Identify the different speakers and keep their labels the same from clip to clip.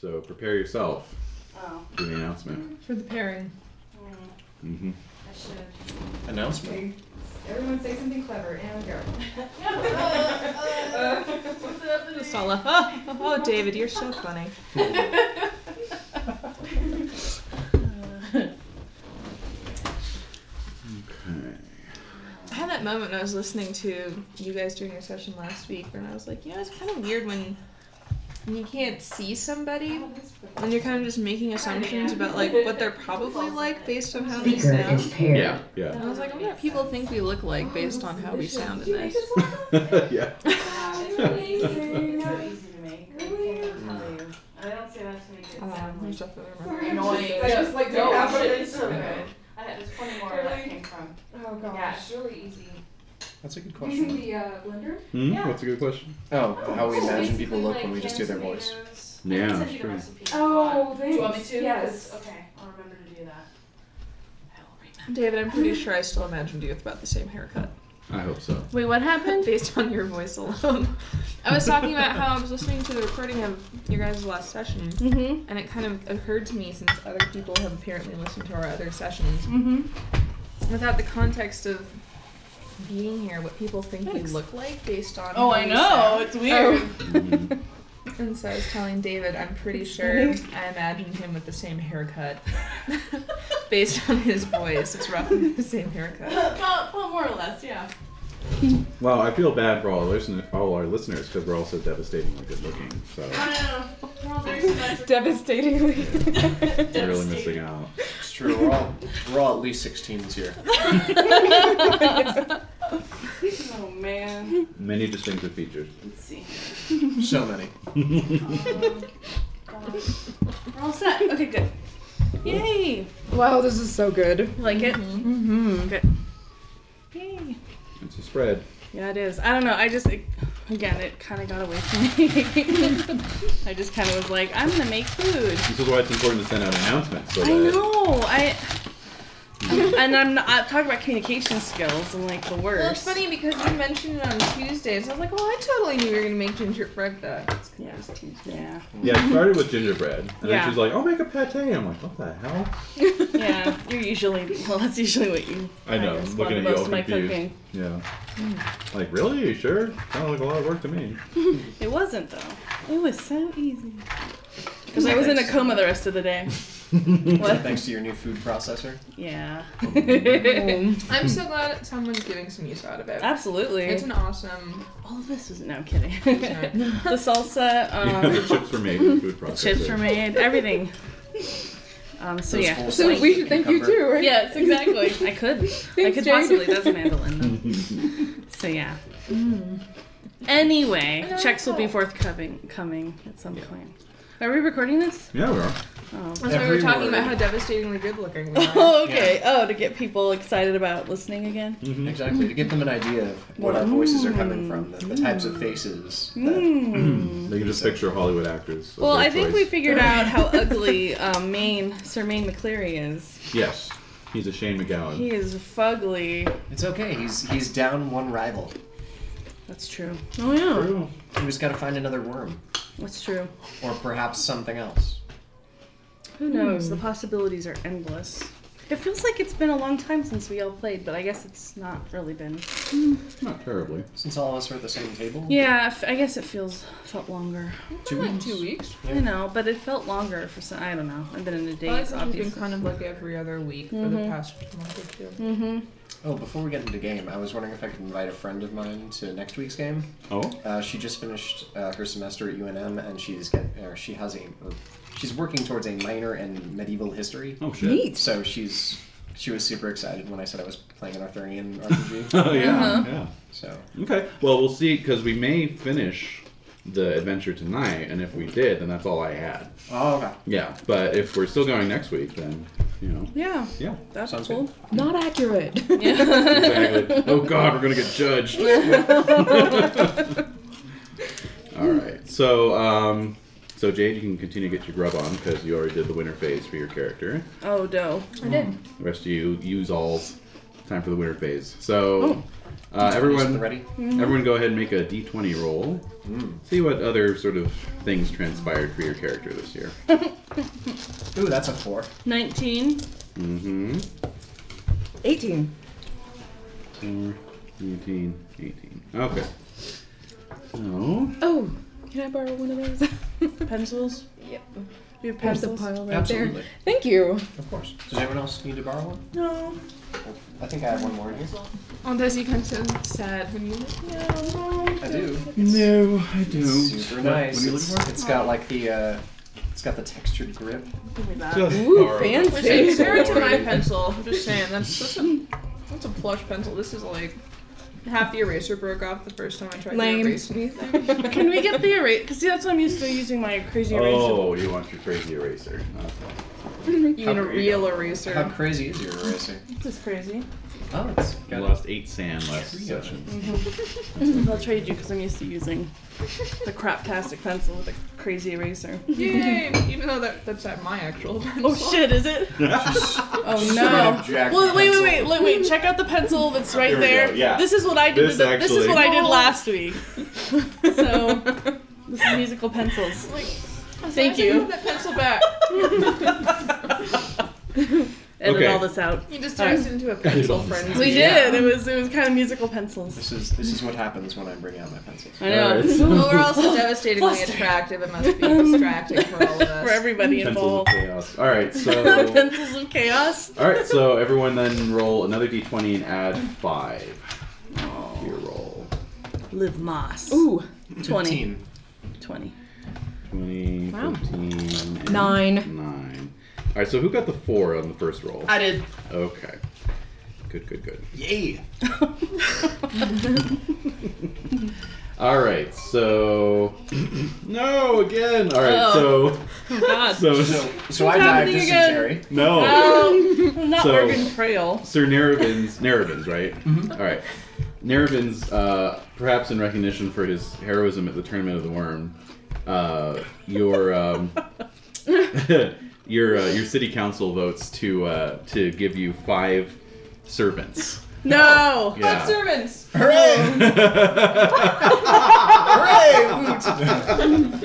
Speaker 1: So prepare yourself
Speaker 2: Oh,
Speaker 1: for the announcement.
Speaker 3: For the pairing.
Speaker 2: mm,
Speaker 1: Mm-hmm.
Speaker 2: I should.
Speaker 4: Announcement.
Speaker 2: Everyone say something clever, and we go.
Speaker 3: Just all up. Oh, oh, oh, David, you're so funny.
Speaker 1: Okay.
Speaker 3: I had that moment when I was listening to you guys during your session last week when I was like, you know, it's kind of weird when when you can't see somebody, when you're kind of just making assumptions about like what they're probably like based on how they
Speaker 5: Speaker
Speaker 3: sound.
Speaker 5: is paired.
Speaker 1: Yeah. Yeah.
Speaker 3: And I was like, I wonder what people think we look like based on how we sound in this.
Speaker 1: yeah.
Speaker 2: It's amazing. It's not easy to make. I can't even tell you. I don't say that to make it
Speaker 3: Um,
Speaker 2: sound
Speaker 3: there's
Speaker 2: like
Speaker 3: definitely remember.
Speaker 2: annoying.
Speaker 5: I just
Speaker 2: like
Speaker 5: don't
Speaker 2: no,
Speaker 5: have
Speaker 2: shit,
Speaker 5: it.
Speaker 2: it's so good. I had there's plenty more where that came from.
Speaker 5: Oh
Speaker 2: Yeah,
Speaker 5: gosh.
Speaker 2: it's really easy.
Speaker 4: That's a good
Speaker 5: Using
Speaker 4: question.
Speaker 5: the uh, blender.
Speaker 1: Hmm?
Speaker 2: Yeah.
Speaker 1: What's a good question?
Speaker 4: Oh, how we
Speaker 2: So
Speaker 4: imagine people
Speaker 2: basically,
Speaker 4: look
Speaker 2: like,
Speaker 4: when we just do
Speaker 2: canned
Speaker 4: their voice.
Speaker 2: tomatoes. I
Speaker 1: Yeah,
Speaker 2: can send
Speaker 1: that's
Speaker 2: you the
Speaker 1: true.
Speaker 2: recipe if you want.
Speaker 5: Oh, thanks.
Speaker 2: Do you want me to?
Speaker 5: Yes.
Speaker 2: Okay, I'll remember to do that. I will right now.
Speaker 3: David, I'm pretty sure I still imagined you with about the same haircut.
Speaker 1: I hope so.
Speaker 3: Wait, what happened? Based on your voice alone. I was talking about how I was listening to the recording of your guys' last session,
Speaker 5: Mm-hmm.
Speaker 3: and it kind of occurred to me since other people have apparently listened to our other sessions,
Speaker 5: Mm-hmm.
Speaker 3: without the context of being here, what people think we look like based on.
Speaker 5: Oh,
Speaker 3: how
Speaker 5: I
Speaker 3: we
Speaker 5: know.
Speaker 3: sound.
Speaker 5: It's weird.
Speaker 1: Mhm.
Speaker 3: And so I was telling David, I'm pretty sure I imagined him with the same haircut based on his voice. It's roughly the same haircut.
Speaker 2: well, well, more or less, yeah.
Speaker 1: Well, I feel bad for all our listeners, all our listeners, because we're all so devastatingly good looking. So
Speaker 2: No, no, no. We're all very symmetric.
Speaker 3: Devastatingly.
Speaker 1: we're really missing out.
Speaker 4: It's true. We're all we're all at least 16 this year.
Speaker 2: Oh man.
Speaker 1: Many distinctive features.
Speaker 2: Let's see.
Speaker 4: So many.
Speaker 2: We're all set. Okay, good. Yay!
Speaker 5: Wow, this is so good.
Speaker 2: You like it?
Speaker 5: Mm-hmm.
Speaker 2: Yay.
Speaker 1: It's a spread.
Speaker 5: Yeah, it is. I don't know. I just, it, again, it kind of got away from me. I just kind of was like, I'm gonna make food.
Speaker 1: This is why it's important to send out announcements. So
Speaker 5: I
Speaker 1: that
Speaker 5: know. I. and I'm not I'm talking about communication skills and like the worst.
Speaker 3: Well, it's funny because you mentioned it on Tuesday, so I was like, "Well, I totally knew you were gonna make gingerbread bread that."
Speaker 5: Yeah. Yeah.
Speaker 1: Yeah, it started with gingerbread, and then
Speaker 5: Yeah.
Speaker 1: she's like, "I'll make a pate." I'm like, "What the hell?"
Speaker 5: yeah. You're usually well. That's usually what you.
Speaker 1: I know. I'm
Speaker 5: respond
Speaker 1: looking at
Speaker 5: most
Speaker 1: you all
Speaker 5: of my
Speaker 1: confused.
Speaker 5: cooking. Mm.
Speaker 1: Yeah. Like, really? you sure? Sounds like a lot of work to me.
Speaker 5: It wasn't though. It was so easy. Because I was in a coma the rest of the day. What?
Speaker 4: Thanks to your new food processor.
Speaker 5: Yeah.
Speaker 3: I'm so glad that someone's getting some use out of it.
Speaker 5: Absolutely.
Speaker 3: It's an awesome.
Speaker 5: All of this was no I'm kidding.
Speaker 3: Sorry.
Speaker 5: the salsa,
Speaker 1: yeah,
Speaker 5: um,
Speaker 1: the chips were made in food
Speaker 5: the
Speaker 1: processor.
Speaker 5: chips were made, everything. Um, so
Speaker 4: Those
Speaker 5: yeah.
Speaker 4: whole slices of cucumber.
Speaker 3: right?
Speaker 5: Yes, exactly. I could. I could
Speaker 3: Jade.
Speaker 5: possibly. That's mandolin though. So yeah. Mm. Anyway,
Speaker 3: know,
Speaker 5: checks will be
Speaker 3: cool.
Speaker 5: forthcoming coming at some point. Are we recording this?
Speaker 1: Yeah, we are.
Speaker 5: Oh.
Speaker 3: That's why we
Speaker 4: Every
Speaker 3: were talking
Speaker 4: word.
Speaker 3: about how devastatingly good looking we are.
Speaker 5: Oh, okay. Oh, to get people excited about listening again.
Speaker 4: Exactly. To give them an idea of what our voices are coming from, the, the types of faces. That,
Speaker 1: They can just picture Hollywood actors. of
Speaker 5: Hmm. Mm. Well,
Speaker 1: their
Speaker 5: I think we
Speaker 1: choice.
Speaker 5: figured out how ugly um, Maine, Sir Maine McCleary is.
Speaker 1: Yes, he's a Shane McGowan.
Speaker 5: He is fugly.
Speaker 4: it's okay. He's he's down one rival.
Speaker 5: That's true.
Speaker 3: Oh yeah.
Speaker 1: True.
Speaker 4: We just got to find another worm,
Speaker 5: That's true.
Speaker 4: or perhaps something else.
Speaker 5: Who knows? The possibilities are endless. It feels like it's been a long time since we all played, but I guess it's not really been.
Speaker 1: Not terribly.
Speaker 4: Since all of us are at the same table.
Speaker 5: Yeah, f- I guess it feels felt longer.
Speaker 4: Two weeks.
Speaker 3: Two weeks.
Speaker 5: I know, but it felt longer for some. I don't know. I've been in a
Speaker 3: Well,
Speaker 5: daze,
Speaker 3: I think it's been
Speaker 5: obviously.
Speaker 3: kind of like every other week for the past month or two.
Speaker 5: Mm-hmm.
Speaker 4: Oh, before we get into game, I was wondering if I could invite a friend of mine to next week's game.
Speaker 1: Oh,
Speaker 4: Uh, she just finished uh, her semester at UNM, and she's get, or she has a or she's working towards a minor in medieval history.
Speaker 1: oh shit.
Speaker 4: So she's she was super excited when I said I was playing an Arthurian RPG.
Speaker 1: Oh yeah,
Speaker 5: Uh-huh.
Speaker 4: so
Speaker 1: yeah. Okay. Well, we'll see because we may finish the adventure tonight, and if we did, then that's all I had.
Speaker 4: oh, okay.
Speaker 1: Yeah. But if we're still going next week, then you know.
Speaker 5: Yeah,
Speaker 1: Yeah.
Speaker 5: that's
Speaker 4: Sounds
Speaker 5: cool.
Speaker 3: Not accurate.
Speaker 5: Yeah.
Speaker 1: Exactly. oh God, we're gonna get judged. All right. So, um, so Jade, you can continue to get your grub on because you already did the winter phase for your character.
Speaker 5: oh, dough.
Speaker 3: I did.
Speaker 1: The rest of you use alls. Time for the weird phase. So,
Speaker 5: Oh.
Speaker 1: uh,
Speaker 4: Just
Speaker 1: everyone,
Speaker 4: ready?
Speaker 1: everyone, go ahead and make a d20 roll.
Speaker 4: Mm.
Speaker 1: See what other sort of things transpired for your character this year.
Speaker 4: Ooh, that's a four.
Speaker 5: 19.
Speaker 1: Mm-hmm.
Speaker 6: 18.
Speaker 1: 4, 18, 18. Okay. So,
Speaker 5: Oh, can I borrow one of those? pencils?
Speaker 6: Yep.
Speaker 5: We have
Speaker 6: There's the
Speaker 5: pencils.
Speaker 6: pile right
Speaker 4: Absolutely.
Speaker 6: there. Thank you.
Speaker 4: Of course. Does anyone else need to borrow one?
Speaker 6: No.
Speaker 4: I think I have one more in here.
Speaker 3: Oh, does he come so sad when you
Speaker 4: I do.
Speaker 1: no, I don't.
Speaker 4: It's super nice.
Speaker 1: What are you
Speaker 4: It's-
Speaker 1: looking for?
Speaker 4: it's got like the uh, it's got the textured grip.
Speaker 5: Give me that.
Speaker 1: Just
Speaker 6: Ooh,
Speaker 1: borrow the
Speaker 6: fancy.
Speaker 3: Which
Speaker 1: pencil
Speaker 3: is compared to my
Speaker 1: already.
Speaker 3: pencil. I'm just saying that's that's a, that's a plush pencil. This is like half the eraser broke off the first time I tried
Speaker 6: Lame.
Speaker 3: to erase anything.
Speaker 5: Can we get the erase? Because see, that's why I'm used to using my crazy eraser.
Speaker 1: Oh, you want your crazy eraser? Okay.
Speaker 3: you need a
Speaker 4: How-
Speaker 3: real
Speaker 4: How
Speaker 3: eraser.
Speaker 4: crazy is your eraser?
Speaker 5: This is crazy.
Speaker 4: Oh, it's
Speaker 1: You
Speaker 4: got a-
Speaker 1: lost eight sand last
Speaker 4: Trio.
Speaker 1: session.
Speaker 5: I'll trade you because I'm used to using the craptastic pencil with a crazy eraser.
Speaker 3: Yay! Even though that that's not my actual pencil.
Speaker 5: Oh shit, is it? Oh
Speaker 4: Straight
Speaker 5: no.
Speaker 4: up jack
Speaker 5: Well, wait, wait,
Speaker 4: pencil.
Speaker 5: wait, wait, wait. Check out the pencil that's right
Speaker 1: Here we
Speaker 5: there.
Speaker 1: go, yeah.
Speaker 5: This is what I did.
Speaker 1: This
Speaker 5: This, this is what I did
Speaker 3: actually-
Speaker 5: last week. So, this is musical pencils.
Speaker 3: Like, I'm sorry,
Speaker 5: Thank
Speaker 3: I
Speaker 5: you.
Speaker 3: Have that pencil back.
Speaker 5: Edit
Speaker 1: Okay.
Speaker 5: all this out.
Speaker 3: You just turned us into a pencil
Speaker 1: Alright.
Speaker 3: friend.
Speaker 5: We
Speaker 4: Yeah.
Speaker 5: did. It was it was kind of musical pencils.
Speaker 4: This is this is what happens when I bring out my pencil.
Speaker 5: I know.
Speaker 1: Alright, so-
Speaker 3: Well, we're also devastatingly
Speaker 5: Flustered.
Speaker 3: attractive. It must be distracting for all of us.
Speaker 5: For everybody
Speaker 1: Pencils of
Speaker 5: involved.
Speaker 1: chaos. All right, so
Speaker 5: pencils of chaos.
Speaker 1: all right, so everyone then roll another d20 and add five to your roll.
Speaker 5: Live Moss. Ooh, 20.
Speaker 4: 15.
Speaker 5: 20.
Speaker 1: 20, 15, and
Speaker 6: Nine.
Speaker 1: Nine. All right, so who got the four on the first roll?
Speaker 5: I did.
Speaker 1: Okay. Good, good, good.
Speaker 4: Yay!
Speaker 1: All right, so no again. All right,
Speaker 5: Oh, God.
Speaker 1: so so
Speaker 4: So so I died
Speaker 5: happening again?
Speaker 4: dysentery.
Speaker 1: no.
Speaker 5: Um, not
Speaker 1: So-
Speaker 5: Morgan Trail.
Speaker 1: Sir Narabin's Narabin's right. All right, Narabin's uh, perhaps in recognition for his heroism at the Tournament of the Worm, uh, your um, your uh, your city council votes to uh, to give you five servants.
Speaker 5: No.
Speaker 3: Five servants.
Speaker 4: Hooray! Hooray!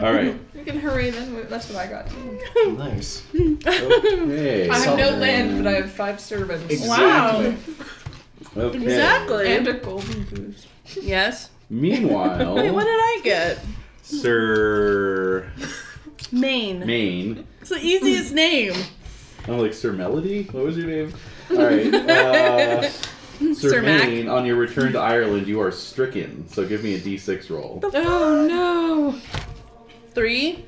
Speaker 1: All right.
Speaker 3: You can hurry them. That's what I got. too.
Speaker 4: Woot. nice.
Speaker 1: Okay.
Speaker 3: I have no
Speaker 4: Something.
Speaker 3: land, but I have five servants
Speaker 5: Wow.
Speaker 1: Okay.
Speaker 5: Exactly.
Speaker 3: and a golden goose.
Speaker 5: yes.
Speaker 1: Meanwhile,
Speaker 5: Wait, what did I get?
Speaker 1: Sir
Speaker 5: Maine.
Speaker 1: Maine.
Speaker 5: It's the easiest name.
Speaker 1: I'm Oh, like Sir Melody. What was your name? All right. Uh, Sir,
Speaker 5: Sir Mac.
Speaker 1: Maine. On your return to Ireland, you are stricken. So give me a D6 roll.
Speaker 6: Oh no.
Speaker 5: Three.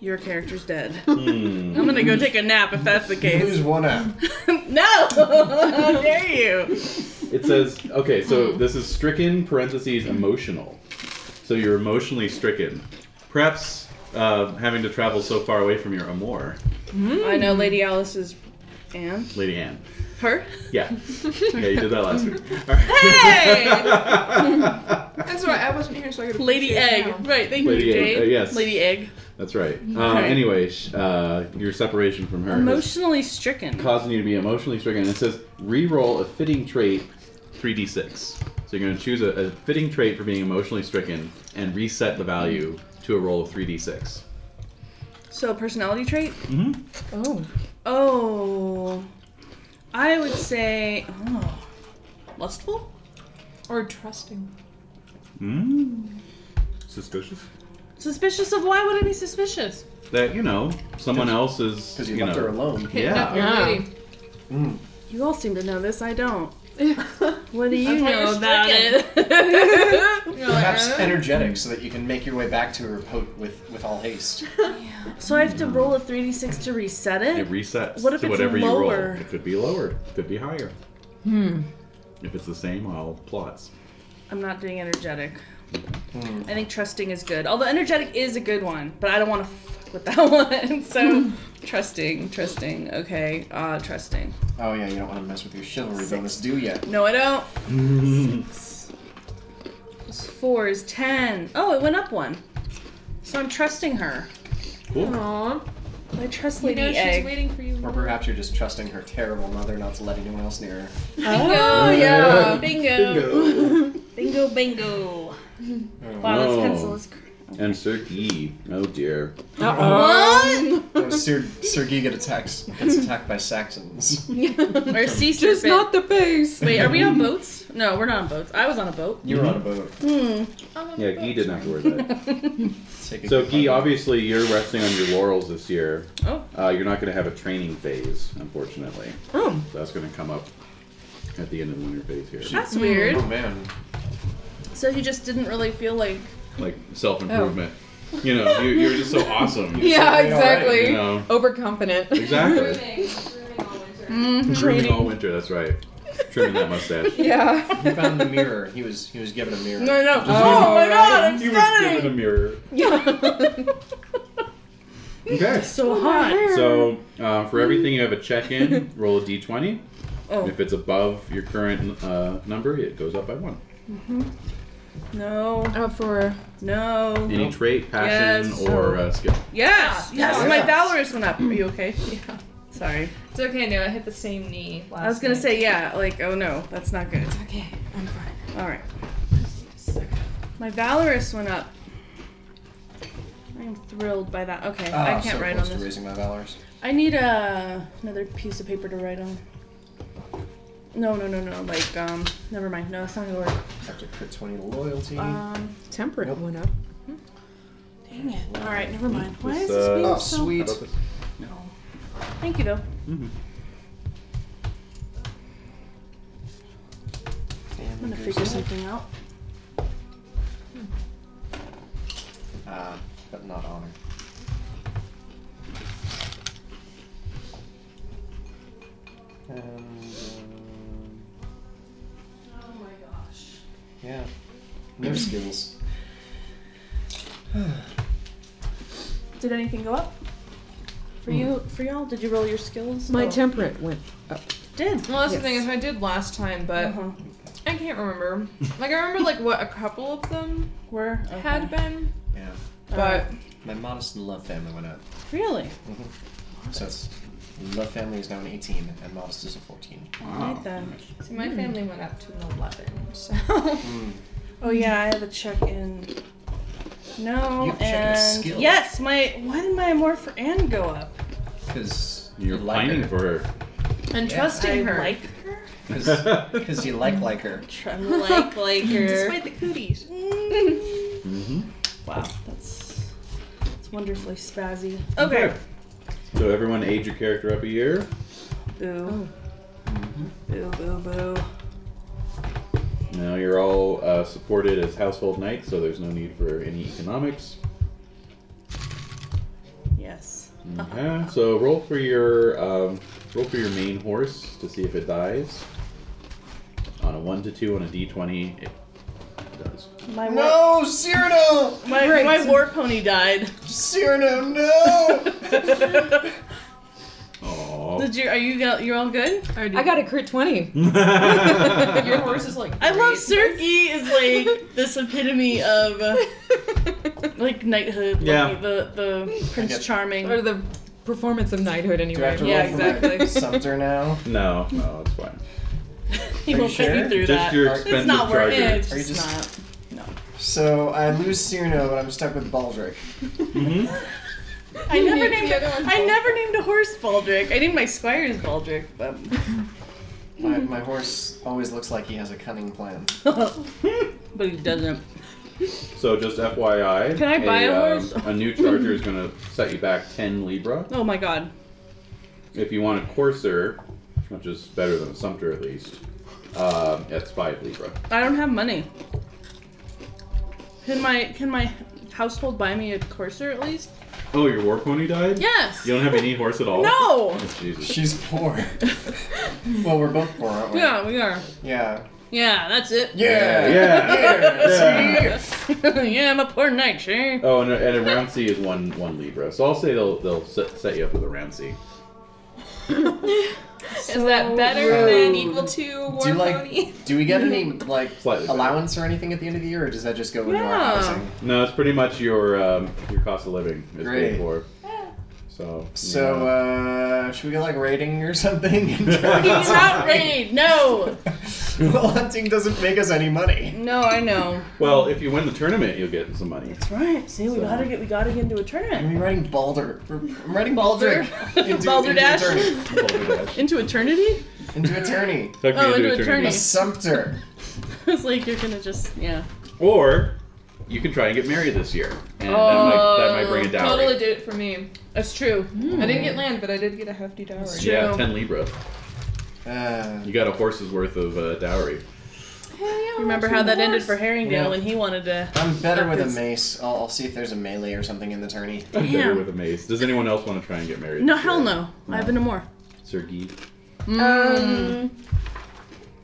Speaker 5: Your character's dead.
Speaker 1: Hmm.
Speaker 5: I'm gonna go take a nap if that's the case.
Speaker 4: Lose one out.
Speaker 5: no! How dare you?
Speaker 1: It says okay.
Speaker 5: Oh.
Speaker 1: So this is stricken parentheses emotional. So you're emotionally stricken. Perhaps uh, having to travel so far away from your amour,
Speaker 5: I know Lady Alice's aunt.
Speaker 1: Lady Anne.
Speaker 5: Her?
Speaker 1: Yeah. Yeah, you did that last week. All right.
Speaker 5: Hey!
Speaker 3: That's why I wasn't here, so I could.
Speaker 5: Lady Egg. Right, thank
Speaker 1: Lady
Speaker 5: you,
Speaker 1: Egg,
Speaker 5: Jade.
Speaker 1: uh, yes.
Speaker 5: Lady Egg.
Speaker 1: That's right. Uh,
Speaker 5: Okay.
Speaker 1: Anyway, sh- uh, your separation from her has
Speaker 5: Emotionally stricken.
Speaker 1: causing you to be emotionally stricken. It says re-roll a fitting trait, 3d6. So you're going to choose a, a fitting trait for being emotionally stricken and reset the value to a roll of 3d6.
Speaker 5: So, personality trait?
Speaker 1: Mm-hmm.
Speaker 6: Oh.
Speaker 5: Oh. I would say. Oh. Lustful?
Speaker 3: Or trusting.
Speaker 1: Mm. Suspicious.
Speaker 5: Suspicious of why would I be suspicious?
Speaker 1: That you know someone else is
Speaker 4: Because you,
Speaker 1: you
Speaker 4: left her
Speaker 1: know.
Speaker 4: alone.
Speaker 3: Up
Speaker 1: Yeah.
Speaker 3: your
Speaker 6: Yeah.
Speaker 3: lady.
Speaker 4: Mm.
Speaker 5: You all seem to know this, I don't.
Speaker 3: You're
Speaker 5: What do you
Speaker 3: That's why you're
Speaker 5: know about it?
Speaker 3: like,
Speaker 4: Perhaps
Speaker 3: eh?
Speaker 4: energetic, so that you can make your way back to her boat with with all haste.
Speaker 5: so I have to roll a 3d6 to reset
Speaker 1: It
Speaker 5: it?
Speaker 1: resets
Speaker 5: What if
Speaker 1: to
Speaker 5: it's
Speaker 1: whatever you
Speaker 5: lower?
Speaker 1: roll. It could be lower. It could be higher.
Speaker 6: Hmm.
Speaker 1: If it's the same, I'll plots.
Speaker 5: I'm not doing energetic.
Speaker 4: Hmm.
Speaker 5: I think trusting is good. Although energetic is a good one, but I don't want to fuck with that one. So trusting, trusting. Okay, uh, trusting.
Speaker 4: Oh yeah, you don't want to mess with your chivalry bonus, do ya?
Speaker 5: No, I don't. Six. Plus Four is ten. Oh, it went up one. So I'm trusting her.
Speaker 1: Cool.
Speaker 3: Aw.
Speaker 5: I trust
Speaker 3: You
Speaker 5: Lady
Speaker 3: know she's
Speaker 5: Egg.
Speaker 3: waiting for you.
Speaker 4: Or perhaps you're just trusting her terrible mother not to let anyone else near her.
Speaker 5: Oh yeah, bingo,
Speaker 1: Bingo.
Speaker 5: bingo, bingo.
Speaker 4: Oh,
Speaker 5: Wow, this
Speaker 1: Oh.
Speaker 5: pencil is. cr-
Speaker 1: and Sir Guy. Oh dear.
Speaker 5: What?
Speaker 4: Or Oh, Sir, Sir Guy get attacked, gets attacked by Saxons.
Speaker 5: Or sea
Speaker 6: Just
Speaker 5: serpent.
Speaker 6: not the Mm-hmm. face.
Speaker 5: Wait, are we on boats? No, we're not on boats. I was on a boat.
Speaker 4: You were on a boat.
Speaker 5: Hmm.
Speaker 1: Yeah, Guy didn't have to worry about it.
Speaker 4: Take a
Speaker 1: So Guy,
Speaker 4: good fight.
Speaker 1: obviously you're resting on your laurels this year.
Speaker 5: Oh.
Speaker 1: Uh, you're not going to have a training phase, unfortunately.
Speaker 6: Oh.
Speaker 1: So that's going to come up at the end of the winter phase here.
Speaker 5: That's weird.
Speaker 4: Oh man.
Speaker 5: So he just didn't really feel like.
Speaker 1: Like self improvement.
Speaker 5: Oh.
Speaker 1: You know, you, you're just so awesome.
Speaker 6: Yeah,
Speaker 4: You're
Speaker 6: exactly.
Speaker 1: You know,
Speaker 5: Oh.
Speaker 6: Overconfident.
Speaker 1: exactly.
Speaker 2: Grooming, grooming all winter.
Speaker 1: Trimming all winter. That's right. Trimming that mustache.
Speaker 6: yeah.
Speaker 4: He found the mirror. He was he was given a mirror.
Speaker 5: No, no.
Speaker 6: Oh my God,
Speaker 1: I'm He was given a mirror.
Speaker 6: Yeah.
Speaker 1: Okay.
Speaker 5: So hot.
Speaker 1: So um, for everything you have a check in, roll a d20.
Speaker 6: Oh.
Speaker 1: If it's above your current uh, number, it goes up by one.
Speaker 5: No.
Speaker 6: Out for
Speaker 5: Oh, No.
Speaker 1: Any trait, passion,
Speaker 5: Yes. Oh.
Speaker 1: or uh, skill.
Speaker 5: Yes. Yes.
Speaker 4: Yeah.
Speaker 5: My valorous went up. Are you okay? Yeah. Sorry.
Speaker 3: It's okay. No, I hit the same knee. Last
Speaker 5: I was gonna
Speaker 3: night.
Speaker 5: say yeah. Like oh no, that's not good.
Speaker 6: Okay, I'm fine.
Speaker 5: All right. My valorous went up. I am thrilled by that. Okay,
Speaker 4: Ah,
Speaker 5: I can't
Speaker 4: so
Speaker 5: write on
Speaker 4: close
Speaker 5: this.
Speaker 4: to raising my valors.
Speaker 5: I need uh, another piece of paper to write on. No, no, no, no. Like, um, never mind. No, it's not gonna work.
Speaker 4: Have to crit 20
Speaker 3: Mm.
Speaker 4: loyalty.
Speaker 5: Um,
Speaker 6: Temperate
Speaker 4: Nope.
Speaker 6: one up.
Speaker 5: dang it. All right, never mind. Why
Speaker 1: This, uh,
Speaker 5: is this being
Speaker 4: oh,
Speaker 5: so?
Speaker 1: How
Speaker 4: sweet.
Speaker 1: about this?
Speaker 5: Thank you though.
Speaker 1: Mhm.
Speaker 5: I'm gonna figure something out.
Speaker 4: Ah, but not honor. And, um,
Speaker 2: Oh my gosh.
Speaker 4: yeah. No skills.
Speaker 5: Did anything go up? For you, for y'all, did you roll your skills?
Speaker 6: Hmm. My
Speaker 5: Oh,
Speaker 6: temperate went up.
Speaker 5: did.
Speaker 3: Well,
Speaker 6: Yes.
Speaker 3: that's the thing is, uh, I did last time, but
Speaker 5: Uh-huh.
Speaker 3: I can't remember. Like I remember like what a couple of them
Speaker 5: Where
Speaker 3: had been,
Speaker 4: Yeah.
Speaker 3: but
Speaker 4: My modest and love family went up.
Speaker 5: really,
Speaker 4: So it's love family is now an 18 and modest is a 14.
Speaker 5: All right then.
Speaker 3: see, my family went up to an eleven. So
Speaker 5: Oh yeah, I have a check in. No,
Speaker 4: You have a check in a
Speaker 5: and
Speaker 4: skill.
Speaker 5: yes, my why did my amor for Anne go up?
Speaker 4: Because
Speaker 1: You're pining for
Speaker 3: and
Speaker 4: Yeah,
Speaker 3: trusting her,
Speaker 5: like her.
Speaker 4: Because
Speaker 1: her.
Speaker 4: you like like her.
Speaker 5: like like her.
Speaker 3: despite the cooties.
Speaker 1: hmm
Speaker 5: wow, that's that's wonderfully spazzy. Okay.
Speaker 1: So everyone age your character up a year.
Speaker 5: Boo. Oh. Boo boo boo.
Speaker 1: Now you're all uh, supported as household knights, so there's no need for any economics.
Speaker 5: Yes.
Speaker 1: Okay. So roll for your um, roll for your main horse to see if it dies. On a one to two on a d20, it does.
Speaker 5: My war,
Speaker 4: No, Cyrano!
Speaker 5: my, my war pony died.
Speaker 4: Cyrano, no!
Speaker 5: did
Speaker 1: Aww.
Speaker 5: you? Are you? go- You're all good?
Speaker 6: I got a crit 20.
Speaker 3: Your horse is like
Speaker 5: I love Sergi is like this epitome of uh, like knighthood,
Speaker 1: Yeah.
Speaker 5: like the the Prince
Speaker 4: get-
Speaker 5: Charming.
Speaker 6: or the performance of knighthood,
Speaker 4: Do I
Speaker 6: anyway.
Speaker 4: have to
Speaker 5: Yeah,
Speaker 4: roll for my
Speaker 5: exactly.
Speaker 4: Sumter now?
Speaker 1: no, no, it's fine.
Speaker 5: he
Speaker 4: Are you
Speaker 5: won't put
Speaker 4: sure?
Speaker 5: you through
Speaker 1: Just
Speaker 5: that.
Speaker 1: your
Speaker 4: It's
Speaker 1: expensive
Speaker 5: it's not worth
Speaker 1: charger.
Speaker 5: it. It's
Speaker 4: Are you
Speaker 5: just,
Speaker 4: just-
Speaker 5: not.
Speaker 4: So I lose Cyrano, but I'm stuck with Baldric.
Speaker 1: Mhm.
Speaker 5: I never
Speaker 3: need
Speaker 5: named.
Speaker 3: the other one
Speaker 5: I never named a horse Baldric. I named my squires Baldric, but
Speaker 4: My,
Speaker 5: Hmm.
Speaker 4: my horse always looks like he has a cunning plan.
Speaker 5: but he doesn't.
Speaker 1: So just FYI,
Speaker 5: Can I buy a
Speaker 1: um,
Speaker 5: horse?
Speaker 1: a new charger is going to set you back 10 libra.
Speaker 5: Oh my god.
Speaker 1: If you want a courser, which is better than a sumpter at least, um, that's five libra.
Speaker 5: I don't have money. Can my can my household buy me a courser at least?
Speaker 1: Oh, your war pony died.
Speaker 5: Yes.
Speaker 1: You don't have any horse at all.
Speaker 5: No.
Speaker 1: Oh, Jesus.
Speaker 4: She's poor. well, we're both poor, aren't we?
Speaker 5: Yeah, we are.
Speaker 4: Yeah.
Speaker 5: Yeah, that's it.
Speaker 4: Yeah.
Speaker 1: Yeah.
Speaker 4: Yeah.
Speaker 1: Yeah.
Speaker 4: See?
Speaker 5: yeah, I'm a poor knight, sure.
Speaker 1: Oh, and a, and a rouncy is one one libra. So I'll say they'll they'll set, set you up with a rouncy.
Speaker 3: Is that better than
Speaker 4: rude.
Speaker 3: equal to war
Speaker 4: Do you
Speaker 3: pony?
Speaker 4: like? Do we get any like
Speaker 1: Slightly better.
Speaker 4: allowance or anything at the end of the year, or does that just go into our
Speaker 5: Yeah.
Speaker 4: housing?
Speaker 1: No, it's pretty much your um, your cost of living is
Speaker 4: Great.
Speaker 1: paid for. So.
Speaker 4: So,
Speaker 1: yeah.
Speaker 4: uh, should we get like raiding or something?
Speaker 5: He's not raid. No.
Speaker 4: well, hunting doesn't make us any money.
Speaker 5: No, I know.
Speaker 1: well, if you win the tournament, you'll get some money.
Speaker 5: That's right. See, we
Speaker 1: So-
Speaker 5: gotta get we gotta get into a tournament.
Speaker 4: I'm writing Balder. I'm writing
Speaker 5: Balder.
Speaker 4: Baldric into,
Speaker 5: Balderdash.
Speaker 4: into attorney.
Speaker 1: Balderdash.
Speaker 5: Into eternity?
Speaker 4: Into attorney.
Speaker 1: Tuck me
Speaker 5: Oh, into
Speaker 1: eternity.
Speaker 5: eternity.
Speaker 4: A sumpter.
Speaker 5: it's like you're gonna just yeah.
Speaker 1: Or you can try and get married this year, and that might that might
Speaker 5: Oh,
Speaker 1: bring a dowry.
Speaker 3: Totally did it for me.
Speaker 5: That's true.
Speaker 4: Hmm.
Speaker 3: I didn't get land, but I did get a hefty dowry.
Speaker 5: true.
Speaker 1: Yeah,
Speaker 5: True.
Speaker 1: ten libra.
Speaker 4: Uh,
Speaker 1: You got a horse's worth of uh, dowry.
Speaker 5: Remember how that ended for Herringdale
Speaker 4: Yeah.
Speaker 5: when he wanted to
Speaker 4: I'm better
Speaker 5: Suck
Speaker 4: with a
Speaker 5: this.
Speaker 4: mace. I'll, I'll see if there's a melee or something in the tourney.
Speaker 1: I'm better
Speaker 5: Damn.
Speaker 1: with a mace. Does anyone else want to try and get married? Uh,
Speaker 5: No,
Speaker 1: this
Speaker 5: hell
Speaker 1: year?
Speaker 5: no. I've been to more.
Speaker 1: Sergey.
Speaker 5: Mm.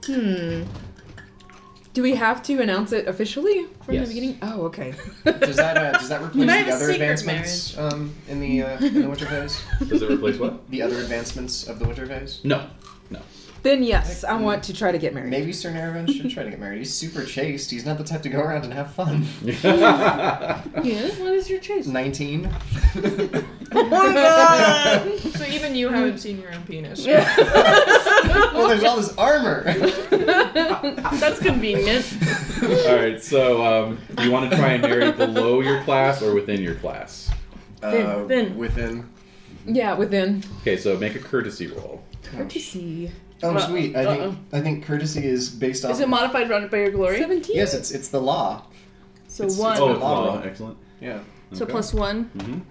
Speaker 6: Hmm. Do we have to announce it officially from
Speaker 1: Yes.
Speaker 6: the beginning? Oh, okay.
Speaker 4: Does that uh, does that replace
Speaker 5: I have
Speaker 4: the
Speaker 5: a
Speaker 4: other
Speaker 5: secret
Speaker 4: advancements um, in the uh, in the winter phase?
Speaker 1: Does it replace what?
Speaker 4: The other advancements of the winter phase?
Speaker 1: No.
Speaker 6: Then yes, I want to try to get married.
Speaker 4: Maybe Sir Naravan should try to get married. He's super chaste. He's not the type to go around and have fun.
Speaker 5: Yeah, what is your choice?
Speaker 4: Nineteen.
Speaker 5: Oh my god!
Speaker 3: So even you haven't seen your own penis.
Speaker 4: well, there's all this armor.
Speaker 5: That's convenient.
Speaker 1: All right. So, um, do you want to try and marry below your class or within your class?
Speaker 4: Uh,
Speaker 5: Thin.
Speaker 4: Within.
Speaker 6: Yeah, within.
Speaker 1: Okay, so make a courtesy roll.
Speaker 6: Courtesy.
Speaker 4: Oh,
Speaker 5: Uh-oh.
Speaker 4: sweet. I
Speaker 5: Uh-oh.
Speaker 4: think I think courtesy is based off.
Speaker 5: Uh-uh. Is it modified round by your glory?
Speaker 6: 17.
Speaker 4: yes, it's it's the law.
Speaker 5: So
Speaker 4: It's-
Speaker 5: one.
Speaker 4: it's
Speaker 1: Oh,
Speaker 4: a
Speaker 1: it's
Speaker 4: law
Speaker 1: law.
Speaker 4: roll.
Speaker 1: Excellent.
Speaker 4: Yeah.
Speaker 5: so
Speaker 1: Okay.
Speaker 5: plus one.
Speaker 1: Mhm.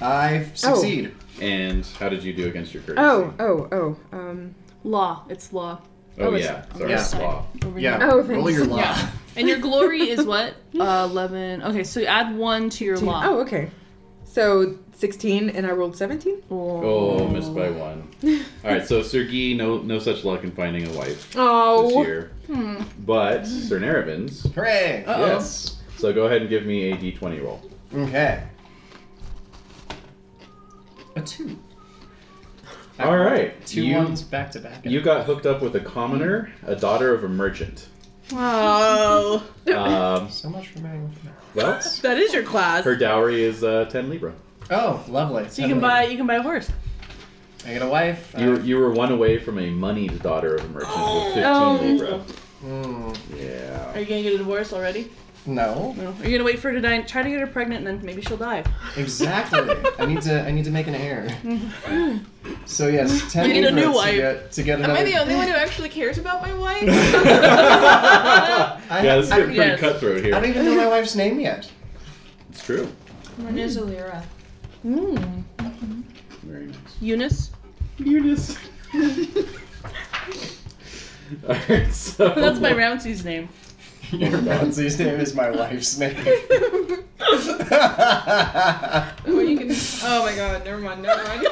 Speaker 5: Oh.
Speaker 4: I succeed.
Speaker 1: And how did you do against your courtesy?
Speaker 6: Oh, oh, oh. Um.
Speaker 5: Law. It's law.
Speaker 1: Oh,
Speaker 5: oh, it's-
Speaker 1: yeah. Sorry,
Speaker 4: yeah.
Speaker 1: it's law.
Speaker 5: Over
Speaker 4: Yeah.
Speaker 5: here.
Speaker 6: Oh,
Speaker 4: Roll
Speaker 6: thanks.
Speaker 4: your law.
Speaker 5: Yeah. And your glory is what? Uh, Eleven. Okay, so you add one to your law.
Speaker 6: Oh, okay. So 16, and I rolled 17.
Speaker 1: Oh, missed by one. All right, so Sergey, no, no such luck in finding a wife
Speaker 6: Oh.
Speaker 1: this year.
Speaker 5: Hmm.
Speaker 1: But Sir Neravins,
Speaker 4: Hooray!
Speaker 5: Uh-oh.
Speaker 1: yes. So go ahead and give me a d20 roll.
Speaker 4: Okay. A two.
Speaker 1: All right,
Speaker 4: Two
Speaker 1: you
Speaker 4: ones back to back.
Speaker 1: you got hooked up with a commoner, a daughter of a merchant.
Speaker 5: Oh,
Speaker 1: Um,
Speaker 4: so much for my.
Speaker 1: well,
Speaker 5: that is your class.
Speaker 1: her dowry is uh, 10 libra.
Speaker 4: Oh, lovely.
Speaker 5: So you can buy you can buy a horse.
Speaker 4: I get a wife. uh,
Speaker 1: You, you were one away from a moneyed daughter of a merchant with 15
Speaker 5: Oh.
Speaker 1: libra.
Speaker 4: mm,
Speaker 1: Yeah.
Speaker 5: Are you gonna get a divorce already?
Speaker 4: no.
Speaker 5: No. Are you gonna wait for her to die? Try to get her pregnant, and then maybe she'll die.
Speaker 4: Exactly. I need to. I need to make an heir. so yes, ten
Speaker 5: You need a new
Speaker 4: libra to
Speaker 5: wife.
Speaker 4: get, to get
Speaker 3: Am I
Speaker 4: another.
Speaker 3: the only one who actually cares about my wife?
Speaker 1: yeah,
Speaker 4: I,
Speaker 1: this is
Speaker 4: I, e-,
Speaker 1: getting pretty
Speaker 5: Yes.
Speaker 1: cutthroat
Speaker 4: I
Speaker 1: here.
Speaker 4: don't even know my wife's name yet.
Speaker 1: It's true.
Speaker 3: Mine is Alira.
Speaker 5: Mm.
Speaker 1: Very nice.
Speaker 5: Eunice.
Speaker 1: Eunice. Alright, so.
Speaker 5: That's my Ramsey's name.
Speaker 4: Your Ramsey's name is my wife's name.
Speaker 3: Or you can. Oh my god, never mind, never mind.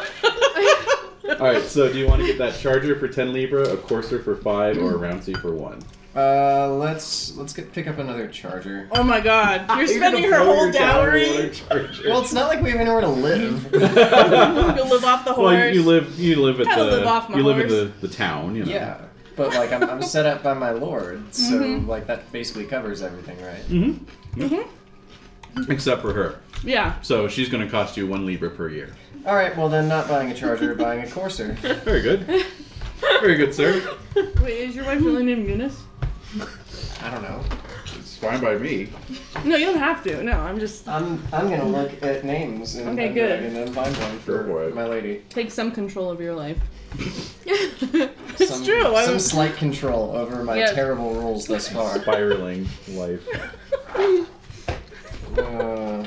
Speaker 1: Alright, so do you want to get that charger for 10 libra, a courser for 5, or a rouncy for 1?
Speaker 4: uh, let's let's get pick up another charger.
Speaker 5: Oh my God! You're
Speaker 1: gonna
Speaker 5: spending
Speaker 1: blow
Speaker 5: her whole
Speaker 1: your dowry on
Speaker 5: dowry.
Speaker 1: a charger.
Speaker 4: Well, it's not like we have anywhere to live.
Speaker 5: You'll live off the horse.
Speaker 1: Well, you, you live, you live at
Speaker 5: Gotta
Speaker 1: the,
Speaker 5: live off my
Speaker 1: you live in
Speaker 5: horse.
Speaker 1: the, the town, you know.
Speaker 4: yeah, but like I'm, I'm set up by my lord, so
Speaker 5: Mm-hmm.
Speaker 4: like that basically covers everything, right?
Speaker 1: Mm-hmm. Except for her,
Speaker 5: yeah.
Speaker 1: so she's going to cost you one libra per year.
Speaker 4: All right, well then, not buying a charger, buying a courser.
Speaker 1: Very good, very good, sir.
Speaker 5: Wait, is your wife really named Eunice?
Speaker 4: I don't know.
Speaker 1: It's fine by me.
Speaker 5: No, you don't have to. No, I'm just
Speaker 4: I'm I'm gonna look at names and
Speaker 5: Okay,
Speaker 4: and,
Speaker 5: good.
Speaker 4: and then find one
Speaker 1: Go for
Speaker 4: for
Speaker 1: it.
Speaker 4: my lady.
Speaker 5: take some control of your life.
Speaker 4: It's
Speaker 5: It's
Speaker 4: some,
Speaker 5: true, I
Speaker 4: Some
Speaker 5: was-
Speaker 4: slight control over my
Speaker 5: Yeah.
Speaker 4: terrible rules thus far.
Speaker 1: Spiraling life.
Speaker 4: Uh,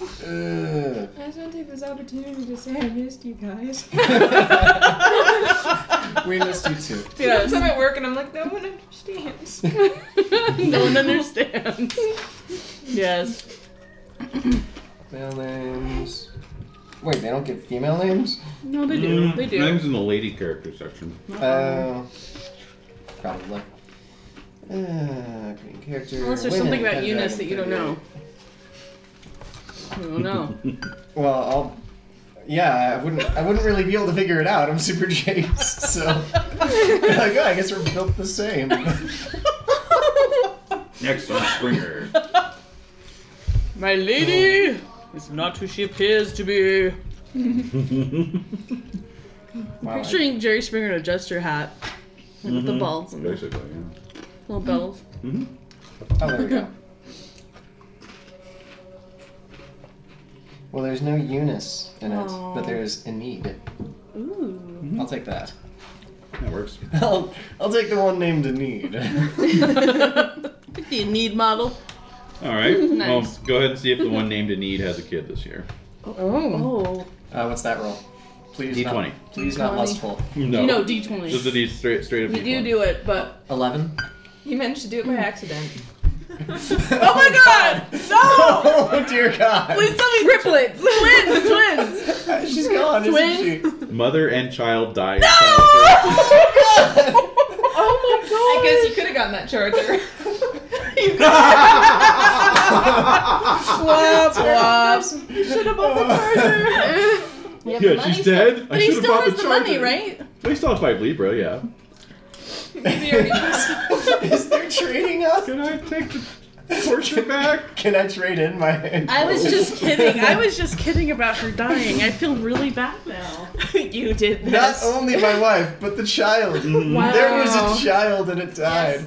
Speaker 4: uh,
Speaker 3: I just want to take this opportunity to say I missed you guys.
Speaker 4: we missed you too.
Speaker 5: Yes.
Speaker 3: Sometimes I'm at work and I'm like, no one understands.
Speaker 5: no one understands. yes.
Speaker 4: Male names. Wait, they don't give female names?
Speaker 5: No, they do.
Speaker 1: Mm,
Speaker 5: They do.
Speaker 1: Names Mm-hmm. in the lady character section.
Speaker 4: Uh, probably. Uh, green character.
Speaker 5: Unless there's
Speaker 4: women,
Speaker 5: something about
Speaker 4: Pendragon,
Speaker 5: Eunice that you don't know.
Speaker 4: Pendragon.
Speaker 5: I don't know.
Speaker 4: Well, I'll. Yeah, I wouldn't. I wouldn't really be able to figure it out. I'm super chased, so like, oh, I guess we're built the same.
Speaker 1: Next on Springer.
Speaker 5: My lady.
Speaker 7: It's not who she appears to be.
Speaker 4: Wow, I-
Speaker 5: Picturing Jerry Springer in a jester hat. Like With the
Speaker 1: Mhm.
Speaker 5: balls and the
Speaker 1: Basically,
Speaker 5: little bells.
Speaker 1: yeah. hmm
Speaker 4: Oh, there we go. Well, there's no Eunice in it,
Speaker 5: Aw.
Speaker 4: but there's Enid.
Speaker 5: Ooh.
Speaker 4: I'll take that.
Speaker 1: That works.
Speaker 4: I'll, I'll take the one named Enid. Uh,
Speaker 5: the need model.
Speaker 1: All right.
Speaker 5: Nice.
Speaker 1: Well, go ahead and see if the one named Anid has a kid this year.
Speaker 6: Oh.
Speaker 5: Oh.
Speaker 4: Uh, what's that roll? Please
Speaker 1: D20.
Speaker 4: Not, please not
Speaker 5: D20.
Speaker 4: lustful.
Speaker 1: No.
Speaker 5: You know, D20.
Speaker 1: Just a D straight, straight up
Speaker 3: You do
Speaker 1: D20.
Speaker 3: do it, but
Speaker 4: Eleven.
Speaker 3: you managed to do it by accident.
Speaker 4: oh
Speaker 5: my god! No!
Speaker 4: oh dear God!
Speaker 5: Please tell me. Triplets! Twins! Twins!
Speaker 4: She's gone,
Speaker 5: Twin.
Speaker 4: isn't she?
Speaker 1: Mother and child die. No! Child
Speaker 5: Oh my god!
Speaker 3: I guess you could have gotten that charger.
Speaker 5: Wop, wop.
Speaker 4: Should have bought the charger.
Speaker 1: yeah, she's dead.
Speaker 5: But
Speaker 1: I
Speaker 5: he
Speaker 1: should have
Speaker 5: still
Speaker 1: bought
Speaker 5: has
Speaker 1: the
Speaker 5: the,
Speaker 1: charger.
Speaker 5: money, right?
Speaker 1: But he still has five Libra, yeah.
Speaker 4: Is there trading up?
Speaker 1: Can I take the torture back?
Speaker 4: Can I trade in my?
Speaker 5: I was just kidding. I was just kidding about her dying. I feel really bad now. you did
Speaker 4: Not only my wife, but the child.
Speaker 1: Wow.
Speaker 4: There was a child and it died.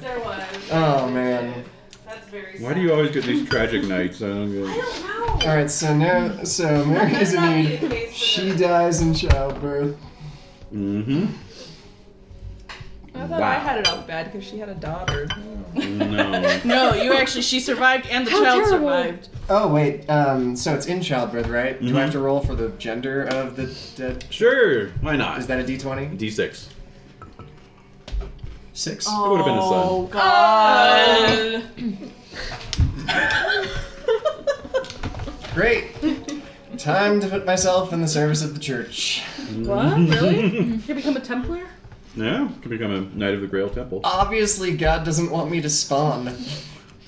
Speaker 2: Yes, there was.
Speaker 4: Oh, man.
Speaker 2: That's very
Speaker 1: Why do you always get these tragic nights? I don't
Speaker 2: I
Speaker 1: get it.
Speaker 2: don't know.
Speaker 4: All right, so now, so Mary
Speaker 2: That's
Speaker 4: is
Speaker 2: not
Speaker 4: in
Speaker 2: really the
Speaker 4: need.
Speaker 2: case for
Speaker 4: She
Speaker 2: the-
Speaker 4: dies in childbirth.
Speaker 1: Mm-hmm.
Speaker 3: I thought I had it all bad because she had a daughter.
Speaker 1: Mm-hmm. No.
Speaker 5: No, you actually. She survived, and the
Speaker 6: How
Speaker 5: child
Speaker 6: terrible.
Speaker 5: survived.
Speaker 4: Oh wait, um, so it's in childbirth, right? Do
Speaker 1: Mhm.
Speaker 4: I have to roll for the gender of the dead?
Speaker 1: Sure. Why
Speaker 4: Is
Speaker 1: not?
Speaker 4: that a D twenty?
Speaker 1: D6.
Speaker 4: Six.
Speaker 1: It would have been a
Speaker 5: Oh
Speaker 1: son.
Speaker 5: god!
Speaker 4: Great. Time to put myself in the service of the church.
Speaker 5: What? Really? You become a Templar?
Speaker 1: Mm-hmm. Yeah. Could become a Knight of the Grail Temple.
Speaker 4: Obviously, God doesn't want me to spawn.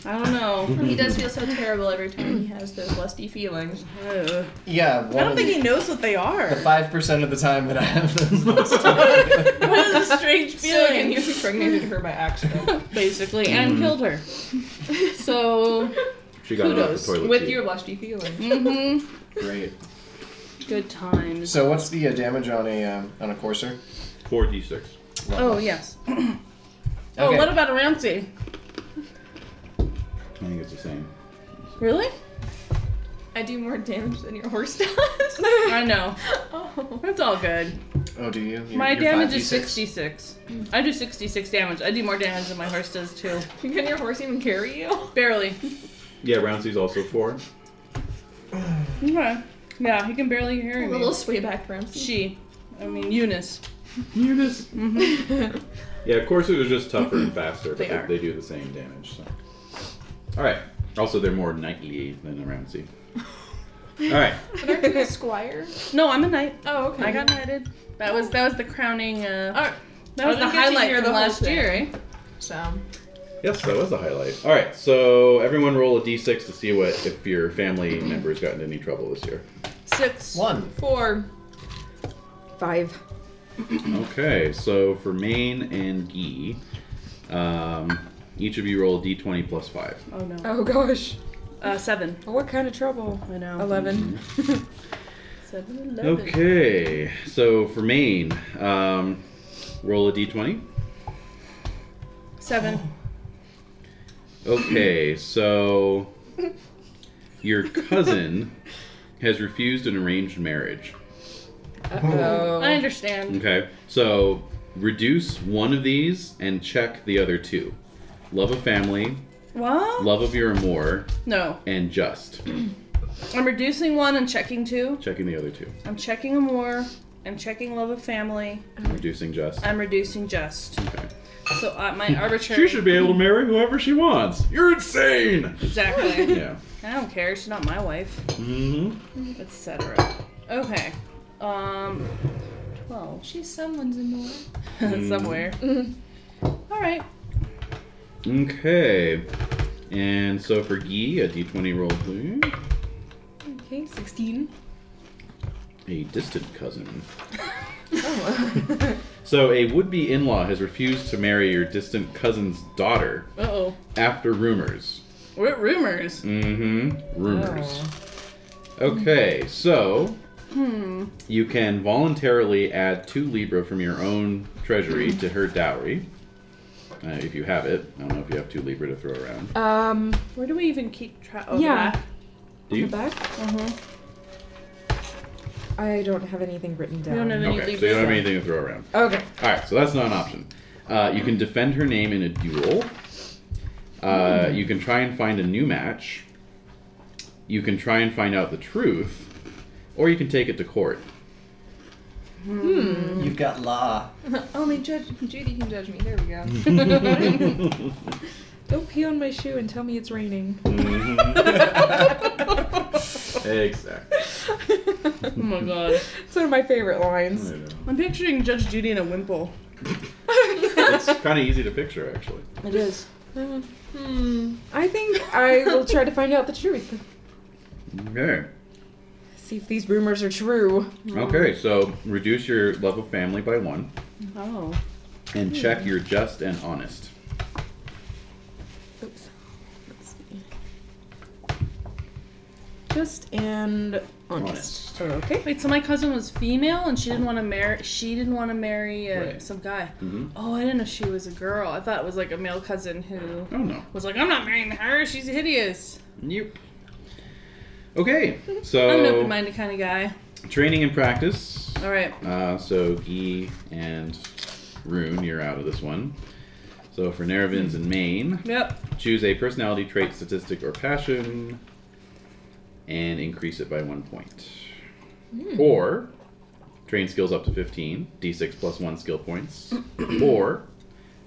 Speaker 5: I don't know.
Speaker 3: He does feel so terrible every time he has those lusty feelings.
Speaker 5: Uh,
Speaker 4: Yeah,
Speaker 5: I
Speaker 4: one
Speaker 5: don't
Speaker 4: of
Speaker 5: think he knows what they are.
Speaker 4: five percent of the time that I have those. Most
Speaker 5: What is a strange
Speaker 3: So again, you
Speaker 5: feeling?
Speaker 3: impregnated her by accident.
Speaker 5: Basically, and
Speaker 4: Mm-hmm.
Speaker 5: killed her. So,
Speaker 1: She got
Speaker 5: Kudos.
Speaker 1: it off the toilet
Speaker 3: With
Speaker 1: seat.
Speaker 3: your lusty feelings.
Speaker 5: mm-hmm.
Speaker 4: Great.
Speaker 5: good times.
Speaker 4: So, what's the uh, damage on a um, on a courser?
Speaker 1: Four D6.
Speaker 5: Oh yes. Oh,
Speaker 4: Okay.
Speaker 5: what about a Ramsey?
Speaker 1: I think it's the same.
Speaker 5: Really?
Speaker 3: I do more damage than your horse does. I
Speaker 5: I know.
Speaker 3: Oh.
Speaker 5: That's all good.
Speaker 4: Oh, do you? Your-
Speaker 5: My
Speaker 4: your
Speaker 5: damage
Speaker 4: 5d6?
Speaker 5: is 66. I do 66 damage. I do more damage than my horse does too.
Speaker 3: Can your horse even carry you?
Speaker 5: Barely.
Speaker 1: Yeah, round C's also four.
Speaker 5: Okay. Yeah, he can barely hear
Speaker 3: A
Speaker 5: me.
Speaker 3: little sway back Ramsey.
Speaker 5: She. I mean Eunice.
Speaker 1: You just
Speaker 3: Mm-hmm.
Speaker 1: Yeah, coursers are just tougher and faster,
Speaker 5: They
Speaker 1: but
Speaker 5: are.
Speaker 1: they, they do the same damage. So. All right. Also, they're more knightly than a Ramsey. All right.
Speaker 3: But aren't you a squire?
Speaker 5: No, I'm a knight.
Speaker 3: Oh, okay.
Speaker 5: I got knighted. That was that was the crowning. Uh,
Speaker 3: Alright.
Speaker 5: that was the
Speaker 3: I didn't get to
Speaker 5: highlight
Speaker 3: hear
Speaker 5: from
Speaker 3: the whole
Speaker 5: last
Speaker 3: thing.
Speaker 5: year, eh?
Speaker 3: So.
Speaker 1: Yes, that was the highlight. All right. So everyone roll a d6 to see what if your family members got into any trouble this year.
Speaker 5: Six.
Speaker 4: One.
Speaker 3: Four.
Speaker 6: Five.
Speaker 1: Okay. So for Maine and Guy, um, each of you roll a d20 plus five.
Speaker 5: Oh no.
Speaker 6: Oh gosh.
Speaker 5: Uh, seven.
Speaker 6: What kind of trouble?
Speaker 5: I know.
Speaker 6: Eleven.
Speaker 5: Seven. Eleven.
Speaker 1: Okay. So for Maine, um, roll a d20.
Speaker 5: Seven.
Speaker 1: Okay, so your cousin has refused an arranged marriage.
Speaker 5: I
Speaker 6: Oh.
Speaker 5: understand.
Speaker 1: Okay, so reduce one of these and check the other two love of family,
Speaker 5: What?
Speaker 1: love of your amour,
Speaker 5: No.
Speaker 1: and just.
Speaker 5: I'm reducing one and checking two.
Speaker 1: Checking the other two.
Speaker 5: I'm checking a more. I'm checking love of family.
Speaker 1: Reducing just.
Speaker 5: I'm reducing just.
Speaker 1: Okay.
Speaker 5: So uh, my arbitrary.
Speaker 1: She should be able to marry whoever she wants. You're insane!
Speaker 5: Exactly.
Speaker 1: Yeah.
Speaker 5: I don't care. She's not my wife,
Speaker 1: Mm-hmm.
Speaker 5: etc. Okay. Um. Twelve.
Speaker 3: She's someone's annoying.
Speaker 5: Somewhere. All right.
Speaker 1: Okay. And so for Guy, a d20 roll, please.
Speaker 3: Okay, 16.
Speaker 1: A distant cousin. so, a would be in law has refused to marry your distant cousin's daughter
Speaker 5: Uh oh.
Speaker 1: after rumors.
Speaker 5: What rumors?
Speaker 1: Mm hmm. Rumors. Okay, so
Speaker 5: Hmm.
Speaker 1: you can voluntarily add two Libra from your own treasury to her dowry. Uh, if you have it. I don't know if you have two Libra to throw around.
Speaker 6: Um,
Speaker 5: Where do we even keep track? Oh,
Speaker 6: Yeah.
Speaker 1: Do
Speaker 6: in the
Speaker 1: you?
Speaker 6: back.
Speaker 5: Uh-huh.
Speaker 6: I don't have anything written down.
Speaker 5: We don't have any
Speaker 1: Okay, so you
Speaker 5: Libra.
Speaker 1: don't have anything to throw around.
Speaker 6: Okay.
Speaker 1: All right, so that's not an option. Uh, you can defend her name in a duel. Uh, You can try and find a new match. You can try and find out the truth, or you can take it to court.
Speaker 5: Mm-hmm.
Speaker 4: You've got law.
Speaker 3: Only judge Judy can judge me. There we go.
Speaker 6: Don't pee on my shoe and tell me it's raining.
Speaker 1: exactly.
Speaker 6: it's
Speaker 5: Oh my god.
Speaker 6: one of my favorite lines.
Speaker 5: I'm picturing Judge Judy in a wimple.
Speaker 1: It's kind of easy to picture, actually.
Speaker 5: It is.
Speaker 3: Hmm.
Speaker 6: I think I will try to find out the truth.
Speaker 1: Okay.
Speaker 6: See if these rumors are true.
Speaker 1: Okay, so reduce your love of family by one,
Speaker 5: Oh.
Speaker 1: and check your just and honest.
Speaker 6: Oops. Let's see. Just and honest. Okay.
Speaker 5: Wait, so my cousin was female and she didn't want to marry. She didn't want to marry uh,
Speaker 1: Right.
Speaker 5: some guy.
Speaker 1: hmm
Speaker 5: Oh, I didn't know she was a girl. I thought it was like a male cousin who
Speaker 1: Oh no.
Speaker 5: was like, I'm not marrying her. She's hideous.
Speaker 1: Nope. Okay,
Speaker 5: I'm an
Speaker 6: Oh.
Speaker 1: so
Speaker 5: open-minded kind of guy.
Speaker 1: training and practice.
Speaker 5: All right.
Speaker 1: Uh, so Guy and Rune, you're out of this one. So for Nerevins and Maine,
Speaker 5: Yep.
Speaker 1: choose a personality trait, statistic, or passion, and increase it by one point.
Speaker 5: Hmm.
Speaker 1: Or train skills up to 15, d6 plus one skill points. or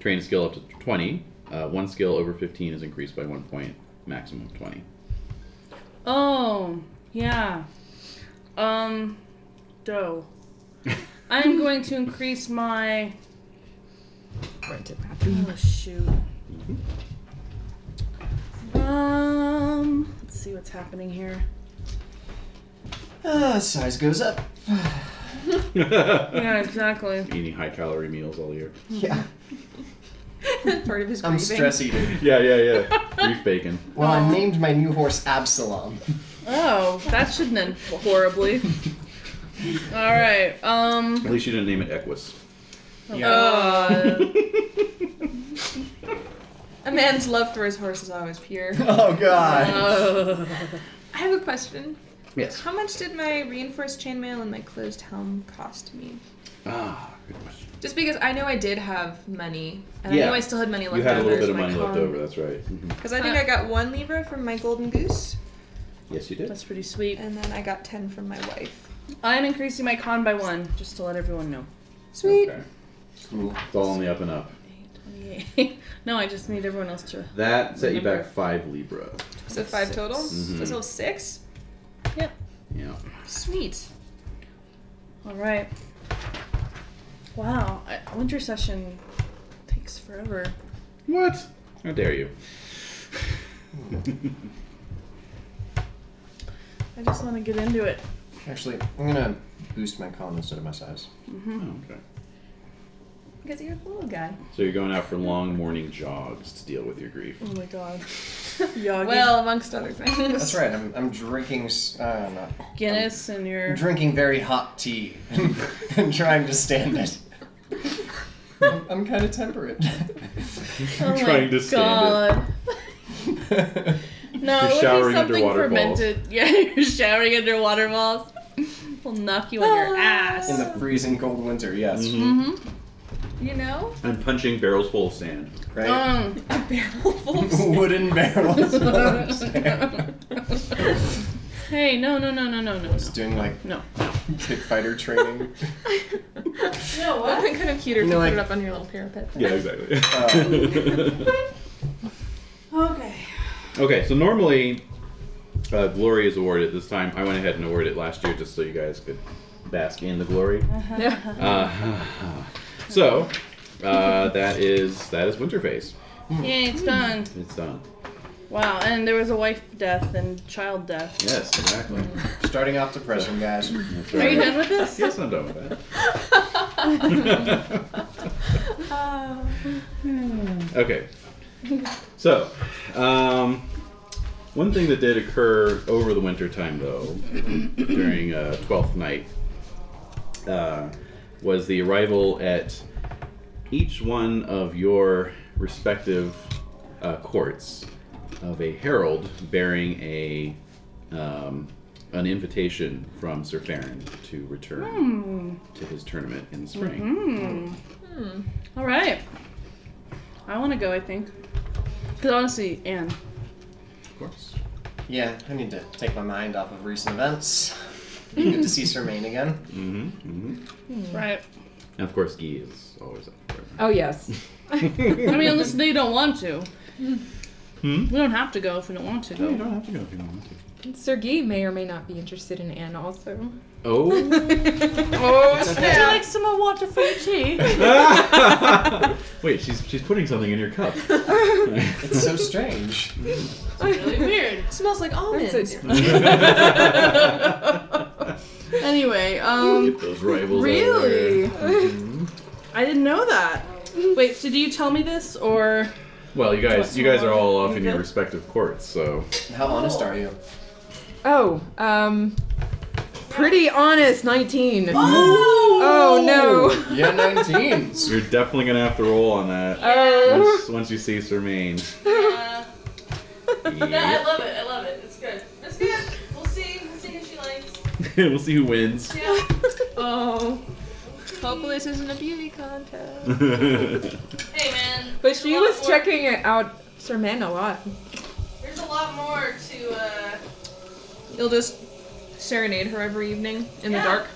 Speaker 1: train skill up to 20, uh, one skill over 15 is increased by one point, maximum of 20.
Speaker 5: Oh, yeah. Um, dough. I'm going to increase my. Oh shoot. Um, let's see what's happening here.
Speaker 4: Ah, size goes up.
Speaker 5: Yeah, exactly.
Speaker 1: Eating high calorie meals all year.
Speaker 4: Yeah,
Speaker 3: Part of his
Speaker 4: I'm
Speaker 3: grieving.
Speaker 4: stress eating.
Speaker 1: Yeah, yeah, yeah. Beef bacon.
Speaker 4: Well, I named my new horse Absalom.
Speaker 5: Oh, that shouldn't end horribly. All right. Um.
Speaker 1: At least you didn't name it Equus.
Speaker 5: Uh,
Speaker 3: A man's love for his horse is always pure.
Speaker 4: Oh God.
Speaker 5: uh,
Speaker 3: I have a question.
Speaker 1: Yes.
Speaker 3: How much did my reinforced chainmail and my closed helm cost me?
Speaker 1: Ah, good question.
Speaker 3: Just because I know I did have money, and
Speaker 1: Yeah.
Speaker 3: I know I still had money left
Speaker 1: You had a
Speaker 3: over.
Speaker 1: little bit of money left over, that's right.
Speaker 3: Because I
Speaker 6: Uh,
Speaker 3: think I got one libra from my golden goose,
Speaker 1: Yes, you did.
Speaker 5: that's pretty sweet.
Speaker 3: and then I got ten from my wife.
Speaker 5: I'm increasing my con by one, just to let everyone know.
Speaker 3: Sweet.
Speaker 1: Okay.
Speaker 4: Cool.
Speaker 1: It's all on the up and up.
Speaker 5: Twenty-eight. no, I just need everyone else to.
Speaker 1: That set you
Speaker 5: Remember.
Speaker 1: back five Libra.
Speaker 3: So five total.
Speaker 1: Mhm.
Speaker 3: So six.
Speaker 1: Yeah.
Speaker 3: Sweet.
Speaker 5: All right. Wow, I- winter session takes forever.
Speaker 1: What? How dare you?
Speaker 5: I just want to get into it.
Speaker 4: Actually, I'm gonna boost my con instead of my size.
Speaker 1: Oh, okay.
Speaker 3: Because you're a little guy.
Speaker 1: So you're going out for long morning jogs to deal with your grief.
Speaker 5: Oh my god. Yoggy.
Speaker 3: Well, amongst other things.
Speaker 4: That's right. I'm I'm drinking. s- Uh, not,
Speaker 5: Guinness and
Speaker 4: I'm
Speaker 5: your.
Speaker 4: drinking very hot tea and trying to stand it. I'm, I'm kind of temperate.
Speaker 5: Oh
Speaker 1: trying
Speaker 5: my
Speaker 1: to stand
Speaker 5: god. No,
Speaker 1: You're
Speaker 5: it would
Speaker 1: showering
Speaker 5: be
Speaker 1: under
Speaker 5: something
Speaker 1: water balls.
Speaker 5: fermented. Yeah, you're showering under water balls. We'll knock you on your ass.
Speaker 4: In the freezing cold winter, yes.
Speaker 5: Mm-hmm.
Speaker 3: You know,
Speaker 1: I'm punching barrels full of sand.
Speaker 5: Uh,
Speaker 4: Right?
Speaker 1: Mm.
Speaker 3: a barrel full of
Speaker 4: Wooden barrels. full of sand.
Speaker 5: Um. Mm. hey, no, no, no, no, no, no,
Speaker 4: Just doing like
Speaker 5: no.
Speaker 4: kick fighter training.
Speaker 3: No, what? That'd been kind of cuter if
Speaker 4: No,
Speaker 3: you
Speaker 4: like-
Speaker 3: put it up on your little parapet.
Speaker 1: Yeah, exactly.
Speaker 5: Uh.
Speaker 4: Oh.
Speaker 5: Okay.
Speaker 1: okay, so normally uh, glory is awarded this time. I went ahead and awarded it last year just so you guys could bask in the glory. Uh, so uh, that is that is winter phase.
Speaker 5: Yay, it's done.
Speaker 1: It's done.
Speaker 5: Wow, and there was a wife death and child death.
Speaker 1: Yes, exactly.
Speaker 4: Starting off depression, guys.
Speaker 1: That's
Speaker 5: Are you
Speaker 1: right.
Speaker 5: done with this?
Speaker 1: Yes, I'm done with that.
Speaker 3: Uh,
Speaker 1: okay. So, um, One thing that did occur over the winter time, though, during uh, Twelfth Night, uh, was the arrival at each one of your respective uh, courts of a herald bearing a um, an invitation from Sir Farron to
Speaker 5: Hmm.
Speaker 1: return to his tournament in the spring.
Speaker 5: Hmm. All right. I want to go. I think. Cause honestly, Anne.
Speaker 1: Of course.
Speaker 4: Yeah, I need to take my mind off of recent events. Good to see Sermaine again.
Speaker 1: hmm hmm
Speaker 5: Right.
Speaker 1: And of course, Guy is always up for it.
Speaker 6: Oh yes.
Speaker 5: I mean, unless they don't want to.
Speaker 1: Hmm?
Speaker 5: We don't have to go if we don't want to
Speaker 1: No, you
Speaker 5: go.
Speaker 1: don't have to go if you don't want to.
Speaker 6: Sergei may or may not be interested in Anne also.
Speaker 1: Oh.
Speaker 6: oh
Speaker 4: It's
Speaker 5: Would
Speaker 4: okay.
Speaker 5: you like some more water for your tea?
Speaker 1: Wait, she's she's putting something in your cup.
Speaker 4: It's so strange.
Speaker 5: really weird.
Speaker 3: smells like almonds.
Speaker 5: Anyway, um,
Speaker 1: Get those rivals
Speaker 5: really?
Speaker 1: out of there. Mhm.
Speaker 5: I didn't know that. Wait, so do you tell me this or?
Speaker 1: Well, you guys,
Speaker 5: What's
Speaker 1: you guys are
Speaker 5: wrong?
Speaker 1: all off in
Speaker 5: You
Speaker 1: your
Speaker 5: good?
Speaker 1: respective courts, so
Speaker 4: How honest are you?
Speaker 6: Oh, um pretty honest 19. Oh, no.
Speaker 4: Yeah, 19.
Speaker 1: you're definitely gonna have to roll on that
Speaker 6: Oh.
Speaker 1: once, once you see Sermaine.
Speaker 2: Yeah. No, I
Speaker 1: Yep.
Speaker 2: love it. I love it. It's good. It's good. We'll see. We'll see who she likes.
Speaker 1: we'll see who wins.
Speaker 2: Yeah.
Speaker 3: Oh. Hopefully this isn't a beauty contest.
Speaker 2: Hey, man.
Speaker 6: But
Speaker 2: there's
Speaker 6: she
Speaker 2: a lot
Speaker 6: was
Speaker 2: more-
Speaker 6: checking it out Serman a lot.
Speaker 2: There's a lot more to. uh...
Speaker 3: You'll just serenade her every evening in
Speaker 2: Yeah.
Speaker 3: the dark.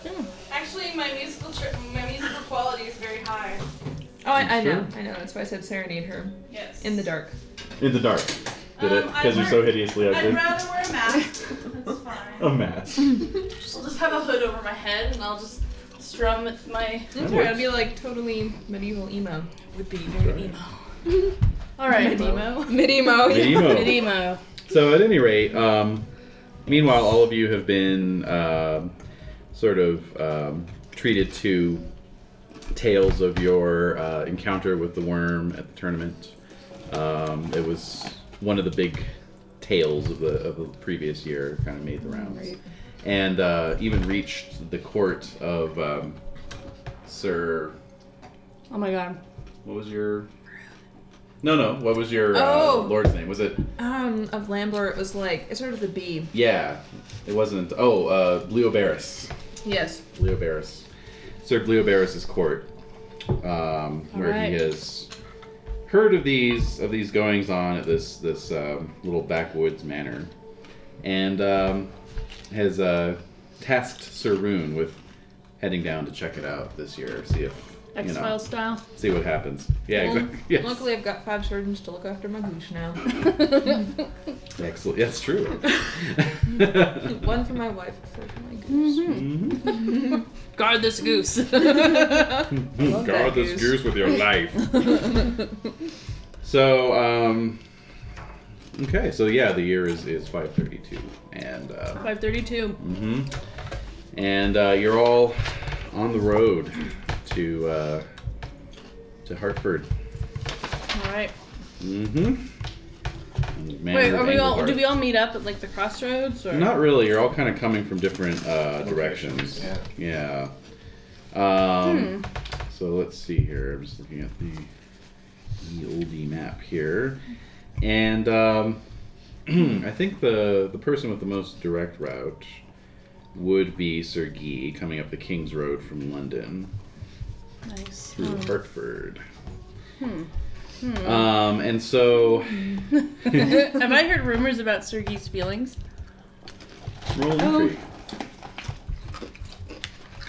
Speaker 2: Actually, my musical tri- my musical quality is very high.
Speaker 3: Oh, I, I know.
Speaker 1: Sure.
Speaker 3: I know. That's why I said serenade her
Speaker 2: Yes.
Speaker 3: in the dark.
Speaker 1: in the dark. Did it?
Speaker 2: Um,
Speaker 1: Because you're
Speaker 2: I'd
Speaker 1: so
Speaker 2: wear-
Speaker 1: hideously
Speaker 2: I'd
Speaker 1: ugly.
Speaker 2: rather wear a mask. That's fine.
Speaker 1: A mask.
Speaker 2: I'll just have a hood over my head and I'll just strum with my.
Speaker 3: That's right.
Speaker 1: works.
Speaker 3: It'll be like totally medieval emo.
Speaker 5: Would be
Speaker 1: very emo.
Speaker 5: All right.
Speaker 3: Medemo.
Speaker 6: Midimo.
Speaker 1: Medimo.
Speaker 5: Medimo.
Speaker 1: So at any rate, um, meanwhile, all of you have been um sort of um, treated to tales of your uh, encounter with the worm at the tournament. Um, it was one of the big tales of the, of the previous year, kind of made the rounds, and uh, even reached the court of um, Sir.
Speaker 5: Oh my god.
Speaker 1: What was your? No, no. What was your
Speaker 3: Oh.
Speaker 1: uh, lord's name? Was it
Speaker 3: Um, of Lambler, it was like it started with a B.
Speaker 1: Yeah, it wasn't. Oh, uh, Leo Barris.
Speaker 3: Yes.
Speaker 1: Leo Barris. Sir Leo Barris's court, um, where
Speaker 5: Alright.
Speaker 1: he has heard of these of these goings on at this this um, little backwoods manor, and um, has uh, tasked Sir Rune with heading down to check it out this year, see if
Speaker 5: X
Speaker 1: you
Speaker 5: File
Speaker 1: know,
Speaker 5: style.
Speaker 1: see what happens. Yeah,
Speaker 3: Well,
Speaker 1: exactly. Yes.
Speaker 3: Luckily, I've got five surgeons to look after my gooch now.
Speaker 1: Excellent. That's true.
Speaker 3: One for my wife, four for my goose.
Speaker 1: Hmm.
Speaker 5: Guard this goose.
Speaker 1: Guard this goose. with your life. so, um, okay, so yeah, the year is is five thirty two, and uh,
Speaker 5: 532.
Speaker 1: hmm and uh, you're all on the road to uh, to Hartford.
Speaker 5: All right.
Speaker 1: Mm-hmm.
Speaker 5: Wait, are we all? Do we all meet up at like the crossroads or?
Speaker 1: Not really. You're all kind of coming from different uh, directions.
Speaker 4: Yeah.
Speaker 1: Yeah. Um, So let's see here. I'm just looking at the the oldie map here, and um, I think the the person with the most direct route would be Sir Guy coming up the King's Road from London
Speaker 5: Nice. Hmm.
Speaker 1: through Hartford. Um, and so
Speaker 5: Have I heard rumors about Sergei's feelings?
Speaker 1: roll
Speaker 5: Oh.
Speaker 1: intrigue.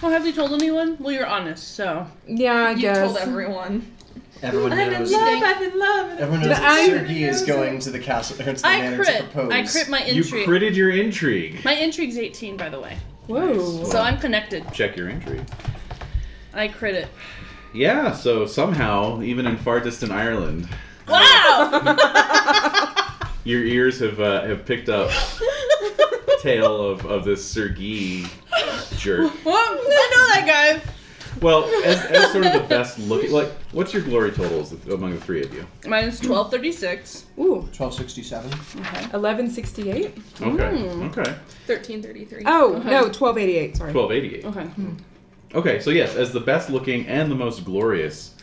Speaker 5: Oh, have you told anyone? Well, you're honest, so.
Speaker 6: Yeah, I
Speaker 3: You
Speaker 6: guess.
Speaker 3: told everyone.
Speaker 4: Everyone knows.
Speaker 3: I'm in love.
Speaker 4: Everyone knows
Speaker 6: But
Speaker 4: that
Speaker 6: I-
Speaker 4: Sergei is going to the castle or to the
Speaker 5: I
Speaker 4: manor to
Speaker 5: crit.
Speaker 4: propose.
Speaker 5: I crit my
Speaker 1: You
Speaker 5: intrigue.
Speaker 1: critted your intrigue.
Speaker 5: My intrigue's 18, by the way.
Speaker 6: Whoa.
Speaker 5: So I'm connected.
Speaker 1: Check your intrigue.
Speaker 5: I crit it.
Speaker 1: Yeah, so somehow, even in far distant Ireland,
Speaker 5: Wow!
Speaker 1: your ears have uh, have picked up tale of, of this Sergei jerk.
Speaker 5: Well, I know that guy.
Speaker 1: Well, as, as sort of the best looking, like, what's your glory totals among the three of you?
Speaker 5: Minus twelve thirty six.
Speaker 6: Ooh,
Speaker 4: 1267.
Speaker 6: eleven sixty-eight.
Speaker 1: Okay, okay,
Speaker 3: 1333.
Speaker 6: Oh no, twelve eighty-eight. Hmm. Sorry.
Speaker 1: twelve eighty eight.
Speaker 5: Okay.
Speaker 1: Okay, so yes, as the best looking and the most glorious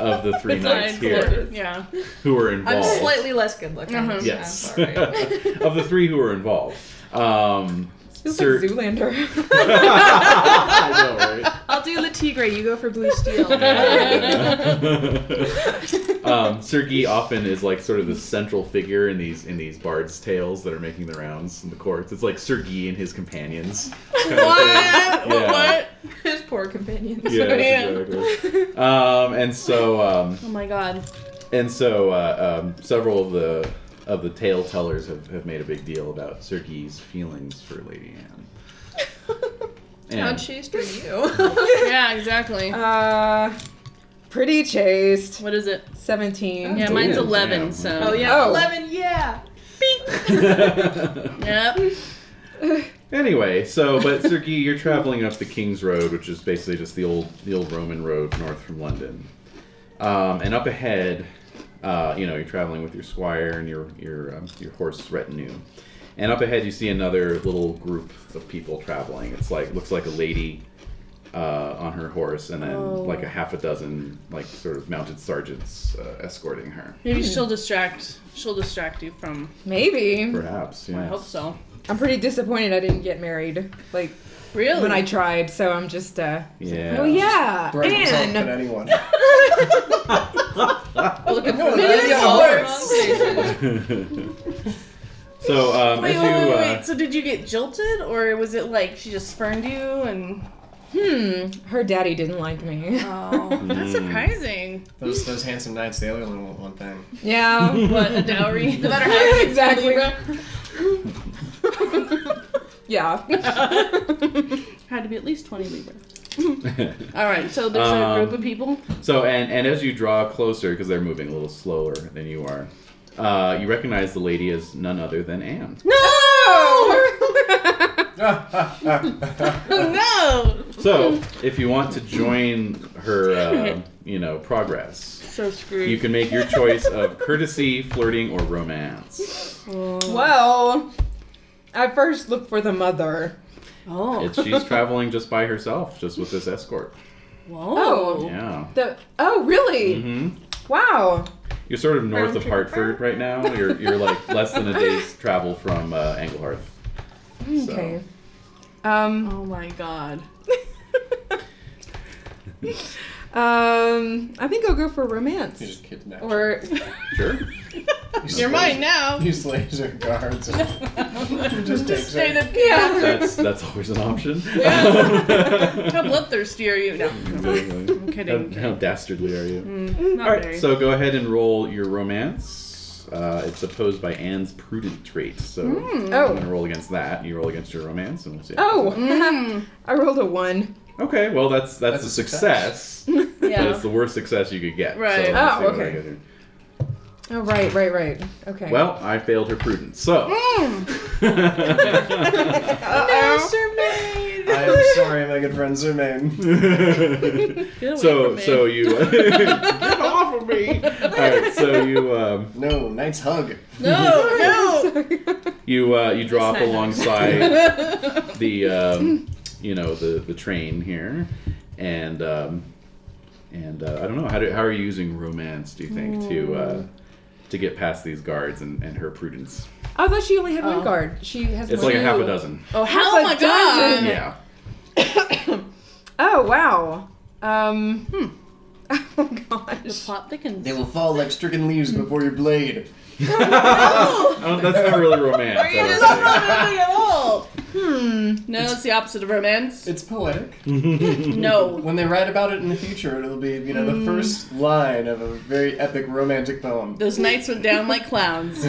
Speaker 1: of the three knights here
Speaker 5: Yeah.
Speaker 1: who were involved.
Speaker 3: less good looking.
Speaker 5: Uh-huh.
Speaker 1: yes, of the three who were involved. Um,
Speaker 6: Feels
Speaker 1: Sir-
Speaker 6: like Zoolander.
Speaker 1: I know, right?
Speaker 3: I'll do La Tigre. You go for Blue Steel.
Speaker 1: um, Sergei often is like sort of the central figure in these in these bards' tales that are making the rounds in the courts. It's like Sergei and his companions. kind of thing. Yeah.
Speaker 3: His poor companions.
Speaker 1: Yes, exactly. Um, and so um,
Speaker 5: Oh my god.
Speaker 1: and so uh, um, several of the of the tale tellers have, have made a big deal about Sergei's feelings for Lady Anne. And-
Speaker 3: How'd she string you?
Speaker 5: Yeah, exactly.
Speaker 6: uh, pretty chaste.
Speaker 5: what is it?
Speaker 6: Seventeen.
Speaker 5: Yeah, mine's
Speaker 1: Ooh,
Speaker 5: eleven.
Speaker 1: damn.
Speaker 5: So.
Speaker 1: Oh,
Speaker 6: yeah. Oh.
Speaker 3: 11, yeah.
Speaker 5: Oh. Yep.
Speaker 1: Anyway, so but Sergei, you're traveling up the King's Road, which is basically just the old the old Roman road north from London, um, and up ahead, uh, you know, you're traveling with your squire and your your um, your horse retinue, and up ahead you see another little group of people traveling. It's like looks like a lady uh, on her horse, and then
Speaker 5: Oh.
Speaker 1: like a half a dozen like sort of mounted sergeants uh, escorting her.
Speaker 5: Maybe she'll distract. She'll distract you from.
Speaker 6: Maybe.
Speaker 1: Perhaps, yeah.
Speaker 5: Hmm. I hope so.
Speaker 6: I'm pretty disappointed I didn't get married. Like
Speaker 5: Really?
Speaker 6: when I tried, so I'm just uh.
Speaker 1: Yeah.
Speaker 6: Oh yeah,
Speaker 4: Brave himself than
Speaker 6: Anne.
Speaker 4: anyone.
Speaker 5: looking
Speaker 4: No,
Speaker 5: for
Speaker 4: that-
Speaker 5: maybe
Speaker 4: yeah,
Speaker 5: it's
Speaker 4: works.
Speaker 1: so um,
Speaker 5: Wait,
Speaker 1: as
Speaker 5: wait,
Speaker 1: you
Speaker 5: wait,
Speaker 1: uh,
Speaker 5: wait. So did you get jilted, or was it like she just spurned you and?
Speaker 6: Hmm. Her daddy didn't like me.
Speaker 5: Oh, that's surprising.
Speaker 4: Those, those handsome knights, they only want one thing.
Speaker 6: yeah.
Speaker 5: What a dowry? No matter
Speaker 6: exactly. yeah.
Speaker 5: Had to be at least twenty libra. All right, so there's a
Speaker 1: Um,
Speaker 5: group of people.
Speaker 1: So, and, and as you draw closer, because they're moving a little slower than you are, uh, you recognize the lady as none other than Anne.
Speaker 6: No.
Speaker 5: Oh, No.
Speaker 1: So, if you want to join her, uh, you know, progress,
Speaker 5: So screwed.
Speaker 1: you can make your choice of courtesy, flirting, or romance.
Speaker 6: well, I first looked for the mother.
Speaker 5: oh.
Speaker 1: It's, she's traveling just by herself, just with this escort.
Speaker 5: Whoa.
Speaker 1: Yeah.
Speaker 6: The oh really?
Speaker 1: hmm
Speaker 6: Wow.
Speaker 1: You're sort of north of
Speaker 6: Round trip.
Speaker 1: Hartford right now. You're, you're like less than a day's travel from uh, Anglehearth. So-
Speaker 6: Okay. Um.
Speaker 5: Oh my god.
Speaker 6: um. I think I'll go for romance.
Speaker 4: You just kidnapped.
Speaker 6: Or
Speaker 1: Sure.
Speaker 5: You're mine now.
Speaker 4: These laser guards. just takes
Speaker 5: Straight
Speaker 4: her.
Speaker 5: up
Speaker 6: yeah.
Speaker 1: That's that's always an option.
Speaker 5: How bloodthirsty are you? No,
Speaker 1: Exactly.
Speaker 5: I'm kidding.
Speaker 1: How, how dastardly are you?
Speaker 5: Not
Speaker 1: Um, All right,
Speaker 5: very.
Speaker 1: so go ahead and roll your romance. Uh, it's opposed by Anne's prudent trait, so
Speaker 5: Hmm.
Speaker 6: Oh.
Speaker 1: I'm gonna roll against that. You roll against your romance, and we'll see.
Speaker 6: Oh.
Speaker 5: Mm.
Speaker 6: I rolled a one.
Speaker 1: Okay, well that's that's,
Speaker 4: That's
Speaker 1: a
Speaker 4: a
Speaker 1: success.
Speaker 4: success.
Speaker 1: But
Speaker 5: yeah.
Speaker 1: it's the worst success you could get.
Speaker 5: Right.
Speaker 1: So let's
Speaker 6: Oh,
Speaker 1: see what I
Speaker 6: okay.
Speaker 1: get here.
Speaker 6: Oh right, right, right. Okay.
Speaker 1: Well, I failed her prudence, so.
Speaker 6: Uh-oh.
Speaker 4: I am sorry, my good friend Zumain.
Speaker 5: away
Speaker 1: so
Speaker 5: from me.
Speaker 1: so you get off of me. All right, so you. Um,
Speaker 4: No, knight's hug.
Speaker 5: No, no.
Speaker 1: You uh, you drop
Speaker 3: That's not
Speaker 1: alongside the um, you know the the train here, and um, and uh, I don't know how do, how are you using romance? Do you think to uh, to get past these guards and, and her prudence?
Speaker 6: I thought she only had one guard. She has
Speaker 1: It's
Speaker 6: one.
Speaker 1: like a half a dozen.
Speaker 5: Oh,
Speaker 6: Half
Speaker 5: how
Speaker 6: a
Speaker 5: my
Speaker 6: dozen.
Speaker 5: god.
Speaker 1: Yeah.
Speaker 6: Oh wow. Um. Hmm. Oh gosh.
Speaker 5: Plot thickens.
Speaker 4: They will fall like stricken leaves before your blade.
Speaker 1: Oh, that's not really romance. I don't think.
Speaker 5: Nothing at all.
Speaker 6: Hmm.
Speaker 5: No, that's the opposite of romance.
Speaker 4: It's poetic.
Speaker 5: No.
Speaker 4: When they write about it in the future, it'll be, you know,
Speaker 6: Mm.
Speaker 4: the first line of a very epic romantic poem.
Speaker 5: Those knights went down like clowns.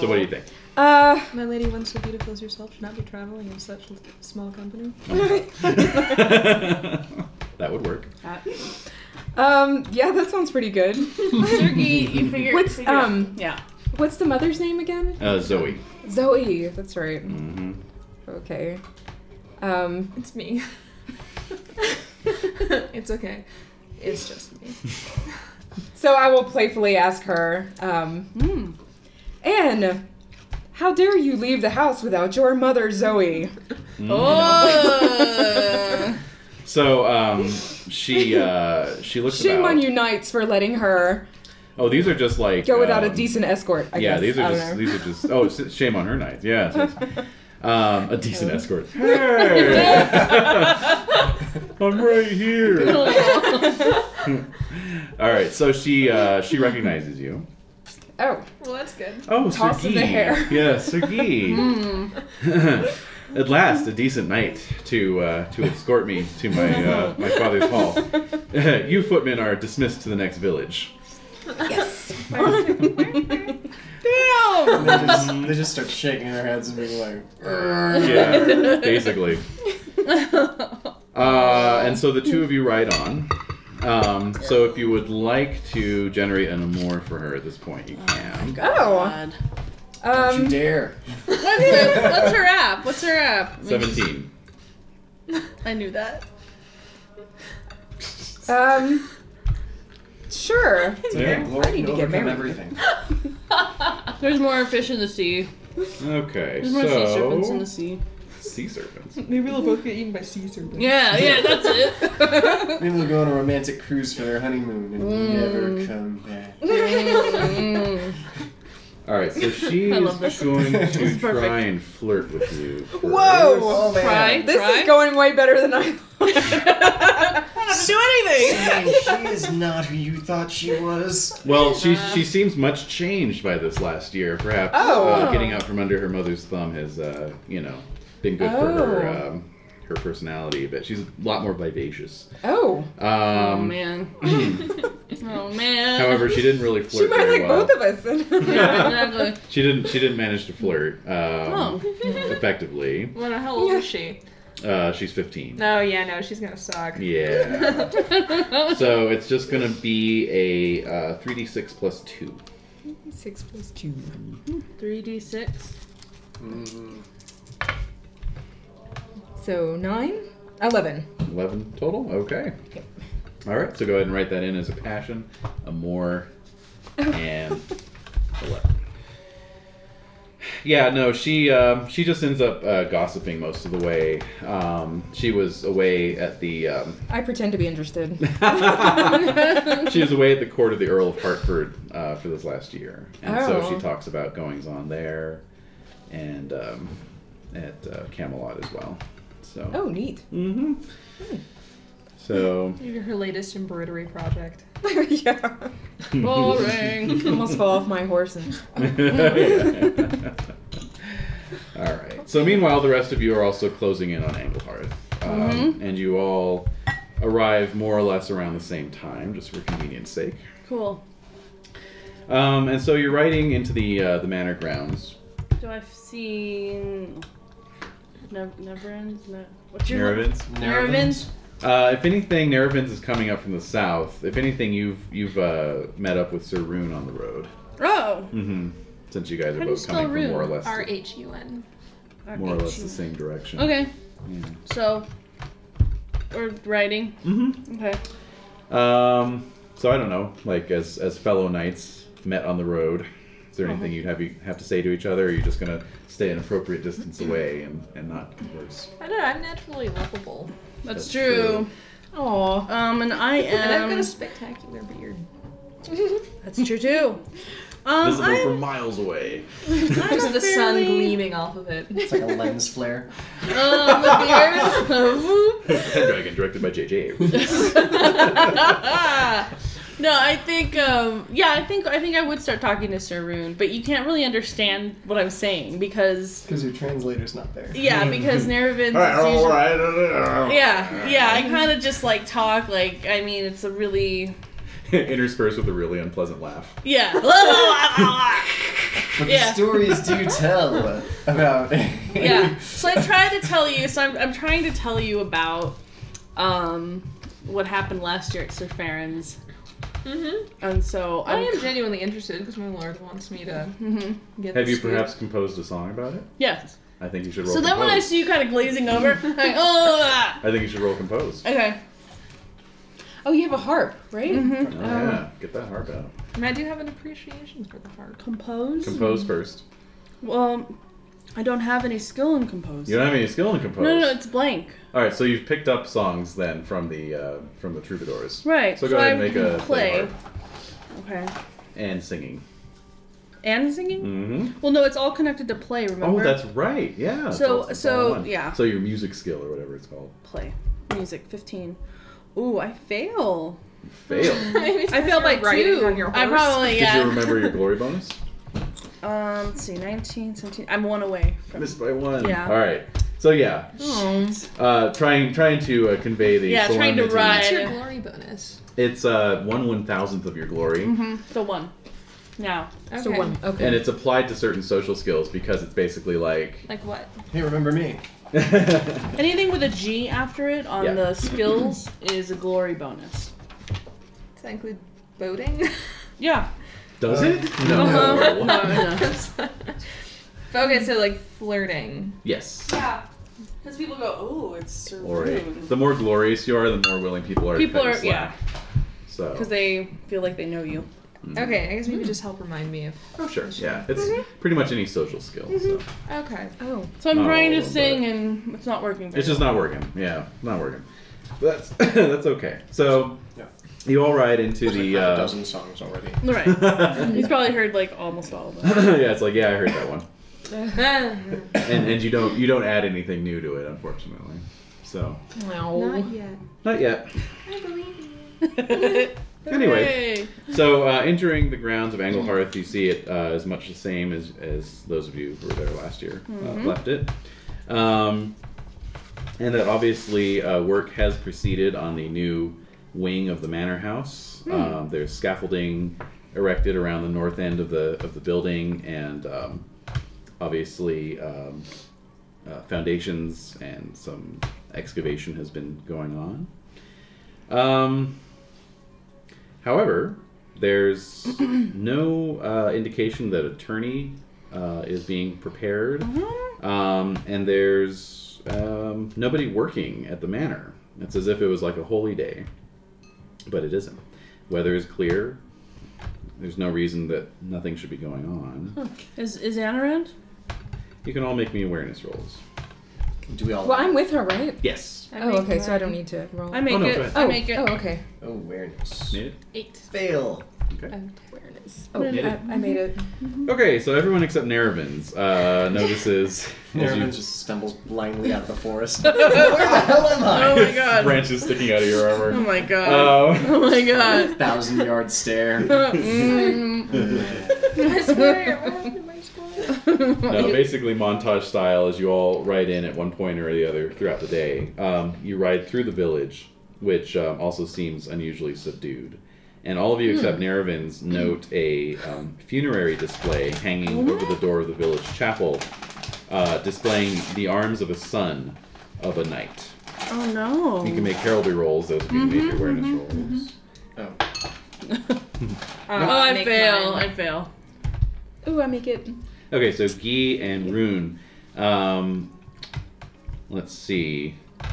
Speaker 1: so what do you think?
Speaker 6: Uh.
Speaker 3: My lady once so beautiful as herself should not be traveling in such small company.
Speaker 1: that would work.
Speaker 6: Um. Yeah, that sounds pretty good.
Speaker 5: Sergey, you figure.
Speaker 6: What's,
Speaker 5: figure it out.
Speaker 6: um,
Speaker 5: Yeah.
Speaker 6: What's the mother's name again?
Speaker 1: Uh, Zoe.
Speaker 6: Zoe. That's right.
Speaker 1: hmm
Speaker 6: Okay. Um,
Speaker 3: It's me. it's okay. It's just me.
Speaker 6: so I will playfully ask her, um,
Speaker 5: Hmm.
Speaker 6: Anne, how dare you leave the house without your mother, Zoe?
Speaker 5: Oh.
Speaker 1: So um, she uh, she looks
Speaker 6: Shame
Speaker 1: about.
Speaker 6: on you knights for letting her
Speaker 1: Oh, these are just like
Speaker 6: go without a
Speaker 1: um,
Speaker 6: decent escort. I
Speaker 1: yeah,
Speaker 6: guess.
Speaker 1: these
Speaker 6: I
Speaker 1: are
Speaker 6: don't
Speaker 1: just
Speaker 6: know.
Speaker 1: these are just. Oh, s- shame on her night. Yeah, it says. um, a decent escort. Hey, I'm right here. All right, so she uh, she recognizes you.
Speaker 6: oh,
Speaker 3: Well, that's good.
Speaker 1: Oh,
Speaker 6: Toss
Speaker 1: Sergei.
Speaker 6: of the hair.
Speaker 1: Yeah, Sergei. At last, a decent knight to uh, to escort me to my uh, my father's hall. you footmen are dismissed to the next village.
Speaker 6: damn!
Speaker 4: They just,
Speaker 6: Mm-hmm.
Speaker 4: they just start shaking their heads and being like, "Grr."
Speaker 1: Yeah, basically. Uh, and so the two
Speaker 5: Hmm.
Speaker 1: of you ride on. Um, so if you would like to generate an amour for her at this point, you can.
Speaker 6: Oh,
Speaker 5: God.
Speaker 4: Don't you
Speaker 6: um,
Speaker 4: dare.
Speaker 5: What's, what's her app? What's her app?
Speaker 1: Seventeen.
Speaker 5: I knew that.
Speaker 6: um, sure.
Speaker 1: Yeah.
Speaker 4: Glory
Speaker 6: I need to
Speaker 4: can
Speaker 6: get
Speaker 4: overcome
Speaker 6: married.
Speaker 4: everything.
Speaker 5: There's more fish in the sea.
Speaker 1: Okay.
Speaker 5: There's more sea serpents in the
Speaker 1: So
Speaker 5: sea.
Speaker 1: sea serpents.
Speaker 7: Maybe they'll both get eaten by sea serpents.
Speaker 5: Yeah, yeah, that's it.
Speaker 4: Maybe they'll go on a romantic cruise for their honeymoon and
Speaker 6: Mm.
Speaker 4: never come back.
Speaker 5: Mm.
Speaker 1: All right. So she's
Speaker 5: love this.
Speaker 1: going
Speaker 4: This
Speaker 1: to
Speaker 4: is
Speaker 1: try and flirt with you. first.
Speaker 6: Whoa!
Speaker 4: Oh, man.
Speaker 5: Try.
Speaker 6: This is going way better than I thought.
Speaker 5: do anything.
Speaker 4: Dang, she is not who you thought she was.
Speaker 1: Well, she she seems much changed by this last year. Perhaps
Speaker 6: Oh.
Speaker 1: uh, getting out from under her mother's thumb has, uh, you know, been good for her
Speaker 6: Oh.
Speaker 1: um, her personality. But she's a lot more vivacious.
Speaker 6: oh,
Speaker 1: Um,
Speaker 5: Oh man. oh man.
Speaker 1: However, she didn't really flirt
Speaker 6: she might
Speaker 1: very
Speaker 6: like
Speaker 1: well.
Speaker 6: both of us. then.
Speaker 5: Yeah, exactly.
Speaker 1: She didn't. She didn't manage to flirt um,
Speaker 5: Oh,
Speaker 1: effectively.
Speaker 5: what the hell old is she?
Speaker 1: Uh, she's 15.
Speaker 3: No, yeah, no, she's gonna suck.
Speaker 1: Yeah. so it's just gonna be a uh, 3d6 plus two.
Speaker 6: Six plus two.
Speaker 5: 3d6.
Speaker 4: Mm,
Speaker 6: So nine, eleven.
Speaker 1: 11 total. Okay. All right. So go ahead and write that in as a passion, a more, and 11. Yeah, no, she um, she just ends up uh, gossiping most of the way. Um, she was away at the um,
Speaker 6: I pretend to be interested.
Speaker 1: she was away at the court of the Earl of Hartford uh, for this last year, and so
Speaker 6: Oh.
Speaker 1: she talks about goings on there, and um, at uh, Camelot as well. So.
Speaker 6: Oh, neat.
Speaker 1: hmm So.
Speaker 3: You're her latest embroidery project.
Speaker 6: yeah.
Speaker 5: Boring.
Speaker 6: Almost fall off my horse and.
Speaker 1: all right. So meanwhile, the rest of you are also closing in on Anglehearth, um,
Speaker 6: Mm-hmm.
Speaker 1: and you all arrive more or less around the same time, just for convenience sake.
Speaker 5: Cool.
Speaker 1: Um, and so you're riding into the uh, the manor grounds.
Speaker 5: Do I've seen. Never, never ends? No. What's your.
Speaker 1: Nervins.
Speaker 5: Nervins?
Speaker 1: Uh, if anything, Nervins is coming up from the south. If anything, you've you've uh, met up with Sir Rune on the road.
Speaker 5: Oh!
Speaker 1: Mm-hmm. Since you guys are
Speaker 5: How do you
Speaker 1: both coming
Speaker 5: spell
Speaker 1: from more or
Speaker 5: Rune?
Speaker 1: less
Speaker 3: R H U N.
Speaker 1: more or less the same direction.
Speaker 5: E Okay.
Speaker 1: Yeah.
Speaker 5: So. We're writing.
Speaker 1: Mm-hmm.
Speaker 5: Okay.
Speaker 1: Um, so I don't know, like as as fellow knights met on the road, is
Speaker 5: Uh-huh.
Speaker 1: there anything you'd have you have to say to each other? Or are you just gonna stay an appropriate distance
Speaker 5: Mm-hmm.
Speaker 1: away and, and not converse?
Speaker 3: I don't know, I'm naturally lovable.
Speaker 5: That's,
Speaker 1: That's
Speaker 5: true.
Speaker 1: true.
Speaker 6: Aw.
Speaker 5: Um, and I
Speaker 3: And I've
Speaker 5: am.
Speaker 3: got a spectacular beard.
Speaker 5: That's true too. Um,
Speaker 1: Visible from
Speaker 5: I'm,
Speaker 1: miles away.
Speaker 5: I'm
Speaker 3: Because
Speaker 5: a
Speaker 3: of the sun
Speaker 5: fairly,
Speaker 3: gleaming off of it.
Speaker 4: it's like a lens flare.
Speaker 5: um, the beard.
Speaker 1: Pendragon, directed by J.J. Abrams.
Speaker 5: no, I think um, yeah, I think I think I would start talking to Sir Rune, but you can't really understand what I'm saying because
Speaker 4: Because your translator's not there.
Speaker 5: yeah, because Nerevin's yeah, yeah, I kind of just like talk like I mean it's a really
Speaker 1: Interspersed with a really unpleasant laugh.
Speaker 5: yeah.
Speaker 4: But
Speaker 5: Yeah.
Speaker 4: the stories do tell about.
Speaker 5: yeah. So I'm trying to tell you. So I'm, I'm trying to tell you about um, what happened last year at Sir Farron's,
Speaker 3: hmm
Speaker 5: and so
Speaker 3: I
Speaker 5: I'm,
Speaker 3: am genuinely interested because my lord wants me to
Speaker 5: Mhm.
Speaker 3: get
Speaker 1: Have
Speaker 3: the
Speaker 1: you
Speaker 3: scoop.
Speaker 1: perhaps composed a song about it?
Speaker 5: Yes.
Speaker 1: I think you should roll.
Speaker 5: So then when I
Speaker 1: compose.
Speaker 5: see you kind of glazing over, I'm like, oh, ah."
Speaker 1: I think you should roll compose.
Speaker 5: okay.
Speaker 6: Oh, you have a harp, right?
Speaker 5: Mm-hmm.
Speaker 1: Oh, yeah, get that harp out.
Speaker 3: And I do have an appreciation for the harp.
Speaker 5: Compose.
Speaker 1: Compose first.
Speaker 5: well, I don't have any skill in compose.
Speaker 1: You don't have any skill in compose.
Speaker 5: no, no, no, it's blank.
Speaker 1: All right, so you've picked up songs then from the uh, from the troubadours.
Speaker 5: Right.
Speaker 1: So go ahead and
Speaker 5: I
Speaker 1: make
Speaker 5: can
Speaker 1: a
Speaker 5: play.
Speaker 1: harp
Speaker 5: Okay.
Speaker 1: and singing.
Speaker 5: And singing?
Speaker 1: Mm-hmm.
Speaker 5: Well, no, it's all connected to play. Remember?
Speaker 1: Oh, that's right. Yeah. it's
Speaker 5: So-
Speaker 1: all- it's
Speaker 5: so,
Speaker 1: all one.
Speaker 5: yeah.
Speaker 1: So your music skill or whatever it's called.
Speaker 5: play music. Fifteen. Ooh, I fail.
Speaker 1: Fail.
Speaker 5: I failed by
Speaker 3: riding
Speaker 5: two.
Speaker 3: on your
Speaker 5: I
Speaker 3: horse.
Speaker 5: probably yeah.
Speaker 1: Did you remember your glory bonus?
Speaker 5: Um, let's see, 19, 17. I'm one away from.
Speaker 1: Missed by one.
Speaker 5: Yeah.
Speaker 1: All right. So yeah,
Speaker 6: Oh.
Speaker 1: uh, trying trying to uh, convey the
Speaker 5: Yeah, trying to
Speaker 1: solemnity.
Speaker 5: ride.
Speaker 3: What's your glory bonus?
Speaker 1: It's uh, one one thousandth of your glory,
Speaker 5: Mm-hmm. So one. Now.
Speaker 3: Okay.
Speaker 6: So one. Okay.
Speaker 1: and it's applied to certain social skills because it's basically like
Speaker 3: Like what?
Speaker 4: Hey, remember me?
Speaker 5: Anything with a G after it on
Speaker 1: Yeah.
Speaker 5: the skills is a glory bonus.
Speaker 3: Does that include boating?
Speaker 5: Yeah.
Speaker 1: does it?
Speaker 5: Uh-huh.
Speaker 1: No.
Speaker 5: no.
Speaker 3: okay, so like flirting.
Speaker 1: yes.
Speaker 2: Yeah. Because people go, oh, it's so
Speaker 1: Or
Speaker 2: rude.
Speaker 1: the more glorious you are, the more willing people are. to
Speaker 5: People
Speaker 1: cut you
Speaker 5: are yeah,
Speaker 1: slack. So.
Speaker 5: because they feel like they know you.
Speaker 1: Mm.
Speaker 3: Okay, I guess maybe just help remind me of.
Speaker 1: Oh sure. Yeah. It's
Speaker 5: Mm-hmm.
Speaker 1: pretty much any social skill. So.
Speaker 3: Okay.
Speaker 6: oh.
Speaker 5: So I'm
Speaker 1: Not
Speaker 5: trying
Speaker 1: all
Speaker 5: to
Speaker 1: of them,
Speaker 5: sing and it's not working. very
Speaker 1: It's just not working. Yeah, not working. That's that's okay. So
Speaker 4: Yeah.
Speaker 1: you all ride into
Speaker 4: Like
Speaker 1: the.
Speaker 4: half a
Speaker 1: Uh,
Speaker 4: dozen songs already.
Speaker 5: well. right. He's probably heard like almost all of them.
Speaker 1: yeah, it's like yeah, I heard that one.
Speaker 3: Not
Speaker 1: and and you don't you don't add anything new to it, unfortunately. So
Speaker 6: No.
Speaker 3: yet.
Speaker 1: not yet.
Speaker 3: I believe you.
Speaker 1: Anyway,
Speaker 5: Hey.
Speaker 1: so uh, entering the grounds of Anglehearth, you see it uh, is much the same as as those of you who were there last year uh, left it, um, and that obviously uh, work has proceeded on the new wing of the manor house. Um, there's scaffolding erected around the north end of the of the building, and um, obviously um, uh, foundations and some excavation has been going on. Um, however, there's no uh, indication that attorney uh, is being prepared,
Speaker 5: Mm-hmm.
Speaker 1: um, and there's um, nobody working at the manor. It's as if it was like a holy day, but it isn't. Weather is clear. There's no reason that nothing should be going on.
Speaker 5: Hmm. Is is Anne around?
Speaker 1: You can all make me awareness rolls.
Speaker 4: Do we all?
Speaker 6: Well, I'm with her, right?
Speaker 1: Yes.
Speaker 5: I
Speaker 6: Oh,
Speaker 5: make
Speaker 6: okay. So I
Speaker 5: mine.
Speaker 6: don't need to roll.
Speaker 5: I make
Speaker 1: Oh, no, go
Speaker 5: it.
Speaker 1: ahead.
Speaker 5: I
Speaker 6: oh.
Speaker 5: make it.
Speaker 6: Oh, okay.
Speaker 4: Awareness.
Speaker 1: Need it?
Speaker 3: Eight.
Speaker 4: Fail.
Speaker 1: Okay.
Speaker 6: Awareness. Oh,
Speaker 1: Made
Speaker 6: I,
Speaker 1: it.
Speaker 6: I made it.
Speaker 1: Okay, so everyone except Nerevans uh, notices as you
Speaker 4: Nervin just stumbles blindly out of the forest. Where the hell am I?
Speaker 5: Oh my god.
Speaker 1: branches sticking out of your
Speaker 5: Oh
Speaker 1: armor.
Speaker 5: my god.
Speaker 1: Um,
Speaker 5: oh my god.
Speaker 4: Thousand yard stare. Oh. Mm-hmm.
Speaker 5: Mm.
Speaker 3: I swear, what happened to my score?
Speaker 1: no, basically montage style as you all ride in at one point or the other throughout the day. Um, you ride through the village, which um, also seems unusually subdued. And all of you except Nerevans note a um, funerary display hanging over the door of the village chapel, uh, displaying the arms of a son of a knight.
Speaker 5: Oh no.
Speaker 1: You can make heraldry rolls, those of you who made your awareness rolls.
Speaker 4: Oh.
Speaker 5: oh, I
Speaker 3: make
Speaker 5: fail.
Speaker 3: mine.
Speaker 5: I fail.
Speaker 6: Ooh, I make it.
Speaker 1: Okay, so Guy and Rune. Um, let's see.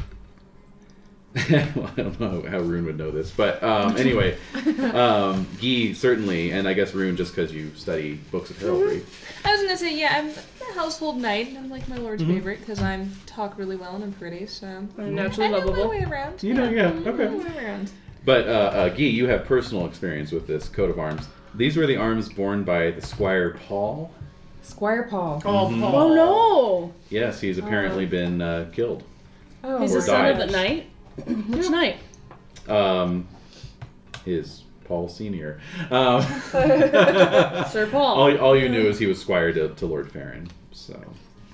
Speaker 1: well, I don't know how Rune would know this, but um, anyway, um, Guy certainly, and I guess Rune just because you study books of heraldry.
Speaker 3: I was gonna say, yeah, I'm the household knight, and I'm like my lord's favorite because I'm talk really well and I'm pretty, so
Speaker 5: I'm
Speaker 3: I
Speaker 5: naturally
Speaker 3: know my
Speaker 5: lovable.
Speaker 3: way around.
Speaker 1: You know, yeah,
Speaker 3: I know
Speaker 1: okay.
Speaker 3: my way around.
Speaker 1: But uh, uh, Guy, you have personal experience with this coat of arms. These were the arms borne by the Squire Paul.
Speaker 6: Squire Paul.
Speaker 4: Oh,
Speaker 1: Mm-hmm.
Speaker 5: Oh no.
Speaker 1: Yes, he's apparently been uh, killed.
Speaker 6: Oh,
Speaker 5: He's
Speaker 1: Or
Speaker 5: the son of
Speaker 1: dies.
Speaker 5: the night. Which night?
Speaker 1: Um, is Paul Senior. Um,
Speaker 5: Sir Paul.
Speaker 1: All, all you knew is he was squire to, to Lord Farron. So,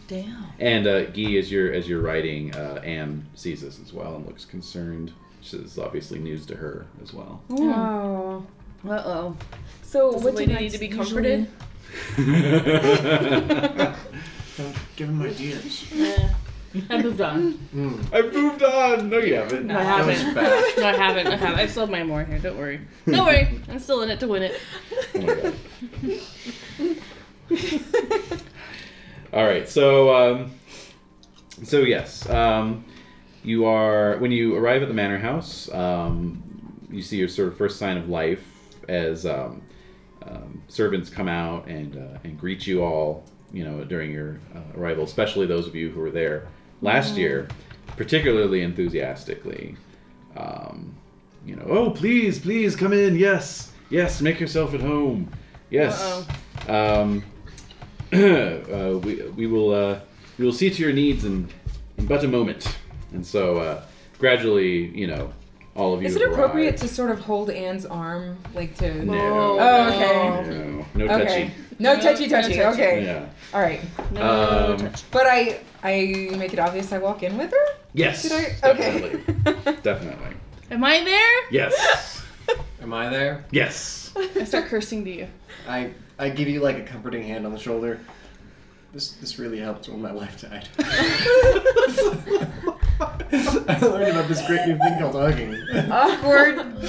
Speaker 5: Damn.
Speaker 1: and uh, Guy, as you're as you're writing, uh, Anne sees this as well and looks concerned. This is obviously news to her as well.
Speaker 6: Oh.
Speaker 5: Uh oh.
Speaker 6: So
Speaker 5: Does the
Speaker 6: what do
Speaker 5: lady
Speaker 6: knights
Speaker 5: need to be
Speaker 6: usually-
Speaker 5: comforted?
Speaker 4: Don't give him ideas.
Speaker 5: I moved on.
Speaker 4: Mm.
Speaker 1: I moved on. No, you haven't.
Speaker 5: I
Speaker 4: That was
Speaker 5: haven't.
Speaker 4: bad.
Speaker 5: No, I haven't. I haven't. I still have my more here. Don't worry.
Speaker 3: Hmm.
Speaker 5: Don't worry. I'm still in it to win it.
Speaker 1: Oh my god. All right, so um, So yes, um, you are when you arrive at the manor house. Um, you see your sort of first sign of life as um, um, servants come out and uh, and greet you all. You know during your uh, arrival, especially those of you who were there
Speaker 6: Mm-hmm.
Speaker 1: last year, particularly enthusiastically. Um, you know, oh please, please come in. Yes, yes, make yourself at home. Yes. Um, uh, we, we will uh, we will see to your needs in, in but a moment. And so uh, gradually, you know, all of you.
Speaker 6: Is it
Speaker 1: have
Speaker 6: appropriate
Speaker 1: arrived.
Speaker 6: to sort of hold Anne's arm, like to?
Speaker 1: No.
Speaker 6: Oh, okay.
Speaker 1: No, no
Speaker 6: Okay.
Speaker 1: touchy.
Speaker 6: No touchy,
Speaker 5: No
Speaker 6: touchy.
Speaker 5: touchy.
Speaker 6: Okay.
Speaker 1: Yeah.
Speaker 6: All right.
Speaker 5: No
Speaker 1: Um,
Speaker 5: touch.
Speaker 6: But I, I make it obvious I walk in with her.
Speaker 1: Yes.
Speaker 6: Did I?
Speaker 1: Definitely.
Speaker 6: Okay.
Speaker 1: definitely.
Speaker 5: Am I there?
Speaker 1: Yes.
Speaker 4: Am I there?
Speaker 1: yes.
Speaker 5: I start cursing to you.
Speaker 4: I I give you like a comforting hand on the shoulder. This this really helped when my wife died. I learned about this great new thing called hugging.
Speaker 5: Uh,
Speaker 6: Awkward.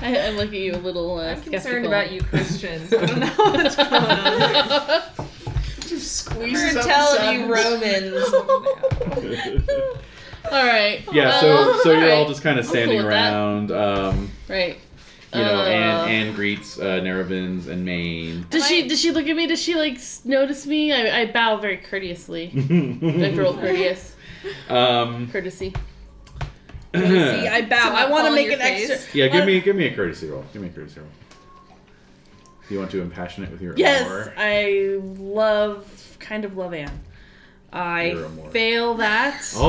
Speaker 5: I, I look at you a little. Uh,
Speaker 3: I'm concerned about you Christians. I don't know what's going on.
Speaker 4: Just
Speaker 3: We're
Speaker 4: squeezes out the
Speaker 3: telling
Speaker 4: side.
Speaker 3: you Romans. Oh,
Speaker 5: All right.
Speaker 1: yeah. So
Speaker 6: Oh,
Speaker 5: Um,
Speaker 1: so you're all
Speaker 5: alright.
Speaker 1: just kind of
Speaker 5: cool
Speaker 1: standing
Speaker 5: with that.
Speaker 1: around. Um,
Speaker 5: Right.
Speaker 1: you know,
Speaker 5: Uh.
Speaker 1: Anne, Anne greets uh, Nerevins and Maine.
Speaker 5: Does she?
Speaker 3: I-
Speaker 5: Does she look at me? Does she like s- notice me? I, I bow very courteously. Like girl courteous,
Speaker 1: um,
Speaker 5: courtesy.
Speaker 3: See, I bow. I want to make an extra.
Speaker 1: Yeah, give me give me a courtesy roll. Give me a courtesy roll. Do you want to impassion it with your
Speaker 5: Yes,
Speaker 1: armor?
Speaker 5: I love, kind of love Anne. I
Speaker 1: You're a Moor.
Speaker 5: fail that.
Speaker 1: Oh,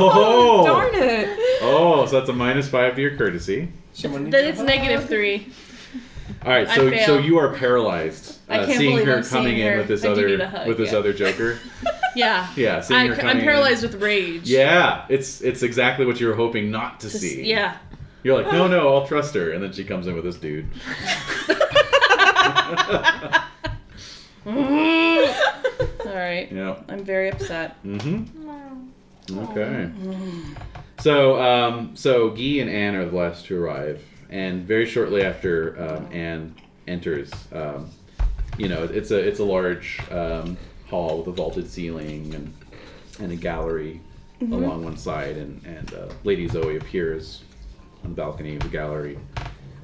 Speaker 6: Oh, darn it.
Speaker 1: Oh, so that's a minus five to your courtesy.
Speaker 4: Someone needs
Speaker 5: Then
Speaker 4: a
Speaker 5: it's
Speaker 4: hug.
Speaker 5: negative three.
Speaker 1: All right,
Speaker 5: I
Speaker 1: so
Speaker 5: fail.
Speaker 1: so you are paralyzed. uh,
Speaker 5: I can't
Speaker 1: seeing
Speaker 5: believe
Speaker 1: her
Speaker 5: I'm seeing
Speaker 1: coming in
Speaker 5: her.
Speaker 1: with this
Speaker 5: I do
Speaker 1: other
Speaker 5: need a hug,
Speaker 1: with this
Speaker 5: yeah.
Speaker 1: other Joker.
Speaker 5: Yeah.
Speaker 1: Yeah, seeing
Speaker 5: I,
Speaker 1: her coming.
Speaker 5: am
Speaker 1: in-
Speaker 5: paralyzed with rage.
Speaker 1: Yeah, it's it's exactly what you were hoping not to
Speaker 5: Just-
Speaker 1: see.
Speaker 5: yeah.
Speaker 1: You're like, no, no, I'll trust her, and then she comes in with this dude.
Speaker 5: All right.
Speaker 1: Yeah.
Speaker 5: I'm very upset.
Speaker 1: Mm-hmm. Okay. So, um, so Guy and Anne are the last to arrive, and very shortly after um, Anne enters, um, you know, it's a it's a large um, hall with a vaulted ceiling and and a gallery along one side, and and uh, Lady Zoe appears on the balcony of the gallery,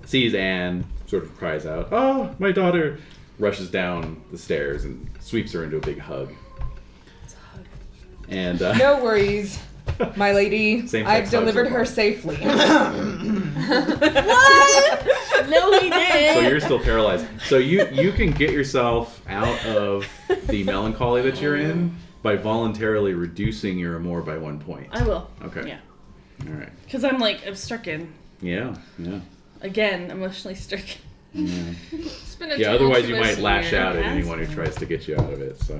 Speaker 1: sees Anne, sort of cries out, "Oh, my daughter!" rushes down the stairs and sweeps her into a big hug. And uh,
Speaker 6: No worries, my lady.
Speaker 1: Same-sex
Speaker 6: I've
Speaker 1: hugs
Speaker 6: delivered
Speaker 1: are
Speaker 6: her
Speaker 1: fine.
Speaker 6: safely. what?
Speaker 5: No, he did.
Speaker 1: so you're still paralyzed. So you you can get yourself out of the melancholy that you're in by voluntarily reducing your amour by one point.
Speaker 5: I will.
Speaker 1: Okay.
Speaker 5: Yeah.
Speaker 1: All right.
Speaker 5: Because I'm like, I'm stricken.
Speaker 1: Yeah. Yeah.
Speaker 5: Again, emotionally stricken.
Speaker 1: Yeah.
Speaker 3: It's been a
Speaker 1: yeah otherwise, you might
Speaker 3: tumultuous
Speaker 1: lash
Speaker 3: year.
Speaker 1: out at
Speaker 5: Yes. Oh,
Speaker 1: anyone who tries to get you out of it. So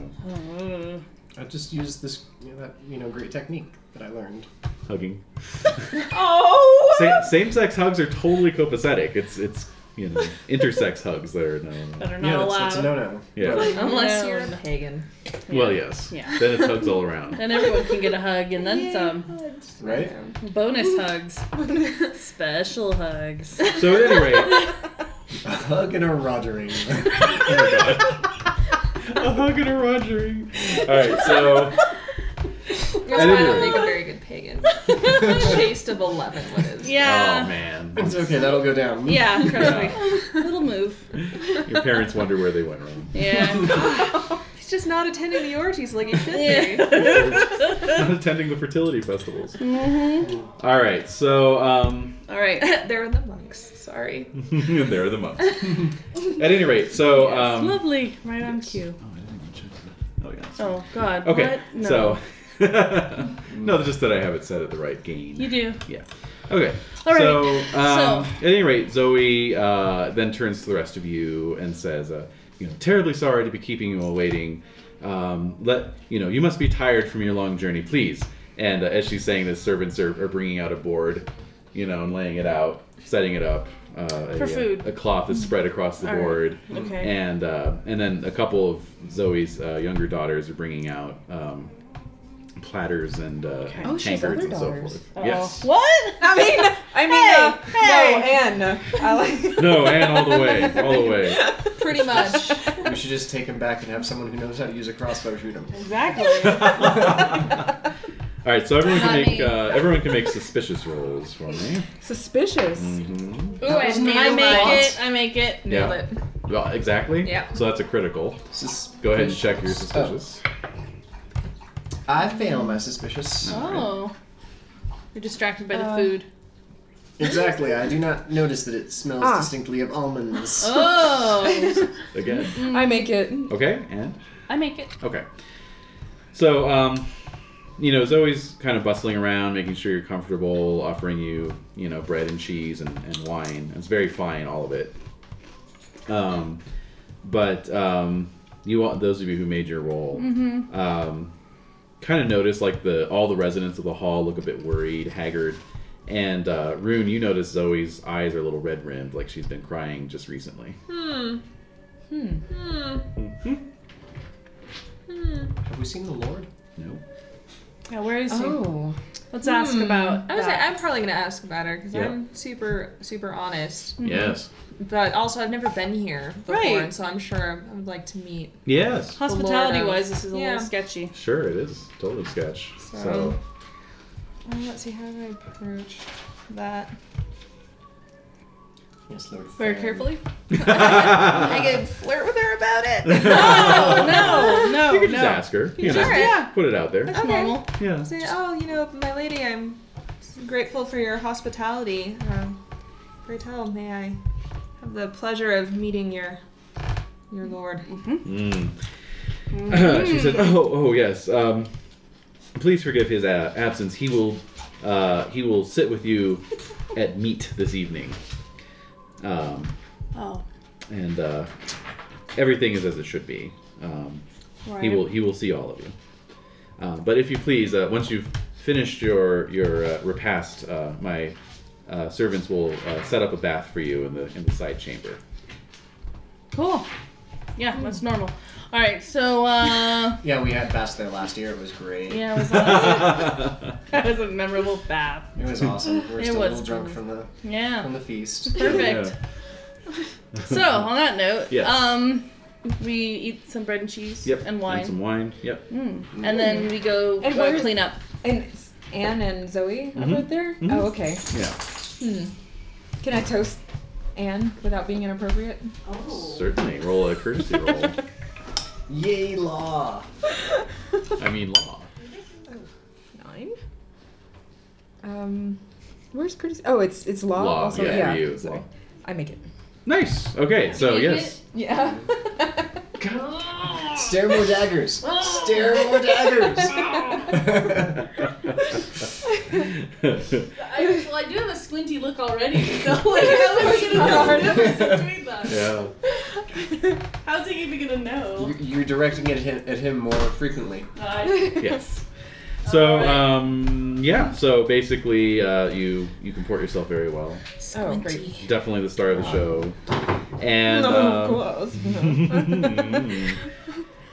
Speaker 4: I just used this you know, that you know great technique that I learned.
Speaker 1: hugging.
Speaker 6: Oh.
Speaker 1: Same same sex hugs are totally copacetic. It's it's you know intersex hugs that are no. no.
Speaker 5: That are not
Speaker 4: yeah, that's,
Speaker 5: allowed.
Speaker 4: that's a no-no.
Speaker 1: Yeah.
Speaker 4: But
Speaker 3: Unless
Speaker 5: No.
Speaker 3: you're a
Speaker 6: Pagan.
Speaker 1: Well, yes.
Speaker 5: Yeah.
Speaker 1: Then it's hugs all around.
Speaker 5: Then everyone can get a hug, and then some
Speaker 4: Right?
Speaker 5: bonus hugs, special hugs.
Speaker 1: So Oh at any rate,
Speaker 4: A hug and a Rogering.
Speaker 1: a hug and a rogering. All right. So.
Speaker 3: Your
Speaker 1: At any
Speaker 3: smile
Speaker 1: rate.
Speaker 3: make a very good pagan. Taste of eleven. What is?
Speaker 1: Oh
Speaker 5: Yeah,
Speaker 1: man.
Speaker 4: it's okay, that'll go down.
Speaker 5: yeah, trust
Speaker 1: Yeah.
Speaker 5: me. Little move.
Speaker 1: Your parents wonder where they went wrong.
Speaker 5: Yeah,
Speaker 3: He's just not attending the orgies like he should be.
Speaker 1: Not attending the fertility festivals.
Speaker 5: Mm-hmm.
Speaker 1: All right, so um,
Speaker 5: All right.
Speaker 3: They're the monks. Sorry.
Speaker 1: there are the monks. At any rate, so um,
Speaker 5: Lovely, right on cue.
Speaker 1: oh, I didn't even check that. Oh, yeah, that's
Speaker 5: Oh God.
Speaker 1: fine. okay,
Speaker 5: What? No.
Speaker 1: so no, just that I have it set at the right gain.
Speaker 5: You do.
Speaker 1: Okay.
Speaker 5: All right.
Speaker 1: So, um,
Speaker 5: So-
Speaker 1: at any rate, Zoe uh, then turns to the rest of you and says, uh, "You know, terribly sorry to be keeping you all waiting. Um, let you know you must be tired from your long journey, please." And uh, as she's saying this, servants are, are bringing out a board, you know, and laying it out, setting it up. Uh, a,
Speaker 5: For food.
Speaker 1: A cloth is spread across the
Speaker 5: All right.
Speaker 1: board.
Speaker 5: Okay.
Speaker 1: And uh, and then a couple of Zoe's uh, younger daughters are bringing out um, platters and, uh, and
Speaker 6: Oh, she has
Speaker 1: tankards
Speaker 6: older
Speaker 1: and so
Speaker 6: daughters.
Speaker 1: forth.
Speaker 5: Uh-oh.
Speaker 1: Yes.
Speaker 5: What?
Speaker 6: I mean, I mean,
Speaker 5: Hey,
Speaker 6: uh,
Speaker 5: hey.
Speaker 6: no, Anne. I like.
Speaker 1: No, Anne, all the way, all the way.
Speaker 3: Pretty much.
Speaker 4: We should just take him back and have someone who knows how to use a crossbow shoot him.
Speaker 5: Exactly.
Speaker 1: All right, so everyone
Speaker 3: Not
Speaker 1: can make
Speaker 3: me.
Speaker 1: uh, everyone can make suspicious rolls for me.
Speaker 6: Suspicious.
Speaker 1: hmm
Speaker 3: Ooh, I,
Speaker 4: wasn't
Speaker 3: nailed
Speaker 4: even
Speaker 3: I
Speaker 4: a
Speaker 3: make
Speaker 4: thought.
Speaker 3: it. I make it. Nailed
Speaker 1: Yeah.
Speaker 3: it.
Speaker 1: Well, exactly.
Speaker 3: Yeah.
Speaker 1: So that's a critical.
Speaker 4: Sus-
Speaker 1: Go ahead and check your suspicious.
Speaker 4: Oh, I fail my suspicious.
Speaker 1: No.
Speaker 5: Oh.
Speaker 3: You're distracted by the
Speaker 6: Uh,
Speaker 3: food.
Speaker 4: Exactly. I do not notice that it smells
Speaker 6: Ah.
Speaker 4: distinctly of almonds.
Speaker 5: Oh.
Speaker 1: Again.
Speaker 3: Mm.
Speaker 6: I make it.
Speaker 1: Okay, and
Speaker 5: I make it.
Speaker 1: Okay. So, um, you know, Zoe's kind of bustling around, making sure you're comfortable, offering you, you know, bread and cheese and, and wine. It's very fine, all of it. Um, but um, you, all, those of you who made your roll, um, kind of notice like the all the residents of the hall look a bit worried, haggard. And uh, Rune, you notice Zoe's eyes are a little red rimmed, like she's been crying just recently.
Speaker 3: Hmm.
Speaker 6: Hmm.
Speaker 3: Hmm. Hmm.
Speaker 4: Have we seen the Lord?
Speaker 1: No.
Speaker 5: Yeah, where is he?
Speaker 6: Oh.
Speaker 5: Let's ask
Speaker 3: Hmm.
Speaker 5: about.
Speaker 3: I was
Speaker 5: that.
Speaker 3: I'm probably gonna ask about her because
Speaker 1: Yeah.
Speaker 3: I'm super super honest.
Speaker 1: Yes.
Speaker 3: But also I've never been here before,
Speaker 5: Right.
Speaker 3: and so I'm sure I would like to meet.
Speaker 1: Yes.
Speaker 5: Hospitality
Speaker 3: Lord of-
Speaker 5: wise, this is a
Speaker 3: Yeah.
Speaker 5: little sketchy.
Speaker 1: Sure, it is totally sketch. So,
Speaker 3: So- Uh, let's see how do I approach that.
Speaker 4: Yes, Lord.
Speaker 5: Very
Speaker 4: Fan.
Speaker 5: carefully.
Speaker 3: I could flirt with her about it.
Speaker 5: No, Oh, no, no,
Speaker 1: you could
Speaker 5: no.
Speaker 1: just ask her. You know,
Speaker 3: Sure.
Speaker 5: Yeah.
Speaker 1: put it out there.
Speaker 5: That's
Speaker 3: Okay.
Speaker 5: normal.
Speaker 1: Yeah.
Speaker 3: Say, oh, you know, my lady, I'm grateful for your hospitality. Um, pray tell, may I have the pleasure of meeting your your lord?
Speaker 1: Mm.
Speaker 5: Mm.
Speaker 1: she said, "Oh, oh yes. Um, please forgive his uh, absence. He will, uh, he will sit with you at meat this evening. Um,
Speaker 5: Oh,
Speaker 1: and uh, everything is as it should be. Um,
Speaker 5: right.
Speaker 1: He will he will see all of you. Uh, but if you please, uh, once you've finished your your uh, repast, uh, my uh, servants will uh, set up a bath for you in the in the side chamber.
Speaker 5: Cool. Hmm. Yeah, that's normal. All right, so uh,
Speaker 4: Yeah, we had Bass there last year. It was great.
Speaker 5: yeah, it was, a, that was a memorable bath.
Speaker 4: It was awesome. We were
Speaker 5: It
Speaker 4: still a
Speaker 5: was
Speaker 4: little drunk
Speaker 5: great.
Speaker 4: from the
Speaker 5: Yeah,
Speaker 4: from the feast.
Speaker 5: perfect. So on that note,
Speaker 1: Yes.
Speaker 5: um, we eat some bread and cheese
Speaker 1: Yep.
Speaker 5: and wine,
Speaker 1: And some wine. Yep.
Speaker 5: Mm. and then we go
Speaker 6: And
Speaker 5: uh,
Speaker 6: where-
Speaker 5: clean up.
Speaker 6: And s- Anne and Zoe are
Speaker 1: Mhm.
Speaker 6: right there.
Speaker 1: Mhm.
Speaker 6: Oh, okay.
Speaker 1: Yeah.
Speaker 6: Hmm. Can I toast Anne without being inappropriate?
Speaker 2: oh."
Speaker 1: Certainly. Roll a courtesy roll.
Speaker 4: Yay, law!
Speaker 1: I mean law.
Speaker 6: Nine. Um, where's courtesy? Oh, it's it's law.
Speaker 1: law.
Speaker 6: also?
Speaker 1: yeah, for you.
Speaker 6: sorry.
Speaker 1: Law.
Speaker 6: I make it.
Speaker 1: Nice. Okay. So yes.
Speaker 6: Yeah.
Speaker 4: Stare more daggers. Stare more daggers.
Speaker 2: I, well, I do have a squinty look already, so like, how is he gonna know?
Speaker 6: That's
Speaker 2: Nobody's doing that.
Speaker 1: yeah.
Speaker 2: How's he even gonna know?
Speaker 4: You- You're directing it at him, at him more frequently.
Speaker 2: Uh,
Speaker 1: Yes. So
Speaker 2: Alright.
Speaker 1: um, yeah. So basically, uh, you you comport yourself very well.
Speaker 6: oh, great.
Speaker 1: definitely the star of the show. And um,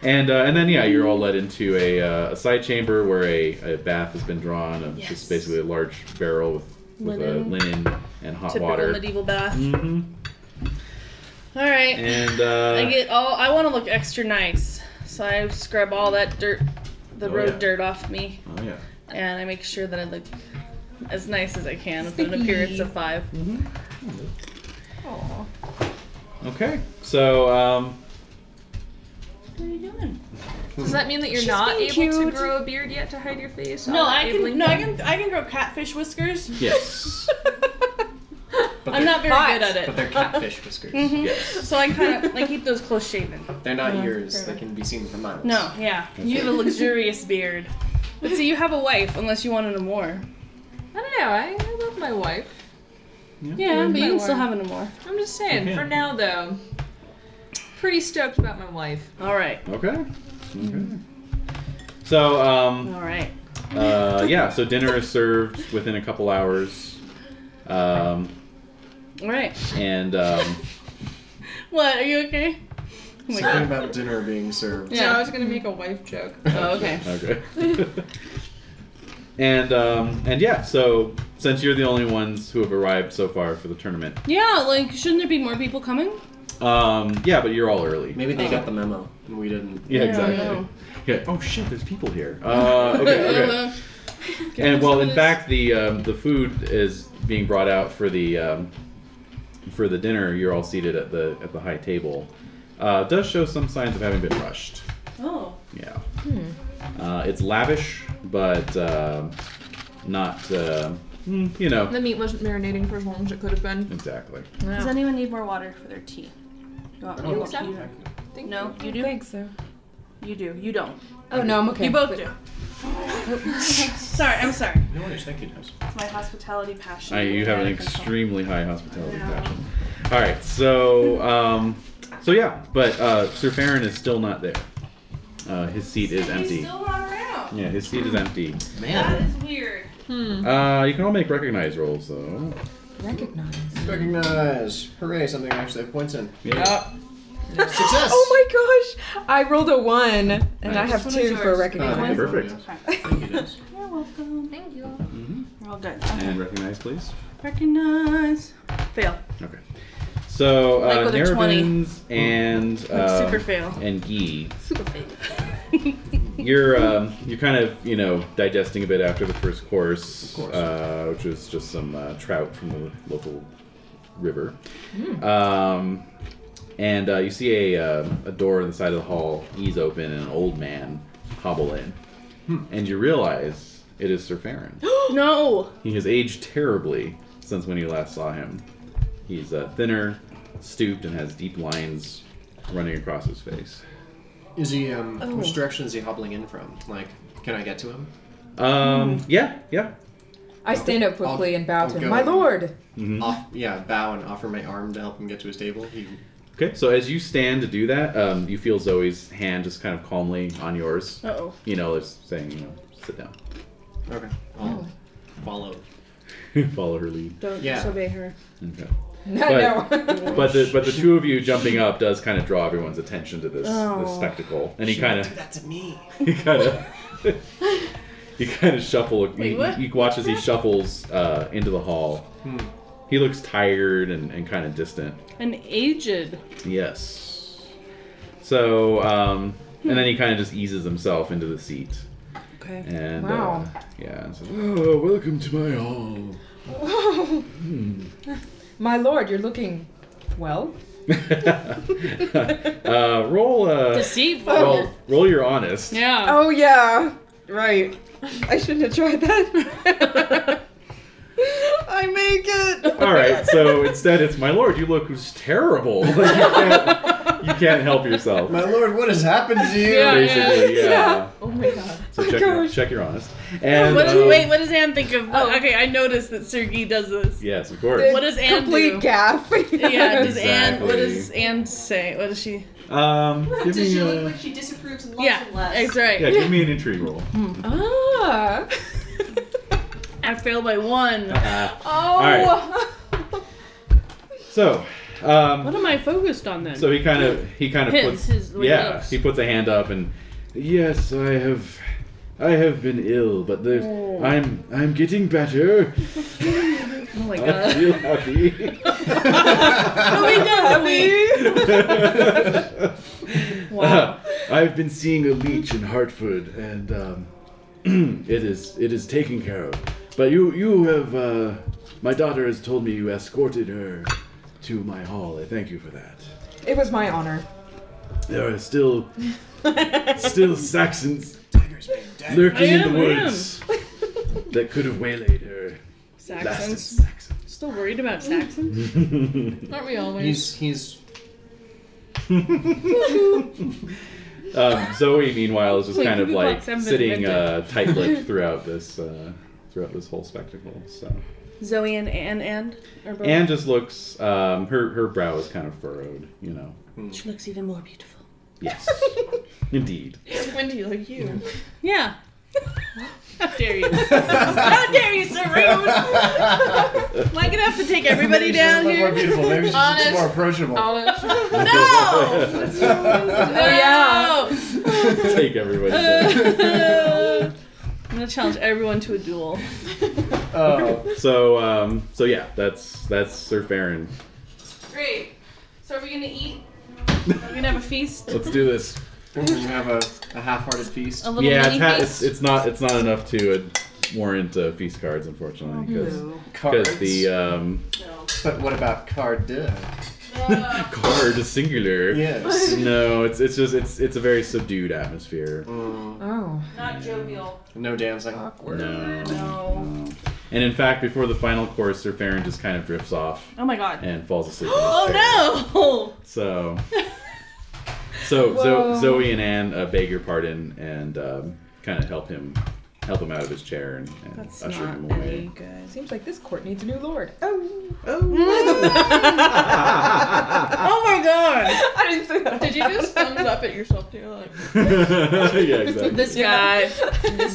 Speaker 1: and uh, and then yeah, you're all led into a, uh, a side chamber where a, a bath has been drawn. It's just basically a large barrel with with
Speaker 5: Linen.
Speaker 1: Uh, linen and hot
Speaker 5: Typical
Speaker 1: water.
Speaker 5: medieval bath.
Speaker 1: hmm
Speaker 5: All right.
Speaker 1: And uh,
Speaker 5: I get all. I want to look extra nice, so I scrub all that dirt, the
Speaker 1: Oh,
Speaker 5: road
Speaker 1: yeah.
Speaker 5: dirt off me,
Speaker 1: oh yeah,
Speaker 5: and I make sure that I look as nice as I can with an appearance of five.
Speaker 1: okay. So um,
Speaker 5: What are you doing?
Speaker 3: Does that mean that you're
Speaker 6: She's
Speaker 3: not
Speaker 6: being
Speaker 3: able to
Speaker 6: cute.
Speaker 3: grow a beard yet to hide your face?
Speaker 5: No,
Speaker 3: All that
Speaker 5: I
Speaker 3: ably-
Speaker 5: can. No, I can. I can grow catfish whiskers.
Speaker 1: yes,
Speaker 4: But
Speaker 5: I'm
Speaker 4: they're-
Speaker 5: not very
Speaker 6: hot.
Speaker 5: good at it.
Speaker 4: But they're catfish whiskers.
Speaker 5: Mhm.
Speaker 1: yes.
Speaker 5: So I kind of I keep those close shaven.
Speaker 4: They're not yours. They can be seen from miles.
Speaker 5: Mm-hmm. No, yeah. You have a luxurious beard. But see, you have a wife, unless you wanted a more.
Speaker 3: I don't know. I, I love my wife.
Speaker 5: Yeah, but you can
Speaker 3: wife.
Speaker 5: still have an more.
Speaker 3: I'm just saying.
Speaker 1: Yeah.
Speaker 3: For now, though, pretty stoked about my wife.
Speaker 5: All right,
Speaker 1: Okay. Okay. So um,
Speaker 5: all right.
Speaker 1: uh, yeah, so dinner is served within a couple hours. Um,
Speaker 5: All right.
Speaker 1: and um,
Speaker 5: What? Are you okay? Oh my
Speaker 4: Something
Speaker 5: God.
Speaker 4: about dinner being served.
Speaker 7: Yeah, I was gonna make a wife joke.
Speaker 5: Oh, okay.
Speaker 1: Okay. and um, and yeah, so since you're the only ones who have arrived so far for the tournament,
Speaker 5: Yeah, like, shouldn't there be more people coming?
Speaker 1: um, yeah, but you're all early.
Speaker 4: Maybe they
Speaker 5: Oh.
Speaker 4: got the memo and we didn't.
Speaker 1: Yeah,
Speaker 5: Yeah,
Speaker 1: exactly.
Speaker 5: no.
Speaker 1: Yeah. Oh shit, there's people here. Uh, okay, okay. and well, in fact, the um, the food is being brought out for the um, for the dinner. You're all seated at the at the high table. Uh, does show some signs of having been rushed.
Speaker 7: Oh.
Speaker 1: Yeah. Uh, it's lavish, but uh, not uh, mm, you know
Speaker 3: The meat wasn't marinating for as long as it could have been.
Speaker 1: exactly.
Speaker 5: Does anyone need more water for their tea? You want more
Speaker 4: think
Speaker 5: tea?
Speaker 4: so.
Speaker 5: No, you do.
Speaker 6: think so.
Speaker 5: You do. You don't.
Speaker 6: Oh no, I'm okay.
Speaker 5: You both do. sorry, I'm sorry.
Speaker 4: No worries, thank you, guys.
Speaker 5: It's my hospitality passion.
Speaker 1: I, you have an
Speaker 5: Out of control.
Speaker 1: extremely high hospitality passion. All right, so um, so yeah, but uh, Sir Farron is still not there. Uh, his seat is empty.
Speaker 2: He's still not around.
Speaker 1: Yeah, his seat is empty.
Speaker 2: That is weird.
Speaker 1: Uh, you can all make recognize rolls though.
Speaker 6: Recognize.
Speaker 4: Recognize. Hooray, something I actually have points in.
Speaker 1: Yeah.
Speaker 4: Success!
Speaker 6: Oh my gosh! I rolled a one, and I
Speaker 1: Nice.
Speaker 6: have two for
Speaker 4: Ah,
Speaker 6: recognize.
Speaker 4: thank you,
Speaker 1: Perfect.
Speaker 4: guys. Thank you, guys.
Speaker 5: You're welcome. Thank you. We're all good. Okay.
Speaker 1: And recognize, please.
Speaker 5: Recognize. Fail.
Speaker 1: Okay. So
Speaker 5: Like
Speaker 1: uh,
Speaker 5: with a 20.
Speaker 1: Nerevins and
Speaker 5: Like
Speaker 1: uh,
Speaker 5: super fail.
Speaker 1: and Gee,
Speaker 5: Super fail.
Speaker 1: you're um, you're kind of you know digesting a bit after the first course,
Speaker 4: course.
Speaker 1: Uh, which was just some uh, trout from the local river. Um, and uh, you see a, um a door in the side of the hall ease open and an old man hobble in. And you realize it is Sir Farron.
Speaker 5: no.
Speaker 1: he has aged terribly since when you last saw him. He's uh, thinner, stooped, and has deep lines running across his face.
Speaker 4: Is he, um,
Speaker 5: Oh.
Speaker 4: which direction is he hobbling in from? Like, can I get to him?
Speaker 1: Um,
Speaker 5: Hmm.
Speaker 1: yeah, yeah.
Speaker 6: I stand up quickly
Speaker 4: I'll-
Speaker 6: and bow
Speaker 4: I'll
Speaker 6: to him.
Speaker 4: go.
Speaker 6: My lord.
Speaker 1: Mm-hmm.
Speaker 4: Off, yeah, bow and offer my arm to help him get to his table. He,
Speaker 1: Okay, so as you stand to do that, um, you feel Zoe's hand just kind of calmly on yours.
Speaker 5: Uh oh.
Speaker 1: You know, it's saying, you know, sit down.
Speaker 4: okay,
Speaker 5: Oh.
Speaker 4: I'll follow.
Speaker 1: Follow her lead.
Speaker 5: Don't
Speaker 4: Yeah.
Speaker 5: disobey her.
Speaker 1: Okay.
Speaker 6: No,
Speaker 1: But-
Speaker 6: no.
Speaker 5: Oh,
Speaker 1: But the but the two of you jumping up does kind of draw everyone's attention to this this
Speaker 5: Oh.
Speaker 1: spectacle, and he kind of
Speaker 4: That's me.
Speaker 1: he kind of he kind of shuffle. he,
Speaker 5: Wait, what?
Speaker 1: he watches he shuffles uh, into the hall. He looks tired and, and kind of distant.
Speaker 5: An aged.
Speaker 1: Yes. So um, and then he kind of just eases himself into the seat.
Speaker 5: Okay.
Speaker 1: And
Speaker 6: Wow.
Speaker 1: uh, yeah, and says, "Oh, welcome to my hall."
Speaker 6: My lord, you're looking well.
Speaker 1: uh, roll uh,
Speaker 5: Deceitful.
Speaker 1: roll roll your honest.
Speaker 5: Yeah.
Speaker 6: Oh yeah, right. I shouldn't have tried that. I make it.
Speaker 1: All right, so instead it's my lord. You look terrible. Like, you, can't, you can't help yourself.
Speaker 4: My lord, what has happened to you?
Speaker 5: Yeah.
Speaker 1: Basically, yeah.
Speaker 6: Yeah.
Speaker 7: Oh my god.
Speaker 1: So
Speaker 6: Oh my
Speaker 1: check your,
Speaker 6: gosh.
Speaker 1: check your honest. And
Speaker 5: Oh, What
Speaker 1: um,
Speaker 5: does, wait, what does Anne think of?
Speaker 3: Oh.
Speaker 5: Okay, I noticed that Sergey does this.
Speaker 1: Yes, of course.
Speaker 5: What does Anne
Speaker 6: Complete
Speaker 5: do?
Speaker 6: gaff.
Speaker 5: Yeah, does Anne? What
Speaker 1: Exactly.
Speaker 5: does Anne say? What does she?
Speaker 1: Um, give
Speaker 2: Does
Speaker 1: me
Speaker 2: she
Speaker 1: a,
Speaker 2: look like she disapproves lots
Speaker 5: Yeah,
Speaker 2: and less?
Speaker 5: that's right.
Speaker 1: yeah, give me an intrigue roll.
Speaker 6: ah.
Speaker 5: I failed by one.
Speaker 1: Uh,
Speaker 6: oh.
Speaker 1: so, um,
Speaker 5: What am I focused on then?
Speaker 1: so he kind of he kind of
Speaker 5: His-
Speaker 1: puts
Speaker 5: his- what he
Speaker 1: yeah
Speaker 5: looks.
Speaker 1: he puts a hand up and yes I have I have been ill but there's I'm I'm getting better.
Speaker 5: oh my
Speaker 1: I
Speaker 5: god.
Speaker 1: feel happy.
Speaker 5: Oh, Wow.
Speaker 1: Uh, I've been seeing a leech in Hartford, and um, it is it is taken care of. But you you have uh, my daughter has told me you escorted her to my hall. I thank you for that.
Speaker 6: It was my honor.
Speaker 1: There are still still Saxons lurking
Speaker 5: I
Speaker 1: in
Speaker 5: am,
Speaker 1: the
Speaker 5: I am.
Speaker 1: woods that could have waylaid her.
Speaker 5: Saxons.
Speaker 1: Saxons.
Speaker 5: Still worried about Saxons?
Speaker 7: Aren't we always?
Speaker 4: He's he's
Speaker 1: Um, Zoe, meanwhile, is just
Speaker 5: Wait,
Speaker 1: kind of
Speaker 5: Cuckoo
Speaker 1: like
Speaker 5: Clocks haven't been
Speaker 1: sitting uh,
Speaker 5: invented.
Speaker 1: tight-lipped throughout this uh, throughout this whole spectacle. So
Speaker 5: Zoe and Anne and or both.
Speaker 1: Anne just looks. Um, her her brow is kind of furrowed. You know.
Speaker 5: She looks even more beautiful.
Speaker 1: Yes. Indeed.
Speaker 7: Wendy, like you.
Speaker 5: Yeah. How dare you? How dare you, Sir Raymond? Am I gonna have to take everybody
Speaker 4: Maybe she's a
Speaker 5: down
Speaker 4: little
Speaker 5: here? Oh.
Speaker 4: more beautiful. Maybe she's
Speaker 3: Honest.
Speaker 4: just more approachable.
Speaker 7: Honest.
Speaker 5: No! Oh,
Speaker 7: yeah.
Speaker 1: Take everybody.
Speaker 5: No! I'm gonna challenge everyone to a duel.
Speaker 4: oh.
Speaker 1: So um, so yeah, that's that's Sir Farron.
Speaker 2: Great. So are we gonna eat?
Speaker 5: We're gonna have a feast,
Speaker 1: Let's do this.
Speaker 4: Ooh, you have a, a half-hearted feast.
Speaker 5: a little
Speaker 1: Yeah, it's,
Speaker 5: mini
Speaker 1: ha- it's
Speaker 5: feast.
Speaker 1: it's not it's not enough to uh, warrant uh, feast cards, unfortunately, because
Speaker 4: Cards.
Speaker 1: the um,
Speaker 2: No.
Speaker 4: But what about card? duh?
Speaker 1: card is singular.
Speaker 4: Yes.
Speaker 1: No, it's it's just it's it's a very subdued atmosphere.
Speaker 4: Mm,
Speaker 6: Oh.
Speaker 2: Not jovial.
Speaker 4: no dancing.
Speaker 1: No,
Speaker 6: Awkward.
Speaker 1: no. And in fact, before the final course, Sir Farron just kind of drifts off
Speaker 5: oh my god.
Speaker 1: and falls asleep. on his chair.
Speaker 5: Oh
Speaker 1: So, so
Speaker 6: Whoa.
Speaker 1: Zo- Zoe and Anne uh, beg your pardon and um, kind of help him help him out of his chair and, and
Speaker 5: That's
Speaker 1: usher
Speaker 5: not
Speaker 1: him
Speaker 5: no!
Speaker 1: away.
Speaker 5: good.
Speaker 6: Seems like this court needs a new lord. Oh.
Speaker 5: Oh my god!
Speaker 6: I didn't say that.
Speaker 7: Did you just thumbs up at yourself too? Like,
Speaker 1: yeah, exactly.
Speaker 5: This guy.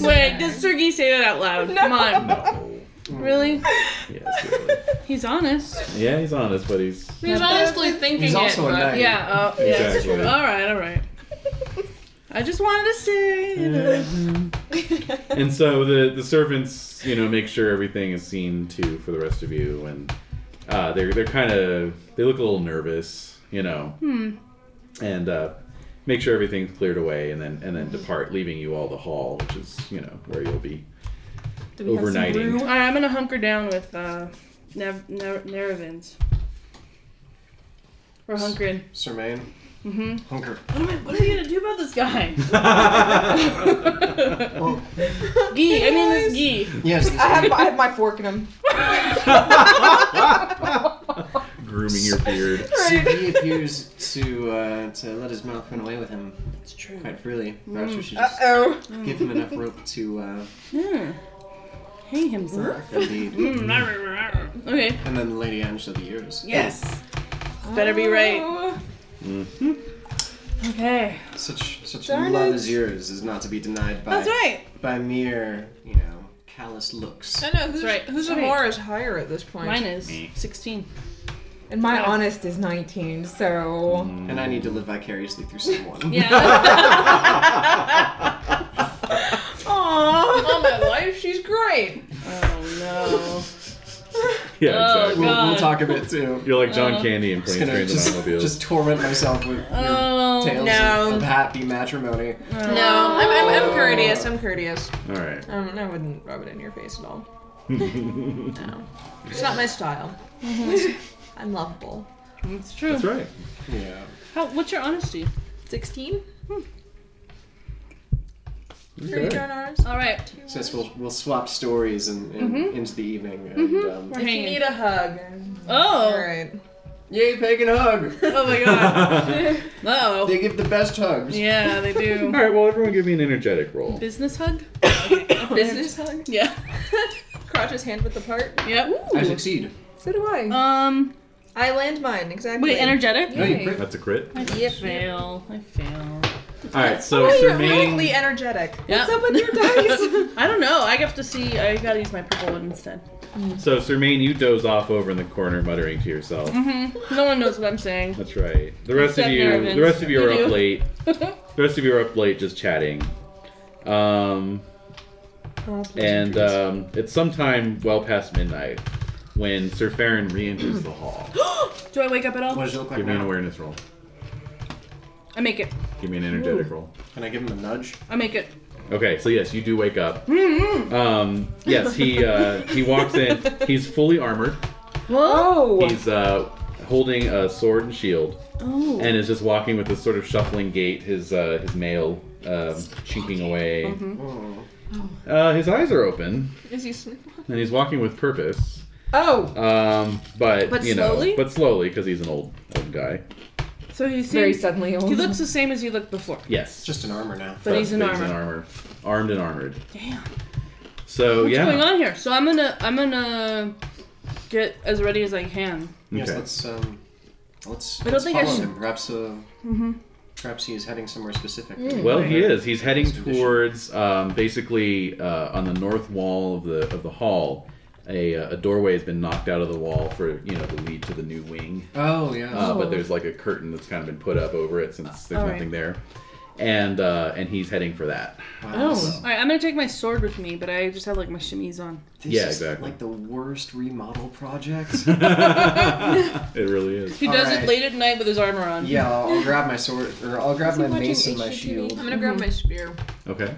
Speaker 5: Wait, did Sergey say that out loud? Come on.
Speaker 1: no.
Speaker 5: Really?
Speaker 1: Yes, really.
Speaker 5: He's honest.
Speaker 1: Yeah, he's honest, but he's
Speaker 7: he's honestly thinking
Speaker 4: He's also
Speaker 7: it.
Speaker 4: a
Speaker 7: but-
Speaker 4: knight.
Speaker 5: Yeah. Uh, yeah.
Speaker 1: Exactly.
Speaker 5: it's true. All right. All right. I just wanted to say. You know.
Speaker 1: and so the the servants, you know, make sure everything is seen to for the rest of you, and uh, they're they're kind of they look a little nervous, you know,
Speaker 5: Hmm.
Speaker 1: and uh, make sure everything's cleared away, and then and then
Speaker 5: Mm-hmm.
Speaker 1: depart, leaving you all the hall, which is you know where you'll be overnighting.
Speaker 5: All right. I'm gonna hunker down with uh, Nev- Ner- Nerevins. We're hunkering.
Speaker 4: Sermaine,
Speaker 5: Mm-hmm.
Speaker 4: hunker.
Speaker 5: What am I? What are you gonna do about this guy?
Speaker 4: Well,
Speaker 5: Gee, I mean this gee.
Speaker 4: yes.
Speaker 6: I have, I have my fork in him.
Speaker 1: Grooming your beard.
Speaker 4: So he appears to uh, to let his mouth run away with him
Speaker 5: It's true.
Speaker 4: quite freely. Perhaps we should
Speaker 6: Uh
Speaker 4: just
Speaker 6: oh.
Speaker 4: give him enough rope to uh,
Speaker 5: Yeah. Hang himself.
Speaker 4: for lead.
Speaker 5: okay.
Speaker 4: And then Lady Angela the Ears.
Speaker 5: Yes. Better be right. Oh.
Speaker 6: Oh.
Speaker 5: Okay.
Speaker 4: Such such
Speaker 6: Darn
Speaker 4: love
Speaker 6: it.
Speaker 4: as yours is not to be denied by
Speaker 5: That's right.
Speaker 4: by mere you know callous looks.
Speaker 3: I know who's
Speaker 5: right.
Speaker 3: who's
Speaker 5: Right.
Speaker 3: Amora is higher at this point.
Speaker 5: Mine is 16.
Speaker 6: And my
Speaker 5: Yeah.
Speaker 6: honest is 19, so.
Speaker 4: And I need to live vicariously through someone.
Speaker 6: Aww.
Speaker 7: all my life, she's great.
Speaker 5: oh
Speaker 1: Yeah,
Speaker 5: Oh,
Speaker 1: exactly.
Speaker 4: We'll, we'll
Speaker 5: God. Uh,
Speaker 4: talk a bit too.
Speaker 1: You're like John Candy in
Speaker 4: Just
Speaker 1: Planes,
Speaker 4: gonna
Speaker 1: Trains, and
Speaker 4: just,
Speaker 1: Automobiles.
Speaker 4: just torment myself with your
Speaker 5: Oh,
Speaker 4: tales
Speaker 3: no.
Speaker 4: of, of happy matrimony.
Speaker 5: no.
Speaker 3: No, I'm, I'm, I'm courteous. I'm courteous.
Speaker 1: All right.
Speaker 3: Um, I wouldn't rub it in your face at all. No, it's not my style. I'm lovable.
Speaker 5: It's true.
Speaker 1: That's right.
Speaker 4: Yeah.
Speaker 5: How, what's your honesty?
Speaker 3: Sixteen. Pretty
Speaker 1: Okay.
Speaker 3: darn honest.
Speaker 5: All right.
Speaker 4: Says we'll we'll swap stories and, and
Speaker 5: Mm-hmm.
Speaker 4: into the evening. And, um,
Speaker 5: We're
Speaker 3: If you
Speaker 5: hanging.
Speaker 3: need a hug.
Speaker 5: oh.
Speaker 3: All right.
Speaker 4: yay, pagan hug!
Speaker 5: Oh my god. Uh oh.
Speaker 4: They give the best hugs.
Speaker 5: Yeah, they
Speaker 1: All
Speaker 5: do.
Speaker 1: right. Well, everyone, give me an energetic roll.
Speaker 5: Business hug?
Speaker 3: Business hug.
Speaker 5: Yeah.
Speaker 3: Crotch's hand with the part.
Speaker 5: Yep.
Speaker 4: I succeed.
Speaker 3: So do I.
Speaker 5: Um.
Speaker 3: I land mine exactly.
Speaker 5: Wait, energetic?
Speaker 4: No, you
Speaker 3: Yay.
Speaker 4: crit.
Speaker 1: That's a crit.
Speaker 5: I fail. I fail.
Speaker 1: All right. So
Speaker 3: Why are you
Speaker 1: Sermaine.
Speaker 3: really Oh, energetic?
Speaker 5: Yeah.
Speaker 3: What's up with your dice?
Speaker 5: I don't know. I have to see. I gotta use my purple one instead.
Speaker 1: So Sermaine, you doze off over in the corner, muttering to yourself.
Speaker 5: Mm-hmm. No one knows what I'm saying.
Speaker 1: That's right. The rest of
Speaker 5: Except
Speaker 1: you,
Speaker 5: Nervin.
Speaker 1: the rest of you
Speaker 5: You
Speaker 1: are up
Speaker 5: do.
Speaker 1: late. The rest of you are up late, just chatting. Um, and um, it's sometime well past midnight when Sir Farron re-enters the hall.
Speaker 5: Do I wake up at all?
Speaker 4: What does it look like
Speaker 1: Give me an
Speaker 4: now?
Speaker 1: awareness roll.
Speaker 5: I make it.
Speaker 1: Give me an energetic roll.
Speaker 4: Can I give him a nudge?
Speaker 5: I make it.
Speaker 1: Okay, so yes, you do wake up. Um, yes, he uh, he walks in. He's fully armored.
Speaker 6: Whoa.
Speaker 1: He's uh, holding a sword and shield,
Speaker 5: Oh.
Speaker 1: and is just walking with this sort of shuffling gait. His uh, his mail um chinking away.
Speaker 5: Mm-hmm.
Speaker 4: Oh.
Speaker 1: Uh, his eyes are open,
Speaker 7: Is he sleeping?
Speaker 1: and he's walking with purpose.
Speaker 6: Oh.
Speaker 1: Um, but,
Speaker 5: But
Speaker 1: you
Speaker 5: slowly?
Speaker 1: know, but slowly because he's an old old guy.
Speaker 5: So he
Speaker 6: Very
Speaker 5: seems.
Speaker 6: suddenly old.
Speaker 5: He looks the same as he looked before.
Speaker 1: Yes,
Speaker 4: Just an armor now.
Speaker 5: But he's in armor.
Speaker 1: armed and armored.
Speaker 5: Damn.
Speaker 1: So
Speaker 5: What's
Speaker 1: yeah,
Speaker 5: going on here? So I'm gonna I'm gonna get as ready as I can.
Speaker 1: Okay.
Speaker 4: Yes, let's um, let's.
Speaker 5: I don't
Speaker 4: let's
Speaker 5: think I
Speaker 4: follow
Speaker 5: should-
Speaker 4: him. Perhaps uh,
Speaker 5: Mm-hmm.
Speaker 4: Perhaps he is heading somewhere specific.
Speaker 1: Well, he
Speaker 4: Another
Speaker 1: is. He's heading
Speaker 4: expedition.
Speaker 1: towards um, basically uh, on the north wall of the of the hall. A, uh, a doorway has been knocked out of the wall for you know to lead to the new wing,
Speaker 4: Oh yeah.
Speaker 1: uh,
Speaker 6: Oh.
Speaker 1: but there's like a curtain that's kind of been put up over it since there's
Speaker 5: All right.
Speaker 1: nothing there, and uh, and he's heading for that.
Speaker 4: Wow, this is-
Speaker 5: Oh. All right, I'm gonna take my sword with me, but I just have like my chemise on.
Speaker 4: this
Speaker 1: Yeah,
Speaker 4: is
Speaker 1: exactly.
Speaker 4: Like the worst remodel project.
Speaker 1: it really is.
Speaker 7: He
Speaker 4: All
Speaker 7: does
Speaker 4: right.
Speaker 7: it late at night with his armor on.
Speaker 4: yeah, I'll, I'll grab my sword, or I'll grab
Speaker 6: Is he
Speaker 4: my
Speaker 6: watching
Speaker 4: mace and my
Speaker 6: HGTV?
Speaker 4: shield.
Speaker 3: I'm gonna grab my spear.
Speaker 1: Okay.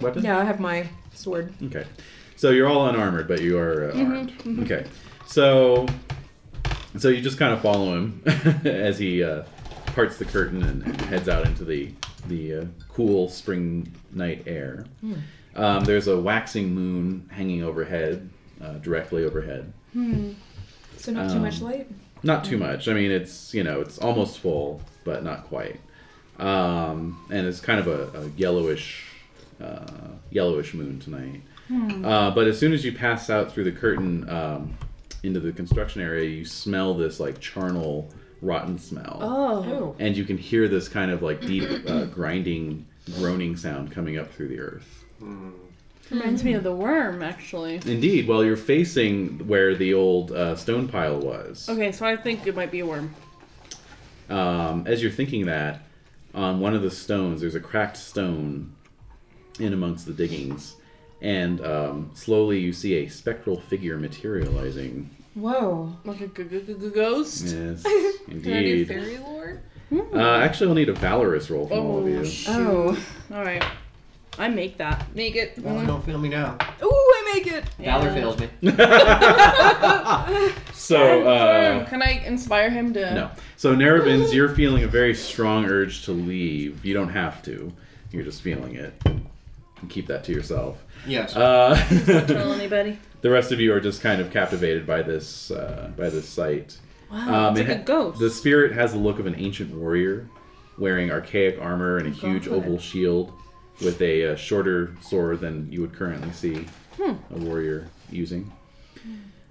Speaker 1: Weapon.
Speaker 6: Mm-hmm. Yeah, I have my sword.
Speaker 1: Okay. So you're all unarmored, but you are uh, armed. Okay. So, so you just kind of follow him as he uh, parts the curtain and, and heads out into the the uh, cool spring night air. Um, there's a waxing moon hanging overhead, uh, directly overhead.
Speaker 3: So not too much
Speaker 1: Um,
Speaker 3: light.
Speaker 1: Not too much. I mean, it's you know, it's almost full, but not quite. Um, and it's kind of a, a yellowish, uh, yellowish moon tonight.
Speaker 5: Hmm.
Speaker 1: Uh, but as soon as you pass out through the curtain um, into the construction area, you smell this like charnel, rotten smell,
Speaker 5: Oh.
Speaker 1: and you can hear this kind of like deep uh, grinding, groaning sound coming up through the earth.
Speaker 5: Reminds me of the worm, actually.
Speaker 1: Indeed, well, you're facing where the old uh, stone pile was.
Speaker 5: Okay, so I think it might be a worm.
Speaker 1: um, as you're thinking that, on one of the stones, there's a cracked stone in amongst the diggings, and um, slowly you see a spectral figure materializing.
Speaker 6: Whoa.
Speaker 5: Like a g- g- g- g- ghost.
Speaker 1: Yes,
Speaker 3: Can I do
Speaker 1: indeed.
Speaker 3: fairy lore?
Speaker 1: Uh, actually, we'll need a valorous roll from all of
Speaker 5: Oh.
Speaker 1: you.
Speaker 5: shoot.
Speaker 6: Oh.
Speaker 5: All right. I make that.
Speaker 3: Make it.
Speaker 4: Valor don't fail me now.
Speaker 3: Ooh, I make it.
Speaker 4: Valor fails me.
Speaker 1: so, uh,
Speaker 7: Can I inspire him to?
Speaker 1: no. So, Narabins, you're feeling a very strong urge to leave. You don't have to. You're just feeling it. Keep that to yourself.
Speaker 4: Yes.
Speaker 1: Uh,
Speaker 5: Tell anybody.
Speaker 1: the rest of you are just kind of captivated by this uh, by this sight.
Speaker 5: Wow,
Speaker 1: Um,
Speaker 5: Oh, it's
Speaker 1: it
Speaker 5: like a
Speaker 1: ha-
Speaker 5: ghost.
Speaker 1: The spirit has the look of an ancient warrior, wearing archaic armor and a huge
Speaker 5: God.
Speaker 1: oval shield, with a uh, shorter sword than you would currently see
Speaker 5: Hmm.
Speaker 1: a warrior using.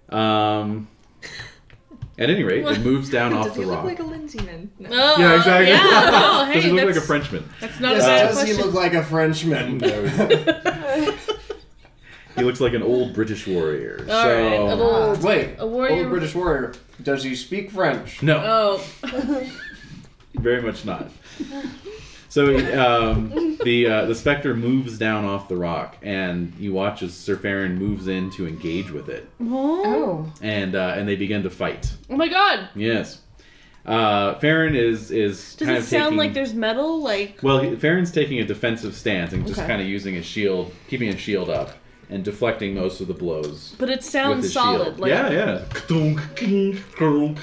Speaker 1: Um, at any rate, it moves down off
Speaker 3: Does
Speaker 1: the
Speaker 3: he look
Speaker 1: rock.
Speaker 3: like a Lindsayman? No.
Speaker 5: Oh,
Speaker 1: yeah, exactly.
Speaker 5: yeah. Oh,
Speaker 1: Does
Speaker 5: hey,
Speaker 1: he look like a
Speaker 5: that's-
Speaker 1: Frenchman?
Speaker 5: That's not
Speaker 4: yes,
Speaker 5: a bad
Speaker 4: does
Speaker 5: question.
Speaker 4: he look like a Frenchman?
Speaker 1: He looks like an old British warrior.
Speaker 5: All
Speaker 1: so
Speaker 5: right, Oh. a little-
Speaker 4: Wait,
Speaker 5: A warrior.
Speaker 4: old British warrior. Does he speak French?
Speaker 1: no,
Speaker 5: Oh.
Speaker 1: Very much not. So um, the uh, the specter moves down off the rock, and you watch as Sir Farron moves in to engage with it,
Speaker 5: Oh.
Speaker 6: Oh.
Speaker 1: and uh, and they begin to fight.
Speaker 5: oh my god.
Speaker 1: Yes, uh, Farron is is
Speaker 5: Does
Speaker 1: kind
Speaker 5: it
Speaker 1: of
Speaker 5: sound
Speaker 1: taking,
Speaker 5: like there's metal? Like.
Speaker 1: well he- Farron's taking a defensive stance and just
Speaker 5: Okay.
Speaker 1: kind of using his shield, keeping his shield up, and deflecting most of the blows
Speaker 5: But it
Speaker 1: with
Speaker 5: sounds
Speaker 1: his
Speaker 5: solid.
Speaker 1: shield.
Speaker 5: Like,
Speaker 1: yeah, yeah. Kdunk, kink, kdunk.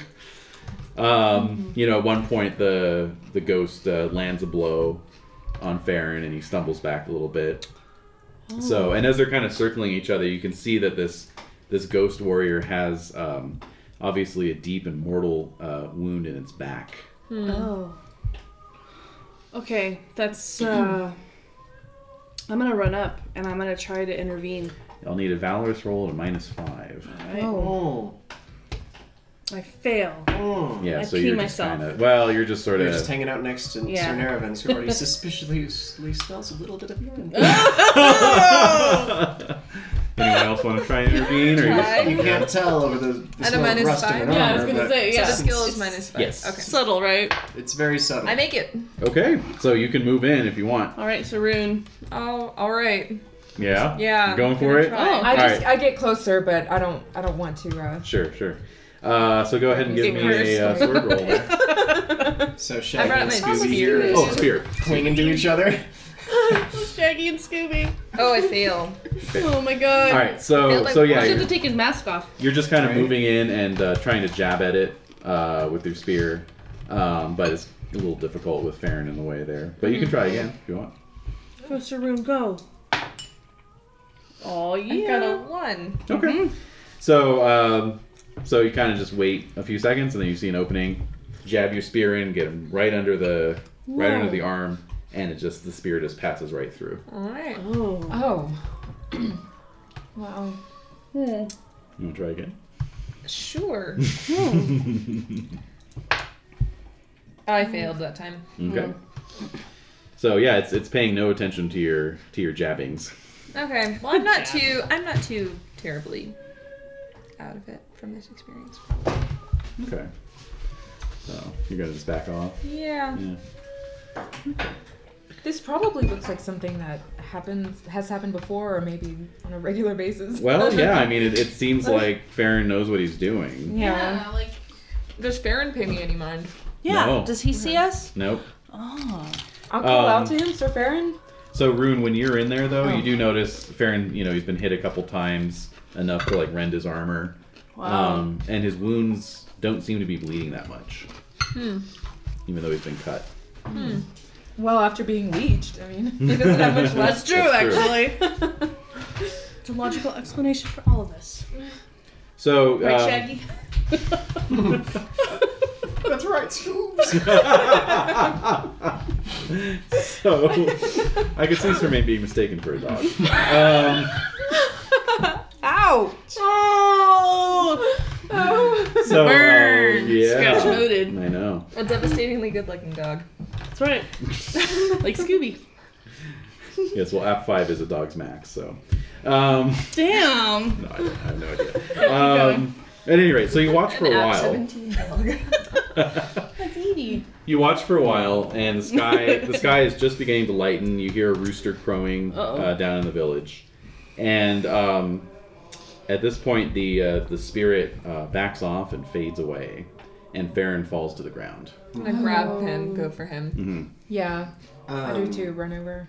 Speaker 1: Um, you know, at one point the the ghost uh, lands a blow on Farron, and he stumbles back a little bit.
Speaker 5: Oh.
Speaker 1: So, and as they're kind of circling each other, you can see that this this ghost warrior has um, obviously a deep and mortal uh, wound in its back.
Speaker 5: Oh. Okay, that's. uh I'm gonna run up and I'm gonna try to intervene.
Speaker 1: I'll need a valorous roll at a minus five.
Speaker 5: Alright.
Speaker 4: Oh.
Speaker 5: I fail.
Speaker 4: oh.
Speaker 1: Yeah, uh,
Speaker 5: I
Speaker 1: so
Speaker 5: pee
Speaker 1: you're
Speaker 5: myself.
Speaker 1: just kind of well, you're just sort
Speaker 4: You're just
Speaker 1: of.
Speaker 4: hanging out next to
Speaker 5: Yeah.
Speaker 4: Sir Nerevans, who already suspiciously smells a little bit of urine.
Speaker 1: Anyone else want to try and intervene, or you just-
Speaker 4: You can't tell over the, the
Speaker 3: At a
Speaker 4: smell of
Speaker 3: minus
Speaker 4: rust in
Speaker 3: five?
Speaker 4: an
Speaker 5: Yeah, I
Speaker 4: armor,
Speaker 5: was gonna
Speaker 4: but
Speaker 5: say,
Speaker 3: So
Speaker 5: yeah.
Speaker 3: the
Speaker 4: since
Speaker 3: skill is
Speaker 4: it's-
Speaker 3: minus five.
Speaker 1: Yes.
Speaker 3: Okay.
Speaker 5: Subtle, right?
Speaker 4: It's very subtle.
Speaker 3: I make it.
Speaker 1: Okay, so you can move in if you want.
Speaker 5: Alright, Sarun.
Speaker 3: Oh, all right.
Speaker 1: Yeah.
Speaker 3: Yeah.
Speaker 1: You going
Speaker 3: I'm
Speaker 1: for
Speaker 3: gonna
Speaker 1: it?
Speaker 3: try.
Speaker 5: Oh.
Speaker 6: I just
Speaker 1: Alright.
Speaker 6: I get closer, but I don't I don't want to. Uh,
Speaker 1: Sure, sure. Uh, so go ahead and give
Speaker 3: Get
Speaker 1: me
Speaker 3: cursed.
Speaker 1: a uh, sword roll. There.
Speaker 4: So Shaggy
Speaker 3: brought
Speaker 4: and
Speaker 3: my
Speaker 4: Scooby
Speaker 3: spear.
Speaker 4: are
Speaker 1: oh, spear.
Speaker 4: clinging to each other.
Speaker 5: Shaggy and Scooby.
Speaker 3: Oh, I fail.
Speaker 5: Oh my god.
Speaker 1: All right. So, so yeah,
Speaker 5: I should
Speaker 1: you're,
Speaker 5: have taken his mask off.
Speaker 1: you're just kind of
Speaker 4: Right.
Speaker 1: moving in and uh, trying to jab at it uh, with your spear, um, but it's a little difficult with Farron in the way there. But you can try again if you want.
Speaker 5: Go, Sarun, go. Oh
Speaker 3: I
Speaker 5: yeah.
Speaker 3: got a one.
Speaker 1: Okay. So, um, so you kind of just wait a few seconds, and then you see an opening. Jab your spear in, get him right under the right under
Speaker 5: Whoa.
Speaker 1: the arm, and it just the spear just passes right through.
Speaker 3: All right.
Speaker 5: Oh.
Speaker 6: oh. wow.
Speaker 5: Hmm.
Speaker 1: You want to try again?
Speaker 6: Hmm.
Speaker 3: Sure.
Speaker 7: I failed that time.
Speaker 1: Okay. So yeah, it's it's paying no attention to your to your jabbings.
Speaker 3: Okay. Well, I'm not too. I'm not too terribly out of it from this experience.
Speaker 1: Okay. So you're gonna just back off.
Speaker 3: Yeah.
Speaker 1: Yeah.
Speaker 8: This probably looks like something that happens has happened before, or maybe on a regular basis.
Speaker 1: Well, yeah. I mean, it, it seems like Farron knows what he's doing.
Speaker 8: yeah.
Speaker 2: like
Speaker 8: Does Farron pay me any mind?
Speaker 5: Yeah.
Speaker 1: No.
Speaker 5: Does he see us?
Speaker 1: Nope.
Speaker 5: Oh.
Speaker 8: I'll call
Speaker 1: Um,
Speaker 8: out to him, Sir Farron.
Speaker 1: So Rune, when you're in there though, you do notice Farron. You know, he's been hit a couple times, enough to like rend his armor.
Speaker 5: Wow.
Speaker 1: Um, and his wounds don't seem to be bleeding that much. Even though he's been cut.
Speaker 8: Well, after being leached, I mean, he doesn't have much left.
Speaker 1: That's true, actually.
Speaker 5: It's a logical explanation for all of this.
Speaker 1: So.
Speaker 5: Right,
Speaker 1: um,
Speaker 5: Shaggy?
Speaker 4: That's right, Scoops.
Speaker 1: so I could see Sermaine being mistaken for a dog. Um,
Speaker 8: Ouch! Oh!
Speaker 1: so
Speaker 7: Burn.
Speaker 1: uh, yeah,
Speaker 7: Scratch noted.
Speaker 1: I know.
Speaker 7: A devastatingly good-looking dog.
Speaker 5: That's right. like Scooby.
Speaker 1: Yes, well, app five is a dog's max, so. Um,
Speaker 5: Damn.
Speaker 1: no, I, don't, I have no idea. Um, at any rate, so you watch for a while.
Speaker 5: That's Edie.
Speaker 1: You watch for a while, and the sky the sky is just beginning to lighten. You hear a rooster crowing uh, down in the village, and um, at this point, the uh, the spirit uh, backs off and fades away, and Farron falls to the ground.
Speaker 7: I grab him, go for him.
Speaker 1: Mm.
Speaker 8: Yeah, I do
Speaker 4: Um,
Speaker 8: too. Run over.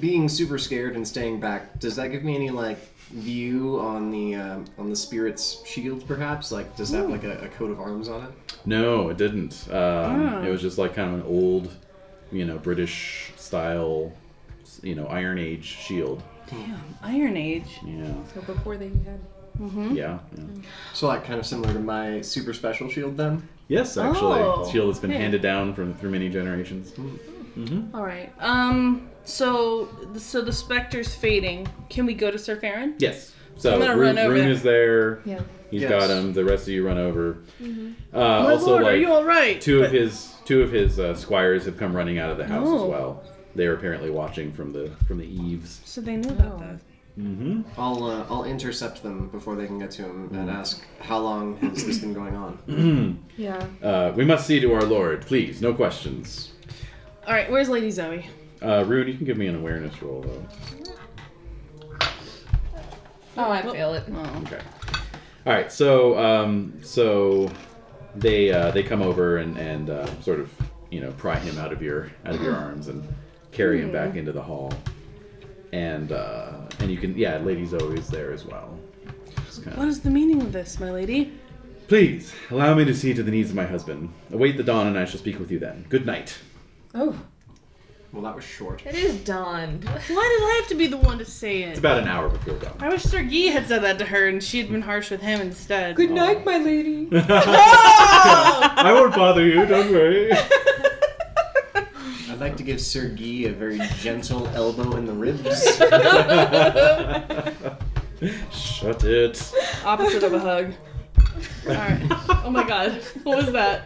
Speaker 4: Being super scared and staying back, does that give me any like view on the um, on the spirit's shield, perhaps? Like, does that have like a, a coat of arms on it?
Speaker 1: No, it didn't. Um,
Speaker 8: Oh.
Speaker 5: Ah.
Speaker 1: It was just like kind of an old, you know, British style, you know, Iron Age shield.
Speaker 5: Damn. Iron Age.
Speaker 1: Yeah,
Speaker 8: So before they had.
Speaker 5: Mm-hmm.
Speaker 1: yeah. yeah.
Speaker 4: So like kind of similar to my super special shield then.
Speaker 1: Yes, actually,
Speaker 5: Oh,
Speaker 1: shield that's been
Speaker 5: okay.
Speaker 1: handed down from through many generations.
Speaker 5: All right. Um. So, so the specter's fading. Can we go to Sir Farron?
Speaker 1: Yes. So
Speaker 7: I'm gonna
Speaker 1: Rune,
Speaker 7: run over.
Speaker 1: Rune is there.
Speaker 8: Yeah.
Speaker 1: He's
Speaker 4: Yes.
Speaker 1: got him. The rest of you run over. Uh,
Speaker 5: Mm-hmm. My
Speaker 1: also,
Speaker 5: lord, are
Speaker 1: like
Speaker 5: you all right?
Speaker 1: two of his two of his uh, squires have come running out of the house
Speaker 5: Oh.
Speaker 1: as well. They are apparently watching from the from the eaves.
Speaker 5: So they knew about
Speaker 8: Oh.
Speaker 5: that.
Speaker 1: Mm-hmm.
Speaker 4: I'll uh, I'll intercept them before they can get to him and ask how long has this been going on.
Speaker 8: Yeah.
Speaker 1: Uh, we must see to our lord, please. No questions.
Speaker 5: All right. Where's Lady Zoe?
Speaker 1: Uh, Rune, you can give me an awareness roll though.
Speaker 7: Oh, I fail it.
Speaker 5: Oh.
Speaker 1: Okay. All right. So um, so they uh, they come over and and uh, sort of you know pry him out of your out of your arms and carry him back into the hall. And uh, and you can yeah, Lady Zoe is there as well. Just kinda-
Speaker 5: What is the meaning of this, my lady?
Speaker 1: Please allow me to see to the needs of my husband. Await the dawn, and I shall speak with you then. Good night.
Speaker 8: Oh.
Speaker 4: Well, that was short.
Speaker 7: It is dawn.
Speaker 5: Why did I have to be the one to say
Speaker 1: It's
Speaker 5: it?
Speaker 1: about an hour before dawn.
Speaker 5: I wish Sir Guy had said that to her and she had been harsh with him instead.
Speaker 8: Good night, my lady.
Speaker 1: I won't bother you. Don't worry.
Speaker 4: I'd like to give Sir Guy a very gentle elbow in the ribs.
Speaker 1: Shut it.
Speaker 7: Opposite of a hug. Oh my god. What was that?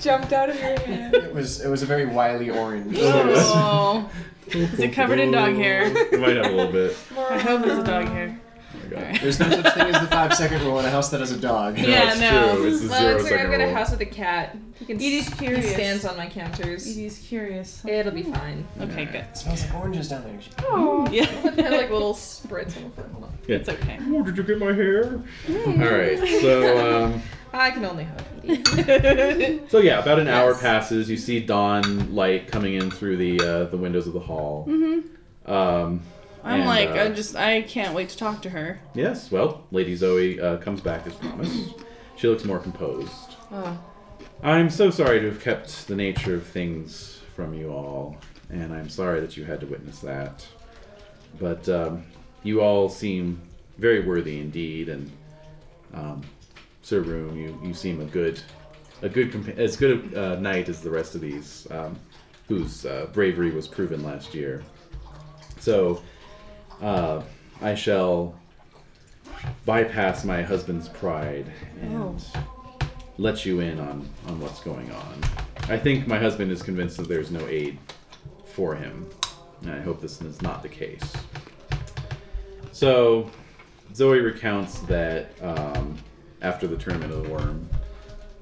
Speaker 8: Jumped out of your hand.
Speaker 4: it was it was a very wily orange.
Speaker 5: Oh.
Speaker 1: Is
Speaker 5: it covered in dog hair?
Speaker 1: It might have a little bit.
Speaker 5: I hope it's a dog hair.
Speaker 1: Oh my God.
Speaker 4: There's no such thing as the five second rule in a house that has a dog.
Speaker 1: No,
Speaker 5: Yeah,
Speaker 1: it's
Speaker 5: no.
Speaker 1: true. It's a
Speaker 7: Well,
Speaker 1: zero
Speaker 7: it's like I've
Speaker 1: second
Speaker 7: got a
Speaker 1: rule.
Speaker 7: house with a cat. He can
Speaker 5: Edie's
Speaker 7: he
Speaker 5: curious.
Speaker 7: stands on my counters.
Speaker 5: Edie's curious.
Speaker 7: It'll be fine.
Speaker 5: Okay, good.
Speaker 4: It smells like oranges down there.
Speaker 5: Yeah.
Speaker 7: They have like little spritz on the front. Hold on.
Speaker 1: Yeah.
Speaker 5: It's okay.
Speaker 1: Oh, did you get my hair? All right. So, um,
Speaker 7: I can only hug Edie.
Speaker 1: so yeah, about an hour
Speaker 7: Yes.
Speaker 1: passes. You see dawn light coming in through the uh, the windows of the hall.
Speaker 5: Mm-hmm.
Speaker 1: Um,
Speaker 5: I'm
Speaker 1: and,
Speaker 5: like,
Speaker 1: uh,
Speaker 5: I'm just, I can't wait to talk to her.
Speaker 1: yes. Well, Lady Zoe uh, comes back as promised. She looks more composed.
Speaker 8: Oh.
Speaker 1: I'm so sorry to have kept the nature of things from you all, and I'm sorry that you had to witness that. But um, you all seem very worthy indeed, and um, Sir Room, you, you seem a good, a good compa- as good a uh, knight as the rest of these, um, whose uh, bravery was proven last year. So uh, I shall bypass my husband's pride and let you in on, on what's going on. I think my husband is convinced that there's no aid for him, and I hope this is not the case. So, Zoe recounts that um, after the tournament of the worm,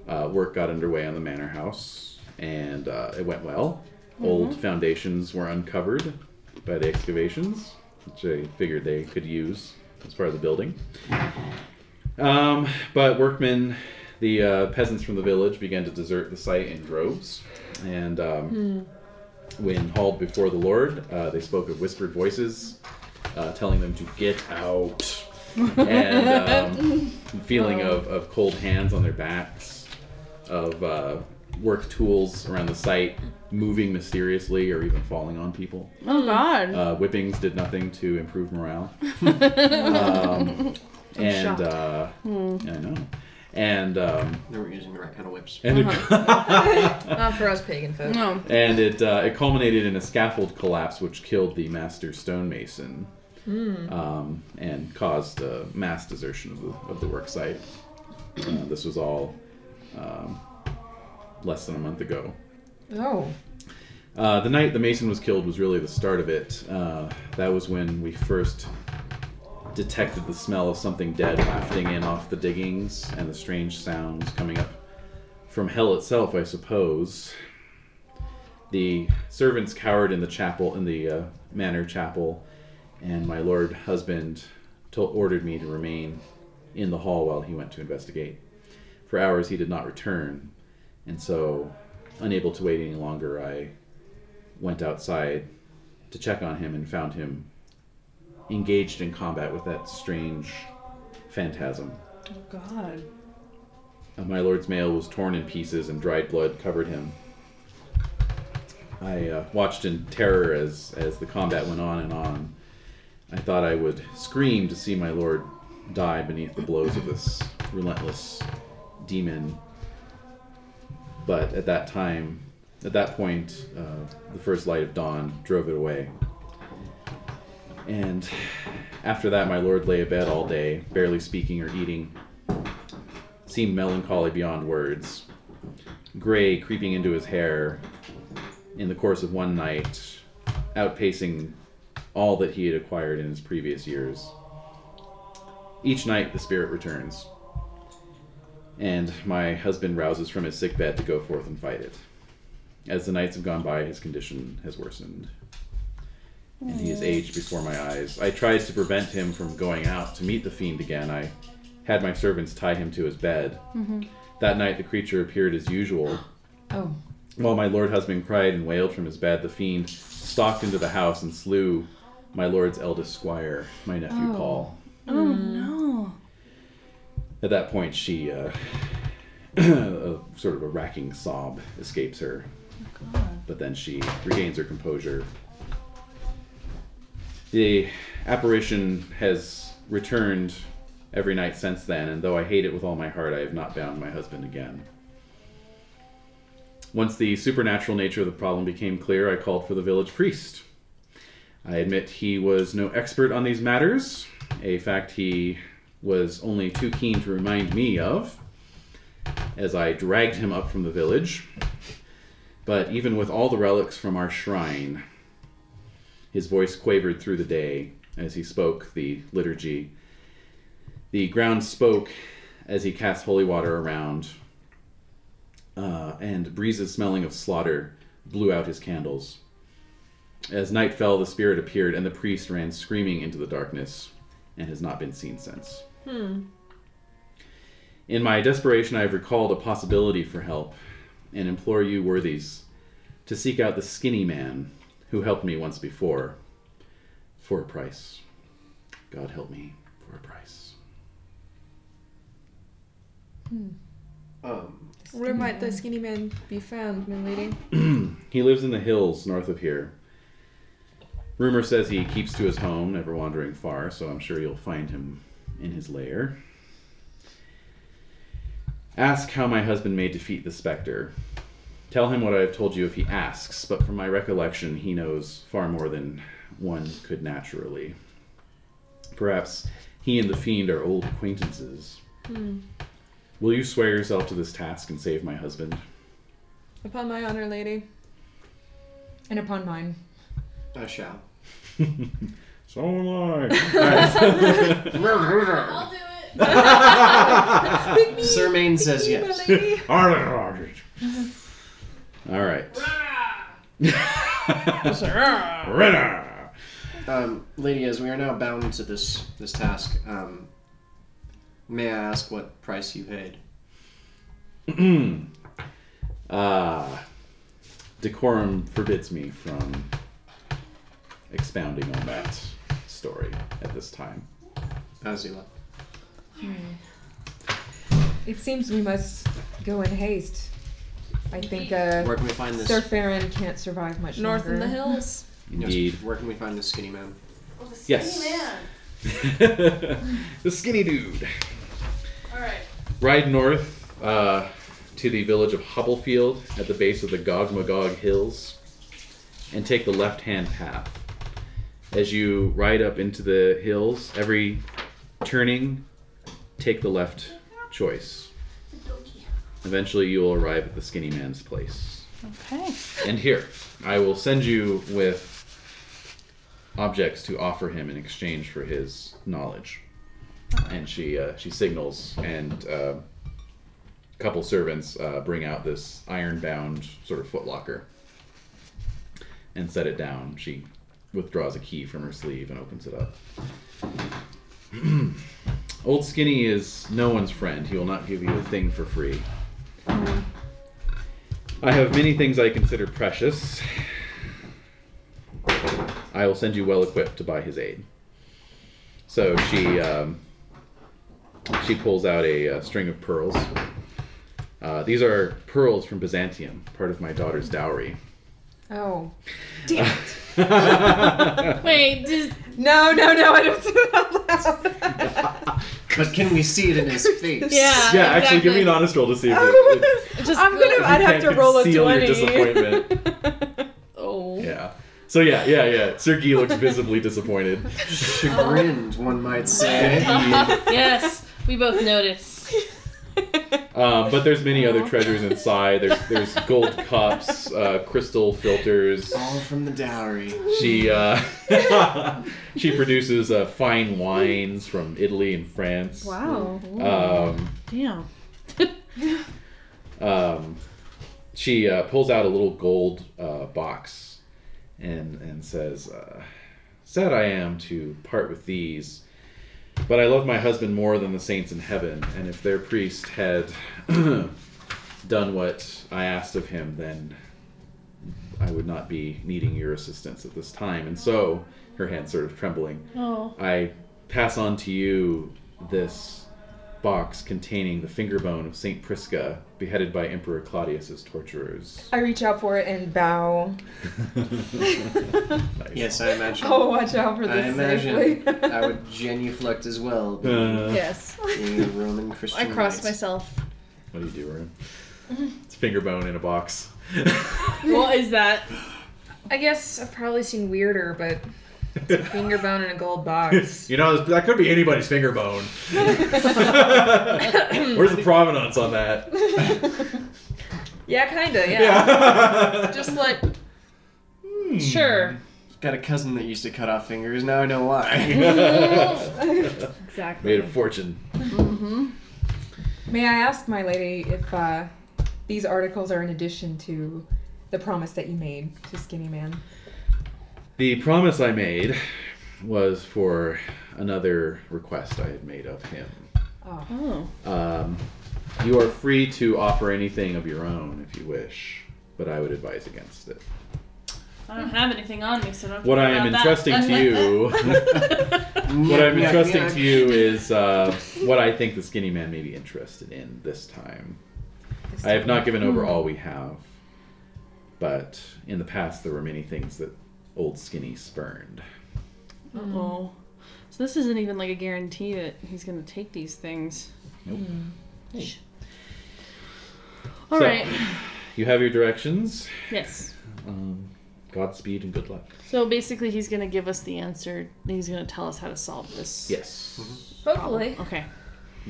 Speaker 1: uh, work got underway on the manor house, and uh, it went well. Old foundations were uncovered by the excavations, which I figured they could use as part of the building. Um, but workmen, the uh, peasants from the village, began to desert the site in droves. And um, when hauled before the Lord, uh, they spoke of whispered voices uh, telling them to get out. and um, feeling of, of cold hands on their backs, of uh, work tools around the site moving mysteriously or even falling on people.
Speaker 5: Oh God.
Speaker 1: Uh, whippings did nothing to improve morale. um, and uh, I know. And um,
Speaker 4: They were using the right kind of whips.
Speaker 1: and it,
Speaker 6: Not for us pagan folk.
Speaker 5: No.
Speaker 1: and it uh, it culminated in a scaffold collapse, which killed the master stonemason, um, and caused a mass desertion of the of the worksite. Uh, this was all um, less than a month ago.
Speaker 8: Oh.
Speaker 1: Uh, the night the Mason was killed was really the start of it. Uh, that was when we first detected the smell of something dead wafting in off the diggings and the strange sounds coming up from hell itself, I suppose. The servants cowered in the chapel, in the uh, manor chapel, and my lord husband to- ordered me to remain in the hall while he went to investigate. For hours he did not return, and so, unable to wait any longer, I went outside to check on him and found him engaged in combat with that strange phantasm.
Speaker 5: Oh God.
Speaker 1: Uh, my lord's mail was torn in pieces and dried blood covered him. I uh, watched in terror as, as the combat went on and on. I thought I would scream to see my lord die beneath the blows of this relentless demon. But at that time, at that point, uh, the first light of dawn drove it away. And after that, my lord lay abed all day, barely speaking or eating seemed melancholy beyond words. Gray creeping into his hair in the course of one night, outpacing all that he had acquired in his previous years. Each night, the spirit returns, and my husband rouses from his sick bed to go forth and fight it. As the nights have gone by, his condition has worsened, and he has
Speaker 5: Mm.
Speaker 1: aged before my eyes. I tried to prevent him from going out to meet the fiend again. I had my servants tie him to his bed.
Speaker 5: Mm-hmm.
Speaker 1: That night, the creature appeared as usual.
Speaker 8: Oh.
Speaker 1: While my lord husband cried and wailed from his bed, the fiend stalked into the house and slew my lord's eldest squire, my nephew
Speaker 8: Oh.
Speaker 1: Paul.
Speaker 5: Oh no.
Speaker 1: At that point, she, uh, a, sort of a racking sob escapes her,
Speaker 5: Oh, God.
Speaker 1: but then she regains her composure. The apparition has returned every night since then, and though I hate it with all my heart, I have not bound my husband again. Once the supernatural nature of the problem became clear, I called for the village priest. I admit he was no expert on these matters, a fact he was only too keen to remind me of as I dragged him up from the village. But even with all the relics from our shrine, his voice quavered through the day as he spoke the liturgy. The ground spoke as he cast holy water around, uh, and breezes smelling of slaughter blew out his candles. As night fell, the spirit appeared, and the priest ran screaming into the darkness and has not been seen since. In my desperation, I have recalled a possibility for help and implore you, worthies, to seek out the skinny man who helped me once before for a price. God help me for a price.
Speaker 4: Um,
Speaker 3: Where might the skinny man be found, my lady?
Speaker 1: He lives in the hills north of here. Rumor says he keeps to his home, never wandering far, so I'm sure you'll find him in his lair. Ask how my husband may defeat the specter. Tell him what I have told you if he asks, but from my recollection, he knows far more than one could naturally. Perhaps he and the fiend are old acquaintances. Will you swear yourself to this task and save my husband?
Speaker 3: Upon my honor, lady.
Speaker 8: And upon mine.
Speaker 4: I shall.
Speaker 9: So am I.
Speaker 2: I'll do it.
Speaker 4: Sir Main says yes.
Speaker 1: Mm-hmm. All right.
Speaker 9: Rena.
Speaker 4: Um, lady, as we are now bound to this this task, um, may I ask what price you paid?
Speaker 1: Uh, decorum forbids me from expounding on that story at this time.
Speaker 4: As you left.
Speaker 8: It seems we must go in haste. I think uh,
Speaker 4: Where can we find this?
Speaker 8: Sir Farron can't survive much
Speaker 3: North
Speaker 8: longer.
Speaker 3: in the hills.
Speaker 4: yes,
Speaker 1: Indeed.
Speaker 4: Where can we find this skinny man?
Speaker 2: Oh, the skinny
Speaker 1: Yes.
Speaker 2: man.
Speaker 1: the skinny dude.
Speaker 2: All right.
Speaker 1: Ride north uh, to the village of Hubblefield at the base of the Gogmagog Hills and take the left hand path. As you ride up into the hills, every turning, take the left choice. Eventually, you will arrive at the skinny man's place.
Speaker 5: Okay.
Speaker 1: And here, I will send you with objects to offer him in exchange for his knowledge. And she uh, she signals, and uh, a couple servants uh, bring out this iron-bound sort of footlocker and set it down. She withdraws a key from her sleeve and opens it up. Old Skinny is no one's friend. He will not give you a thing for free. I have many things I consider precious. I will send you well equipped to buy his aid. So she um, she pulls out a, uh string of pearls. Uh, these are pearls from Byzantium, part of my daughter's dowry.
Speaker 8: Oh.
Speaker 7: Wait, does,
Speaker 8: No, no, no, I don't say that out loud.
Speaker 4: But can we see it in his face?
Speaker 7: yeah,
Speaker 9: Yeah, actually, give me
Speaker 7: exactly.
Speaker 9: an honest roll to see if
Speaker 8: Oh,
Speaker 9: it. if-
Speaker 7: Just
Speaker 8: I'm
Speaker 7: go-
Speaker 8: gonna. I'd have to
Speaker 9: can't
Speaker 8: roll a
Speaker 9: conceal your
Speaker 8: twenty.
Speaker 9: disappointment.
Speaker 7: Oh.
Speaker 9: Yeah. So yeah, yeah, yeah. Sir Guy looks visibly disappointed.
Speaker 4: Chagrined, one might say.
Speaker 7: yes, we both notice.
Speaker 1: Um, but there's many other treasures inside. There's there's gold cups, uh, crystal filters.
Speaker 4: All from the dowry.
Speaker 1: She uh, she produces uh, fine wines from Italy and France.
Speaker 5: Wow.
Speaker 1: Um,
Speaker 5: Damn.
Speaker 1: um, she uh, pulls out a little gold uh, box and and says, uh, "Sad I am to part with these, but I love my husband more than the saints in heaven. And if their priest had done what I asked of him, then I would not be needing your assistance at this time. And so, her hand sort of trembling,
Speaker 5: Oh.
Speaker 1: I pass on to you this box containing the finger bone of Saint Prisca, beheaded by Emperor Claudius's torturers.
Speaker 8: I reach out for it and bow.
Speaker 4: Yes, I imagine.
Speaker 8: Oh, watch out for this
Speaker 4: I imagine
Speaker 8: safely.
Speaker 4: I would genuflect as well,
Speaker 1: Uh,
Speaker 5: Yes.
Speaker 4: being a Roman Christian.
Speaker 5: I crossed
Speaker 4: knight.
Speaker 5: myself.
Speaker 1: what do you do, Rune? It's finger bone in a box.
Speaker 7: What is that?
Speaker 3: I guess I've probably seen weirder, but it's a finger bone in a gold box.
Speaker 9: You know, that could be anybody's finger bone. Where's the provenance on that?
Speaker 3: yeah, kinda. Yeah.
Speaker 9: Yeah.
Speaker 3: Just like
Speaker 7: Sure.
Speaker 4: Got a cousin that used to cut off fingers. Now I know why.
Speaker 5: Exactly.
Speaker 1: Made a fortune.
Speaker 8: May I ask, my lady, if uh, these articles are in addition to the promise that you made to Skinny Man?
Speaker 1: The promise I made was for another request I had made of him.
Speaker 8: Oh.
Speaker 5: Oh.
Speaker 1: Um, you are free to offer anything of your own if you wish, but I would advise against it.
Speaker 7: I don't have anything on me, so don't.
Speaker 1: What I
Speaker 7: worry
Speaker 1: am
Speaker 7: about
Speaker 1: entrusting
Speaker 7: that.
Speaker 1: to you. What I'm
Speaker 4: Yeah,
Speaker 1: entrusting
Speaker 4: yeah.
Speaker 1: to you is uh, what I think the skinny man may be interested in this time. I have not given over all we have, but in the past there were many things that old skinny spurned.
Speaker 7: Oh. So this isn't even like a guarantee that he's gonna take these things.
Speaker 1: Nope.
Speaker 7: Shh. All
Speaker 1: So-
Speaker 7: right.
Speaker 1: You have your directions.
Speaker 7: Yes.
Speaker 1: Um, Godspeed and good luck.
Speaker 7: So basically, he's gonna give us the answer. He's gonna tell us how to solve this.
Speaker 1: Yes.
Speaker 7: problem.
Speaker 3: hopefully.
Speaker 1: Mm-hmm.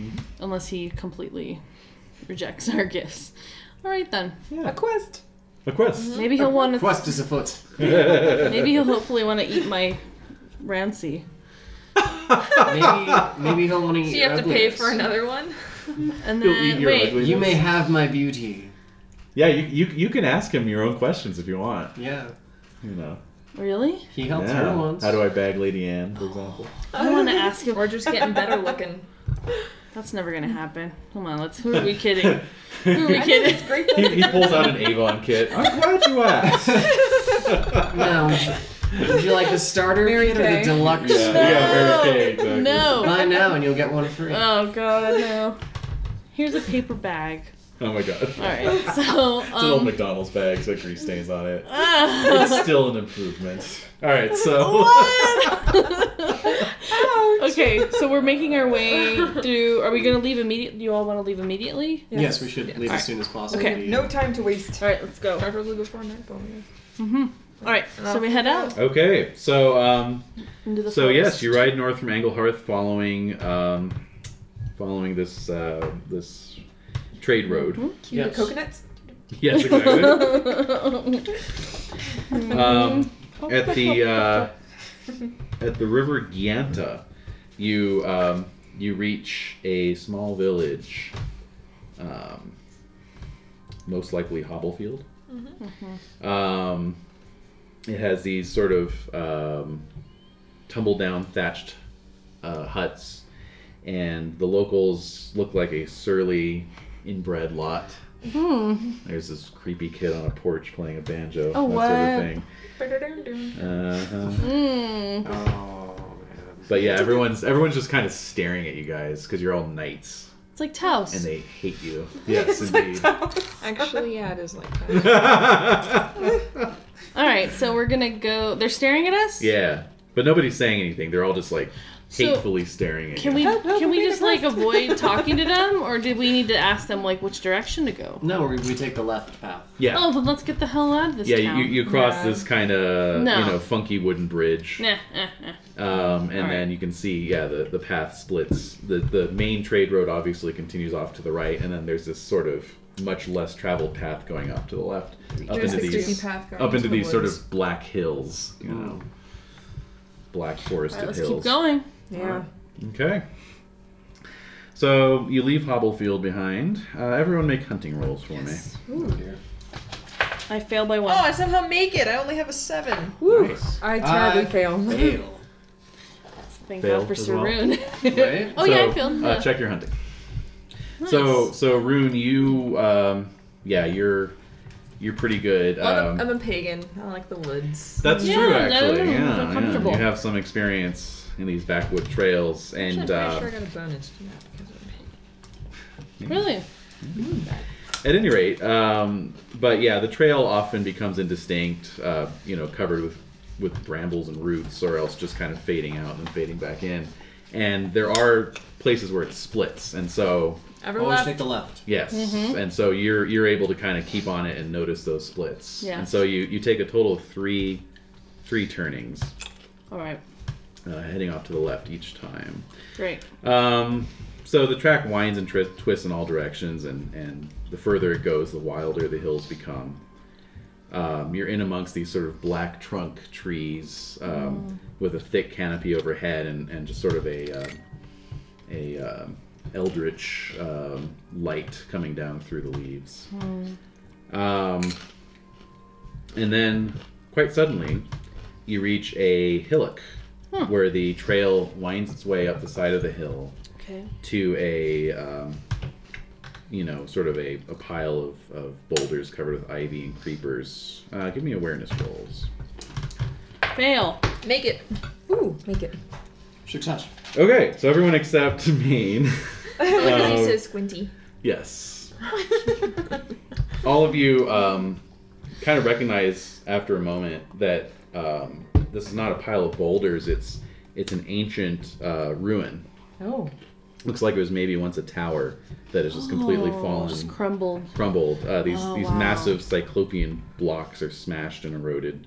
Speaker 7: Okay. Unless he completely rejects our gifts.
Speaker 5: All right then.
Speaker 10: Mm-hmm.
Speaker 11: A quest.
Speaker 10: A
Speaker 7: Hmm?
Speaker 10: quest.
Speaker 5: Maybe he'll want to.
Speaker 4: Quest is afoot.
Speaker 5: Maybe he'll hopefully want to eat my Rancy,
Speaker 4: Maybe, maybe he'll want to eat
Speaker 3: So you
Speaker 4: your
Speaker 3: have to pay
Speaker 4: ugliness.
Speaker 3: for another one?
Speaker 5: and
Speaker 10: He'll eat
Speaker 5: then
Speaker 10: your
Speaker 5: wait.
Speaker 10: ugliness.
Speaker 4: You may have my beauty.
Speaker 10: Yeah, you, you you can ask him your own questions if you want.
Speaker 4: Yeah.
Speaker 10: You know.
Speaker 5: Really?
Speaker 4: He helped
Speaker 10: Yeah.
Speaker 4: her once.
Speaker 10: How do I bag Lady Anne, for example?
Speaker 5: I want to ask him.
Speaker 3: We're just getting better looking.
Speaker 5: That's never gonna happen. Come on, let's. Who are we kidding? Who are we kidding?
Speaker 10: he, he pulls out an Avon kit. I'm glad you asked.
Speaker 4: Now, would you like the starter kit or the
Speaker 11: Kay.
Speaker 4: deluxe?
Speaker 10: Yeah, yeah, Mary Kay, exactly.
Speaker 5: No.
Speaker 4: Buy now and you'll get one free.
Speaker 3: Uh,
Speaker 5: Oh god, no. Here's a paper bag.
Speaker 10: Oh my god.
Speaker 5: All right. So
Speaker 10: It's an old
Speaker 5: um.
Speaker 10: McDonald's bag, it's got grease stains on it. It's
Speaker 5: ah.
Speaker 10: still an improvement. All right, so
Speaker 5: okay, so we're making our way through. Are we gonna leave immediately? You all want to leave immediately?
Speaker 4: yes. we should leave as soon as possible.
Speaker 5: Okay.
Speaker 4: We-
Speaker 11: No time to waste.
Speaker 5: All right, let's go.
Speaker 3: Preferably before nightfall.
Speaker 5: Mm-hmm. All right, so we head out
Speaker 1: Okay, so um,
Speaker 5: into the
Speaker 1: so yes,
Speaker 5: forest.
Speaker 1: you ride north from Anglehearth, following um, following this uh, this trade road.
Speaker 5: Mm-hmm.
Speaker 11: Cue the
Speaker 4: Yes.
Speaker 11: coconuts.
Speaker 1: Yes, exactly. um,
Speaker 5: Mm-hmm.
Speaker 1: at the uh, at the river Gianta, you um, you reach a small village, um, most likely Hobblefield.
Speaker 5: Mm-hmm.
Speaker 1: Um, it has these sort of um, tumble down thatched uh, huts, and the locals look like a surly, inbred lot.
Speaker 5: Hmm.
Speaker 1: There's this creepy kid on a porch playing a banjo.
Speaker 5: Oh,
Speaker 1: that
Speaker 5: what?
Speaker 1: sort of thing. Uh-huh.
Speaker 5: Mm.
Speaker 4: Oh, man.
Speaker 1: But yeah, everyone's everyone's just kind of staring at you guys because you're all knights
Speaker 5: It's like Taos.
Speaker 1: and they hate you. Yes, indeed.
Speaker 3: Actually, yeah, it is like that.
Speaker 5: All right, so we're gonna go. They're staring at us.
Speaker 1: yeah, but nobody's saying anything. They're all just like
Speaker 5: So-
Speaker 1: hatefully staring at
Speaker 5: Can
Speaker 1: you.
Speaker 5: we
Speaker 11: Help, help,
Speaker 5: can we
Speaker 11: we're
Speaker 5: just like avoid talking to them, or do we need to ask them like which direction to go?
Speaker 4: No, we, we take the left path.
Speaker 1: Yeah,
Speaker 5: Oh, then let's get the hell out of this
Speaker 1: yeah.
Speaker 5: town.
Speaker 1: You, you cross
Speaker 11: Yeah.
Speaker 1: this kind of you
Speaker 5: No.
Speaker 1: know funky wooden bridge,
Speaker 5: Nah, eh, eh.
Speaker 1: um, and
Speaker 5: All right.
Speaker 1: then you can see yeah the, the path splits. The the main trade road obviously continues off to the right, and then there's this sort of much less traveled path going off to the left, up
Speaker 3: There's
Speaker 1: into
Speaker 3: the creepy
Speaker 1: these
Speaker 3: path going
Speaker 1: up into
Speaker 3: the
Speaker 1: these sort
Speaker 3: woods. Mm.
Speaker 1: of black hills, you know, black forested
Speaker 5: All right, let's
Speaker 1: hills.
Speaker 5: keep going.
Speaker 11: Yeah.
Speaker 1: Okay. So you leave Hobblefield behind. Uh, everyone make hunting rolls for
Speaker 4: Oh, dear.
Speaker 5: I fail by
Speaker 3: Oh,
Speaker 5: one.
Speaker 3: I somehow make it. I only have a seven.
Speaker 1: me. Nice. um,
Speaker 11: I terribly
Speaker 4: I
Speaker 11: fail.
Speaker 4: Fail.
Speaker 5: Thank
Speaker 1: failed
Speaker 5: God for
Speaker 1: as well.
Speaker 5: Saroon.
Speaker 4: Right?
Speaker 5: oh
Speaker 1: so,
Speaker 5: yeah, I failed.
Speaker 1: Uh,
Speaker 5: yeah.
Speaker 1: check your hunting.
Speaker 5: Nice.
Speaker 1: So so Rune, you um, yeah you're you're pretty good.
Speaker 3: I'm, a,
Speaker 1: Um,
Speaker 3: I'm a pagan. I like the woods.
Speaker 1: that's
Speaker 5: Yeah,
Speaker 1: true
Speaker 5: no,
Speaker 1: actually.
Speaker 5: I'm
Speaker 1: yeah, yeah.
Speaker 5: comfortable.
Speaker 1: you have some experience in these backwood trails, and
Speaker 3: Actually, I'm
Speaker 1: uh,
Speaker 3: pretty sure I got a bonus to that because of
Speaker 5: really?
Speaker 1: at any rate, um, but yeah, the trail often becomes indistinct, uh, you know, covered with, with brambles and roots, or else just kind of fading out and fading back in. And there are places where it splits, and so
Speaker 11: Oh,
Speaker 3: ever
Speaker 4: Always
Speaker 3: left.
Speaker 4: take the left.
Speaker 1: yes,
Speaker 5: Mm-hmm.
Speaker 1: and so you're you're able to kind of keep on it and notice those splits.
Speaker 5: Yeah.
Speaker 1: And so you you take a total of three three turnings,
Speaker 5: All right,
Speaker 1: uh, heading off to the left each time.
Speaker 5: great.
Speaker 1: Um, so the track winds and tri- twists in all directions, and, and the further it goes, the wilder the hills become. Um, you're in amongst these sort of black trunk trees um, with a thick canopy overhead and, and just sort of a, um a um eldritch um, light coming down through the leaves. Um, and then, quite suddenly, you reach a hillock where the trail winds its way up the side of the hill
Speaker 5: Okay.
Speaker 1: to a, um, you know, sort of a, a pile of, of boulders covered with ivy and creepers. Uh, give me awareness rolls.
Speaker 5: Fail.
Speaker 3: Make it.
Speaker 11: Ooh, make it.
Speaker 4: Success.
Speaker 1: Okay, so everyone except Maine.
Speaker 3: Look at me
Speaker 1: Um,
Speaker 3: so uh, squinty.
Speaker 1: Yes. All of you um, kind of recognize after a moment that um, this is not a pile of boulders. It's it's an ancient uh, ruin.
Speaker 11: Oh.
Speaker 1: Looks like it was maybe once a tower that has just completely
Speaker 5: Oh,
Speaker 1: fallen,
Speaker 5: Just crumbled.
Speaker 1: crumbled. Uh, these
Speaker 5: Oh,
Speaker 1: these
Speaker 5: wow.
Speaker 1: massive cyclopean blocks are smashed and eroded,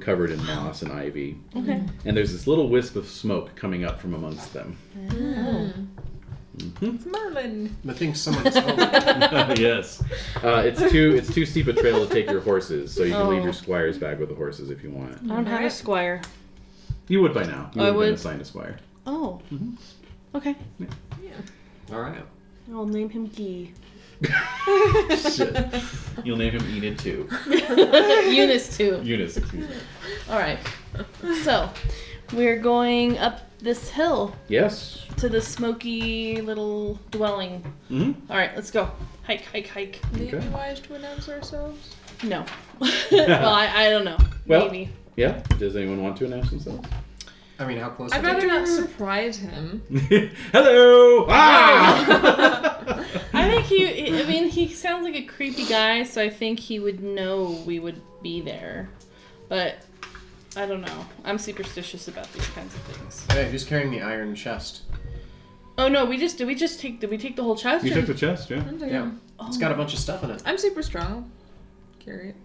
Speaker 1: covered in moss and ivy.
Speaker 5: Okay.
Speaker 1: And there's this little wisp of smoke coming up from amongst them.
Speaker 12: It's Merlin.
Speaker 4: I think someone's home.
Speaker 1: yes. Uh, it's too it's too steep a trail to take your horses, so you can leave
Speaker 5: Oh.
Speaker 1: your squires back with the horses if you want.
Speaker 5: I don't have a squire.
Speaker 1: You would by now. You would
Speaker 5: I
Speaker 1: have been
Speaker 5: would.
Speaker 1: assigned a squire.
Speaker 5: Oh.
Speaker 1: Mhm.
Speaker 5: Okay.
Speaker 4: All right.
Speaker 5: I'll name him Gee.
Speaker 1: Shit. You'll name him Enid too.
Speaker 5: Eunice too.
Speaker 1: Eunice, excuse me.
Speaker 5: All right. So, we're going up this hill
Speaker 1: Yes.
Speaker 5: to the smoky little dwelling.
Speaker 1: hmm
Speaker 5: All right, let's go. Hike, hike, hike.
Speaker 3: Maybe
Speaker 1: Okay.
Speaker 3: wise to announce ourselves.
Speaker 5: No. well, I, I don't know.
Speaker 1: Well-
Speaker 5: Maybe.
Speaker 1: Yeah. Does anyone want to announce themselves?
Speaker 4: I mean, how close?
Speaker 3: I'd
Speaker 4: are they?
Speaker 3: rather not surprise him.
Speaker 1: Hello. Ah.
Speaker 5: I think he. I mean, he sounds like a creepy guy, so I think he would know we would be there. But I don't know. I'm superstitious about these kinds of things.
Speaker 4: Hey, who's carrying the iron chest?
Speaker 5: Oh no, we just did. We just take. Did we take the whole chest?
Speaker 1: you
Speaker 5: or-
Speaker 1: took the chest, yeah.
Speaker 3: I'm,
Speaker 4: Yeah,
Speaker 3: taking-
Speaker 4: it's got a bunch of stuff in it.
Speaker 3: I'm super strong. Carry it.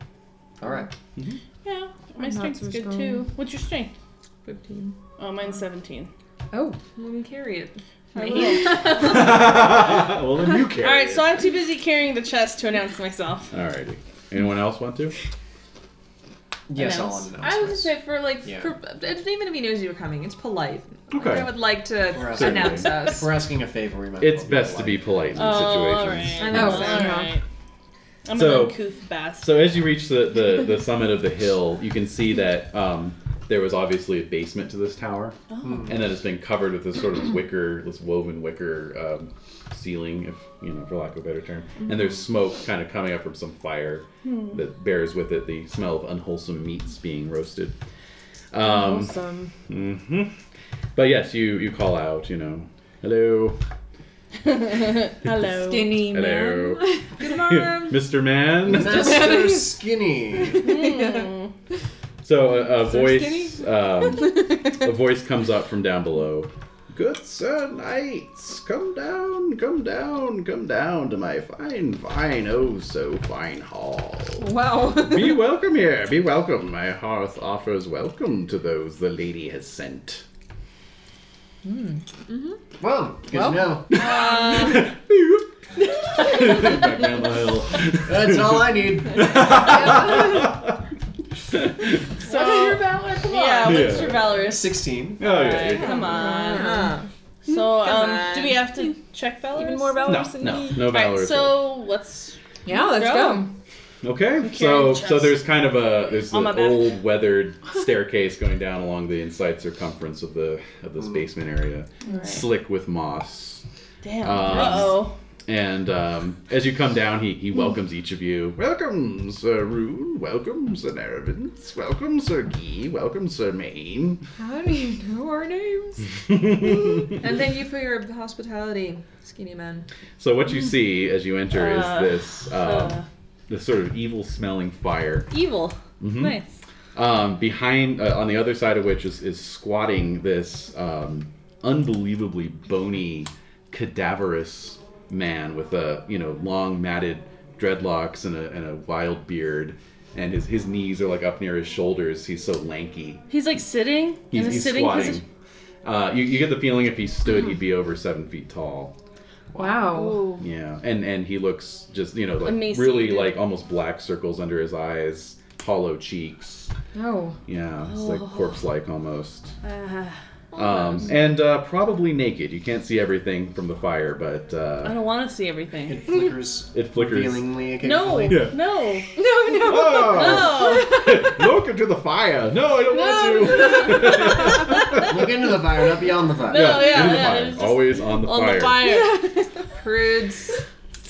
Speaker 4: All right.
Speaker 5: yeah, my
Speaker 12: I'm not
Speaker 5: strength's
Speaker 12: so
Speaker 5: good
Speaker 12: strong.
Speaker 5: too. What's your strength?
Speaker 3: 15.
Speaker 5: Oh, mine's 17.
Speaker 12: Oh,
Speaker 3: Well, then carry it.
Speaker 1: well, then you carry
Speaker 5: All right,
Speaker 1: it.
Speaker 5: so I'm too busy carrying the chest to announce myself.
Speaker 1: Alrighty. Anyone else want to?
Speaker 4: Yes, I'll
Speaker 5: Announce.
Speaker 4: announce.
Speaker 3: I was gonna
Speaker 4: this.
Speaker 3: say for like,
Speaker 4: Yeah.
Speaker 3: for, even if he knows you were coming, it's polite. Like,
Speaker 1: Okay.
Speaker 3: I would like
Speaker 4: We're
Speaker 3: to
Speaker 4: asking-
Speaker 3: announce
Speaker 4: If
Speaker 3: us.
Speaker 4: we're asking a favor, we might.
Speaker 1: It's
Speaker 4: well
Speaker 1: best to be polite
Speaker 4: polite.
Speaker 1: in these
Speaker 5: Oh, all
Speaker 1: situations.
Speaker 5: right.
Speaker 12: I know,
Speaker 5: All
Speaker 12: so-
Speaker 5: right. I'm
Speaker 1: So-
Speaker 5: an uncouth bastard.
Speaker 1: So as you reach the, the, the summit of the hill, you can see that um, there was obviously a basement to this tower,
Speaker 4: Hmm.
Speaker 1: and that it's been covered with this sort of wicker, this woven wicker um, ceiling, if you know, for lack of a better term. And there's smoke kind of coming up from some fire that bears with it the smell of unwholesome meats being roasted. Um,
Speaker 5: Awesome.
Speaker 1: hmm But yes, you you call out, you know, hello,
Speaker 5: Hello.
Speaker 12: skinny
Speaker 1: hello,
Speaker 3: Good morning.
Speaker 1: Mr. Man.
Speaker 4: Master Skinny.
Speaker 1: So a, a
Speaker 3: So
Speaker 1: voice, um, a voice comes up from down below. Good sir knights, come down, come down, come down to my fine, fine, oh so fine hall.
Speaker 3: wow.
Speaker 1: Be welcome here, be welcome. My hearth offers welcome to those the lady has sent.
Speaker 4: Well, good to know. Uh.
Speaker 1: Back down the hill.
Speaker 4: That's all I need.
Speaker 1: Oh,
Speaker 5: So, yeah, what's
Speaker 1: Yeah.
Speaker 5: your valorous?
Speaker 4: Sixteen.
Speaker 1: Oh yeah,
Speaker 5: Alright,
Speaker 1: yeah.
Speaker 5: come on.
Speaker 3: Uh,
Speaker 5: So,
Speaker 3: Come
Speaker 5: um, do we
Speaker 3: on.
Speaker 5: have to check valorous?
Speaker 3: even more
Speaker 1: No,
Speaker 3: valorous than
Speaker 1: no,
Speaker 3: me.
Speaker 1: no
Speaker 5: All right,
Speaker 1: valor. at all.
Speaker 5: so let's.
Speaker 12: Yeah, let's
Speaker 5: go.
Speaker 12: go.
Speaker 1: Okay, so
Speaker 5: chest.
Speaker 1: so there's kind of a there's
Speaker 5: On
Speaker 1: an
Speaker 5: my back.
Speaker 1: old weathered staircase going down along the inside circumference of the of this basement area, slick with moss. Um,
Speaker 5: Damn. Uh oh.
Speaker 1: And um, as you come down, he,
Speaker 5: Hmm.
Speaker 1: he welcomes each of you. Welcome, Sir Rune. Welcome, Sir Nerevins. Welcome, Sir Guy. Welcome, Sir Maine.
Speaker 3: How do you know our names?
Speaker 1: so
Speaker 3: And thank you for your hospitality, skinny man.
Speaker 1: what you see as you enter
Speaker 5: Hmm. Uh,
Speaker 1: is this um, this sort of evil smelling fire.
Speaker 5: Evil.
Speaker 1: Mm-hmm.
Speaker 5: Nice.
Speaker 1: um, behind uh, on the other side of which is, is squatting this um, unbelievably bony cadaverous man with a you know long matted dreadlocks and a, and a wild beard and his, his knees are like up near his shoulders he's so lanky
Speaker 5: He's like sitting
Speaker 1: he's,
Speaker 5: in a
Speaker 1: he's
Speaker 5: sitting
Speaker 1: squatting
Speaker 5: position.
Speaker 1: uh, you, you get the feeling if he stood he'd be over seven feet tall
Speaker 12: Wow.
Speaker 5: Ooh.
Speaker 1: yeah and and he looks just you know like
Speaker 5: Emaciated.
Speaker 1: really like almost black circles under his eyes hollow cheeks
Speaker 12: Oh.
Speaker 1: yeah, it's like corpse-like almost.
Speaker 5: Ah,
Speaker 1: Um, and uh, probably naked. You can't see everything from the fire, but
Speaker 5: I
Speaker 1: uh,
Speaker 5: don't want to see everything.
Speaker 4: It flickers
Speaker 1: it flickers.
Speaker 4: feelingly
Speaker 5: No,
Speaker 4: occasionally.
Speaker 1: Yeah.
Speaker 5: no,
Speaker 1: Oh,
Speaker 5: no.
Speaker 1: look into the fire! No, I don't want to.
Speaker 4: Look into the fire, not beyond the fire.
Speaker 5: No. Oh, yeah,
Speaker 1: into the
Speaker 5: yeah,
Speaker 1: fire.
Speaker 5: it was just
Speaker 1: Always on the
Speaker 5: On
Speaker 1: fire.
Speaker 5: the fire.
Speaker 3: Prudes.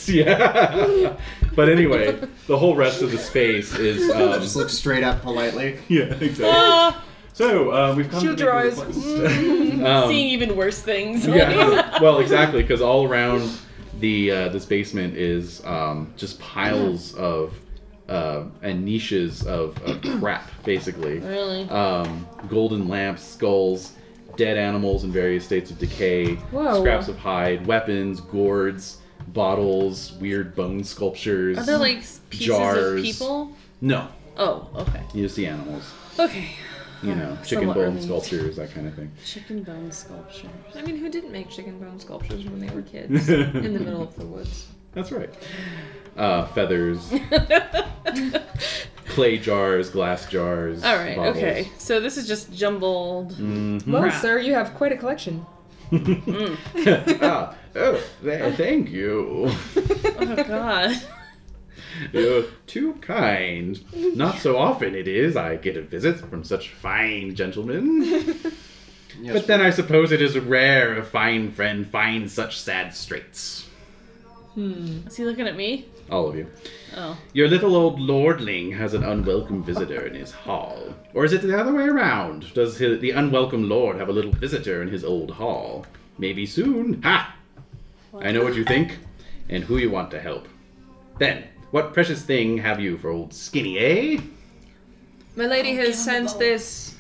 Speaker 1: yeah. but anyway, the whole rest of the space is. Um,
Speaker 4: Just look straight up politely.
Speaker 1: yeah, exactly.
Speaker 5: Ah,
Speaker 1: so uh, we've come
Speaker 3: Shield
Speaker 1: to
Speaker 3: your
Speaker 1: the
Speaker 3: eyes.
Speaker 1: big place. um,
Speaker 5: seeing even worse things.
Speaker 1: yeah. Well, exactly, because all around the uh, this basement is um, just piles of uh, and niches of, of crap, basically.
Speaker 5: really.
Speaker 1: Um, golden lamps, skulls, dead animals in various states of decay,
Speaker 12: Whoa.
Speaker 1: scraps of hide, weapons, gourds, bottles, weird bone sculptures.
Speaker 5: Are there like pieces
Speaker 1: jars.
Speaker 5: of people?
Speaker 1: no,
Speaker 5: Oh, okay.
Speaker 1: you just see animals.
Speaker 5: Okay.
Speaker 1: you know, chicken
Speaker 7: Somewhat
Speaker 1: bone
Speaker 7: removed.
Speaker 1: sculptures, that kind of thing.
Speaker 7: Chicken bone sculpture.
Speaker 3: I mean, who didn't make chicken bone sculptures when they were kids in the middle of the woods?
Speaker 1: That's right. Uh, feathers, clay jars, glass jars.
Speaker 7: All right. Okay. So this is just jumbled.
Speaker 1: Mm-hmm.
Speaker 8: Well,
Speaker 7: Crap.
Speaker 8: sir, you have quite a collection.
Speaker 7: mm.
Speaker 1: ah, oh, th- thank you.
Speaker 7: Oh God.
Speaker 1: You're too kind. Not so often it is I get a visit from such fine gentlemen.
Speaker 4: Yes,
Speaker 1: But then I suppose it is rare a fine friend finds such sad straits.
Speaker 7: Is he looking at me?
Speaker 1: All of you.
Speaker 7: Oh.
Speaker 1: Your little old lordling has an unwelcome visitor in his hall. Or is it the other way around? Does hi the unwelcome lord have a little visitor in his old hall? Maybe soon. Ha! I know what you think and who you want to help. Then, what precious thing have you for old Skinny, eh?
Speaker 3: My lady has sent this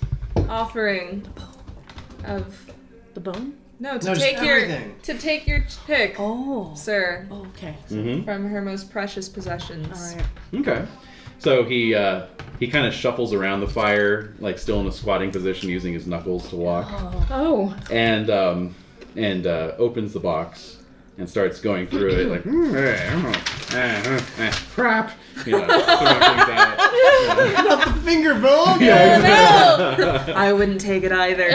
Speaker 3: offering of
Speaker 7: The bone?
Speaker 3: no to
Speaker 4: No, just
Speaker 3: take your
Speaker 4: everything.
Speaker 3: to take your pick,
Speaker 7: Oh.
Speaker 3: sir,
Speaker 7: Okay.
Speaker 1: Mm
Speaker 3: from her most precious possessions.
Speaker 7: All right.
Speaker 1: hmm. Okay. So he, uh, he kind of shuffles around the fire, like still in a squatting position, using his knuckles to walk.
Speaker 8: Oh,
Speaker 1: and um, and uh, opens the box and starts going through it like "Mm, eh, mm, eh, mm, eh, crap, you know, throwing things out.
Speaker 4: not the finger bone.
Speaker 3: I wouldn't take it either.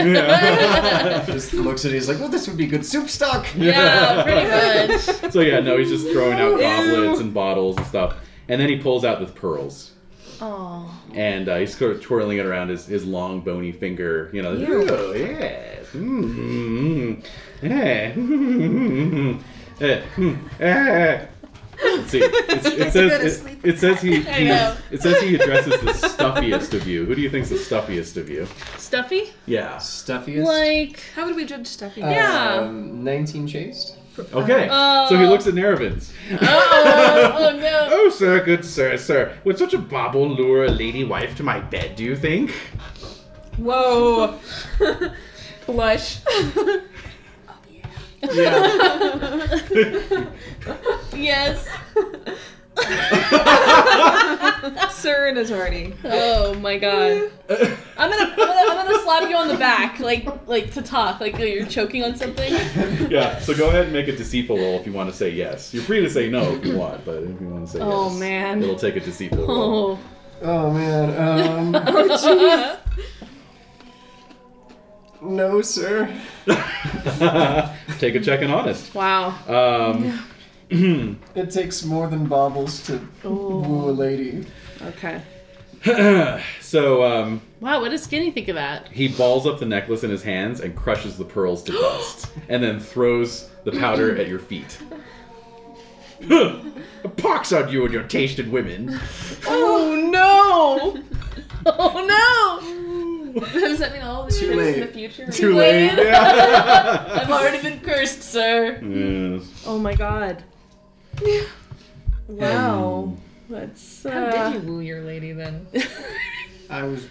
Speaker 4: just looks at it. He's like, "Well, this would be good soup stock."
Speaker 7: Yeah, pretty much.
Speaker 1: So yeah, no, he's just throwing out goblets and bottles and stuff, and then he pulls out the pearls.
Speaker 7: Oh.
Speaker 1: And uh, he's sort of twirling it around his, his long bony finger, you know. like, Oh yes, mm, mm, eh, mm, mm, eh, mm, eh." Let's see. It's, it says it, it says he, he
Speaker 7: know.
Speaker 1: it says he addresses the stuffiest of you. Who do you think's the stuffiest of you?
Speaker 7: Stuffy?
Speaker 1: Yeah.
Speaker 4: Stuffiest.
Speaker 7: Like.
Speaker 3: How would we judge stuffy?
Speaker 4: Um,
Speaker 7: yeah.
Speaker 4: Nineteen chased.
Speaker 1: Okay.
Speaker 7: Oh.
Speaker 1: so he looks at Nerevins.
Speaker 7: Oh, oh no.
Speaker 1: Oh, sir, good sir, sir. Would such a bauble lure a lady wife to my bed? Do you think?
Speaker 8: whoa. Blush.
Speaker 1: Yeah.
Speaker 7: Yes.
Speaker 3: Sir and his party.
Speaker 7: Oh my god. I'm gonna, I'm gonna I'm gonna slap you on the back, like like to talk, like you're choking on something.
Speaker 1: yeah. So go ahead and make a deceitful roll if you want to say yes. You're free to say no if you want, but if you want to say
Speaker 7: Oh,
Speaker 1: yes,
Speaker 7: man.
Speaker 1: it'll take a deceitful roll.
Speaker 7: Oh.
Speaker 4: Oh man. Um, no, sir.
Speaker 1: take a check and honest.
Speaker 7: wow.
Speaker 1: Um,
Speaker 4: It takes more than baubles to woo a lady.
Speaker 7: Okay.
Speaker 1: so um,
Speaker 7: Wow. What does Skinny think of that?
Speaker 1: he balls up the necklace in his hands and crushes the pearls to dust, and then throws the powder at your feet. a pox on you and your taste in women.
Speaker 7: Oh no. Oh
Speaker 3: Does that mean all the
Speaker 4: Too
Speaker 3: shit in the
Speaker 4: late.
Speaker 3: future?
Speaker 7: no. Too late.
Speaker 1: Yeah.
Speaker 7: I've already been cursed, sir.
Speaker 1: Yes.
Speaker 5: Oh my god. Wow.
Speaker 7: Um,
Speaker 5: That's. Uh,
Speaker 3: How did you woo your lady then?
Speaker 4: I was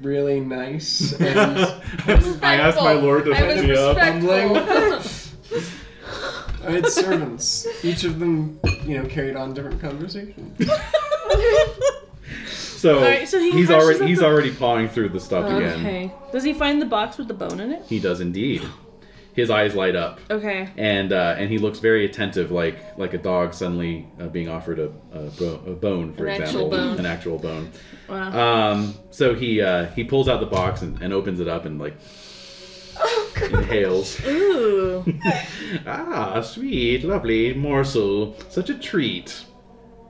Speaker 4: really nice and
Speaker 1: I asked my lord to
Speaker 3: I was
Speaker 1: hook me up.
Speaker 4: humbling.
Speaker 3: respectful.
Speaker 4: I had servants. Each of them, you know, carried on different conversations.
Speaker 1: So,
Speaker 7: Alright, so he
Speaker 1: he's
Speaker 7: crushes
Speaker 1: already
Speaker 7: up
Speaker 1: he's
Speaker 7: the-
Speaker 1: already pawing through the stuff again.
Speaker 7: Okay. Does he find the box with the bone in it?
Speaker 1: He does indeed. His eyes light up,
Speaker 7: Okay.
Speaker 1: and uh, and he looks very attentive, like like a dog suddenly uh, being offered a, a, bo- a bone, for
Speaker 7: An actual
Speaker 1: example,
Speaker 7: bone.
Speaker 1: an actual bone.
Speaker 7: Wow.
Speaker 1: Um, so he uh, he pulls out the box and, and opens it up and like
Speaker 7: Oh, Uh,
Speaker 1: inhales.
Speaker 7: Ooh.
Speaker 1: Ah, sweet, lovely morsel. Such a treat.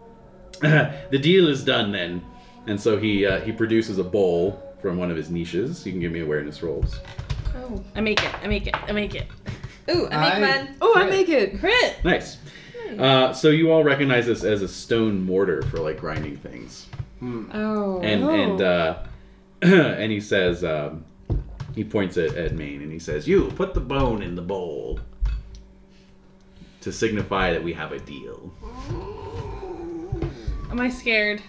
Speaker 1: the deal is done then. And so he uh, he produces a bowl from one of his niches. You can give me awareness rolls.
Speaker 7: oh. I make it. I make it. I make it.
Speaker 3: Ooh, I make
Speaker 4: I-
Speaker 3: mine.
Speaker 8: Oh, I
Speaker 4: Crit.
Speaker 8: make it.
Speaker 7: Crit.
Speaker 1: Nice. Uh, so you all recognize this as a stone mortar for like grinding things.
Speaker 8: Oh.
Speaker 1: And and uh, and he says um, he points at, at Maine and he says, "You put the bone in the bowl." To signify that we have a deal.
Speaker 7: Am I scared?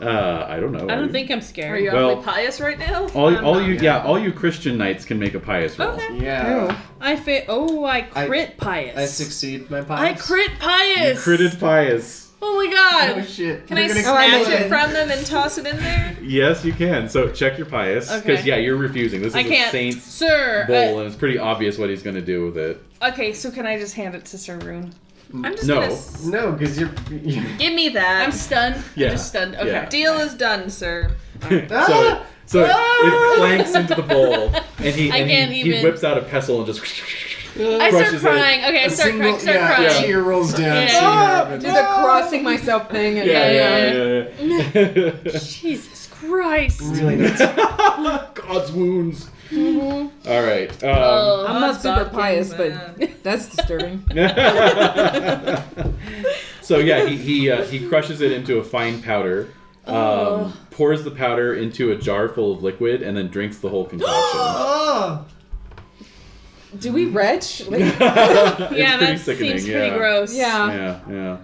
Speaker 1: Uh, I don't know.
Speaker 7: I
Speaker 1: Are
Speaker 7: don't
Speaker 1: you?
Speaker 7: think I'm scared.
Speaker 3: Are you
Speaker 1: Well-
Speaker 3: awfully pious right now? Um,
Speaker 1: All,
Speaker 7: I'm
Speaker 1: all
Speaker 7: not.
Speaker 1: you, yeah, all you Christian knights can make a pious roll.
Speaker 3: Okay.
Speaker 4: Yeah.
Speaker 7: I fa- Oh, I
Speaker 4: I-
Speaker 7: crit pious.
Speaker 4: I succeed my
Speaker 7: I
Speaker 4: pies.
Speaker 7: crit
Speaker 1: You
Speaker 7: pious.
Speaker 1: critted pious.
Speaker 3: Oh my god!
Speaker 4: Oh shit.
Speaker 3: Can I
Speaker 4: We're gonna
Speaker 3: snatch
Speaker 4: explode.
Speaker 3: it from them and toss it in there?
Speaker 1: Yes, you can. So check your pious, because
Speaker 5: Okay.
Speaker 1: yeah, you're refusing. This is
Speaker 5: I
Speaker 1: a
Speaker 5: can't.
Speaker 1: saint's
Speaker 5: Sir.
Speaker 1: bowl,
Speaker 5: uh,
Speaker 1: and it's pretty obvious what he's gonna do with it.
Speaker 5: okay, so can I just hand it to Sir Rune?
Speaker 3: I'm just
Speaker 1: No.
Speaker 3: gonna. S-
Speaker 4: No, because you're. you're
Speaker 3: give me that.
Speaker 5: I'm stunned.
Speaker 1: Yeah.
Speaker 5: I'm just stunned. Okay.
Speaker 1: Yeah.
Speaker 3: Deal is done, sir.
Speaker 1: so so it- it flanks into the bowl, and he
Speaker 5: Ah! I
Speaker 1: and
Speaker 5: can't
Speaker 1: he, he
Speaker 5: even-
Speaker 1: whips out a pestle and just
Speaker 5: I start
Speaker 1: crushes it.
Speaker 5: crying. Okay, I
Speaker 4: a
Speaker 5: start crying.
Speaker 4: single,
Speaker 5: Start
Speaker 4: yeah,
Speaker 5: crying.
Speaker 4: tear rolls down.
Speaker 5: Yeah.
Speaker 4: to your-
Speaker 13: Do the crossing myself thing. And
Speaker 1: yeah
Speaker 5: yeah,
Speaker 1: yeah yeah. yeah,
Speaker 14: Jesus Christ.
Speaker 4: Really nuts.
Speaker 1: God's wounds. All right. Um,
Speaker 5: Mm-hmm. Oh,
Speaker 13: I'm not super
Speaker 3: fucking
Speaker 13: pious,
Speaker 3: bad.
Speaker 13: but that's disturbing.
Speaker 1: so yeah, he he, uh, he crushes it into a fine powder, um, pours the powder into a jar full of liquid, and then drinks the whole concoction.
Speaker 4: Oh,
Speaker 13: Do we retch? Like,
Speaker 5: yeah,
Speaker 1: yeah,
Speaker 5: that seems pretty gross.
Speaker 13: yeah.
Speaker 1: Yeah,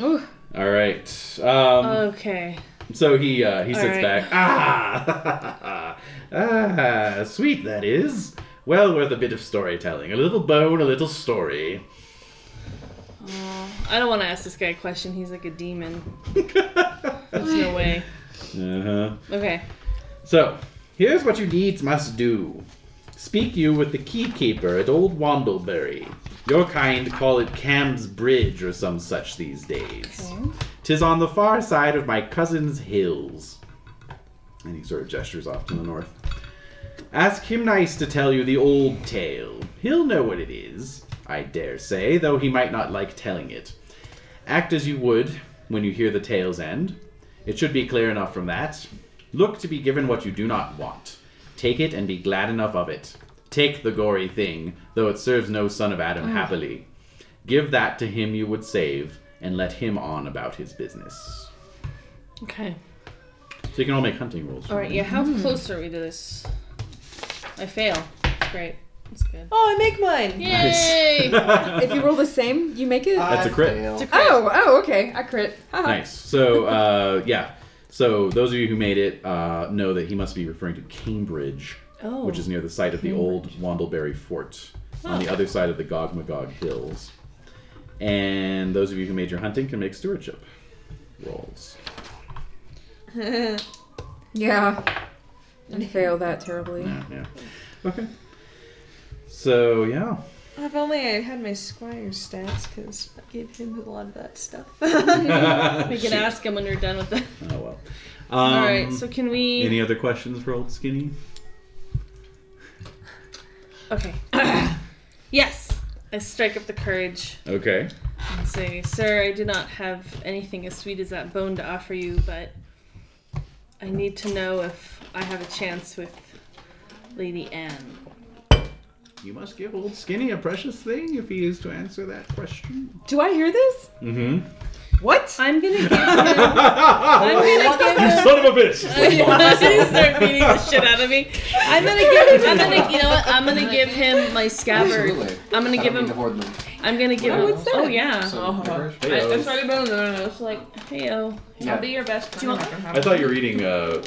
Speaker 1: yeah.
Speaker 13: Ooh.
Speaker 1: All right. Um,
Speaker 5: Okay.
Speaker 1: so he uh, he
Speaker 5: Uh, all
Speaker 1: sits
Speaker 5: right.
Speaker 1: back. Ah, ah, sweet that is. Well worth a bit of storytelling. A little bone, a little story.
Speaker 5: I don't want to ask this guy a question. He's like a demon. There's no way.
Speaker 1: Uh-huh.
Speaker 5: Okay.
Speaker 1: So, here's what you needs must do. Speak you with the keykeeper at Old Wandlebury. Your kind call it Cam's Bridge or some such these days. Tis on the far side of my cousin's hills. And he sort of gestures off to the north. Ask him nice to tell you the old tale. He'll know what it is, I dare say, though he might not like telling it. Act as you would when you hear the tale's end. It should be clear enough from that. Look to be given what you do not want. Take it and be glad enough of it. Take the gory thing, though it serves no son of Adam happily. Give that to him you would save, and let him on about his business.
Speaker 5: Okay.
Speaker 1: So you can all make hunting rules.
Speaker 5: All right. Yeah. How close are we to this? I fail. Great. That's good.
Speaker 3: Oh, I make mine.
Speaker 5: Yay!
Speaker 13: if you roll the same, you make it.
Speaker 1: That's a crit.
Speaker 4: fail.
Speaker 13: oh, oh, okay. I crit. Haha.
Speaker 1: Nice. So uh, yeah. So those of you who made it uh, know that he must be referring to Cambridge,
Speaker 5: Oh.
Speaker 1: which is near the site of the old Wandlebury Fort on the other side of the Gog Magog Hills. And those of you who made your hunting can make stewardship rolls.
Speaker 13: Yeah. I fail that terribly.
Speaker 1: Yeah, yeah. Okay. So yeah.
Speaker 3: If only I had my squire's stats, because I gave him a lot of that stuff.
Speaker 5: we
Speaker 1: oh
Speaker 5: can ask him when you're done with that.
Speaker 1: well. Um,
Speaker 5: All right. So can we?
Speaker 1: any other questions for old skinny?
Speaker 5: Okay. yes. I strike up the courage.
Speaker 1: Okay.
Speaker 5: and say, Sir, I do not have anything as sweet as that bone to offer you, but I need to know if I have a chance with Lady Anne.
Speaker 1: You must give old skinny a precious thing if he is to answer that question.
Speaker 13: Do I hear this?
Speaker 1: Mm-hmm.
Speaker 13: What?
Speaker 5: I'm gonna give him. I'm gonna give
Speaker 1: You
Speaker 5: him.
Speaker 1: son of a bitch!
Speaker 5: I'm gonna start beating the shit out of me. I'm gonna give. I'm gonna. You know what? I'm gonna give him my
Speaker 4: Absolutely.
Speaker 5: scabbard. I'm
Speaker 4: I
Speaker 5: gonna
Speaker 4: don't
Speaker 5: give
Speaker 4: need to
Speaker 5: him.
Speaker 4: hoard them.
Speaker 5: I'm gonna give
Speaker 3: Oh,
Speaker 5: him.
Speaker 3: what's that?
Speaker 5: Oh yeah.
Speaker 4: So,
Speaker 3: I'm sorry, but no,
Speaker 5: It's like, heyo.
Speaker 3: I'll be your best friend.
Speaker 5: want-
Speaker 3: if I can have
Speaker 1: I thought you were eating uh,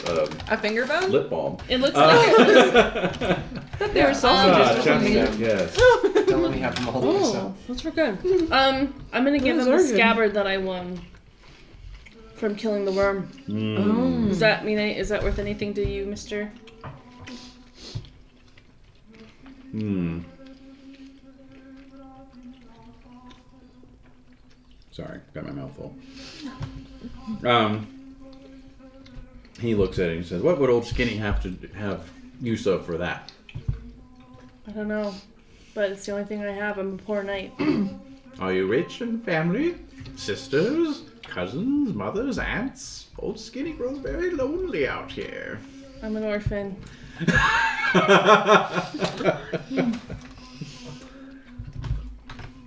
Speaker 3: a finger
Speaker 1: um,
Speaker 3: bone?
Speaker 1: lip balm.
Speaker 5: It looks like.
Speaker 1: Uh,
Speaker 3: They were
Speaker 1: Ah,
Speaker 4: just
Speaker 1: chapstick,
Speaker 4: amazing.
Speaker 1: yes.
Speaker 3: Oh.
Speaker 4: Don't let me have them all to
Speaker 5: Oh,
Speaker 4: myself.
Speaker 5: those were good. Um, I'm gonna give
Speaker 13: Those
Speaker 5: him
Speaker 13: are
Speaker 5: the
Speaker 13: good.
Speaker 5: scabbard that I won from killing the worm. Does that mean any, is that worth anything to you, Mister?
Speaker 1: Hmm. Sorry, got my mouth full. Um, he looks at it and says, "What would old Skinny have to have use of for that?"
Speaker 5: I don't know, but it's the only thing I have. I'm a poor knight.
Speaker 1: Are you rich in family? Sisters, cousins, mothers, aunts? Old Skinny grows very lonely out here.
Speaker 5: I'm an orphan.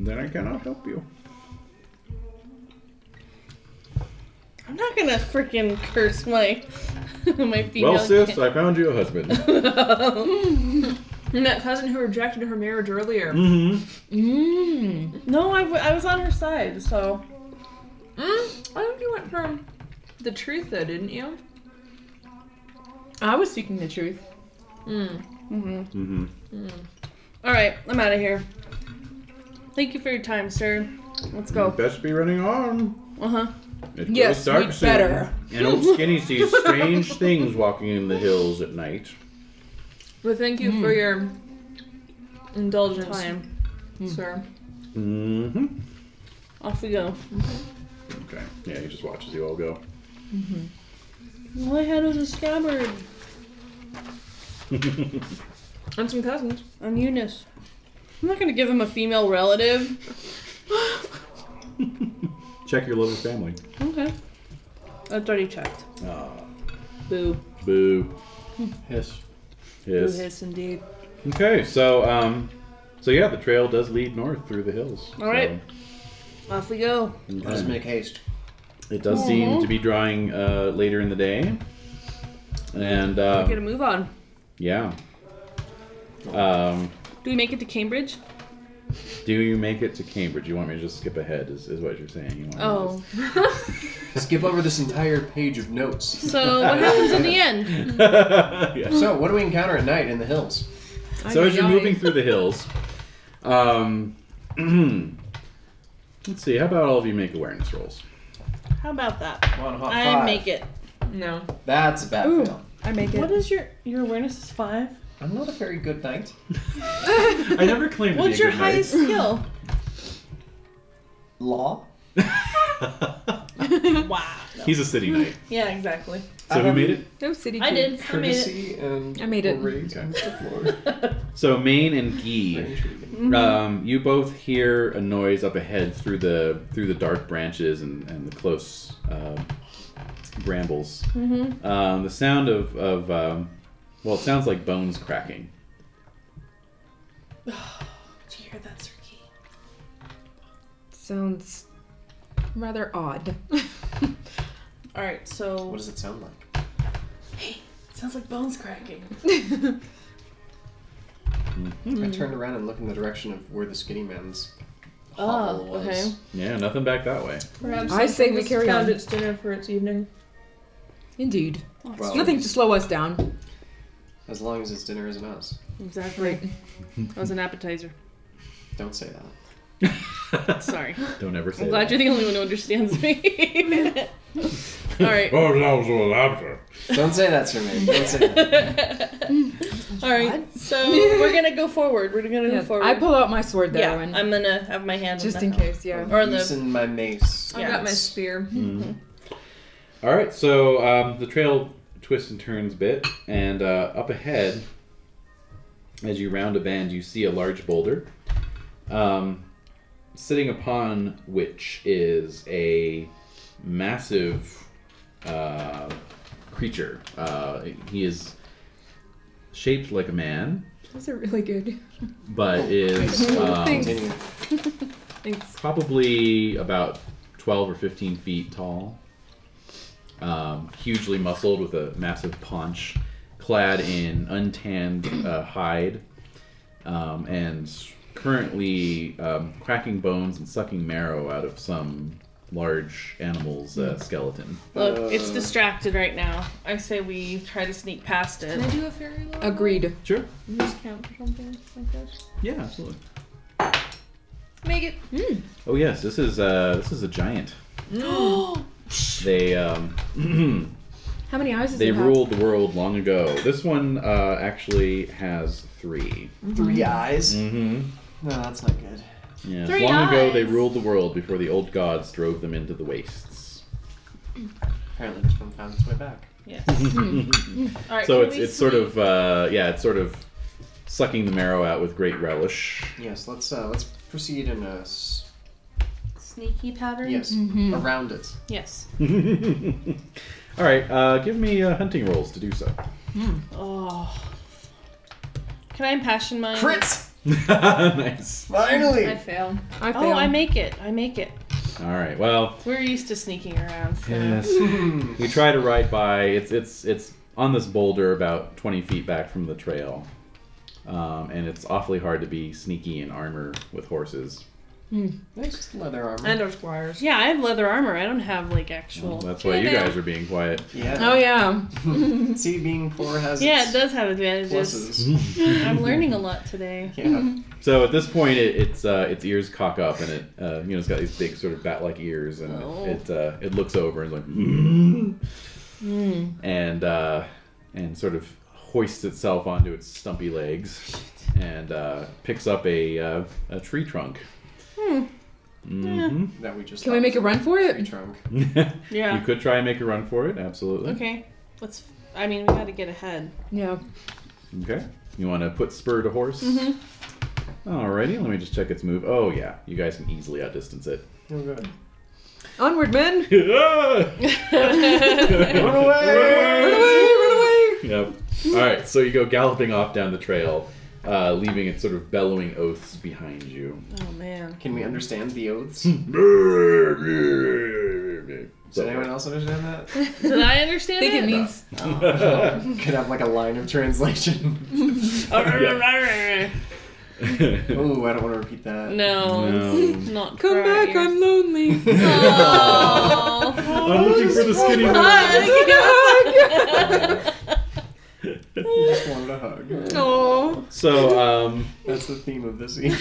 Speaker 1: then I cannot help you.
Speaker 5: I'm not gonna freaking curse my my female.
Speaker 1: well, sis,
Speaker 5: can-
Speaker 1: I found you a husband.
Speaker 3: And that cousin who rejected her marriage earlier.
Speaker 1: mm-hmm.
Speaker 13: Mmm.
Speaker 5: no, I, w- I was on her side, so
Speaker 3: Mm, I think you went for the truth, though, didn't you?
Speaker 13: I was speaking the truth.
Speaker 3: Mm.
Speaker 1: Mm-hmm.
Speaker 5: all right, I'm out of here. Thank you for your time, sir. Let's go.
Speaker 1: Best be running on.
Speaker 5: Uh huh.
Speaker 1: It
Speaker 3: Yes,
Speaker 1: grows dark
Speaker 3: we'd
Speaker 1: soon,
Speaker 3: better.
Speaker 1: And old Skinny sees strange things walking in the hills at night.
Speaker 15: Well, thank
Speaker 3: Hmm.
Speaker 15: you for your indulgence,
Speaker 5: Time.
Speaker 15: sir.
Speaker 3: Hmm.
Speaker 1: Mm-hmm.
Speaker 5: Off we go.
Speaker 1: Okay. Yeah, he just watches you all go.
Speaker 5: All I had was a scabbard
Speaker 15: And some cousins.
Speaker 5: on Eunice. I'm not gonna give him a female relative.
Speaker 1: Check your level family.
Speaker 5: Okay. I've already checked.
Speaker 1: Ah,
Speaker 5: Boo.
Speaker 1: boo. Hiss.
Speaker 5: Boo
Speaker 1: Hiss.
Speaker 5: hiss indeed.
Speaker 1: Okay, so um, so yeah, the trail does lead north through the hills.
Speaker 5: All right. Off we go.
Speaker 1: So, okay.
Speaker 4: Let us make haste.
Speaker 1: It does seem to be drawing uh, later in the day, and uh,
Speaker 5: Get a move on.
Speaker 1: yeah. Um,
Speaker 5: Do we make it to Cambridge?
Speaker 1: do you make it to Cambridge? You want me to just skip ahead? Is, is what you're saying? You want me to
Speaker 5: Oh.
Speaker 4: Skip over this entire page of notes.
Speaker 5: So what happens in the end?
Speaker 1: just- yeah.
Speaker 4: So, what do we encounter at night in the hills?
Speaker 1: So as you're moving through the hills, um, let's see. How about all of you make awareness rolls?
Speaker 5: How about that?
Speaker 4: One hot
Speaker 5: I make it.
Speaker 15: No.
Speaker 4: That's a bad
Speaker 16: Ooh.
Speaker 4: fail.
Speaker 3: I make it.
Speaker 5: What is your your awareness is five?
Speaker 4: I'm not a very good knight.
Speaker 1: I never claimed to
Speaker 5: What's
Speaker 1: be a
Speaker 5: your
Speaker 1: good
Speaker 5: highest skill?
Speaker 4: Law.
Speaker 1: knight.
Speaker 5: wow.
Speaker 1: He's a city knight.
Speaker 5: Yeah, exactly.
Speaker 1: So who
Speaker 4: Um,
Speaker 1: made it?
Speaker 3: No city.
Speaker 5: I
Speaker 3: kid.
Speaker 5: did. I made it.
Speaker 4: Courtesy and
Speaker 3: I made it.
Speaker 4: rate
Speaker 1: Okay.
Speaker 4: and stuff more.
Speaker 1: So Maine and Guy,
Speaker 5: Mm-hmm.
Speaker 1: um, you both hear a noise up ahead through the through the dark branches and, and the close uh, brambles. Mm-hmm. Um, the sound of of um, well, it sounds like bones cracking.
Speaker 5: Did you hear that, Sir Key?
Speaker 3: Sounds rather odd.
Speaker 5: All right. So
Speaker 4: What does it sound like?
Speaker 5: sounds like bones cracking. Hmm.
Speaker 4: I turned around and looked in the direction of where the skinny man's
Speaker 5: Oh,
Speaker 4: hovel was.
Speaker 5: okay.
Speaker 1: Yeah, nothing back that way.
Speaker 15: Perhaps
Speaker 3: I say
Speaker 15: something
Speaker 3: we
Speaker 15: has
Speaker 3: carry
Speaker 15: found
Speaker 3: on.
Speaker 15: its dinner for its evening.
Speaker 3: Indeed.
Speaker 4: Well,
Speaker 3: Nothing to slow us down.
Speaker 4: As long as it's dinner isn't us.
Speaker 5: Exactly. That was an appetizer.
Speaker 4: Don't say that.
Speaker 5: Sorry.
Speaker 1: Don't ever say
Speaker 5: I'm glad
Speaker 1: that.
Speaker 5: you're the only one who understands me. All right.
Speaker 17: Oh, that was a laughter.
Speaker 4: Don't say that, Sir Maid. Don't say that.
Speaker 5: All right. So we're gonna go forward. We're gonna go
Speaker 3: Yeah,
Speaker 5: forward.
Speaker 3: I pull out my sword there
Speaker 5: yeah,
Speaker 3: and
Speaker 5: I'm gonna have my hand on
Speaker 3: just
Speaker 5: the
Speaker 3: in
Speaker 5: helm.
Speaker 3: case. Yeah.
Speaker 5: Or the
Speaker 4: Loosen my mace.
Speaker 15: I've got my
Speaker 4: Yes.
Speaker 15: spear.
Speaker 1: Mm-hmm. All right, so um, the trail twists and turns a bit, and uh, up ahead, as you round a bend, you see a large boulder, um, sitting upon which is a massive uh, creature. Uh, he is shaped like a man,
Speaker 3: Those are really good.
Speaker 1: but
Speaker 5: Oh.
Speaker 1: is um,
Speaker 4: Continue.
Speaker 3: Thanks.
Speaker 1: probably about 12 or 15 feet tall, um, hugely muscled with a massive paunch, clad in untanned uh, hide, um, and currently um, cracking bones and sucking marrow out of some large animal's uh, skeleton.
Speaker 5: look. it's
Speaker 4: Uh.
Speaker 5: distracted right now. I say we try to sneak past it.
Speaker 15: Can I do a fairy lore?
Speaker 3: Agreed.
Speaker 1: Sure.
Speaker 15: Discount or something like this?
Speaker 1: Yeah, absolutely.
Speaker 15: Make it.
Speaker 1: Oh yes, this is uh, this is a giant. They um,
Speaker 3: How many eyes does
Speaker 1: They
Speaker 3: it have?
Speaker 1: ruled the world long ago. This one uh, actually has three.
Speaker 4: Three eyes.
Speaker 1: Mm-hmm.
Speaker 4: No, that's not good.
Speaker 1: Yes.
Speaker 5: Three
Speaker 1: long ago, they
Speaker 5: eyes.
Speaker 1: ruled the world before the old gods drove them into the wastes.
Speaker 4: Apparently, this one found its way back.
Speaker 5: Yes.
Speaker 1: so
Speaker 5: All right. can
Speaker 1: it's
Speaker 5: we
Speaker 1: it's sort
Speaker 5: sneak?
Speaker 1: of uh, yeah, it's sort of sucking the marrow out with great relish.
Speaker 4: Yes, let's uh, let's proceed in a s-
Speaker 5: sneaky pattern.
Speaker 4: yes around it.
Speaker 5: Yes.
Speaker 1: All right, uh, give me uh, hunting rolls to do so.
Speaker 5: Oh. Can I impassion my?
Speaker 4: Crits!
Speaker 1: nice.
Speaker 4: Finally.
Speaker 15: I fail.
Speaker 3: I
Speaker 5: Oh,
Speaker 3: fail.
Speaker 5: I make it. I make it.
Speaker 1: All right. Well,
Speaker 5: We're used to sneaking around. So.
Speaker 1: yes. you try to ride by. It's it's it's on this boulder about twenty feet back from the trail, um, and it's awfully hard to be sneaky in armor with horses.
Speaker 4: It's just leather armor.
Speaker 18: And our squires.
Speaker 5: Yeah, I have leather armor. I don't have like
Speaker 1: Well,
Speaker 5: actual.
Speaker 1: that's why you guys are being quiet.
Speaker 4: yeah.
Speaker 3: Oh yeah.
Speaker 4: See, being poor has
Speaker 5: yeah,
Speaker 4: its
Speaker 5: it does have advantages.
Speaker 4: pluses.
Speaker 5: I'm learning a lot today.
Speaker 4: Yeah.
Speaker 1: So at this point, it, it's uh, its ears cock up, and it uh, you know it's got these big sort of bat-like ears, and
Speaker 5: Oh.
Speaker 1: it it, uh, it looks over and is like, "Mm,"
Speaker 5: Hmm.
Speaker 1: and uh, and sort of hoists itself onto its stumpy legs, and uh, picks up a uh, a tree trunk. hmm
Speaker 4: That we just
Speaker 3: Can we make a run for
Speaker 4: tree
Speaker 3: it?
Speaker 4: trunk.
Speaker 1: you
Speaker 5: Yeah.
Speaker 1: could try and make a run for it. Absolutely.
Speaker 5: Okay. Let's. I mean, we gotta get ahead.
Speaker 3: Yeah.
Speaker 1: Okay. You want to put spur to horse?
Speaker 5: Mhm.
Speaker 1: Alrighty. Let me just check its move. Oh yeah, you guys can easily outdistance it.
Speaker 4: Oh, good.
Speaker 3: Onward, men.
Speaker 5: Oh,
Speaker 1: Run away!
Speaker 3: Run away! Run away!
Speaker 1: Yep. All right, so you go galloping off down the trail, uh, leaving its sort of bellowing oaths behind you.
Speaker 5: Oh man.
Speaker 4: Can we understand the oaths? Does anyone
Speaker 1: So,
Speaker 4: else understand that?
Speaker 5: Did I understand
Speaker 3: I think it
Speaker 5: it?
Speaker 3: means
Speaker 4: Could have like a line of translation. oh, I don't want to repeat that.
Speaker 5: no,
Speaker 1: No.
Speaker 5: it's not.
Speaker 3: come
Speaker 5: for our
Speaker 3: back.
Speaker 5: ears.
Speaker 3: I'm lonely.
Speaker 5: Aw.
Speaker 1: I'm looking for the skinny one.
Speaker 4: You just wanted a hug.
Speaker 3: Oh.
Speaker 1: So, um,
Speaker 4: That's the theme of this evening.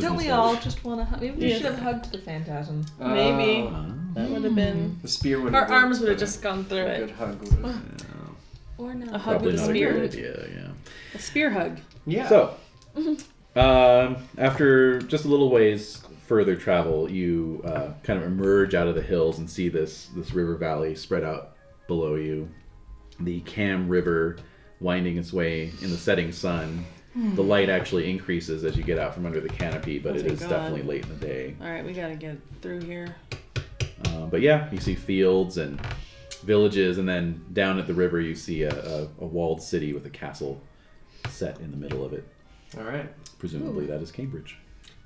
Speaker 19: Don't we all just want to hug? Maybe we
Speaker 5: Yeah.
Speaker 19: should have hugged the phantasm.
Speaker 5: Maybe.
Speaker 4: Oh,
Speaker 5: that would have been.
Speaker 4: the spear would.
Speaker 18: Our arms would have just gone through
Speaker 4: A
Speaker 18: it.
Speaker 4: good hug would have.
Speaker 19: Or
Speaker 5: A
Speaker 19: not.
Speaker 5: hug
Speaker 1: probably
Speaker 5: with a
Speaker 1: not a
Speaker 5: spear.
Speaker 1: good idea. Yeah.
Speaker 5: A spear hug.
Speaker 4: Yeah.
Speaker 1: So, um, after just a little ways further travel, you uh, kind of emerge out of the hills and see this this river valley spread out below you. The Cam River winding its way in the setting sun. The light actually increases as you get out from under the canopy, but
Speaker 5: Hmm. Oh,
Speaker 1: it
Speaker 5: thank
Speaker 1: is
Speaker 5: God.
Speaker 1: definitely late in the day.
Speaker 5: All right, we gotta get through here.
Speaker 1: Uh, but yeah, you see fields and villages, and then down at the river, you see a, a, a walled city with a castle set in the middle of it.
Speaker 4: All right.
Speaker 1: Presumably, that is Cambridge.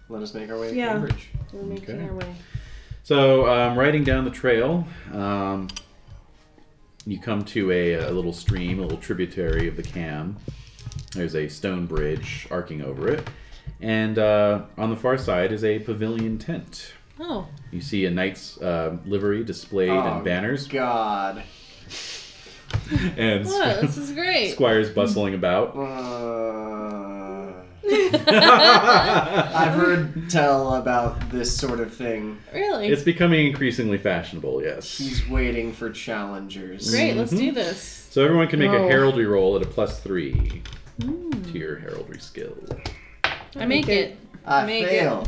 Speaker 4: Let us make our way to
Speaker 5: Yeah.
Speaker 4: Cambridge.
Speaker 5: We're making
Speaker 1: Okay.
Speaker 5: our way.
Speaker 1: So, um, riding down the trail, um, you come to a, a little stream, a little tributary of the Cam. There's a stone bridge arcing over it, and uh, on the far side is a pavilion tent.
Speaker 5: Oh,
Speaker 1: You see a knight's uh, livery displayed
Speaker 4: Oh,
Speaker 1: and banners,
Speaker 4: God.
Speaker 1: and
Speaker 5: look, this is great.
Speaker 1: squires bustling about.
Speaker 4: Uh, I've heard tell about this sort of thing.
Speaker 5: Really?
Speaker 1: It's becoming increasingly fashionable, yes.
Speaker 4: He's waiting for challengers.
Speaker 5: great. Let's
Speaker 1: Mm-hmm.
Speaker 5: do this.
Speaker 1: So everyone can make
Speaker 3: Oh.
Speaker 1: a heraldry roll at a plus three to your heraldry skill.
Speaker 5: I make it.
Speaker 4: I
Speaker 5: Make it.
Speaker 4: fail.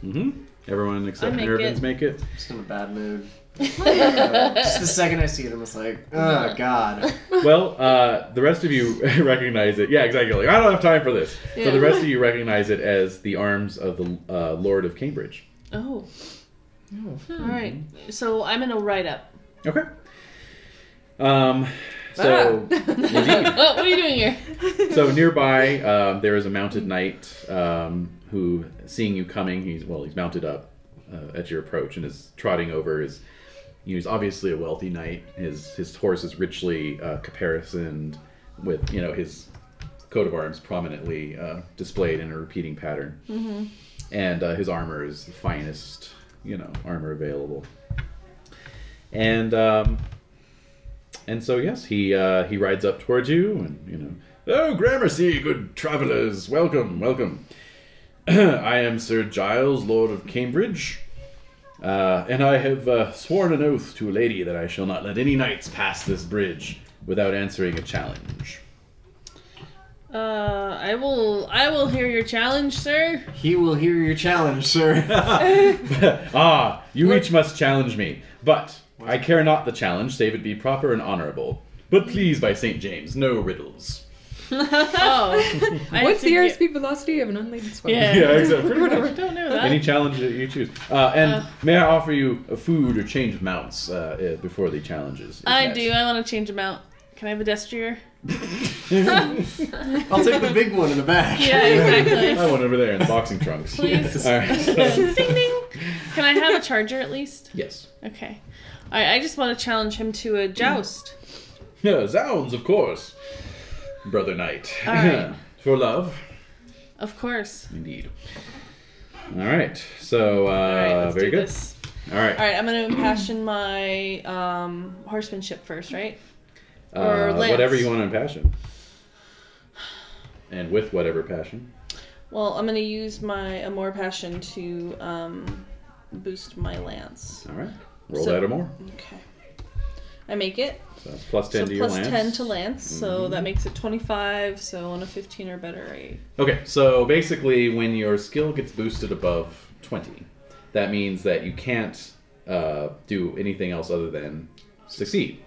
Speaker 1: hmm Everyone except
Speaker 5: make
Speaker 1: Nervins
Speaker 5: it.
Speaker 1: make it.
Speaker 4: Just in a bad mood. Uh, just the second I see it, I'm just like, oh god.
Speaker 1: Well, uh, the rest of you recognize it. Yeah, exactly. Like, I don't have time for this. So the
Speaker 5: Yeah.
Speaker 1: rest of you recognize it as the arms of the uh, Lord of Cambridge.
Speaker 5: Oh.
Speaker 1: Oh,
Speaker 5: All right. So I'm gonna write up.
Speaker 1: Okay. Um, so, indeed.
Speaker 5: Oh, what are you doing here?
Speaker 1: so nearby um, there is a mounted knight um, who, seeing you coming, he's well, he's mounted up uh, at your approach and is trotting over. Is you know, he's obviously a wealthy knight. His his horse is richly uh, caparisoned, with you know his coat of arms prominently uh, displayed in a repeating pattern, and uh, his armor is the finest you know armor available. And um, and so yes, he uh, he rides up towards you, and you know, oh Gramercy, good travellers, welcome, welcome. I am Sir Giles, Lord of Cambridge, uh, and I have uh, sworn an oath to a lady that I shall not let any knights pass this bridge without answering a challenge.
Speaker 5: Uh, I will. I will hear your challenge, sir.
Speaker 4: He will hear your challenge, sir.
Speaker 1: ah, you each must challenge me, but I care not the challenge, save it be proper and honourable. But please, by Saint James, no riddles.
Speaker 5: Oh. I
Speaker 3: What's the
Speaker 5: did
Speaker 3: air
Speaker 5: get-
Speaker 3: speed velocity of an unladen swan?
Speaker 5: Yeah.
Speaker 1: exactly. Pretty much.
Speaker 5: I don't know that.
Speaker 1: Any challenge that you choose. Uh, and
Speaker 5: Uh.
Speaker 1: may I offer you a food or change of mounts uh, uh, before the challenges? is
Speaker 5: I
Speaker 1: met.
Speaker 5: do. I want to change them out. Can I have a destrier?
Speaker 4: I'll take the big one in the back.
Speaker 5: Yeah, exactly.
Speaker 1: I went over there in boxing trunks.
Speaker 5: Please.
Speaker 1: All right, so-
Speaker 5: ding ding. Can I have a charger at least?
Speaker 1: yes.
Speaker 5: Okay. All right. I just want to challenge him to a joust.
Speaker 1: Yeah, zounds, of course. Brother Knight.
Speaker 5: All right.
Speaker 1: For love.
Speaker 5: Of course.
Speaker 1: Indeed. All right. So uh,
Speaker 5: Alright, let's
Speaker 1: very
Speaker 5: do
Speaker 1: good.
Speaker 5: this.
Speaker 1: All right.
Speaker 5: All right, I'm gonna impassion my um, horsemanship first, right? or
Speaker 1: Uh,
Speaker 5: lance.
Speaker 1: whatever you want in passion. And with whatever passion.
Speaker 5: Well, I'm gonna use my amor passion to um, boost my lance.
Speaker 1: All right. Roll
Speaker 5: So-
Speaker 1: that or more.
Speaker 5: Okay, I make it.
Speaker 1: So that's plus 10
Speaker 5: so
Speaker 1: to your
Speaker 5: plus
Speaker 1: lance. Mm-hmm.
Speaker 5: ten to lance, so that makes it 25. So on a 15 or better, I
Speaker 1: Okay, so basically, when your skill gets boosted above 20, that means that you can't uh, do anything else other than succeed.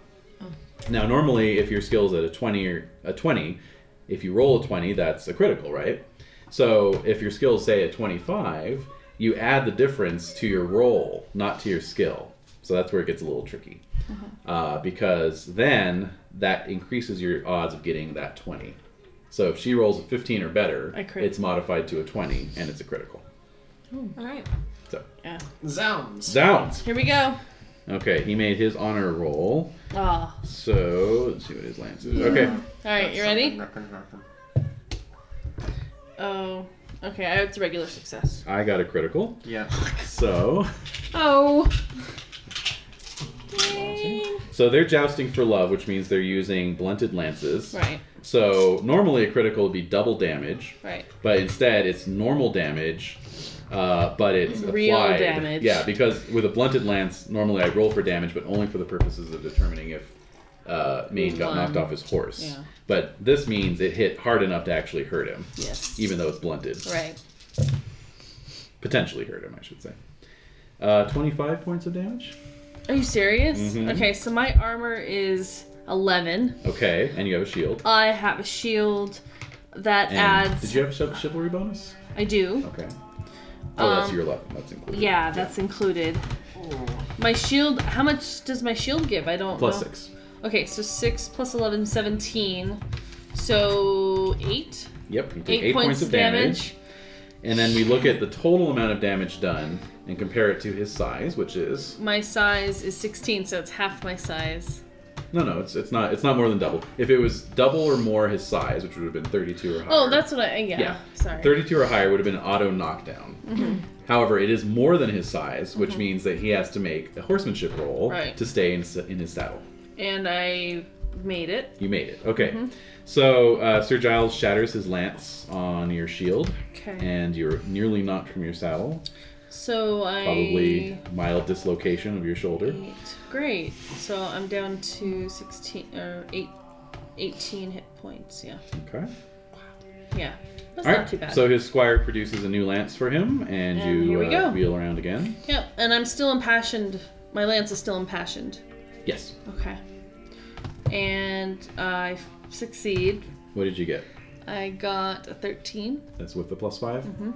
Speaker 1: Now, normally, if your skill is at a 20 or a 20, if you roll a 20, that's a critical, right? So if your skill is, say, at 25, you add the difference to your roll, not to your skill. So that's where it gets a little tricky. Uh, because then that increases your odds of getting that 20. So if she rolls a 15 or better,
Speaker 5: I crit.
Speaker 1: it's modified to a 20 and it's a critical.
Speaker 5: All right,
Speaker 4: Zounds.
Speaker 1: Zounds!
Speaker 5: here we go.
Speaker 1: Okay, he made his honor roll.
Speaker 5: Ah,
Speaker 1: So let's see what his lance is. Okay.
Speaker 5: all right, you ready? Oh, okay, I it's a regular success.
Speaker 1: I got a critical.
Speaker 4: Yeah.
Speaker 1: So
Speaker 5: Oh,
Speaker 1: so they're jousting for love, which means they're using blunted lances.
Speaker 5: right,
Speaker 1: So normally a critical would be double damage,
Speaker 5: right.
Speaker 1: but instead it's normal damage, uh, but it's
Speaker 5: Real
Speaker 1: applied.
Speaker 5: damage.
Speaker 1: Yeah, because with a blunted lance, normally I roll for damage, but only for the purposes of determining if uh, Maine got
Speaker 5: Won.
Speaker 1: knocked off his horse.
Speaker 5: Yeah.
Speaker 1: But this means it hit hard enough to actually hurt him,
Speaker 5: Yes.
Speaker 1: even though it's blunted.
Speaker 5: Right.
Speaker 1: Potentially hurt him, I should say. Uh, 25 points of damage.
Speaker 5: Are you serious?
Speaker 1: Mhm.
Speaker 5: Okay, so my armor is 11.
Speaker 1: Okay, and you have a shield.
Speaker 5: I have a shield that
Speaker 1: And
Speaker 5: adds.
Speaker 1: Did you have a chiv- chivalry bonus?
Speaker 5: I do.
Speaker 1: Okay. Oh, that's
Speaker 5: Um,
Speaker 1: your 11. That's included.
Speaker 5: Yeah, that's included. My shield. How much does my shield give? I don't
Speaker 1: Oh. Plus
Speaker 5: know.
Speaker 1: six.
Speaker 5: Okay, so 6 plus 11, 17. So 8. 8,
Speaker 1: Yep, you take eight, points, of damage. And then we look at the total amount of damage done and compare it to his size, which is
Speaker 5: My size is 16, so it's half my size.
Speaker 1: no, no, it's it's not it's not more than double. If it was double or more his size, which would have been 32 or higher.
Speaker 5: Oh, that's what I. Yeah.
Speaker 1: Yeah.
Speaker 5: Sorry. Mm-hmm.
Speaker 1: 32 or higher would have been an auto knockdown. However, it is more than his size, which means that he has to make a horsemanship roll
Speaker 5: Right.
Speaker 1: to stay in, s- in his saddle.
Speaker 5: And I made it.
Speaker 1: You made it. Okay.
Speaker 5: Mm-hmm.
Speaker 1: So uh, Sir Giles shatters his lance on your shield,
Speaker 5: Okay.
Speaker 1: and you're nearly knocked from your saddle.
Speaker 5: So I
Speaker 1: Probably mild dislocation of your shoulder.
Speaker 5: Eight. Great. So I'm down to 16 or eight, 18 hit points. Yeah.
Speaker 1: Okay.
Speaker 5: Yeah. That's
Speaker 1: All
Speaker 5: not
Speaker 1: right.
Speaker 5: too bad.
Speaker 1: So his squire produces a new lance for him, and,
Speaker 5: And
Speaker 1: you
Speaker 5: here we
Speaker 1: uh,
Speaker 5: go.
Speaker 1: wheel around again.
Speaker 5: Yep. And I'm still impassioned. My lance is still impassioned.
Speaker 1: Yes.
Speaker 5: Okay. And I f- succeed.
Speaker 1: What did you get?
Speaker 5: I got a 13.
Speaker 1: That's with the plus five.
Speaker 5: Mm-hmm.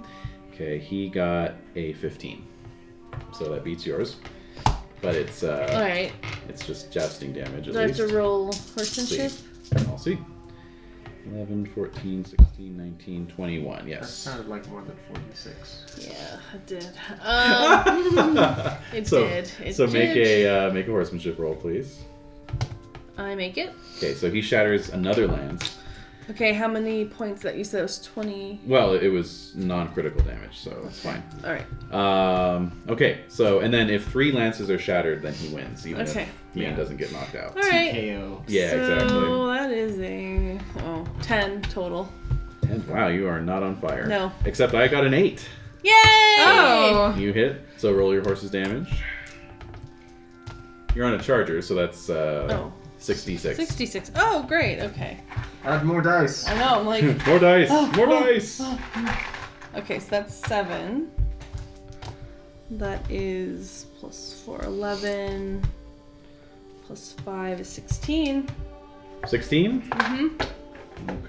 Speaker 1: Okay, he got a fifteen, so that beats yours. But it's
Speaker 5: All
Speaker 1: uh,
Speaker 5: right.
Speaker 1: it's just jousting damage at
Speaker 5: Do I have
Speaker 1: least.
Speaker 5: to roll horsemanship?
Speaker 1: I'll see. 11, 14, 16, 19, 21.
Speaker 4: That
Speaker 1: Yes.
Speaker 4: sounded like more than 46.
Speaker 5: Yeah, I did. Um, it
Speaker 1: so
Speaker 5: did. It
Speaker 1: so make
Speaker 5: did.
Speaker 1: a uh, make a horsemanship roll, please.
Speaker 5: I make it.
Speaker 1: Okay, so he shatters another lance.
Speaker 5: Okay, how many points that you said it was 20?
Speaker 1: Well, it was non-critical damage, so it's fine.
Speaker 5: All right.
Speaker 1: Um, okay, so and then if three lances are shattered, then he wins, even
Speaker 5: Okay.
Speaker 1: if Maine
Speaker 4: Yeah.
Speaker 1: doesn't get knocked out.
Speaker 5: All right.
Speaker 4: KO.
Speaker 1: Yeah,
Speaker 5: so
Speaker 1: exactly.
Speaker 5: that is a oh, 10 total.
Speaker 1: And wow, you are not on fire.
Speaker 5: No.
Speaker 1: Except I got an eight.
Speaker 5: Yay!
Speaker 20: Oh.
Speaker 1: You hit. So roll your horse's damage. You're on a charger, so that's uh,
Speaker 5: Oh,
Speaker 1: 66.
Speaker 5: 66. Oh, great. Okay.
Speaker 4: Add more dice.
Speaker 5: I know. I'm like,
Speaker 1: More dice.
Speaker 5: Oh,
Speaker 1: More
Speaker 5: oh,
Speaker 1: dice.
Speaker 5: okay, so that's 7. That is plus 4, 11. Plus 5 is 16.
Speaker 1: 16?
Speaker 5: Mhm.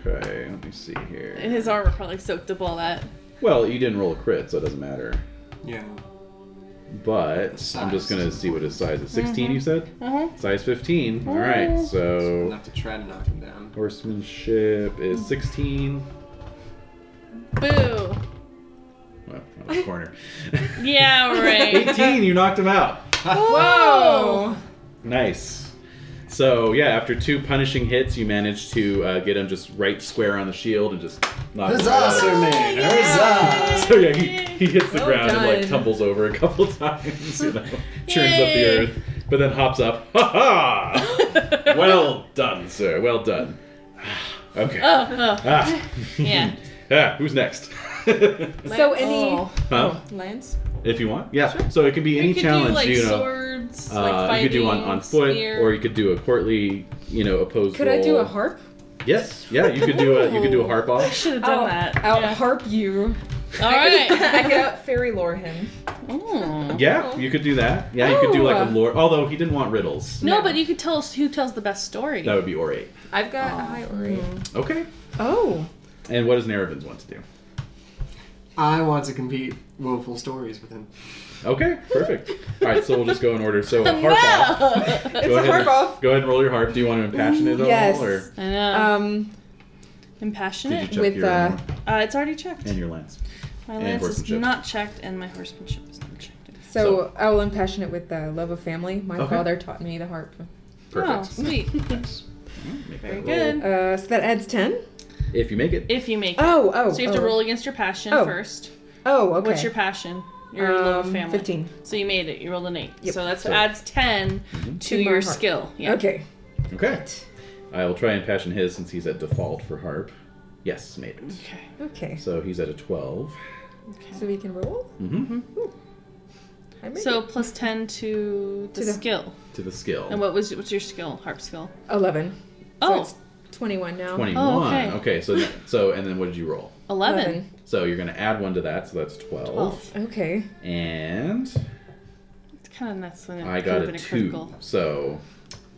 Speaker 1: Okay, let me see here.
Speaker 5: And his armor probably soaked up all that.
Speaker 1: Well, you didn't roll a crit, so it doesn't matter.
Speaker 4: Yeah.
Speaker 1: But I'm
Speaker 4: Size
Speaker 1: just gonna
Speaker 4: is
Speaker 1: see what his size is. 16,
Speaker 21: Mm-hmm.
Speaker 1: you said?
Speaker 5: Uh-huh.
Speaker 1: Size 15. All right, so
Speaker 4: Enough to try to knock him down.
Speaker 1: horsemanship is 16.
Speaker 5: Boo.
Speaker 1: Well, that was a corner.
Speaker 5: Yeah, right.
Speaker 1: 18, you knocked him out.
Speaker 5: Whoa.
Speaker 1: Nice. So yeah, after two punishing hits, you manage to uh, get him just right square on the shield and just knock him right
Speaker 4: Huzzah,
Speaker 5: Oh,
Speaker 1: out of
Speaker 4: Sir Man! Huzzah!
Speaker 1: So yeah, he, he hits the
Speaker 21: Well
Speaker 1: ground and like
Speaker 21: done.
Speaker 1: tumbles over a couple times, you know, churns up the
Speaker 5: Yay.
Speaker 1: earth, but then hops up. Ha ha! well done, sir. Well done. Okay.
Speaker 5: Oh, oh.
Speaker 1: Ah.
Speaker 5: Yeah.
Speaker 1: ah, who's next?
Speaker 3: So any
Speaker 21: Oh.
Speaker 1: Huh?
Speaker 21: Lance?
Speaker 1: If you want, yeah. So it can be any
Speaker 5: you could
Speaker 1: challenge,
Speaker 5: do, like,
Speaker 1: you know.
Speaker 5: Swords,
Speaker 1: Uh,
Speaker 5: like fighting,
Speaker 1: you could do on on foot,
Speaker 5: spear.
Speaker 1: or you could do a courtly, you know, opposed.
Speaker 3: could I do a
Speaker 1: roll.
Speaker 3: harp?
Speaker 1: Yes, yeah, you could do a you could do a harp
Speaker 5: I
Speaker 1: off.
Speaker 5: should have done
Speaker 3: I'll
Speaker 5: that.
Speaker 3: Out
Speaker 5: Yeah.
Speaker 3: harp you.
Speaker 5: All
Speaker 3: I
Speaker 5: right.
Speaker 3: could out fairy lore him.
Speaker 5: Mm.
Speaker 1: Yeah, you could do that. Yeah, you could do like a
Speaker 3: Oh.
Speaker 1: lore. Although he didn't want riddles,
Speaker 5: No, but you could tell us who tells the best story.
Speaker 1: that would be orate.
Speaker 3: I've got
Speaker 5: Oh.
Speaker 3: a high orate.
Speaker 1: Okay.
Speaker 3: Oh.
Speaker 1: And what does Nerevin's want to do?
Speaker 4: I want to compete woeful stories with him.
Speaker 1: Okay, perfect. All right, so we'll just go in order. So a harp off.
Speaker 5: no.
Speaker 1: Go
Speaker 3: a
Speaker 1: ahead
Speaker 3: harp
Speaker 1: and,
Speaker 3: off.
Speaker 1: Go ahead and roll your harp. Do you want to impassion it at
Speaker 3: Yes.
Speaker 1: all, or
Speaker 5: I know.
Speaker 3: Um,
Speaker 1: did you
Speaker 5: Impassionate.
Speaker 1: check
Speaker 3: With,
Speaker 1: your
Speaker 3: uh,
Speaker 5: Uh, it's already checked.
Speaker 1: and your lance?
Speaker 5: My
Speaker 1: and
Speaker 5: lance is
Speaker 1: horsemanship.
Speaker 5: not checked, and my horsemanship is not checked.
Speaker 3: so, I will impassionate with the love of family. My
Speaker 1: Okay.
Speaker 3: father taught me the harp.
Speaker 5: Oh,
Speaker 1: Perfect.
Speaker 5: sweet.
Speaker 1: Nice. Mm, make that
Speaker 5: Very
Speaker 1: roll.
Speaker 5: good.
Speaker 3: Uh, so that adds 10?
Speaker 1: If you make it,
Speaker 5: If you make it.
Speaker 3: Oh, oh.
Speaker 5: so you have
Speaker 3: oh.
Speaker 5: to roll against your passion
Speaker 3: Oh.
Speaker 5: first.
Speaker 3: Oh, okay.
Speaker 5: What's your passion? Your love of
Speaker 3: Um,
Speaker 5: family.
Speaker 3: 15.
Speaker 5: So you made it. You rolled an eight.
Speaker 3: Yep.
Speaker 5: So that's
Speaker 1: So- Mm-hmm.
Speaker 5: adds ten to,
Speaker 3: To my
Speaker 5: your
Speaker 3: heart.
Speaker 5: skill. Yeah.
Speaker 3: Okay.
Speaker 1: okay. I will try and passion his since he's at default for harp. Yes, made it.
Speaker 5: Okay.
Speaker 3: Okay.
Speaker 1: So he's at a 12.
Speaker 3: So we can roll?
Speaker 1: Mm-hmm.
Speaker 3: I made
Speaker 5: So
Speaker 3: it.
Speaker 5: plus ten to the
Speaker 3: To the-
Speaker 5: skill.
Speaker 1: To the skill.
Speaker 5: And what was what's your skill? Harp skill.
Speaker 3: 11. So
Speaker 5: Oh,
Speaker 3: it's 21 now.
Speaker 1: 21.
Speaker 5: Oh,
Speaker 1: okay.
Speaker 5: okay.
Speaker 1: so th- so and then what did you roll?
Speaker 5: 11.
Speaker 1: So you're going to add 1 to that, so that's 12.
Speaker 5: 12.
Speaker 3: Okay.
Speaker 1: And
Speaker 5: It's kind of nuts when it
Speaker 1: I
Speaker 5: could've
Speaker 1: got a
Speaker 5: been
Speaker 1: 2.
Speaker 5: critical.
Speaker 1: So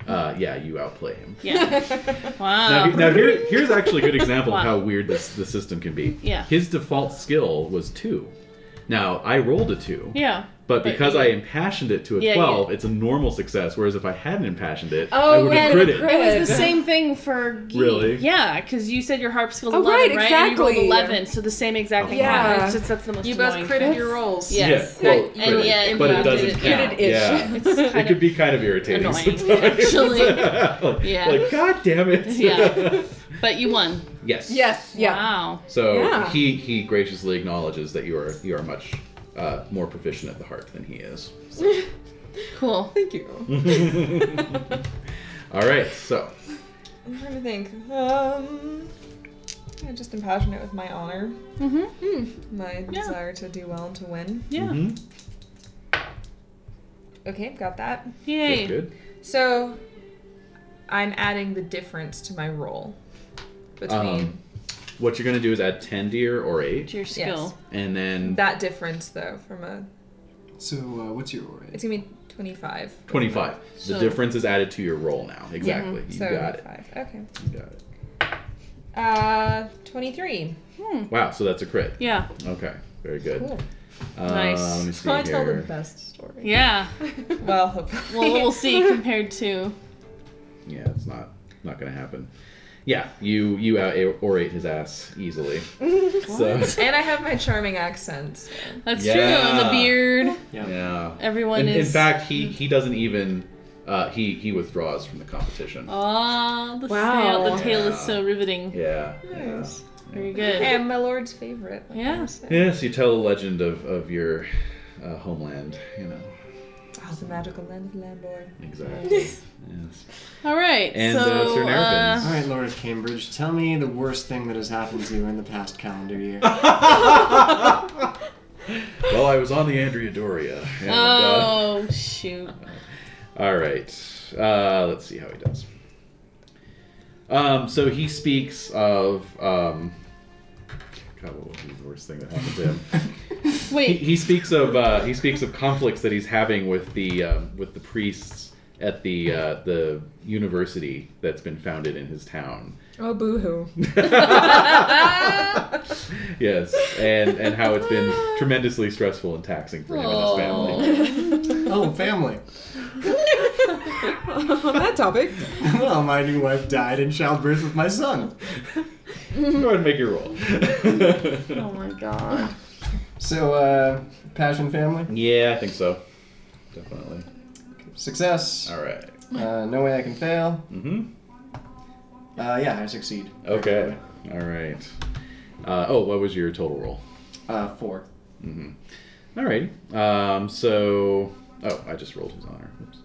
Speaker 1: uh, yeah, you outplay him.
Speaker 5: Yeah.
Speaker 1: Now,
Speaker 5: wow.
Speaker 1: he- now here, here's actually a good example of
Speaker 5: Um, Wow.
Speaker 1: how weird this the system can be.
Speaker 5: Yeah.
Speaker 1: His default skill was 2. Now, I rolled a 2.
Speaker 5: yeah.
Speaker 1: But
Speaker 5: But
Speaker 1: because
Speaker 5: you-
Speaker 1: I impassioned it to a
Speaker 5: Yeah, you-
Speaker 1: 12, it's a normal success. Whereas if I hadn't impassioned it,
Speaker 3: Oh,
Speaker 1: I would have
Speaker 3: yeah,
Speaker 1: critted.
Speaker 3: crit.
Speaker 5: It was the
Speaker 3: Good.
Speaker 5: same thing for Guy.
Speaker 1: Really?
Speaker 5: Yeah, because you said your harp skill's
Speaker 3: Oh,
Speaker 5: 11,
Speaker 3: right,
Speaker 5: right? And you rolled
Speaker 3: exactly.
Speaker 5: 11, so the same exact thing
Speaker 3: Yeah.
Speaker 5: happened. Since that's the most
Speaker 21: You both
Speaker 5: annoying
Speaker 21: critted
Speaker 5: thing.
Speaker 21: your rolls.
Speaker 5: Yes.
Speaker 1: Yeah, quote,
Speaker 5: And
Speaker 1: critted.
Speaker 5: yeah, it
Speaker 1: but it doesn't count.
Speaker 5: impacted it.
Speaker 3: Critted-ish.
Speaker 1: Yeah.
Speaker 5: It's kind
Speaker 1: It could be kind of irritating
Speaker 5: annoying,
Speaker 1: sometimes.
Speaker 5: actually.
Speaker 1: like,
Speaker 5: Yeah.
Speaker 1: like, God damn it.
Speaker 5: Yeah. of, but you won.
Speaker 1: yes.
Speaker 3: Yes. Yeah.
Speaker 5: Wow.
Speaker 1: So
Speaker 3: Yeah.
Speaker 1: he he graciously acknowledges that you are you are much uh, more proficient at the harp than he is.
Speaker 5: Cool.
Speaker 3: Thank you.
Speaker 1: All right. So
Speaker 21: I'm trying to think. Um, I just impassionate with my honor, Hmm.
Speaker 5: Mm-hmm.
Speaker 21: my desire to do well and to win.
Speaker 5: Yeah.
Speaker 1: mhm,
Speaker 21: Okay, got that.
Speaker 5: Yay.
Speaker 1: good, good.
Speaker 21: So I'm adding the difference to my roll between
Speaker 1: Um, What you're gonna do is add ten to your or eight,
Speaker 5: To your skill.
Speaker 1: and then
Speaker 21: that difference though from a
Speaker 4: So, uh, what's your
Speaker 21: it's
Speaker 4: rate?
Speaker 21: gonna be 25.
Speaker 1: 25. the
Speaker 5: So-
Speaker 1: difference is added to your roll now. Exactly. You
Speaker 21: so
Speaker 1: got it.
Speaker 21: 25. Okay.
Speaker 1: You got it.
Speaker 21: Uh, 23.
Speaker 1: Wow. So that's a crit.
Speaker 5: Yeah.
Speaker 1: Okay. Very good.
Speaker 21: Cool.
Speaker 1: Uh,
Speaker 5: Nice.
Speaker 1: Let me see
Speaker 3: So I tell the
Speaker 1: here.
Speaker 3: best story.
Speaker 5: Yeah.
Speaker 21: Well, hopefully.
Speaker 5: Well, we'll see compared to.
Speaker 1: Yeah, it's not not gonna happen. Yeah, you you out orate his ass easily. so
Speaker 21: and I have my charming accent. so-
Speaker 5: That's
Speaker 1: Yeah.
Speaker 5: true. And the beard.
Speaker 1: yeah.
Speaker 5: Everyone
Speaker 1: In, in
Speaker 5: is.
Speaker 1: fact, he he doesn't even uh, he he withdraws from the competition.
Speaker 5: Oh, the
Speaker 3: Wow.
Speaker 5: wow. the tale is
Speaker 1: Yeah.
Speaker 5: so riveting.
Speaker 1: Yeah. yeah.
Speaker 21: Nice.
Speaker 5: Very good.
Speaker 21: I am my lord's favorite. like
Speaker 5: Yeah.
Speaker 21: I said.
Speaker 1: Yes, you tell the legend of of your uh, homeland. You know
Speaker 21: Oh, the magical land of Lamborg.
Speaker 1: exactly. yes.
Speaker 5: All right.
Speaker 1: And,
Speaker 5: so,
Speaker 1: uh, Sir Nerevin's.
Speaker 4: Alright, Lord of Cambridge, tell me the worst thing that has happened to you in the past calendar year.
Speaker 1: Well, I was on the Andrea Doria. And, uh,
Speaker 5: oh shoot.
Speaker 1: All right. Uh, let's see how he does. Um, so he speaks of. Um, God, what would be the worst thing that happened to him? he,
Speaker 5: Wait.
Speaker 1: he speaks of uh, he speaks of conflicts that he's having with the um, with the priests at the uh, the university that's been founded in his town.
Speaker 3: Oh, boo-hoo.
Speaker 1: Yes, and and how it's been tremendously stressful and taxing for him and his family.
Speaker 4: oh, family.
Speaker 3: On that topic.
Speaker 4: well, my new wife died in childbirth with my son.
Speaker 1: Go ahead and make your roll.
Speaker 5: Oh my god.
Speaker 4: So, uh, passion family?
Speaker 1: yeah, I think so. Definitely.
Speaker 4: Success.
Speaker 1: All right.
Speaker 4: Uh, no way I can fail.
Speaker 1: Mm-hmm.
Speaker 4: Uh, yeah, I succeed.
Speaker 1: Okay. All right. Uh, oh, what was your total roll?
Speaker 4: Uh, four.
Speaker 1: Mm-hmm. All right. Um, so, oh, I just rolled his honor. Oops.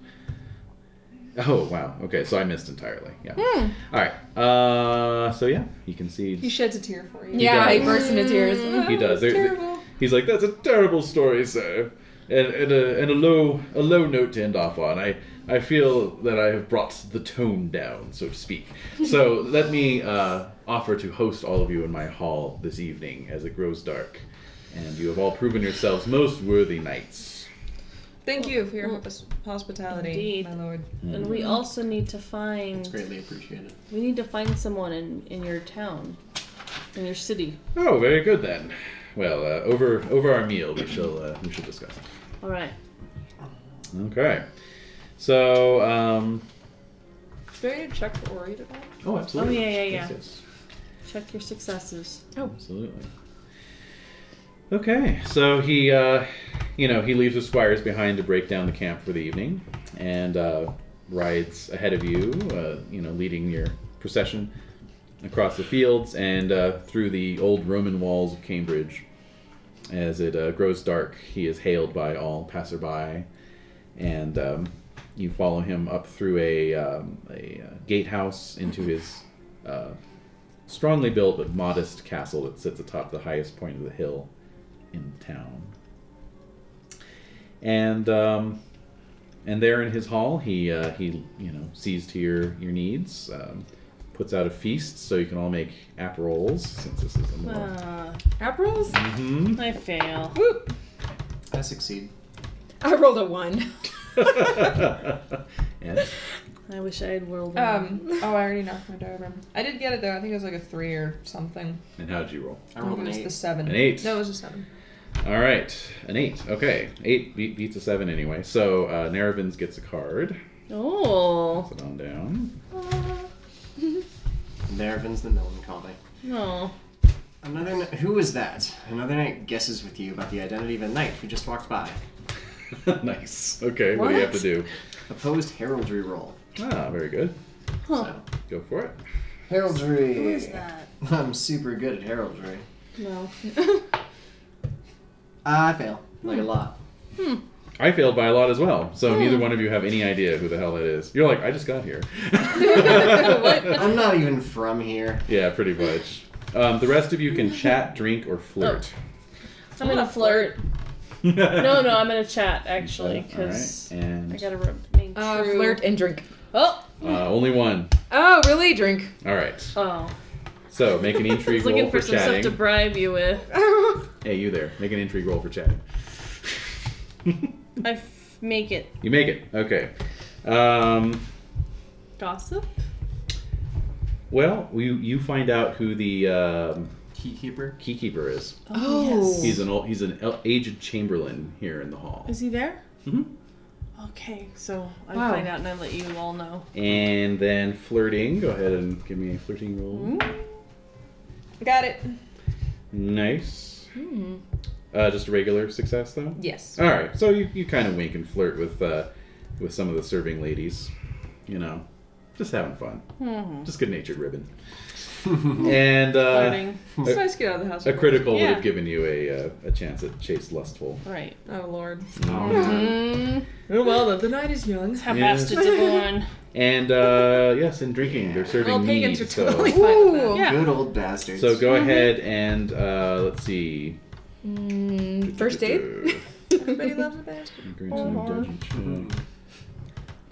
Speaker 1: Oh wow. Okay, so I missed entirely. Yeah. All right. Uh, so yeah, he
Speaker 8: Hmm. He
Speaker 1: concedes.
Speaker 8: sheds a tear for you.
Speaker 1: Yeah,
Speaker 6: Yeah, he
Speaker 1: he does.
Speaker 6: bursts into tears.
Speaker 1: He does. There- there-
Speaker 8: Terrible.
Speaker 1: he's like, "That's a terrible story, sir," and, and a and a low a low note to end off on. I I feel that I have brought the tone down, so to speak. So let me uh, offer to host all of you in my hall this evening as it grows dark, and you have all proven yourselves most worthy knights.
Speaker 3: Thank you for your
Speaker 8: Mm.
Speaker 3: hopos- hospitality,
Speaker 7: Indeed.
Speaker 3: my lord.
Speaker 7: And we also need to find.
Speaker 4: It's greatly appreciated.
Speaker 7: We need to find someone in, in your town, in your city.
Speaker 1: Oh, very good then. Well, uh, over over our meal, we shall uh, we shall discuss.
Speaker 7: All right.
Speaker 1: Okay. So, um,
Speaker 3: Do I need to check for Ori to that?
Speaker 1: oh, absolutely.
Speaker 7: yeah, yeah,
Speaker 1: Yes,
Speaker 7: yeah.
Speaker 1: yes.
Speaker 7: Check your successes.
Speaker 1: Oh. Absolutely. Okay, so he, uh, you know, he leaves his squires behind to break down the camp for the evening, and uh, rides ahead of you, uh, you know, leading your procession across the fields and uh, through the old Roman walls of Cambridge. As it uh, grows dark, he is hailed by all passerby, and um, you follow him up through a, um, a uh, gatehouse into his uh, strongly built but modest castle that sits atop the highest point of the hill in town. And um, and there in his hall, he uh, he you know sees to your your needs, um, puts out a feast so you can all make aperols since this is a more.
Speaker 7: Uh,
Speaker 8: Aprils?
Speaker 1: Mhm.
Speaker 7: I fail.
Speaker 4: I succeed.
Speaker 8: I rolled a one.
Speaker 1: and
Speaker 7: I wish I had rolled. one.
Speaker 3: Um. Oh, I already knocked my die over. I did get it though. I think it was like a three or something.
Speaker 1: and how did you roll?
Speaker 4: I
Speaker 3: I think
Speaker 4: rolled
Speaker 3: it
Speaker 4: an
Speaker 3: was the
Speaker 4: eight.
Speaker 3: seven.
Speaker 1: An eight.
Speaker 3: No, it was a seven.
Speaker 1: All right, an eight. Okay, eight be- beats a seven anyway. So uh, Narevins gets a card.
Speaker 7: Oh
Speaker 1: Put it on down.
Speaker 4: Nervin's the melancholy.
Speaker 7: no.
Speaker 4: Another kn- who is that? Another knight guesses with you about the identity of a knight who just walked by.
Speaker 1: nice. Okay, what do you have to
Speaker 7: What?
Speaker 1: do?
Speaker 4: Opposed heraldry roll.
Speaker 1: Ah, very good.
Speaker 7: Huh.
Speaker 4: So
Speaker 1: Go for it.
Speaker 4: heraldry.
Speaker 7: Who is that?
Speaker 4: I'm super good at heraldry.
Speaker 7: No.
Speaker 4: Ah, I fail like
Speaker 7: Hmm.
Speaker 4: a lot.
Speaker 1: I failed by a lot as well,
Speaker 7: Oh.
Speaker 1: so neither one of you have any idea who the hell that is. You're like, I just got here.
Speaker 4: I'm not even from here.
Speaker 1: yeah, pretty much. Um, the rest of you can chat, drink, or flirt.
Speaker 7: I'm gonna flirt. Oh. No, no, I'm gonna chat actually because
Speaker 1: Uh, All right, and
Speaker 7: I gotta remain true.
Speaker 8: Uh, flirt and drink.
Speaker 7: Oh,
Speaker 1: uh, only one.
Speaker 8: Oh, really? Drink.
Speaker 1: All right.
Speaker 7: oh.
Speaker 1: So make an
Speaker 7: I
Speaker 1: intrigue
Speaker 7: was
Speaker 1: roll
Speaker 7: looking
Speaker 1: for,
Speaker 7: for some
Speaker 1: chatting.
Speaker 7: stuff to bribe you with.
Speaker 1: Hey, you there? Make an intrigue roll for chatting.
Speaker 7: I f- make it
Speaker 1: You make it. Okay. Um,
Speaker 7: gossip.
Speaker 1: well, you you find out who the um,
Speaker 4: Keykeeper.
Speaker 1: keykeeper is.
Speaker 8: Oh.
Speaker 1: He's an old, he's an el- aged chamberlain here in the hall.
Speaker 7: Is he there?
Speaker 1: Mhm.
Speaker 7: Okay, so I
Speaker 8: Wow.
Speaker 7: find out and I let you all know.
Speaker 1: And then flirting. Go ahead and give me a flirting
Speaker 5: Hmm?
Speaker 1: roll.
Speaker 3: Got it.
Speaker 1: Nice. Uh, just a regular success, though.
Speaker 8: Yes.
Speaker 1: All right. So you, you kind of wink and flirt with uh, with some of the serving ladies. You know, just having fun. Just good natured ribbon.
Speaker 4: Hmm.
Speaker 1: and uh,
Speaker 7: Flirting.
Speaker 3: It's nice to get out of the house.
Speaker 1: a critical would
Speaker 7: Yeah.
Speaker 1: have given you a uh, a chance at chase lustful.
Speaker 7: Right.
Speaker 3: Oh lord.
Speaker 1: uh,
Speaker 7: Hmm.
Speaker 4: Oh,
Speaker 3: Oh well, the, the night is young.
Speaker 7: Have
Speaker 1: Yes.
Speaker 7: asked it to born.
Speaker 1: And uh, yes, in drinking they're serving
Speaker 3: Well, pagans
Speaker 1: mead.
Speaker 3: are
Speaker 1: so-
Speaker 3: totally Mm-hmm. fine with
Speaker 8: Ooh.
Speaker 3: that.
Speaker 7: Yeah.
Speaker 4: Good old bastards.
Speaker 1: so go ahead and uh, let's see.
Speaker 8: Mm, first date?
Speaker 3: Everybody loves a bastard.
Speaker 1: Grants an indulgent check.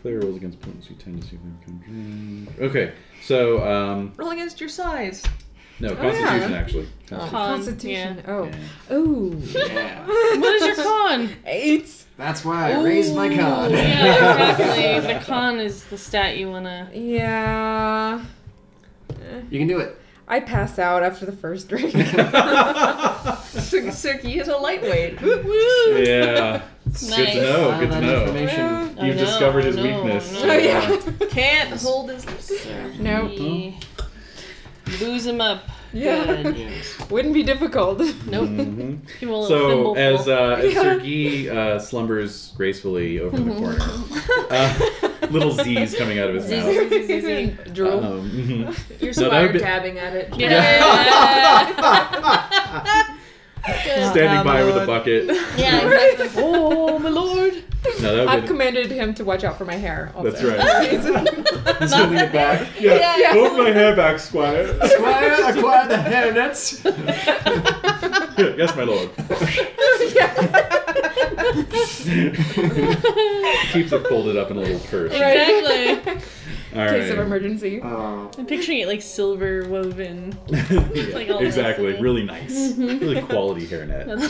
Speaker 1: Player rolls against potency tendency when can drink. Okay, so um,
Speaker 3: Roll against your size. Oh,
Speaker 1: no
Speaker 8: yeah.
Speaker 1: Constitution actually. Constitution.
Speaker 7: Con,
Speaker 8: Constitution.
Speaker 1: Yeah.
Speaker 8: Oh. Ooh.
Speaker 4: Yeah.
Speaker 7: yeah. What is your con?
Speaker 8: Eight.
Speaker 4: That's why I raised my con.
Speaker 7: yeah, exactly. The con is the stat you wanna.
Speaker 8: Yeah.
Speaker 4: You can do it.
Speaker 8: I pass out after the first drink.
Speaker 3: Suki is a lightweight.
Speaker 1: Yeah. Good to know. Good to
Speaker 4: Ah, that
Speaker 1: know.
Speaker 4: information.
Speaker 7: Oh,
Speaker 1: You've
Speaker 7: no,
Speaker 1: discovered his
Speaker 7: no,
Speaker 1: weakness.
Speaker 7: no.
Speaker 8: oh, yeah.
Speaker 7: Can't
Speaker 3: Hold his lips.
Speaker 8: no.
Speaker 7: He- Booze him up.
Speaker 8: Yeah.
Speaker 7: Good.
Speaker 4: Yes.
Speaker 8: Wouldn't be difficult.
Speaker 7: Nope.
Speaker 1: Mhm.
Speaker 7: Give him a little
Speaker 1: So
Speaker 7: thimbleful.
Speaker 1: as uh, as
Speaker 8: Yeah.
Speaker 1: Sergei uh, slumbers gracefully over in the corner, uh, little Z's coming out of his mouth.
Speaker 3: Drool.
Speaker 1: Um, mhm.
Speaker 3: You're
Speaker 1: No, that
Speaker 3: squire
Speaker 1: would be-
Speaker 3: dabbing at it.
Speaker 5: Yeah.
Speaker 1: Standing by with a bucket.
Speaker 5: Yeah, exactly.
Speaker 3: Oh my lord!
Speaker 1: No, that would
Speaker 3: I've
Speaker 1: be.
Speaker 3: commanded him to watch out for my hair. also.
Speaker 1: That's right. He's holding it back. Yeah,
Speaker 3: Yeah.
Speaker 1: hold my hair back, squire.
Speaker 4: Acquire, acquire the hairnets.
Speaker 1: yes, my lord. Keeps it folded up in a little purse.
Speaker 5: Exactly.
Speaker 1: All
Speaker 3: Case of
Speaker 1: right.
Speaker 3: emergency.
Speaker 4: Oh,
Speaker 5: I'm picturing it like silver woven.
Speaker 1: Yeah,
Speaker 5: like all nice
Speaker 1: exactly.
Speaker 5: and-
Speaker 1: Really nice. Really quality hairnet.
Speaker 5: That's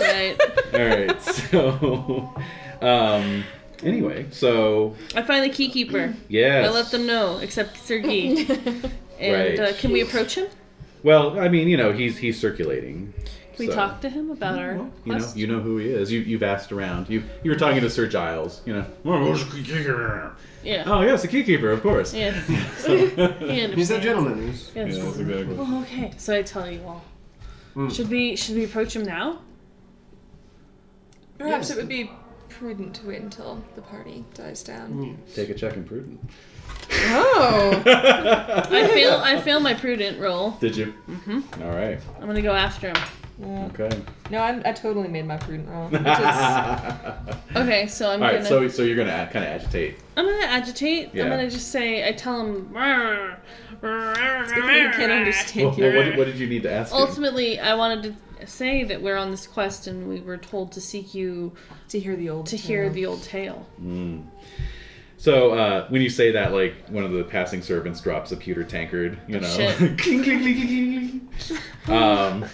Speaker 5: right.
Speaker 1: All right. So, um, anyway, so
Speaker 5: I find the keykeeper.
Speaker 1: yes.
Speaker 5: I let them know, except Sergei.
Speaker 1: Right.
Speaker 5: And uh, can we approach him?
Speaker 1: Well, I mean, you know, he's he's circulating.
Speaker 5: Can we
Speaker 1: so,
Speaker 5: talk to him about our
Speaker 1: You know,
Speaker 5: quest?
Speaker 1: you know who he is. You you've asked around. You you were talking to Sir Giles. You know. "Oh, who's the keykeeper?"
Speaker 5: Yeah.
Speaker 1: Oh yes, the keykeeper, of course.
Speaker 5: Yes.
Speaker 1: So-
Speaker 5: He
Speaker 4: he's that
Speaker 5: understands.
Speaker 4: gentleman. He's-
Speaker 5: Yes.
Speaker 22: Yes, exactly.
Speaker 5: Well, Oh, okay. So I tell you all.
Speaker 1: Hmm.
Speaker 4: Mm.
Speaker 5: Should we should we approach him now?
Speaker 23: Perhaps
Speaker 4: Yes.
Speaker 23: it would be prudent to wait until the party dies down.
Speaker 1: Take a check and prudent.
Speaker 3: Oh.
Speaker 5: I fail I fail my prudent roll.
Speaker 1: Did you?
Speaker 5: Mhm.
Speaker 1: All right.
Speaker 5: I'm gonna go after him.
Speaker 1: Okay.
Speaker 3: No, I, I totally made my prudent roll. Which is-
Speaker 1: All
Speaker 5: Okay, so I'm
Speaker 1: right.
Speaker 5: gonna
Speaker 1: So so you're gonna kind of agitate.
Speaker 5: I'm gonna agitate.
Speaker 1: Yeah.
Speaker 5: I'm gonna just say I tell him. "Rrr, rrr,
Speaker 3: If you can
Speaker 5: rrr."
Speaker 3: understand
Speaker 1: Well,
Speaker 3: your
Speaker 1: what, what did you need to ask? him?
Speaker 5: Ultimately, I wanted to say that we're on this quest and we were told to seek you
Speaker 3: to hear the old
Speaker 5: to hear the old tale.
Speaker 1: Mm. So uh, when you say that, like one of the passing servants drops a pewter tankard, you know.
Speaker 5: Shit.
Speaker 1: Cling, cling, cling, cling, cling. um,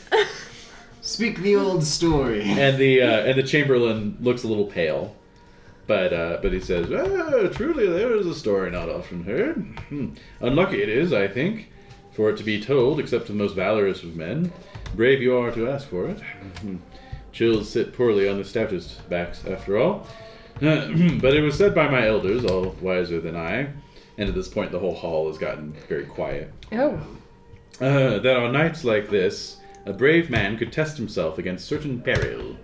Speaker 4: Speak the old story.
Speaker 1: and the uh, and the chamberlain looks a little pale, but uh, but he says, "Ah, "Truly, there is a story not often heard. Hmm. Unlucky it is, I think, for it to be told, except to the most valorous of men. Brave you are to ask for it. Hmm. Chills sit poorly on the stoutest backs, after all. but it was said by my elders, all wiser than I." And at this point, the whole hall has gotten very quiet
Speaker 3: Oh.
Speaker 1: uh, that on nights like this, a brave man could test himself against certain peril.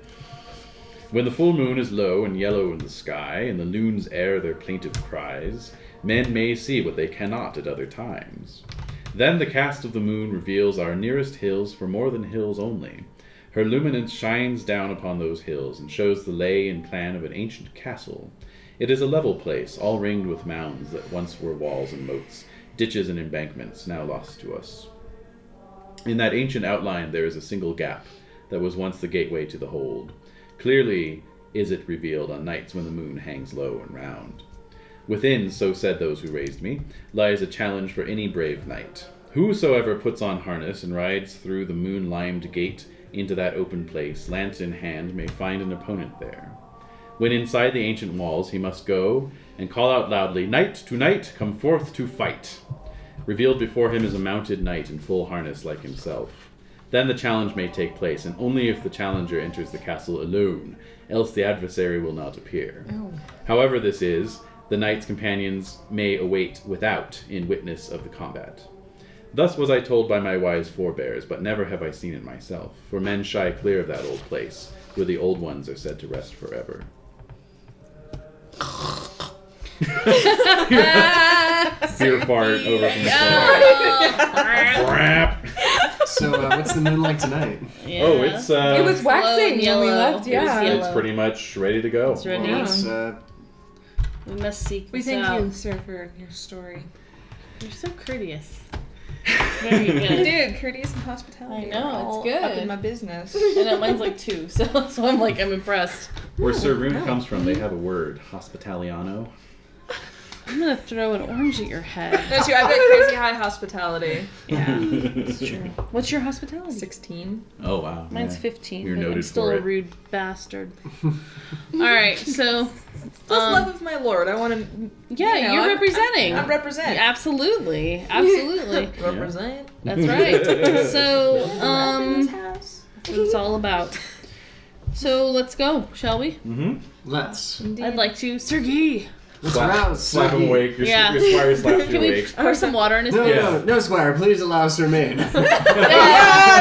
Speaker 1: When the full moon is low and yellow in the sky, and the loons air their plaintive cries, men may see what they cannot at other times. Then the cast of the moon reveals our nearest hills for more than hills only. Her luminance shines down upon those hills and shows the lay and plan of an ancient castle. It is a level place, all ringed with mounds that once were walls and moats, ditches and embankments, now lost to us. In that ancient outline, there is a single gap that was once the gateway to the hold. Clearly is it revealed on nights when the moon hangs low and round. Within, so said those who raised me, lies a challenge for any brave knight. Whosoever puts on harness and rides through the moon limed gate into that open place, lance in hand, may find an opponent there. When inside the ancient walls, he must go and call out loudly, Knight to knight, come forth to fight. Revealed before him is a mounted knight in full harness like himself. Then the challenge may take place, and only if the challenger enters the castle alone, else the adversary will not appear. However, this is, the knight's companions may await without in witness of the combat. Thus was I told by my wise forebears, but never have I seen it myself, for men shy clear of that old place, where the old ones are said to rest forever. Beer fart over from the corner. Oh. Crap.
Speaker 4: So, uh, what's the moon like tonight?
Speaker 5: Yeah.
Speaker 1: Oh, it's uh,
Speaker 3: It was waxing when we
Speaker 5: yellow.
Speaker 3: left,
Speaker 5: It was
Speaker 3: yeah.
Speaker 1: it's
Speaker 5: yellow.
Speaker 1: pretty much ready to go.
Speaker 5: It's ready.
Speaker 4: Well, let's, uh,
Speaker 5: We must seek
Speaker 3: We
Speaker 5: this
Speaker 3: thank
Speaker 5: out.
Speaker 3: you, sir, for your story.
Speaker 5: You're so courteous. Very
Speaker 23: You
Speaker 5: good.
Speaker 23: did courteous and hospitality.
Speaker 5: I know.
Speaker 23: It's good. Up
Speaker 3: good.
Speaker 23: in my business.
Speaker 5: and then mine's like two, so that's why I'm like I'm impressed.
Speaker 1: Where Sir Rune
Speaker 5: Oh.
Speaker 1: comes from, they have a word, hospitaliano.
Speaker 5: I'm gonna throw an orange at your head.
Speaker 23: No, too. I've got crazy high hospitality.
Speaker 5: Yeah, it's true. What's your hospitality?
Speaker 23: Sixteen.
Speaker 1: Oh wow.
Speaker 5: Mine's
Speaker 1: yeah.
Speaker 5: 15.
Speaker 1: You're
Speaker 5: but I'm
Speaker 1: noted
Speaker 5: still
Speaker 1: for
Speaker 5: a
Speaker 1: it.
Speaker 5: rude bastard. All right, so
Speaker 23: Plus
Speaker 5: Um,
Speaker 23: love of my lord. I want to.
Speaker 5: yeah,
Speaker 23: You know,
Speaker 5: you are
Speaker 23: I'm-
Speaker 5: representing.
Speaker 23: I'm represent.
Speaker 5: absolutely, absolutely.
Speaker 23: Represent.
Speaker 5: That's right. so, um, that's what it's all about. So let's go, shall we?
Speaker 1: Mm-hmm.
Speaker 4: let's
Speaker 5: I'd like to, Sergey.
Speaker 4: let's
Speaker 1: Slap,
Speaker 4: rouse
Speaker 1: slap him
Speaker 4: Sergei.
Speaker 1: awake. Your,
Speaker 5: Yeah.
Speaker 1: your squire slaps you
Speaker 5: Can we
Speaker 1: awake.
Speaker 5: pour some water in his
Speaker 4: No,
Speaker 5: face?
Speaker 1: Yeah.
Speaker 4: no, no, Squire. Please allow us to remain.
Speaker 23: Yeah,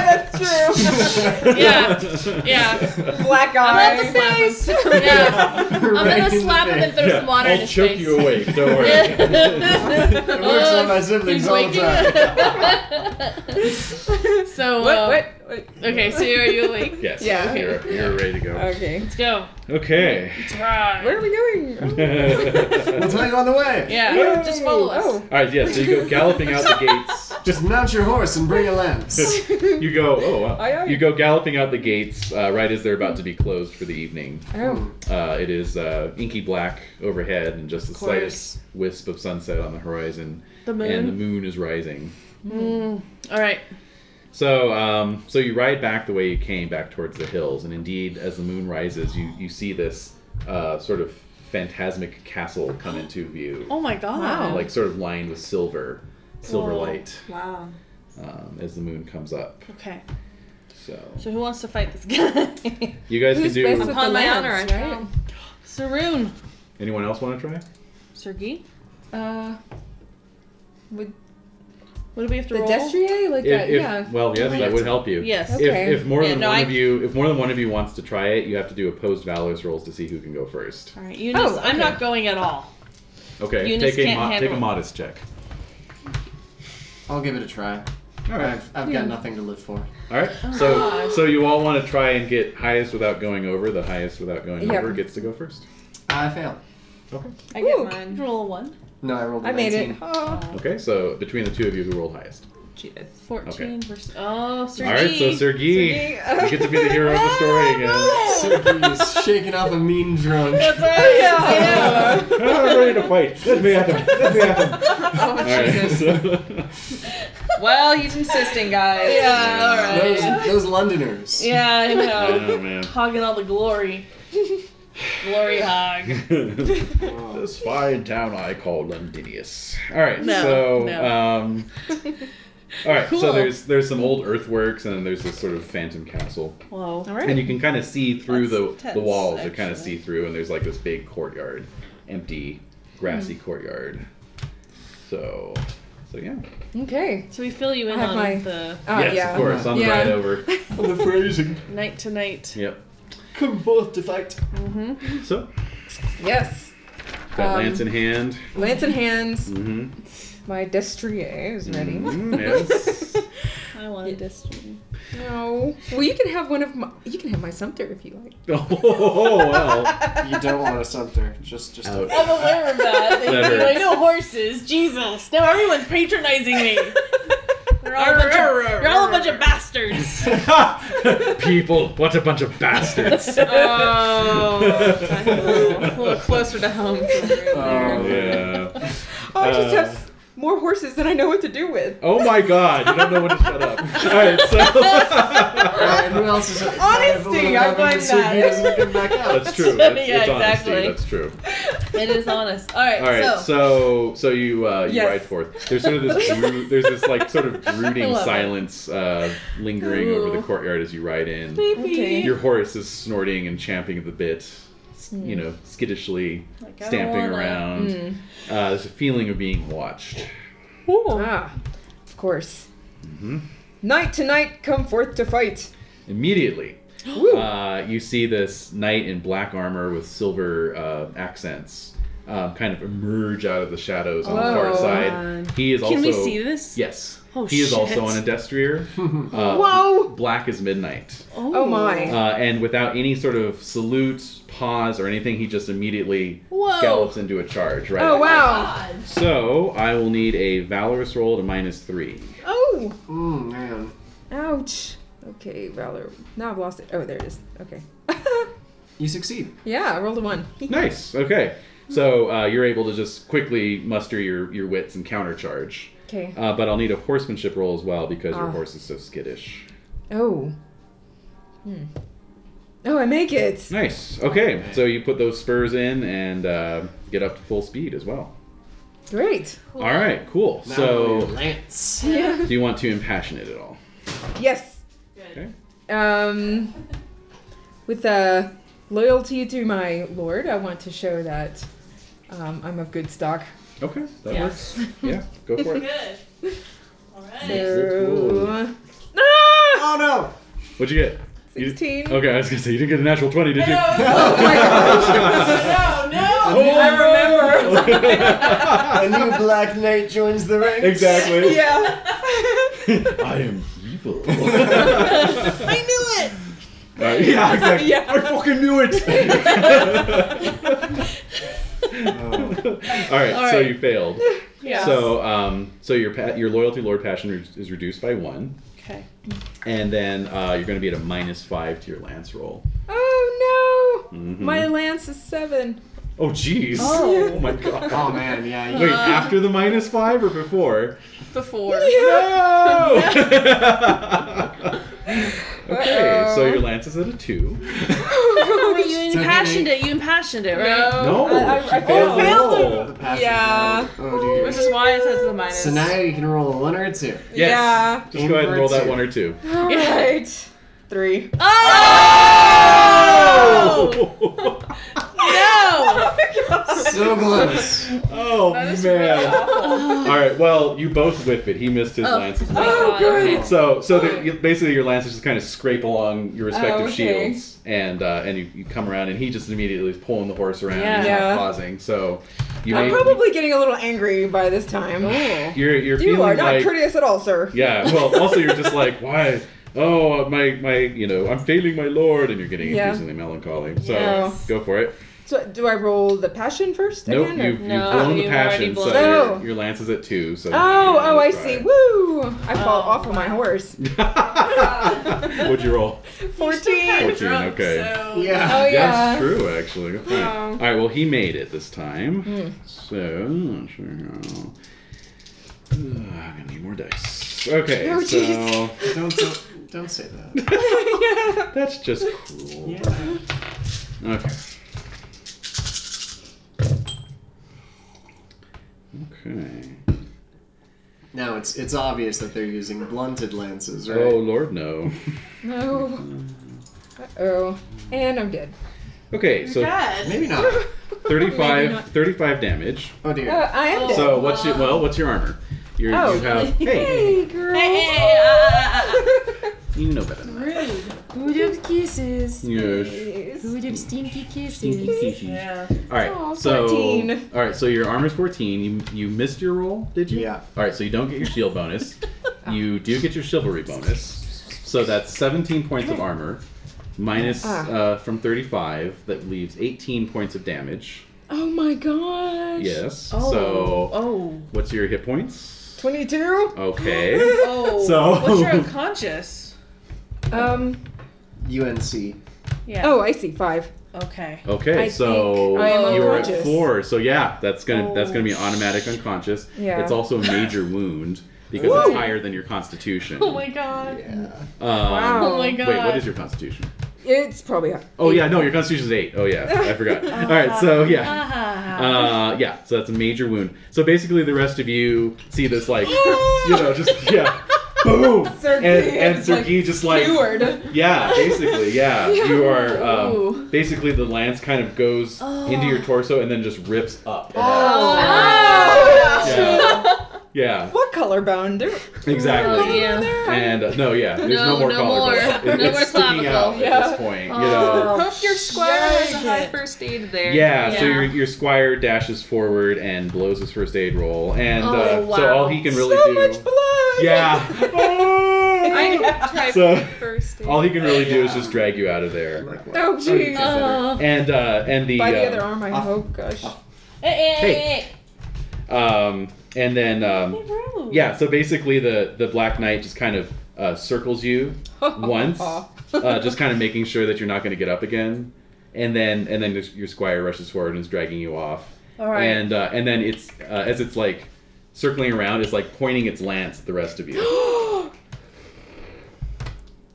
Speaker 23: that's true.
Speaker 5: Yeah. Yeah.
Speaker 24: Black
Speaker 5: I'm on
Speaker 24: eye.
Speaker 5: the face. yeah. I'm gonna slap him and throw some water
Speaker 25: I'll
Speaker 5: in his
Speaker 25: choke
Speaker 5: face.
Speaker 25: you awake. Don't worry.
Speaker 4: It works on my siblings
Speaker 5: He's
Speaker 4: all the
Speaker 5: waking
Speaker 4: time.
Speaker 5: up. so
Speaker 24: What?
Speaker 5: uh,
Speaker 24: What? What?
Speaker 5: Okay, so are you awake?
Speaker 25: Yes.
Speaker 24: Yeah.
Speaker 25: You're, you're ready to go.
Speaker 24: Okay.
Speaker 5: Let's go.
Speaker 25: Okay.
Speaker 24: Where are we going?
Speaker 4: We'll tell you on the way.
Speaker 5: Yeah.
Speaker 25: Yay.
Speaker 5: Just follow us.
Speaker 24: Oh.
Speaker 25: All right. Yeah. So you go galloping out the gates.
Speaker 4: Just mount your horse and bring a lance.
Speaker 25: You go. Oh wow.
Speaker 24: Aye, aye.
Speaker 25: You
Speaker 1: You go galloping out the gates uh, right as they're about to be closed for the evening.
Speaker 3: Oh,
Speaker 1: Uh, it is uh, inky black overhead and just the
Speaker 5: course.
Speaker 1: slightest wisp of sunset on the horizon,
Speaker 5: The moon.
Speaker 1: and the moon is rising.
Speaker 5: All right.
Speaker 1: So, um, so you ride back the way you came, back towards the hills, and indeed, as the moon rises, you you see this uh, sort of phantasmic castle come into view,
Speaker 5: Oh my god.
Speaker 3: Wow.
Speaker 1: like sort of lined with silver, silver
Speaker 5: Whoa.
Speaker 1: light
Speaker 26: Wow.
Speaker 1: um, as the moon comes up.
Speaker 5: Okay.
Speaker 1: So,
Speaker 5: So who wants to fight this guy?
Speaker 1: you guys
Speaker 3: who's
Speaker 1: can
Speaker 3: best
Speaker 1: do.
Speaker 3: with the
Speaker 5: Upon my
Speaker 3: lance,
Speaker 5: honor, I
Speaker 3: right?
Speaker 5: Saroon.
Speaker 1: Anyone else want to try?
Speaker 5: Sergey.
Speaker 3: Uh, with
Speaker 5: What do we have to
Speaker 3: the
Speaker 5: roll?
Speaker 3: destrier, like
Speaker 1: If,
Speaker 3: that,
Speaker 1: if-
Speaker 3: yeah.
Speaker 1: Well, yes, that would help you.
Speaker 5: Yes.
Speaker 3: Okay.
Speaker 1: If, if more
Speaker 5: Yeah,
Speaker 1: than
Speaker 5: no,
Speaker 1: one
Speaker 5: I-
Speaker 1: of you, if more than one of you wants to try it, you have to do opposed valorous rolls to see who can go first.
Speaker 5: All right, Eunice.
Speaker 3: Oh,
Speaker 5: I'm
Speaker 3: okay.
Speaker 5: not going at all.
Speaker 1: Okay,
Speaker 5: Eunice
Speaker 1: take a
Speaker 5: can't
Speaker 1: mo- take a
Speaker 5: handle-
Speaker 1: modest check.
Speaker 4: I'll give it a try.
Speaker 1: All
Speaker 4: I've, I've got nothing to live for.
Speaker 1: All right.
Speaker 3: Oh,
Speaker 1: So so you all want to try and get highest without going over. The highest without going
Speaker 3: Yep.
Speaker 1: over gets to go first.
Speaker 4: I failed.
Speaker 26: I get
Speaker 24: Ooh.
Speaker 26: mine.
Speaker 5: Roll a one.
Speaker 4: No, I rolled a
Speaker 24: I made
Speaker 4: 19.
Speaker 24: it. Oh.
Speaker 1: Okay. So between the two of you, who rolled highest?
Speaker 3: Cheated.
Speaker 5: 14
Speaker 1: Okay.
Speaker 5: versus. Oh, Sergey.
Speaker 1: All right. So Sergey, you get to be the hero of the
Speaker 3: Ah,
Speaker 1: story again.
Speaker 4: Sergey's shaking off a mean drunk.
Speaker 5: That's right.
Speaker 24: Yeah.
Speaker 1: Ah,
Speaker 25: I'm ready to fight. Let me at him. Let me at him.
Speaker 3: Oh,
Speaker 1: All right. So,
Speaker 24: Well, he's insisting, guys.
Speaker 5: Yeah, all right.
Speaker 4: Those, those Londoners.
Speaker 5: Yeah, I
Speaker 1: I
Speaker 5: know.
Speaker 1: know, man.
Speaker 5: Hogging all the glory. glory hog.
Speaker 4: Oh,
Speaker 1: this fine town I call Londinius. All right,
Speaker 5: No,
Speaker 1: so
Speaker 5: no.
Speaker 1: um, all right, so
Speaker 5: Cool.
Speaker 1: there's there's some old earthworks and there's this sort of phantom castle,
Speaker 5: Whoa.
Speaker 26: All
Speaker 1: and
Speaker 26: right.
Speaker 1: you can kind of see through
Speaker 5: That's
Speaker 1: the
Speaker 5: tense,
Speaker 1: the walls. You kind of see
Speaker 5: actually.
Speaker 1: through, and there's like this big courtyard, empty, grassy
Speaker 5: Hmm.
Speaker 1: courtyard. So, so yeah,
Speaker 3: Okay.
Speaker 5: So we fill you in
Speaker 3: I have
Speaker 5: on
Speaker 3: my-
Speaker 5: the
Speaker 3: Uh,
Speaker 1: yes,
Speaker 3: yeah.
Speaker 1: of course, on the
Speaker 3: Yeah.
Speaker 1: ride over.
Speaker 4: The phrasing.
Speaker 5: night to night.
Speaker 1: Yep.
Speaker 4: Come forth to fight.
Speaker 1: So
Speaker 3: Yes.
Speaker 1: got
Speaker 3: Um,
Speaker 1: lance in hand.
Speaker 3: Lance in hands.
Speaker 1: hmm
Speaker 3: My destrier is ready.
Speaker 1: yes.
Speaker 5: I wanted this.
Speaker 3: No. Well, you can have one of my. You can have my Sumter if you like.
Speaker 1: Oh, well.
Speaker 4: You don't want a Sumter. Just, just.
Speaker 1: Ouch.
Speaker 5: I'm aware of that. They
Speaker 1: That
Speaker 5: do. I
Speaker 1: hurts.
Speaker 5: know horses. Jesus. Now everyone's patronizing me. You're all, a bunch of, you're all a bunch of bastards.
Speaker 1: People, what a bunch of bastards.
Speaker 3: Oh.
Speaker 26: I have a little, a little
Speaker 5: Oh,
Speaker 26: closer to home. for you.
Speaker 4: Oh,
Speaker 1: yeah.
Speaker 3: Oh, I just
Speaker 1: Uh,
Speaker 3: have more horses than I know what to do with.
Speaker 1: Oh my god, you don't know when to shut up. Alright, so
Speaker 4: and who else is
Speaker 24: Honesty, I blame
Speaker 4: He
Speaker 24: that.
Speaker 4: doesn't come back out.
Speaker 1: that's true. That's,
Speaker 5: Yeah,
Speaker 1: it's honesty,
Speaker 5: exactly.
Speaker 1: that's true.
Speaker 5: it is honest. All right.
Speaker 1: Alright,
Speaker 5: so.
Speaker 1: so so you uh you
Speaker 3: Yes.
Speaker 1: ride forth. There's sort of this dru- there's this like sort of
Speaker 5: I
Speaker 1: brooding
Speaker 5: love it.
Speaker 1: silence uh lingering over the
Speaker 5: Ooh.
Speaker 1: courtyard as you ride in.
Speaker 3: Okay.
Speaker 1: Your horse is snorting and champing at the bit, s- you know, skittishly
Speaker 5: Hmm. Like, I don't
Speaker 1: stamping
Speaker 5: wanna- Hmm.
Speaker 1: around. Uh, there's a feeling of being watched.
Speaker 3: Ah, of course.
Speaker 1: Mhm.
Speaker 3: Night to night, come forth to fight.
Speaker 1: Immediately,
Speaker 3: Woo.
Speaker 1: uh, you see this knight in black armor with silver uh, accents um, kind of emerge out of the shadows on the far
Speaker 3: Whoa.
Speaker 1: side. He is
Speaker 5: Oh, Can
Speaker 1: also
Speaker 5: we see this?
Speaker 1: yes.
Speaker 5: Oh,
Speaker 1: he is also
Speaker 5: shit.
Speaker 1: an industrier. Uh,
Speaker 3: Whoa.
Speaker 1: Black as midnight,
Speaker 3: Oh my.
Speaker 1: uh, and without any sort of salute, pause, or anything, he just immediately
Speaker 5: Whoa.
Speaker 1: gallops into a charge. Right.
Speaker 3: Oh wow.
Speaker 2: God.
Speaker 1: So I will need a valorous roll to minus three.
Speaker 3: Oh.
Speaker 4: Mm, man.
Speaker 3: Ouch. Okay, Valor. Now I've lost it. Oh, there it is. Okay.
Speaker 4: You succeed.
Speaker 3: yeah, I rolled a one.
Speaker 1: Nice. Okay. So uh, you're able to just quickly muster your, your wits and countercharge.
Speaker 3: Okay.
Speaker 1: Uh, but I'll need a horsemanship roll as well because your
Speaker 3: Ah.
Speaker 1: horse is so skittish.
Speaker 3: Oh. Hmm. Oh, I make it.
Speaker 1: Nice. Okay. So you put those spurs in and uh, get up to full speed as well.
Speaker 3: Great.
Speaker 1: All right. Cool.
Speaker 4: Now your
Speaker 1: So
Speaker 4: lance.
Speaker 3: Yeah.
Speaker 1: do you want to impassion it at all?
Speaker 3: Yes.
Speaker 1: Okay.
Speaker 3: Um, with uh, loyalty to my lord, I want to show that um, I'm of good stock.
Speaker 1: Okay. That
Speaker 5: Yeah.
Speaker 1: works. Yeah. Go for it.
Speaker 2: Good. All right.
Speaker 1: That's cool.
Speaker 3: Ah!
Speaker 4: Oh no!
Speaker 1: What'd you get? You-
Speaker 8: 16.
Speaker 1: okay, I was gonna say you didn't get a natural twenty, did you?
Speaker 5: Oh
Speaker 1: Oh.
Speaker 8: I remember.
Speaker 4: A new Black Knight joins the ranks.
Speaker 9: Exactly.
Speaker 8: yeah.
Speaker 9: I am evil.
Speaker 8: I knew it.
Speaker 1: Uh, yeah, exactly.
Speaker 8: Yeah.
Speaker 1: I fucking knew it.
Speaker 4: Oh.
Speaker 1: All right, so
Speaker 7: right.
Speaker 1: you failed.
Speaker 8: Yeah.
Speaker 1: So, um, so your pa- your loyalty, lord passion re- is reduced by one,
Speaker 7: Okay.
Speaker 1: and then uh, you're going to be at a minus five to your lance roll.
Speaker 8: Oh no.
Speaker 1: Mhm.
Speaker 8: My lance is seven.
Speaker 1: oh, jeez.
Speaker 8: Oh.
Speaker 1: my god.
Speaker 4: Oh man, yeah. You,
Speaker 1: Wait, after the minus five or before?
Speaker 7: Before.
Speaker 1: No. okay, so your lance is at a two.
Speaker 7: you impassioned it. You impassioned it, right?
Speaker 1: No,
Speaker 8: I, I,
Speaker 1: she
Speaker 8: I
Speaker 1: failed the
Speaker 8: failed.
Speaker 1: roll.
Speaker 4: the passion
Speaker 8: Yeah.
Speaker 4: roll. Oh dear.
Speaker 3: Which is why it's at the minus.
Speaker 4: So now you can roll a one or a two.
Speaker 1: Yes.
Speaker 8: Yeah.
Speaker 1: Just go ahead and roll that one
Speaker 4: Inverted.
Speaker 1: or two.
Speaker 8: All right. Three.
Speaker 1: Oh,
Speaker 8: Oh
Speaker 4: So close.
Speaker 1: oh man. All right. Well, you both whip it. He missed his lance as well.
Speaker 8: Oh, good.
Speaker 1: So, so the, you- basically, your lances just kind of scrape along your respective
Speaker 8: Oh, okay.
Speaker 1: shields, and uh, and you, you come around, and he just immediately is pulling the horse around.
Speaker 7: Yeah.
Speaker 1: He's
Speaker 8: Yeah.
Speaker 1: not pausing. So, you
Speaker 8: I'm
Speaker 1: may,
Speaker 8: probably getting a little angry by this time.
Speaker 1: you're you're feeling
Speaker 8: You are not
Speaker 1: like
Speaker 8: courteous at all, sir.
Speaker 1: yeah. Well, also you're just like why. Oh my my! You know I'm failing my lord, and you're getting
Speaker 8: Yeah.
Speaker 1: increasingly melancholy. So
Speaker 8: Yes.
Speaker 1: go for it.
Speaker 8: So do I roll the passion first
Speaker 1: Nope,
Speaker 8: again? or-
Speaker 1: you've, you've
Speaker 7: No,
Speaker 1: blown the
Speaker 7: you've already
Speaker 1: passion,
Speaker 7: blown
Speaker 8: it.
Speaker 1: so
Speaker 8: Oh.
Speaker 1: your, your lance is at two. So
Speaker 8: Oh,
Speaker 1: you're
Speaker 8: oh, I
Speaker 1: fine.
Speaker 8: see. Woo! I fall off of my horse.
Speaker 1: What'd you roll?
Speaker 8: 14.
Speaker 1: Fourteen. okay.
Speaker 4: Yeah.
Speaker 8: Oh, yeah.
Speaker 1: That's true, actually. Good point. All right, well, he made it this time.
Speaker 8: Hmm.
Speaker 1: So, I'm not sure how. Ugh, I'm going to need more dice. Okay,
Speaker 8: Oh,
Speaker 1: so
Speaker 8: jeez.
Speaker 4: Don't, don't don't say that.
Speaker 8: yeah.
Speaker 1: that's just cruel.
Speaker 4: Yeah.
Speaker 1: Okay. Okay.
Speaker 4: Now it's it's obvious that they're using blunted lances, right?
Speaker 1: Oh, Lord, no.
Speaker 8: No. Uh oh. And I'm dead.
Speaker 1: Okay, so
Speaker 4: Maybe not.
Speaker 1: Ah, 35, 35 damage.
Speaker 4: Oh
Speaker 8: Oh,
Speaker 4: dear.
Speaker 8: I am dead.
Speaker 1: So what's your well? What's your armor? You're,
Speaker 8: oh.
Speaker 1: you have hey,
Speaker 8: Hey, ah, girl. ah,
Speaker 1: you know better than that.
Speaker 8: kisses.
Speaker 1: Yes.
Speaker 2: Yeah.
Speaker 1: All right.
Speaker 8: Aw,
Speaker 1: so
Speaker 8: 14.
Speaker 1: all right. So your armor's 14. You you missed your roll, did you?
Speaker 4: Yeah.
Speaker 1: All right. So you don't get your shield bonus. you do get your chivalry bonus. So that's 17 points of armor, minus
Speaker 8: Ah.
Speaker 1: uh, from 35. That leaves 18 points of damage.
Speaker 8: Oh my gosh.
Speaker 1: Yes.
Speaker 7: Oh.
Speaker 1: So
Speaker 7: Oh.
Speaker 1: what's your hit points?
Speaker 8: 22?
Speaker 1: Okay.
Speaker 7: Oh.
Speaker 1: So-
Speaker 7: What's your unconscious?
Speaker 8: Um.
Speaker 4: UNC.
Speaker 7: Yeah.
Speaker 8: Oh, I see. Five.
Speaker 7: Okay.
Speaker 1: Okay,
Speaker 8: I
Speaker 1: so
Speaker 8: think I am
Speaker 1: you are at
Speaker 8: unconscious.
Speaker 1: four. So yeah, that's gonna that's
Speaker 7: Oh,
Speaker 1: gonna be automatic unconscious.
Speaker 8: Yeah.
Speaker 1: It's also a major wound because it's higher than your constitution.
Speaker 7: Oh my god.
Speaker 4: Yeah.
Speaker 1: Um,
Speaker 8: Wow.
Speaker 7: Oh my god.
Speaker 1: Wait, what is your constitution?
Speaker 8: It's probably.
Speaker 1: Oh yeah, no, your constitution is eight. Oh yeah, I forgot. All right, so yeah,
Speaker 7: Ah.
Speaker 1: uh, yeah, so that's a major wound. So basically, the rest of you see this like, you know, just yeah, boom,
Speaker 8: Sir
Speaker 1: and
Speaker 8: Guy
Speaker 1: and
Speaker 8: is,
Speaker 1: Sir
Speaker 8: like,
Speaker 1: Guy just like
Speaker 8: Keyword.
Speaker 1: yeah, basically, yeah. You are
Speaker 8: Ooh.
Speaker 1: um, basically the lance kind of goes
Speaker 7: Oh.
Speaker 1: into your torso and then just rips up. Oh.
Speaker 7: Oh.
Speaker 1: Yeah. Yeah,
Speaker 8: What color bound? There-
Speaker 1: exactly.
Speaker 7: Oh, yeah.
Speaker 1: And uh, no, yeah, there's no,
Speaker 7: No,
Speaker 1: more
Speaker 7: no
Speaker 1: collar
Speaker 7: more.
Speaker 1: bone.
Speaker 7: No
Speaker 1: It- it's
Speaker 7: more
Speaker 1: sticking
Speaker 7: clavicle. Oh,
Speaker 1: out
Speaker 8: Yeah.
Speaker 1: at this point. You
Speaker 8: Oh,
Speaker 1: know.
Speaker 3: Hope your squire has a high
Speaker 8: Shit.
Speaker 3: first aid there.
Speaker 1: Yeah, so
Speaker 7: Yeah.
Speaker 1: your, your squire dashes forward and blows his first aid roll, and uh,
Speaker 7: Oh,
Speaker 1: so
Speaker 7: wow.
Speaker 1: all he can really
Speaker 8: so
Speaker 1: do,
Speaker 8: much blood.
Speaker 1: yeah,
Speaker 3: I tried
Speaker 1: So-
Speaker 3: first aid.
Speaker 1: all he can really do is
Speaker 4: Yeah.
Speaker 1: just drag you out of there,
Speaker 4: Like what?
Speaker 8: Oh jeez.
Speaker 7: Oh.
Speaker 1: and uh, and the,
Speaker 8: By the
Speaker 1: uh,
Speaker 8: other arm, I
Speaker 4: uh,
Speaker 8: hope. Gosh.
Speaker 7: Hey, hey,
Speaker 1: Hey. um, and then um,
Speaker 7: eh. rude.
Speaker 1: yeah, so basically the the black knight just kind of uh, circles you once, uh, just kind of making sure that you're not going to get up again, and then and then your squire rushes forward and is dragging you off.
Speaker 7: All right.
Speaker 1: And uh, and then it's uh, as it's like circling around, it's like pointing its lance at the rest of you.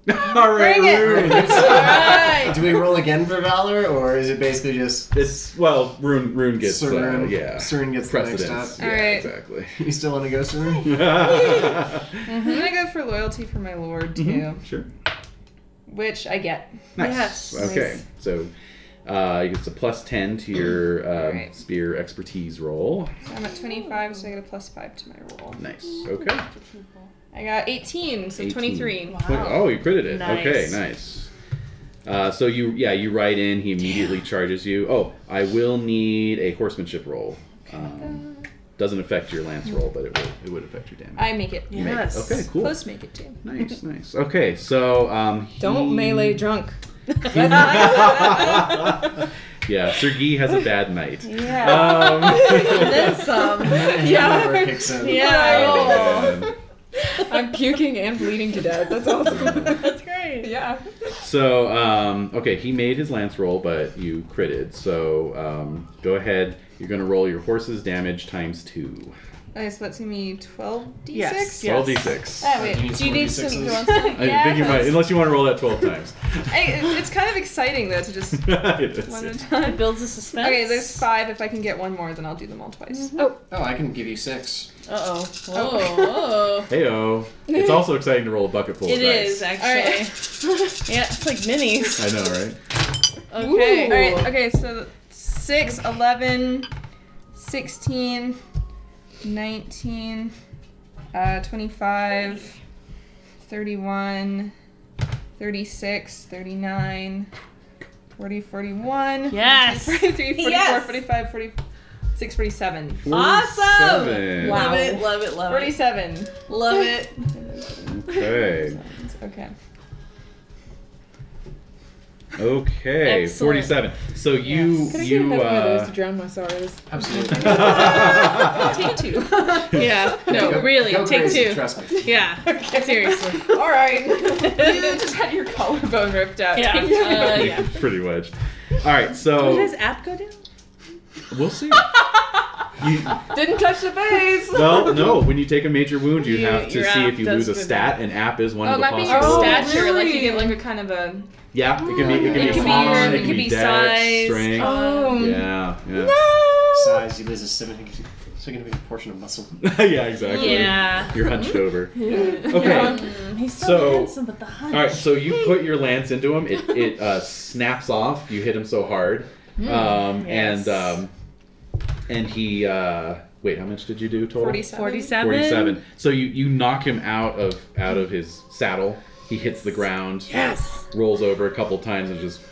Speaker 1: All right, Rune. Uh,
Speaker 4: Do we roll again for valor, or is it basically just
Speaker 1: It's well, Rune. Rune gets uh,
Speaker 4: Sarun?
Speaker 1: yeah.
Speaker 4: Sarun gets the next
Speaker 1: Precedence.
Speaker 4: stop.
Speaker 1: Yeah,
Speaker 3: Alright.
Speaker 1: exactly.
Speaker 4: You still want to go, Sarun?
Speaker 3: I'm gonna go for loyalty for my lord too,
Speaker 1: Sure.
Speaker 3: which I get.
Speaker 1: Nice.
Speaker 7: Yes.
Speaker 1: Okay. So uh, it's a plus ten to your uh,
Speaker 3: Alright.
Speaker 1: spear expertise roll.
Speaker 3: So I'm at 25, so I get a plus five to my roll.
Speaker 1: Nice. Okay.
Speaker 3: I got 18, so
Speaker 1: 18.
Speaker 3: 23.
Speaker 1: Twen- Oh, you critted it.
Speaker 7: Nice.
Speaker 1: Okay, nice. Uh, so you, yeah, you ride in. He immediately charges you. Oh, I will need a horsemanship roll. Um, doesn't affect your lance roll, but it would it would affect your damage.
Speaker 3: I make it.
Speaker 1: You make it.
Speaker 5: Yes.
Speaker 1: Okay, cool.
Speaker 3: Close make it too.
Speaker 1: Nice, nice. Okay, so um,
Speaker 8: Don't
Speaker 1: he-
Speaker 8: melee drunk.
Speaker 1: Yeah, Sergei has a bad night.
Speaker 5: Yeah.
Speaker 1: Um,
Speaker 5: then some.
Speaker 4: Hangover kicks in.
Speaker 5: Yeah.
Speaker 1: oh, man.
Speaker 8: I'm puking and bleeding to death. That's awesome.
Speaker 5: That's great.
Speaker 8: yeah.
Speaker 1: So, um, okay, he made his lance roll, but you critted. So, um, go ahead. You're going to roll your horse's damage times two.
Speaker 3: Okay, so that's gonna be 12d6?
Speaker 5: Yes.
Speaker 1: 12d6.
Speaker 3: Ah,
Speaker 4: You
Speaker 3: wait.
Speaker 4: need
Speaker 3: Do you need some
Speaker 4: 4d6s?
Speaker 3: nuance? I
Speaker 1: I think you might, unless you want to roll that 12 times.
Speaker 3: it's kind of exciting though to just
Speaker 1: It is.
Speaker 3: one at a
Speaker 7: It
Speaker 3: time.
Speaker 7: builds a suspense.
Speaker 3: Okay, there's five. If I can get one more, then I'll do them all twice.
Speaker 8: Mm-hmm.
Speaker 4: Oh, I can give you six.
Speaker 7: Uh oh. Whoa. whoa.
Speaker 1: Heyo. It's also exciting to roll a bucket full of
Speaker 7: It is
Speaker 1: dice.
Speaker 7: actually. yeah, it's like mini.
Speaker 1: I know, right?
Speaker 7: Okay.
Speaker 3: All right. Okay, so 6, 11, 16, 19, uh, 25, 31, 36, 39, 40, 41,
Speaker 7: Yes.
Speaker 3: 43, 44,
Speaker 7: Yes.
Speaker 3: 45, 46, 47.
Speaker 7: Awesome!
Speaker 1: Seven.
Speaker 7: Love it. Love it. Love it.
Speaker 3: 47.
Speaker 7: Love it.
Speaker 1: Okay.
Speaker 3: Okay.
Speaker 1: Okay.
Speaker 7: Excellent.
Speaker 1: 47. So
Speaker 8: Can
Speaker 1: you,
Speaker 8: I get
Speaker 1: you,
Speaker 8: another one of those
Speaker 1: uh,
Speaker 8: to drown my sorrows?
Speaker 4: Absolutely.
Speaker 3: Take two.
Speaker 7: Yeah. No,
Speaker 4: Go-
Speaker 7: really.
Speaker 4: go
Speaker 7: Take
Speaker 4: crazy,
Speaker 7: two.
Speaker 4: Trust me.
Speaker 7: Yeah. Seriously.
Speaker 3: All right. you just had your collarbone ripped out.
Speaker 7: Yeah. Uh, yeah.
Speaker 1: pretty much. All right, so
Speaker 7: Oh.
Speaker 5: Does app go down?
Speaker 1: we'll see. You,
Speaker 3: Didn't touch the base.
Speaker 1: well, no. When you take a major wound, you,
Speaker 7: You-
Speaker 1: have to
Speaker 7: your
Speaker 1: see
Speaker 7: app
Speaker 1: if you
Speaker 7: does
Speaker 1: lose a
Speaker 7: go
Speaker 1: stat, and app is one
Speaker 3: Oh,
Speaker 1: of
Speaker 3: it
Speaker 1: the
Speaker 3: might be
Speaker 1: possible.
Speaker 3: your
Speaker 8: Oh,
Speaker 3: stature. Like you get
Speaker 8: really?
Speaker 3: like a kind of a.
Speaker 1: Yeah, it could be. It could be
Speaker 4: It could be
Speaker 1: con.
Speaker 4: your-
Speaker 1: it could be dex,
Speaker 3: size.
Speaker 1: strength.
Speaker 5: Um,
Speaker 8: Oh.
Speaker 7: Um,
Speaker 1: yeah, yeah,
Speaker 4: Size, you lose a significant significant portion of muscle.
Speaker 1: yeah. Exactly.
Speaker 7: Yeah.
Speaker 1: You're hunched over. Okay.
Speaker 5: He's so,
Speaker 1: So-
Speaker 5: handsome, but the hunch.
Speaker 1: All right, so you put your lance into him. It it uh, snaps off. You hit him so hard, um,
Speaker 7: yes.
Speaker 1: and um, and he. Uh, wait, how much did you do total?
Speaker 3: 47.
Speaker 5: 47.
Speaker 1: 47. So you, you knock him out of out of his saddle. He hits the ground.
Speaker 5: Yes.
Speaker 1: Rolls over a couple times and just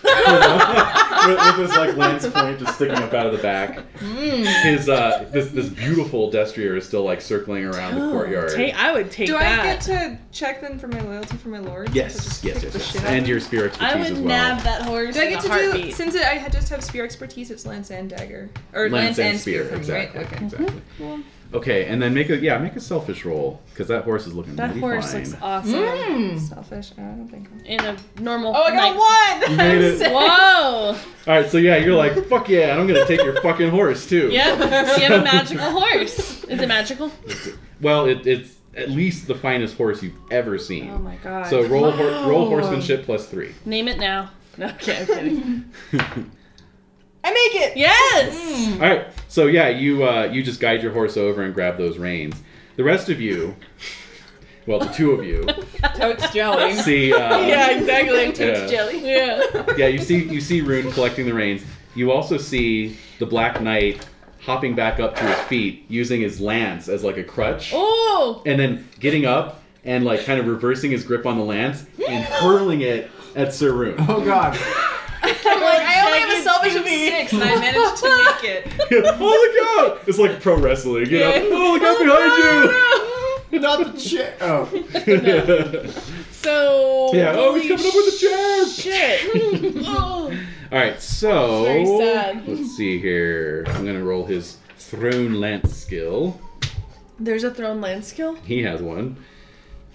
Speaker 1: you know, with, with his like lance point just sticking up out of the back. His uh this this beautiful destrier is still like circling around
Speaker 5: Oh,
Speaker 1: the courtyard.
Speaker 7: Hey, I would Oh. take
Speaker 3: Do I
Speaker 7: that.
Speaker 3: get to check then for my loyalty for my lord? Since I
Speaker 1: Yes,
Speaker 3: just
Speaker 1: yes,
Speaker 3: kicked
Speaker 1: yes,
Speaker 3: the
Speaker 1: yes.
Speaker 3: shit out of
Speaker 1: And
Speaker 3: him?
Speaker 1: your spear expertise
Speaker 7: I would
Speaker 1: as well.
Speaker 7: nab that horse.
Speaker 3: Do I
Speaker 7: in
Speaker 3: get
Speaker 7: a
Speaker 3: to do
Speaker 7: heartbeat.
Speaker 3: since I had- just have spear expertise? It's lance and dagger or
Speaker 1: Lance, and spear,
Speaker 3: for me,
Speaker 1: exactly.
Speaker 3: right? Okay.
Speaker 1: Exactly. Okay, and then make a yeah, make a selfish roll because that horse is looking
Speaker 7: That
Speaker 1: mighty
Speaker 7: horse
Speaker 1: fine.
Speaker 7: looks awesome.
Speaker 3: Hmm. Selfish. Oh, I don't think. I'm...
Speaker 7: In a normal.
Speaker 3: Oh, I
Speaker 7: night-
Speaker 3: got one.
Speaker 1: You made it.
Speaker 7: Whoa!
Speaker 1: All right, so yeah, you're like fuck yeah, and I'm gonna take your fucking horse too.
Speaker 7: Yep, you have a magical horse. Is it magical? Oh
Speaker 1: Well, it, it's at least the finest horse you've ever seen.
Speaker 7: Oh my god.
Speaker 1: so roll hor- roll horsemanship plus three.
Speaker 7: Name it now. No, okay, I'm kidding.
Speaker 3: I make it.
Speaker 7: yes!
Speaker 3: Mm.
Speaker 1: All right. So yeah, you uh, you just guide your horse over and grab those reins. The rest of you, well, the two of you,
Speaker 8: Totes jelly.
Speaker 1: see uh,
Speaker 7: exactly.
Speaker 1: yeah.
Speaker 3: Jelly.
Speaker 7: Yeah.
Speaker 1: yeah, you see you see Rune collecting the reins. You also see the Black Knight hopping back up to his feet using his lance as like a crutch.
Speaker 7: Oh!
Speaker 1: and then getting up and like kind of reversing his grip on the lance and hurling it at Sir Rune.
Speaker 4: Oh god.
Speaker 3: I'm like, I only have
Speaker 7: Jagged
Speaker 3: a selfish of
Speaker 7: Tooth.
Speaker 3: six, and I managed to make it.
Speaker 1: oh look out! It's like pro wrestling. You know?
Speaker 3: Yeah.
Speaker 1: Oh look out
Speaker 7: Oh,
Speaker 4: Not the chick. Oh.
Speaker 1: behind you!
Speaker 7: So.
Speaker 1: yeah. Oh, he's
Speaker 7: holy
Speaker 1: coming up with a chair.
Speaker 7: Shit! oh.
Speaker 1: All right. So
Speaker 7: Very sad.
Speaker 1: let's see here. I'm gonna roll his thrown lance skill.
Speaker 5: There's a thrown land skill.
Speaker 1: He has one.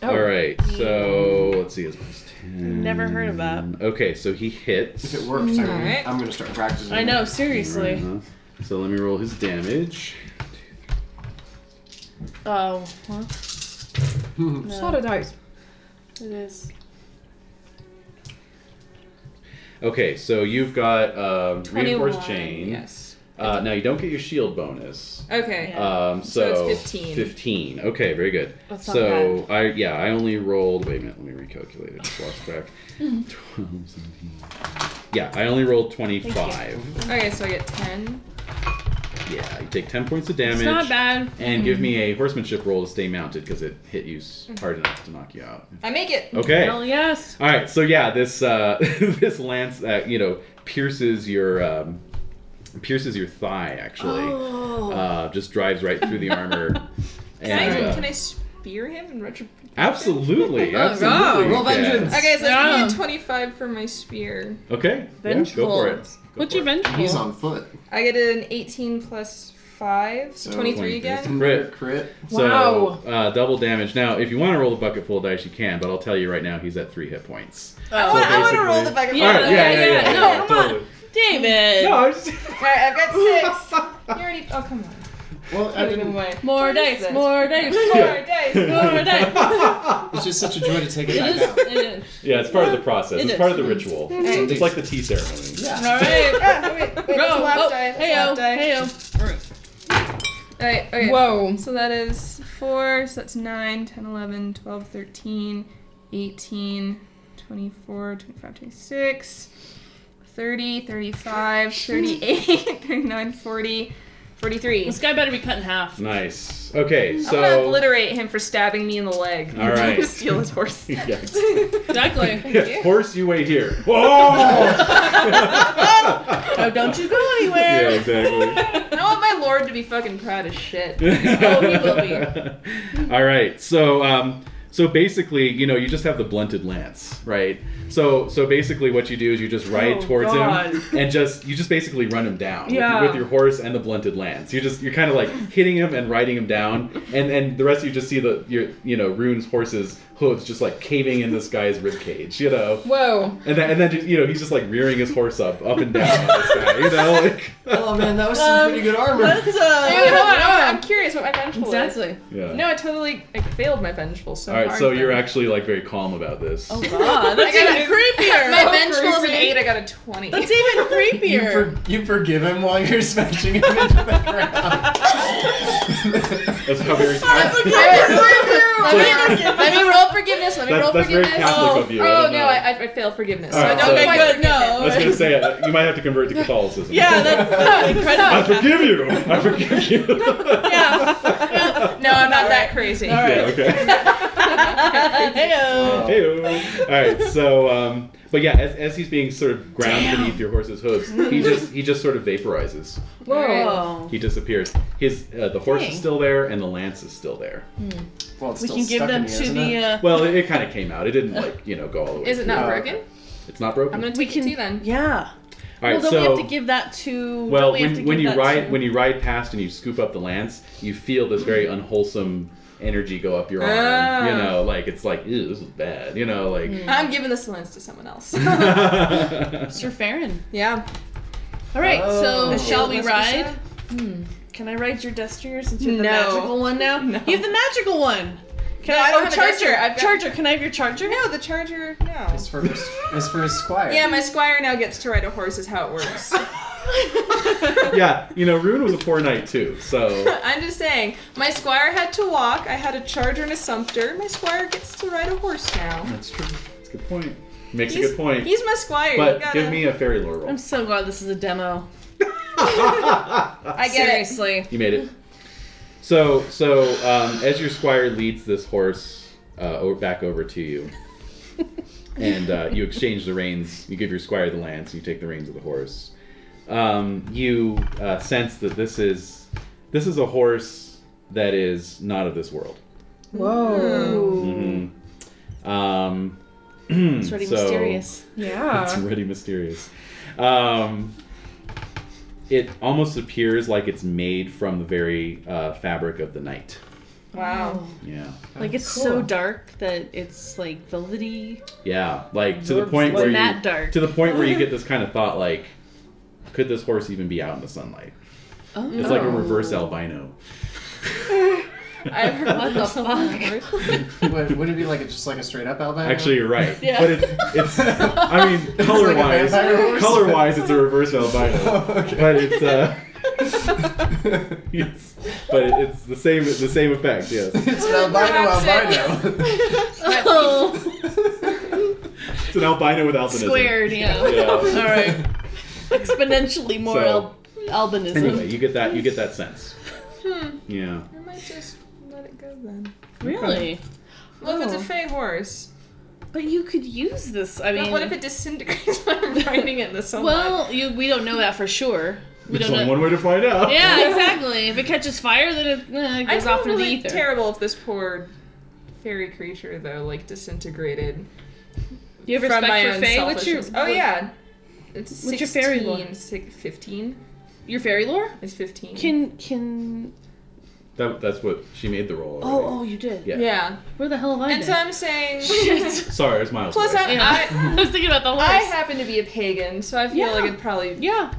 Speaker 8: Oh.
Speaker 1: All right. So let's see. His plus ten.
Speaker 7: Never heard of that.
Speaker 1: Okay. So he hits.
Speaker 4: If it works, I'm,
Speaker 3: Alright.
Speaker 4: I'm gonna start practicing.
Speaker 7: Oh. I know, seriously.
Speaker 1: Uh-huh. So let me roll his damage.
Speaker 7: Oh, huh?
Speaker 4: Hmm.
Speaker 8: It's a lot of dice.
Speaker 7: It is.
Speaker 1: Okay, so you've got um, reinforced
Speaker 3: 21,
Speaker 1: chain.
Speaker 3: Yes.
Speaker 1: Uh, now you don't get your shield bonus.
Speaker 3: Okay.
Speaker 7: Yeah.
Speaker 1: Um,
Speaker 3: So
Speaker 1: so,
Speaker 3: it's 15.
Speaker 1: 15. Okay, very good.
Speaker 7: That's not
Speaker 1: so I yeah I only rolled. Wait a minute, let me recalculate. I just lost track. 12, 17. Yeah, I only rolled 25.
Speaker 3: Okay, so I get ten.
Speaker 1: Yeah, you take 10 points of damage.
Speaker 7: It's not bad.
Speaker 1: And give me a horsemanship roll to stay mounted because it hit you s- hard enough to knock you out.
Speaker 3: I make it.
Speaker 1: Okay.
Speaker 7: Hell yes.
Speaker 1: All right, so yeah, this uh, this lance, uh, you know, pierces your um, pierces your thigh. Actually,
Speaker 7: Oh.
Speaker 1: uh, just drives right through the armor.
Speaker 3: Can,
Speaker 1: and,
Speaker 3: I,
Speaker 1: uh,
Speaker 3: can I spear him in retro?
Speaker 7: Oh,
Speaker 1: absolutely, absolutely. you
Speaker 4: roll
Speaker 1: can.
Speaker 4: vengeance.
Speaker 3: Okay, so I
Speaker 7: Yeah.
Speaker 3: need 25 for my spear.
Speaker 1: Okay, yeah, go
Speaker 7: Vengeful.
Speaker 1: for it. Go
Speaker 7: What's
Speaker 1: for
Speaker 7: your
Speaker 1: it.
Speaker 7: vengeful?
Speaker 4: He's on foot.
Speaker 3: I get an 18 plus 5,
Speaker 1: Oh,
Speaker 3: so,
Speaker 4: So
Speaker 3: 23
Speaker 1: 23.
Speaker 3: again.
Speaker 1: Crit.
Speaker 4: Crit.
Speaker 1: So uh, double damage. Now, if you want to roll a bucket full of dice, you can, but I'll tell you right now, he's at three hit points.
Speaker 7: Oh,
Speaker 3: I want, I want to roll the back of
Speaker 7: Yeah,
Speaker 1: All right, yeah, yeah, yeah,
Speaker 7: yeah,
Speaker 1: yeah,
Speaker 7: no,
Speaker 1: yeah,
Speaker 7: come on.
Speaker 1: totally.
Speaker 7: David.
Speaker 1: No, I was just...
Speaker 3: Alright, I've got 6. You already. Oh, come on.
Speaker 4: Well, I
Speaker 3: Put it
Speaker 4: mean,
Speaker 3: away.
Speaker 7: More
Speaker 3: What is
Speaker 7: dice.
Speaker 3: this?
Speaker 7: More dice.
Speaker 3: More dice. More dice.
Speaker 4: it's just such a joy to take it
Speaker 7: It
Speaker 4: back
Speaker 7: is.
Speaker 4: out.
Speaker 7: It is.
Speaker 1: yeah, it's part of the process.
Speaker 7: It
Speaker 1: It's
Speaker 7: is.
Speaker 1: part of the ritual.
Speaker 4: Indeed.
Speaker 1: It's like the tea ceremony.
Speaker 4: Yeah.
Speaker 7: All right.
Speaker 3: Ah, wait, wait, that's a lap
Speaker 7: oh,
Speaker 3: die. That's a
Speaker 7: heyo,
Speaker 3: lap die.
Speaker 7: heyo. All right.
Speaker 3: Alright, okay.
Speaker 8: Whoa.
Speaker 3: So that is 4, so that's 9, 10, 11, 12, 13, 18, 24, 25, 26, 30, 35, 38, 39, 40, 43.
Speaker 7: This guy better be cut in half.
Speaker 1: Nice. Okay,
Speaker 3: I'm gonna
Speaker 1: so.
Speaker 3: obliterate him for stabbing me in the leg.
Speaker 1: All right.
Speaker 3: to steal his horse.
Speaker 1: Yikes.
Speaker 7: Exactly.
Speaker 1: Yeah, Horse, you wait here. Whoa!
Speaker 7: oh, don't you go
Speaker 1: yeah,
Speaker 7: anywhere.
Speaker 1: exactly.
Speaker 3: I want my lord to be fucking proud as shit.
Speaker 7: Oh,
Speaker 1: All right. So, um, so basically, you know, you just have the blunted lance, right? So, so basically, what you do is you just ride
Speaker 7: Oh,
Speaker 1: towards
Speaker 7: God.
Speaker 1: him and just you just basically run him down
Speaker 7: Yeah.
Speaker 1: with, your, with your horse and the blunted lance. You just you're kind of like hitting him and riding him down, and and the rest of you just see the your you know Rune's horse's hooves just like caving in this guy's rib cage, you know,
Speaker 8: Whoa.
Speaker 1: and then and then you know he's just like rearing his horse up up and down, on this guy, you know, like
Speaker 4: Oh man, that was some
Speaker 7: Um,
Speaker 4: pretty good armor.
Speaker 7: That's uh.
Speaker 3: Wait, wait, hold on, I'm, I'm curious what my vengeful is.
Speaker 7: Exactly.
Speaker 1: yeah.
Speaker 3: No, I totally I failed my vengeful so
Speaker 1: All right,
Speaker 3: hard
Speaker 1: so you're
Speaker 3: then.
Speaker 1: actually like very calm about this.
Speaker 7: Oh god, that's
Speaker 3: I
Speaker 7: even
Speaker 3: gotta
Speaker 7: creepier.
Speaker 3: My
Speaker 7: Oh,
Speaker 3: vengeful is an
Speaker 7: creepy.
Speaker 3: eight. I got a twenty.
Speaker 7: That's even
Speaker 4: You,
Speaker 7: creepier.
Speaker 4: for, you forgive him while you're smashing him into the ground.
Speaker 1: That's how very.
Speaker 3: let, me, let me roll forgiveness. Let me
Speaker 1: That's-
Speaker 3: roll
Speaker 1: that's very
Speaker 3: forgiveness.
Speaker 1: Catholic
Speaker 3: oh,
Speaker 1: of you, I
Speaker 3: oh
Speaker 1: don't
Speaker 3: no,
Speaker 1: know.
Speaker 3: I, I, I failed forgiveness. So I
Speaker 1: Alright,
Speaker 3: don't
Speaker 1: so-
Speaker 7: Okay,
Speaker 3: quite forgive
Speaker 7: good, no.
Speaker 3: him.
Speaker 1: I was gonna say uh, you might have to convert to Catholicism.
Speaker 7: yeah, that's, that's
Speaker 1: I
Speaker 7: incredible.
Speaker 1: forgive you. I forgive you.
Speaker 7: Yeah.
Speaker 3: No, I'm not that crazy.
Speaker 7: All right.
Speaker 1: Yeah, okay.
Speaker 7: Heyo.
Speaker 1: Hey. All right. So, um, but yeah, as, as he's being sort of ground beneath your horse's hooves, he just he just sort of vaporizes.
Speaker 7: Whoa.
Speaker 1: He disappears. His uh, the horse is
Speaker 7: Dang.
Speaker 1: still there and the lance is still there.
Speaker 4: well, it's
Speaker 7: We
Speaker 4: still
Speaker 7: can give
Speaker 4: stuck in
Speaker 7: them
Speaker 4: me,
Speaker 7: to
Speaker 4: isn't
Speaker 7: the.
Speaker 4: it?
Speaker 7: Uh,
Speaker 1: Well, it, it kind of came out. It didn't like you know go all the way.
Speaker 3: Is it
Speaker 1: through.
Speaker 3: not
Speaker 4: Uh,
Speaker 3: broken?
Speaker 1: It's not
Speaker 3: I'm
Speaker 1: broken.
Speaker 3: gonna
Speaker 7: we
Speaker 3: take
Speaker 7: can.
Speaker 3: it to you then.
Speaker 7: Yeah.
Speaker 1: All right.
Speaker 7: well,
Speaker 1: so
Speaker 7: then we have to give that to.
Speaker 1: Well,
Speaker 7: don't we have to
Speaker 1: when, when
Speaker 7: give
Speaker 1: you
Speaker 7: that
Speaker 1: ride
Speaker 7: to-
Speaker 1: when you ride past and you scoop up the lance, you feel this very unwholesome energy go up your arm.
Speaker 3: Ah.
Speaker 1: You know, like it's like, ew, this is bad. You know,
Speaker 7: Hmm.
Speaker 1: like.
Speaker 3: I'm giving this lens to someone else.
Speaker 7: Sir Farron.
Speaker 3: yeah.
Speaker 7: All right.
Speaker 4: Oh.
Speaker 7: So
Speaker 4: The
Speaker 7: shall we
Speaker 3: Must be
Speaker 7: ride?
Speaker 3: said.
Speaker 7: Can I ride your destrier since you have the
Speaker 3: No.
Speaker 7: magical one now?
Speaker 3: No.
Speaker 7: You have the magical one. Can
Speaker 3: No,
Speaker 7: I?
Speaker 3: I don't
Speaker 7: oh,
Speaker 3: have a
Speaker 7: charger.
Speaker 3: Destrier. I've got-
Speaker 7: charger. Can I have your charger?
Speaker 3: No, the charger. No.
Speaker 4: It's for his, it's for his squire.
Speaker 3: Yeah, my squire now gets to ride a horse. Is how it works.
Speaker 1: yeah, you know, Rune was a poor knight too. So
Speaker 3: I'm just saying, my squire had to walk. I had a charger and a sumpter. My squire gets to ride a horse now.
Speaker 1: that's true. That's a good point. Makes
Speaker 3: He's-
Speaker 1: a good point.
Speaker 3: He's my squire. you
Speaker 1: But
Speaker 3: gotta...
Speaker 1: give me a fairy lore roll.
Speaker 7: I'm so glad this is a demo.
Speaker 3: I get it.
Speaker 7: Seriously.
Speaker 1: You made it. So, so um, as your squire leads this horse uh, o- back over to you, and uh, you exchange the reins, you give your squire the lance, you take the reins of the horse. Um, you uh, sense that this is this is a horse that is not of this world.
Speaker 3: Hmm.
Speaker 8: Whoa.
Speaker 1: Mhm. Um,
Speaker 7: Mm-hmm. It's already
Speaker 1: so-
Speaker 7: mysterious.
Speaker 1: It's
Speaker 8: Yeah.
Speaker 1: already mysterious. Um, it almost appears like it's made from the very uh, fabric of the night.
Speaker 3: Wow.
Speaker 1: Yeah.
Speaker 7: Like it's
Speaker 8: Cool.
Speaker 7: so dark that it's like velvety.
Speaker 1: Yeah, like to the
Speaker 8: Absorbs light.
Speaker 1: point where
Speaker 7: It's
Speaker 1: you
Speaker 7: that dark.
Speaker 1: to the point where you get this kind of thought like, could this horse even be out in the sunlight?
Speaker 7: Oh.
Speaker 1: It's like a reverse albino.
Speaker 3: I've heard
Speaker 7: What the fuck?
Speaker 4: Would, would it be like a, just like a straight up albino?
Speaker 1: Actually, you're right,
Speaker 7: Yeah.
Speaker 1: but it's it's. I mean,
Speaker 4: It's
Speaker 1: color
Speaker 4: like a
Speaker 1: wise,
Speaker 4: vampire horse?
Speaker 1: color wise, it's a reverse albino,
Speaker 4: Oh, okay.
Speaker 1: but it's uh, it's, but it, it's the same the same effect. Yes.
Speaker 4: it's an albino albino.
Speaker 7: Oh.
Speaker 1: It's an albino with albinism.
Speaker 7: Squared. Yeah.
Speaker 1: Yeah.
Speaker 7: All right. Exponentially more.
Speaker 1: So,
Speaker 7: al-
Speaker 5: albinism.
Speaker 1: Anyway, you get that you get that sense.
Speaker 5: Hmm.
Speaker 1: Yeah.
Speaker 3: I might just let it go then.
Speaker 5: Really?
Speaker 3: Well, if it's
Speaker 5: Oh.
Speaker 3: a fey horse.
Speaker 5: But you could use this. I mean,
Speaker 3: but what if it disintegrates when I'm riding it in the sunlight?
Speaker 5: well, you, we don't know that for sure. We
Speaker 27: It's
Speaker 5: don't
Speaker 27: only
Speaker 5: know.
Speaker 27: one way to find out.
Speaker 5: Yeah, exactly. If it catches fire, then it eh,
Speaker 3: I
Speaker 5: goes
Speaker 3: feel
Speaker 5: off into the
Speaker 3: really
Speaker 5: ether.
Speaker 3: terrible if this poor fairy creature though like disintegrated
Speaker 5: you have
Speaker 3: from
Speaker 5: respect
Speaker 3: my
Speaker 5: for
Speaker 3: own
Speaker 5: Faye? What's your
Speaker 3: selfishness. oh yeah. It's
Speaker 5: what's your fairy lore?
Speaker 3: 16, si- 15
Speaker 5: your fairy lore?
Speaker 3: is 15.
Speaker 5: Can can
Speaker 1: That, that's what she made the roll. already.
Speaker 5: oh oh you did.
Speaker 1: Yeah.
Speaker 3: yeah.
Speaker 5: Where the hell have I
Speaker 3: And so
Speaker 5: been?
Speaker 3: I'm saying
Speaker 1: Sorry, it's miles.
Speaker 3: plus
Speaker 1: away.
Speaker 3: I,
Speaker 5: Yeah. I was thinking about the
Speaker 3: I
Speaker 5: horse.
Speaker 3: I happen to be a pagan, so I feel
Speaker 5: Yeah.
Speaker 3: like it probably
Speaker 5: yeah.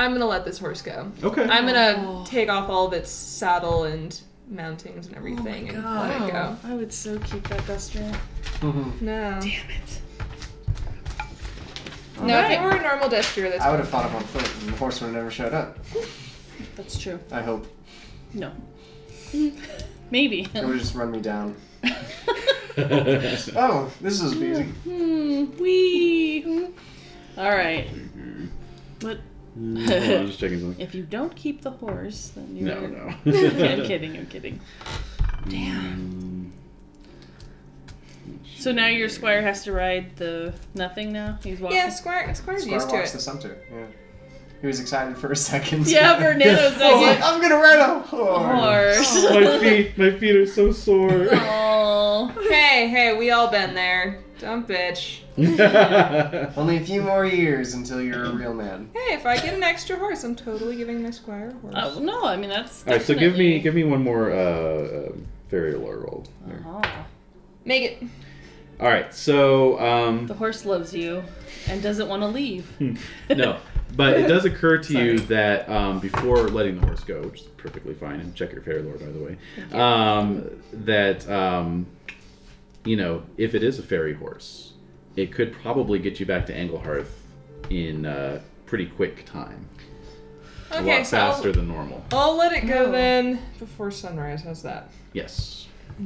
Speaker 3: I'm going to let this horse go.
Speaker 1: okay.
Speaker 3: I'm
Speaker 5: Oh.
Speaker 3: gonna take off all of its saddle and mountings and everything and
Speaker 5: Oh,
Speaker 3: let it go.
Speaker 28: I would so keep that duster.
Speaker 4: Mm-hmm.
Speaker 3: No.
Speaker 5: Damn it.
Speaker 3: No, if it were a normal gesture, that's
Speaker 4: I would have fought him on foot, and the horseman never showed up.
Speaker 28: That's true.
Speaker 4: I hope
Speaker 5: No. Maybe.
Speaker 4: it would just run me down. Oh, this is easy.
Speaker 3: Mm,
Speaker 5: Hmm. Wee. All right. What?
Speaker 1: Mm, Hold on, I'm just checking something.
Speaker 5: If you don't keep the horse, then you're.
Speaker 1: No, no.
Speaker 5: Okay, I'm kidding. I'm kidding.
Speaker 1: Damn.
Speaker 5: So now your squire has to ride the nothing. Now he's walking.
Speaker 3: yeah, Squire Squire's
Speaker 4: Squire
Speaker 3: used to
Speaker 4: walks
Speaker 3: it.
Speaker 4: the sumpter. Yeah, he was excited for a second.
Speaker 5: Yeah, for Nano's
Speaker 4: I was like,
Speaker 5: second
Speaker 4: I'm gonna ride a horse.
Speaker 5: horse.
Speaker 27: My feet, my feet are so sore.
Speaker 5: Oh. Aw.
Speaker 3: Hey, hey, we all been there. Dumb bitch.
Speaker 4: Only a few more years until you're a real man.
Speaker 3: Hey, if I get an extra horse, I'm totally giving my squire a horse.
Speaker 5: Oh no! I mean that's.
Speaker 1: All right, so give me
Speaker 5: definitely-
Speaker 1: give me one more uh, um, fairy lore roll. There.
Speaker 5: Aw.
Speaker 3: Make it.
Speaker 1: All right, so um, hmm,
Speaker 5: The horse loves you and doesn't want to leave.
Speaker 1: no, but it does occur to you that um, before letting the horse go, which is perfectly fine, and check your fairy lore by the way, um, that um, you know if it is a fairy horse, it could probably get you back to Anglehearth in uh, pretty quick time, a
Speaker 3: Okay,
Speaker 1: lot
Speaker 3: so
Speaker 1: faster
Speaker 3: I'll,
Speaker 1: than normal.
Speaker 3: I'll let it go
Speaker 5: No.
Speaker 3: then before sunrise. How's that?
Speaker 1: Yes.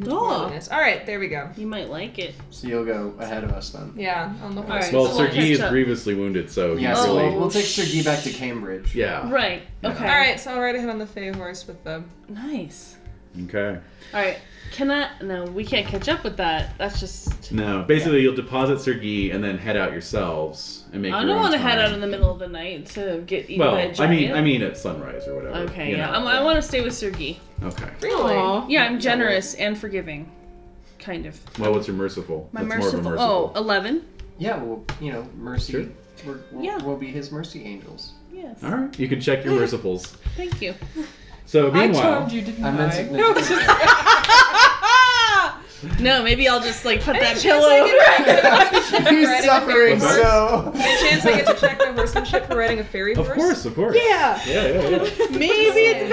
Speaker 5: Oh,
Speaker 3: All right, there we go.
Speaker 5: you might like it.
Speaker 4: So you'll go ayahead of us then.
Speaker 3: Yeah, on the
Speaker 5: All
Speaker 3: horse.
Speaker 5: right,
Speaker 1: Well,
Speaker 5: so
Speaker 1: Sir
Speaker 5: we'll
Speaker 1: Guy is
Speaker 5: catch up. Oh.
Speaker 1: grievously wounded, so
Speaker 4: Yeah,
Speaker 1: he's
Speaker 4: so
Speaker 1: Oh, really
Speaker 4: we'll, we'll take Sir Guy back to Cambridge.
Speaker 1: yeah.
Speaker 5: Right.
Speaker 1: Yeah.
Speaker 5: Okay.
Speaker 3: All right, so I'll ride ahead on the Fey horse with them.
Speaker 5: Nice.
Speaker 1: Okay.
Speaker 5: All right. Can I? No, we can't catch up with that. That's just.
Speaker 1: No, basically you'll deposit Sir Guy and then head out yourselves and make.
Speaker 5: I
Speaker 1: your
Speaker 5: don't
Speaker 1: own
Speaker 5: want to head
Speaker 1: time.
Speaker 5: out in the middle of the night to get eaten
Speaker 1: Well,
Speaker 5: by a giant.
Speaker 1: I mean, I mean at sunrise or whatever.
Speaker 5: Okay,
Speaker 1: you
Speaker 5: yeah.
Speaker 1: know.
Speaker 5: I'm, I want to stay with Sergey.
Speaker 1: Okay.
Speaker 3: Really?
Speaker 5: Yeah, I'm generous and forgiving. Kind of.
Speaker 1: Well, what's your merciful?
Speaker 5: My
Speaker 1: That's
Speaker 5: merciful,
Speaker 1: more of a
Speaker 5: Oh,
Speaker 1: merciful.
Speaker 5: 11?
Speaker 4: Yeah, well, you know, mercy.
Speaker 1: Sure.
Speaker 4: We're, we'll,
Speaker 5: Yeah.
Speaker 4: we'll be his mercy angels.
Speaker 5: Yes.
Speaker 1: All right. You can check your mercifuls.
Speaker 5: Thank you.
Speaker 1: So
Speaker 29: I
Speaker 1: meanwhile,
Speaker 29: charmed you, didn't
Speaker 4: I
Speaker 29: I?
Speaker 4: meant significant.
Speaker 5: No, maybe I'll just like put that
Speaker 3: Any chance
Speaker 5: pillow.
Speaker 3: I get to ride a-
Speaker 4: He's
Speaker 3: Riding a
Speaker 4: suffering
Speaker 1: fairy
Speaker 4: so.
Speaker 3: Any chance I get to check my horsemanship for riding a fairy
Speaker 1: of
Speaker 3: horse?
Speaker 1: course, of course.
Speaker 3: Yeah.
Speaker 1: Yeah, yeah, yeah.
Speaker 5: maybe it's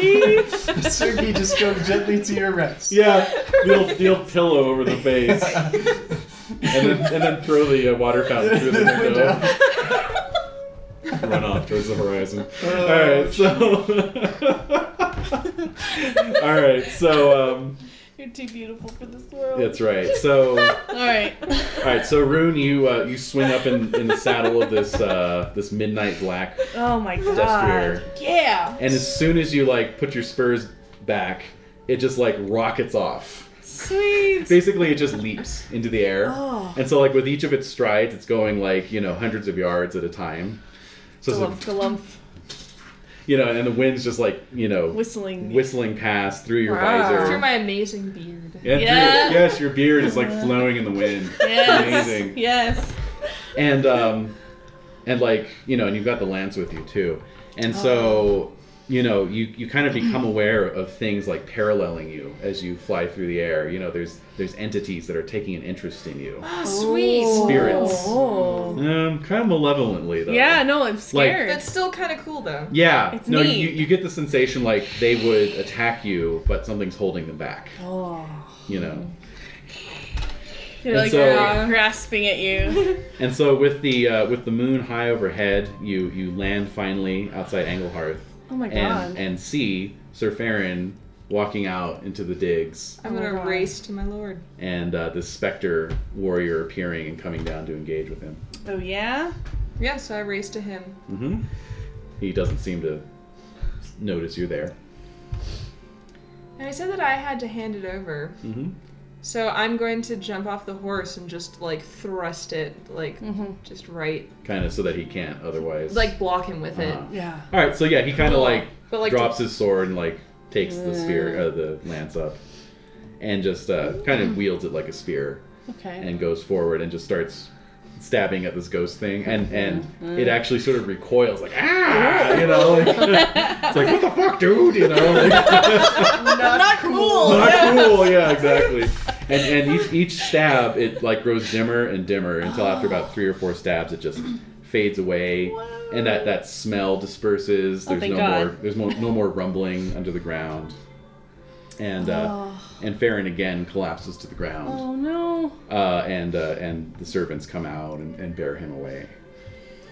Speaker 5: better this way, Sergey.
Speaker 4: Sir Guy, just go gently to your rest.
Speaker 27: Yeah, the old, the old pillow over the face, and then and then throw the uh, water fountain through the
Speaker 4: The window.
Speaker 27: window, run off towards the horizon. All
Speaker 5: Oh,
Speaker 27: right, so. All right, so um,
Speaker 5: You're too beautiful for this world.
Speaker 1: that's right. So.
Speaker 5: All right.
Speaker 1: All right, so Rune, you uh, you swing up in, in the saddle of this uh, this midnight black
Speaker 5: Oh my god.
Speaker 1: destrier,
Speaker 5: Yeah.
Speaker 1: and as soon as you like put your spurs back, it just like rockets off.
Speaker 5: Sweet.
Speaker 1: Basically, it just leaps into the air,
Speaker 5: Oh.
Speaker 1: and so like with each of its strides, it's going like you know hundreds of yards at a time. So it's, like,
Speaker 5: Galumph, galumph,
Speaker 1: you know, and the wind's just like you know
Speaker 5: whistling.
Speaker 1: whistling past through your
Speaker 29: Wow.
Speaker 1: visor.
Speaker 3: Through my amazing beard.
Speaker 1: and through-
Speaker 5: Yeah. Uh-huh.
Speaker 1: yes, your beard is like flowing in the wind.
Speaker 5: Yes.
Speaker 1: Amazing.
Speaker 5: Yes.
Speaker 1: and um and like you know and you've got the lance with you too and
Speaker 5: Oh.
Speaker 1: so you know you you kind of become aware of things like paralleling you as you fly through the air you know there's there's entities that are taking an interest in you
Speaker 3: Oh, sweet.
Speaker 1: spirits
Speaker 5: Oh.
Speaker 1: um kind of malevolently though
Speaker 5: Yeah, no, I'm scared.
Speaker 3: That's still kind of cool though.
Speaker 1: yeah
Speaker 5: It's
Speaker 1: no
Speaker 5: neat.
Speaker 1: you you get the sensation like they would attack you but something's holding them back
Speaker 5: oh.
Speaker 1: you know
Speaker 5: They're
Speaker 1: And
Speaker 5: like
Speaker 1: so-
Speaker 5: gra- grasping at you.
Speaker 1: And so with the uh, with the moon high overhead, you you land finally outside Anglehearth.
Speaker 5: Oh my
Speaker 1: And
Speaker 5: God.
Speaker 1: and see Sir Farron walking out into the digs,
Speaker 3: I'm gonna
Speaker 5: God.
Speaker 3: race to my lord.
Speaker 1: and uh, this specter warrior appearing and coming down to engage with him.
Speaker 5: Oh yeah.
Speaker 3: Yeah, so I race to him.
Speaker 1: Mm-hmm. He doesn't seem to notice you're there.
Speaker 3: And I said that I had to hand it over.
Speaker 1: Mm-hmm.
Speaker 3: So I'm going to jump off the horse and just like thrust it, like just right,
Speaker 1: Kind of so that he can't otherwise.
Speaker 3: like block him with it.
Speaker 1: Uh-huh.
Speaker 5: Yeah.
Speaker 1: All right, so yeah, he kind of like
Speaker 3: But like
Speaker 1: drops his sword and like takes the spear, uh, the lance up, and just uh, kind of wields it like a spear
Speaker 5: Okay.
Speaker 1: and goes forward and just starts stabbing at this ghost thing, and and
Speaker 5: Mm-hmm.
Speaker 1: it actually sort of recoils like ah, you know, like, it's like what the fuck, dude, you know, like,
Speaker 6: Not cool.
Speaker 1: not cool, yeah, exactly. And and each each stab it like grows dimmer and dimmer until after about three or four stabs it just fades away. And that, that smell disperses. There's
Speaker 5: Oh, thank
Speaker 1: no
Speaker 5: God.
Speaker 1: more there's no, no more rumbling under the ground. And uh, and Farron again collapses to the ground.
Speaker 5: Oh no.
Speaker 1: Uh, and uh, and the servants come out and, and bear him away.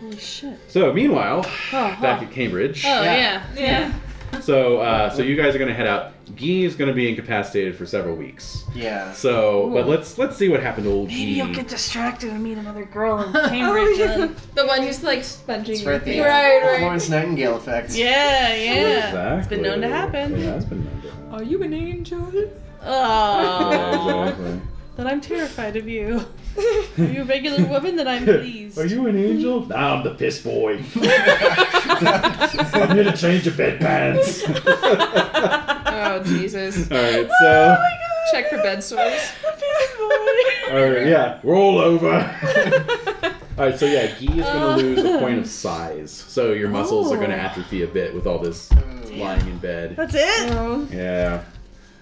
Speaker 5: Holy shit.
Speaker 1: So meanwhile,
Speaker 7: Uh-huh.
Speaker 5: Oh,
Speaker 1: back at Cambridge.
Speaker 7: Oh yeah. yeah.
Speaker 1: So uh, so you guys are gonna head out. Guy is gonna be incapacitated for several weeks.
Speaker 4: Yeah.
Speaker 1: So, but let's let's see what happened to old Maybe G.
Speaker 5: distracted and meet another girl in
Speaker 3: Oh, yeah. The one who's like sponging
Speaker 4: It's
Speaker 3: your
Speaker 4: right the
Speaker 3: face.
Speaker 4: uh,
Speaker 3: Right, right.
Speaker 4: Florence Nightingale effect.
Speaker 7: Yeah, yeah.
Speaker 1: Exactly. It's
Speaker 7: been known to happen.
Speaker 1: Yeah, it's been known to happen.
Speaker 8: Are you an angel?
Speaker 1: Yeah,
Speaker 7: Oh.
Speaker 1: exactly.
Speaker 5: Then I'm terrified of you. Are you a regular woman? Then I'm pleased.
Speaker 1: Are you an angel? Nah, I'm the piss boy. I'm here to change your bed pants.
Speaker 3: Oh Jesus!
Speaker 1: All right,
Speaker 5: Oh,
Speaker 1: so
Speaker 7: Oh
Speaker 3: Check for bed sores.
Speaker 1: all right, yeah, roll over. all right, so yeah, Guy is
Speaker 7: Oh.
Speaker 1: gonna lose a point of size, so your muscles are gonna atrophy a bit with all this lying in bed.
Speaker 5: That's it.
Speaker 1: Yeah,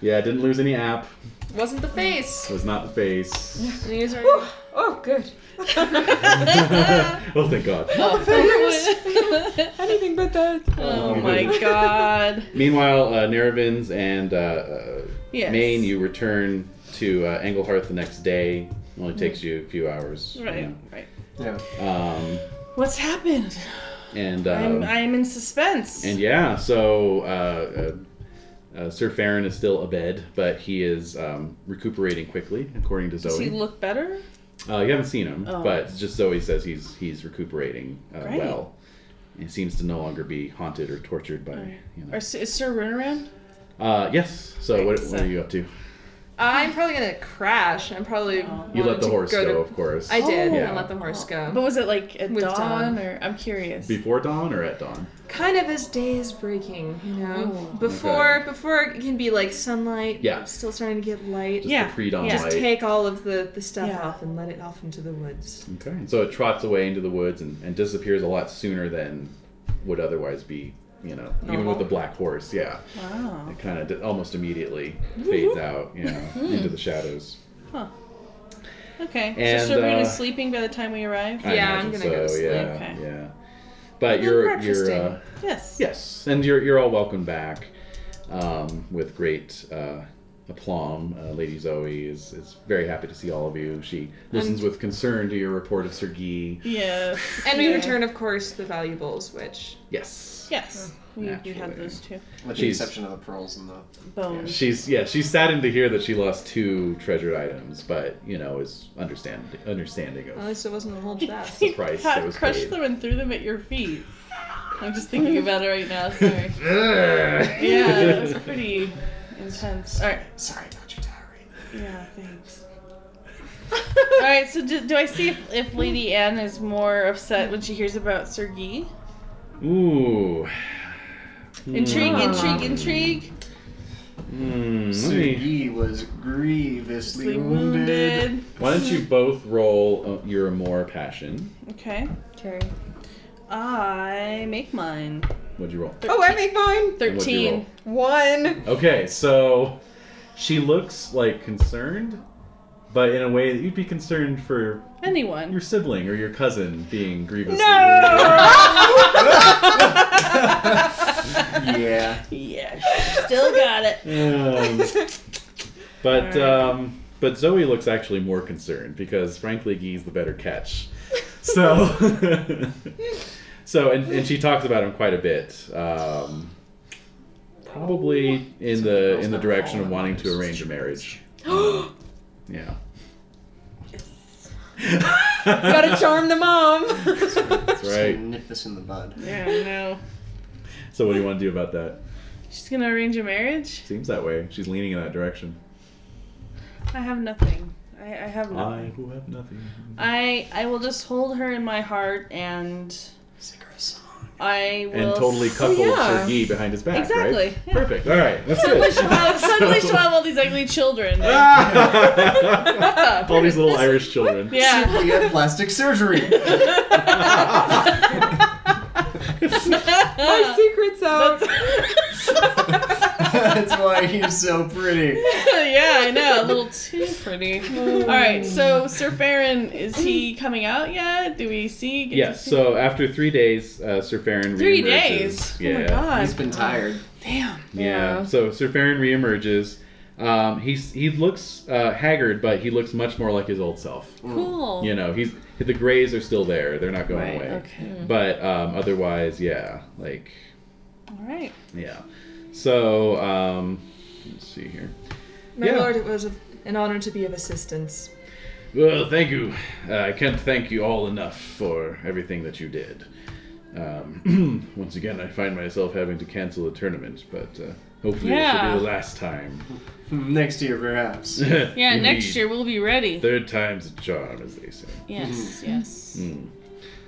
Speaker 1: yeah, didn't lose any app.
Speaker 3: Wasn't the face.
Speaker 1: Was not the face.
Speaker 3: And he's already-
Speaker 8: Oh, good.
Speaker 1: oh, thank God.
Speaker 8: Anything but that.
Speaker 7: oh
Speaker 1: Um,
Speaker 7: my god.
Speaker 1: Meanwhile, uh, Nerevins and uh, uh,
Speaker 7: Yes.
Speaker 1: Maine, you return to uh, Englehearth the next day. It only takes you a few hours. you
Speaker 7: Right. Right.
Speaker 4: Yeah.
Speaker 1: know. Um,
Speaker 5: What's happened?
Speaker 1: and
Speaker 5: I'm
Speaker 1: um,
Speaker 5: I'm in suspense.
Speaker 1: and yeah, so uh, uh, uh, Sir Farron is still abed, but he is um, recuperating quickly, according to
Speaker 5: Does
Speaker 1: Zoe.
Speaker 5: he look better?
Speaker 1: uh, you haven't seen him,
Speaker 5: Oh.
Speaker 1: but just Zoe says he's he's recuperating uh,
Speaker 5: Great.
Speaker 1: well. And seems to no longer be haunted or tortured by. You know.
Speaker 5: Or is, is Sir Rin around?
Speaker 1: uh, yes. So
Speaker 5: Great,
Speaker 1: what,
Speaker 5: so-
Speaker 1: what are you up to?
Speaker 3: I'm probably gonna crash. I'm probably.
Speaker 1: You
Speaker 8: Oh.
Speaker 3: wanted
Speaker 1: let the
Speaker 3: to
Speaker 1: horse go,
Speaker 3: to-
Speaker 1: of course.
Speaker 3: I did.
Speaker 1: Yeah.
Speaker 3: I let the horse go.
Speaker 5: But was it like at
Speaker 3: With
Speaker 5: dawn,
Speaker 3: dawn.
Speaker 5: or I'm curious.
Speaker 1: Before dawn or at dawn?
Speaker 3: kind of as day is breaking, you
Speaker 8: Oh.
Speaker 3: know. before before it can be like sunlight.
Speaker 1: Yeah.
Speaker 3: Still starting to get light.
Speaker 1: Just
Speaker 5: Yeah,
Speaker 1: the pre-dawn
Speaker 5: yeah.
Speaker 1: light.
Speaker 3: Just take all of the the stuff
Speaker 5: Yeah.
Speaker 3: off and let it off into the woods.
Speaker 1: okay. So it trots away into the woods and, and disappears a lot sooner than would otherwise be, you know, even
Speaker 3: Normal.
Speaker 1: with the black horse. Yeah.
Speaker 5: Wow.
Speaker 1: It kind of di- almost immediately
Speaker 3: Mm-hmm.
Speaker 1: fades out, you know,
Speaker 3: Hmm.
Speaker 1: into the shadows.
Speaker 5: Okay.
Speaker 1: And,
Speaker 5: so Sir Rin
Speaker 1: uh,
Speaker 5: is sleeping by the time we arrive.
Speaker 1: I
Speaker 3: Yeah, I'm
Speaker 1: imagine
Speaker 3: gonna go
Speaker 1: so,
Speaker 3: to sleep.
Speaker 1: Yeah.
Speaker 5: Okay.
Speaker 1: Yeah. But
Speaker 3: I'm
Speaker 1: you're you're
Speaker 3: breakfasting.
Speaker 1: uh,
Speaker 5: Yes.
Speaker 1: yes, and you're you're all welcome back, um, with great. Uh, Aplomb, uh, Lady Zoe is, is very happy to see all of you. She listens with concern to your report of Sir Guy.
Speaker 5: Yes.
Speaker 3: And we
Speaker 5: Yeah.
Speaker 3: return, of course, the valuables, which
Speaker 1: Yes.
Speaker 5: Yes. We do
Speaker 1: Naturally.
Speaker 5: have those two
Speaker 4: With the
Speaker 1: She's-
Speaker 4: exception of the pearls and the.
Speaker 5: bones.
Speaker 1: She's yeah, she's saddened to hear that she lost two treasured items, but you know, is understand understanding
Speaker 3: at
Speaker 1: of
Speaker 3: least it wasn't a whole theft.
Speaker 1: the price that was
Speaker 5: crushed
Speaker 1: paid.
Speaker 5: them and threw them at your feet. I'm just thinking about it right now. Sorry. yeah, that was
Speaker 1: yeah.
Speaker 5: pretty intense. All right.
Speaker 4: Sorry about your diary.
Speaker 5: Yeah. Thanks. All right. So do, do I see if, if Lady Anne is more upset when she hears about Sergei?
Speaker 1: Ooh.
Speaker 5: Intrigue,
Speaker 1: Hmm.
Speaker 5: intrigue, intrigue.
Speaker 1: Hmm, let
Speaker 4: Sir
Speaker 1: me-
Speaker 4: Yi was grievously
Speaker 5: Sleep
Speaker 4: wounded.
Speaker 5: wounded.
Speaker 1: Why don't you both roll uh, your more passion?
Speaker 5: Okay.
Speaker 8: Okay.
Speaker 5: I make mine.
Speaker 1: What'd you roll?
Speaker 6: Oh, I make mine.
Speaker 1: And what'd you roll?
Speaker 5: Thirteen.
Speaker 6: One.
Speaker 1: Okay, so she looks like concerned, but in a way that you'd be concerned for your
Speaker 5: Anyone.
Speaker 1: sibling or your cousin being grievously
Speaker 4: Yeah.
Speaker 5: Yeah. Still got it.
Speaker 1: Um, but um, but Zoe looks actually more concerned because frankly, Guy's the better catch. So so and, and she talks about him quite a bit. Um, probably in the in the direction of wanting to arrange a marriage. yeah.
Speaker 6: Gotta charm the mom.
Speaker 1: That's right.
Speaker 4: Nip this in the bud.
Speaker 5: Yeah, no.
Speaker 1: So what do you want to do about that?
Speaker 5: She's gonna arrange a marriage?
Speaker 1: Seems that way. She's leaning in that direction.
Speaker 5: I have nothing. I, I
Speaker 1: Uh,
Speaker 5: have nothing.
Speaker 1: I who have nothing.
Speaker 5: I I will just hold her in my heart and
Speaker 4: Sing her a song.
Speaker 5: I will Oh,
Speaker 1: And totally
Speaker 5: s-
Speaker 1: cuckolds
Speaker 3: yeah.
Speaker 1: her gi behind his back, right?
Speaker 5: Exactly, yeah.
Speaker 1: Perfect. All right, let's do
Speaker 5: Suddenly she'll
Speaker 1: it.
Speaker 5: have, suddenly she'll have all these ugly children.
Speaker 1: Ah! All these little Irish children.
Speaker 5: Yeah.
Speaker 4: We had Oh, plastic surgery.
Speaker 3: My secret's out.
Speaker 4: That's why he's so pretty.
Speaker 5: yeah, I know. A little too pretty. All right, so Sir Farron, is he coming out yet? Do we see? get to
Speaker 1: Yes.
Speaker 5: see-
Speaker 1: So after three days, uh, Sir Farron
Speaker 5: Three
Speaker 1: reemerges.
Speaker 5: days?
Speaker 1: Yeah.
Speaker 5: Oh my god.
Speaker 4: He's been tired.
Speaker 5: Damn.
Speaker 1: Yeah.
Speaker 3: Yeah.
Speaker 1: So Sir Farron reemerges. Um, he's he looks uh, haggard, but he looks much more like his old self.
Speaker 5: Mm. Cool.
Speaker 1: You know, he's the grays are still there; they're not going
Speaker 5: Right,
Speaker 1: away.
Speaker 5: okay.
Speaker 1: But um, otherwise, yeah, like
Speaker 5: All right.
Speaker 1: yeah. So um, let's see here.
Speaker 3: My
Speaker 1: Yeah.
Speaker 3: lord, it was an honor to be of assistance.
Speaker 1: Well, thank you. Uh, I can't thank you all enough for everything that you did. Um, once again, I find myself having to cancel a tournament, but uh, hopefully this
Speaker 5: Yeah.
Speaker 1: will be the last time.
Speaker 4: Hmm, Next year, perhaps.
Speaker 5: Yeah, next
Speaker 1: Indeed.
Speaker 5: year we'll be ready.
Speaker 1: Third time's a charm, as they say. Mm. Hmm.
Speaker 5: Yes, yes.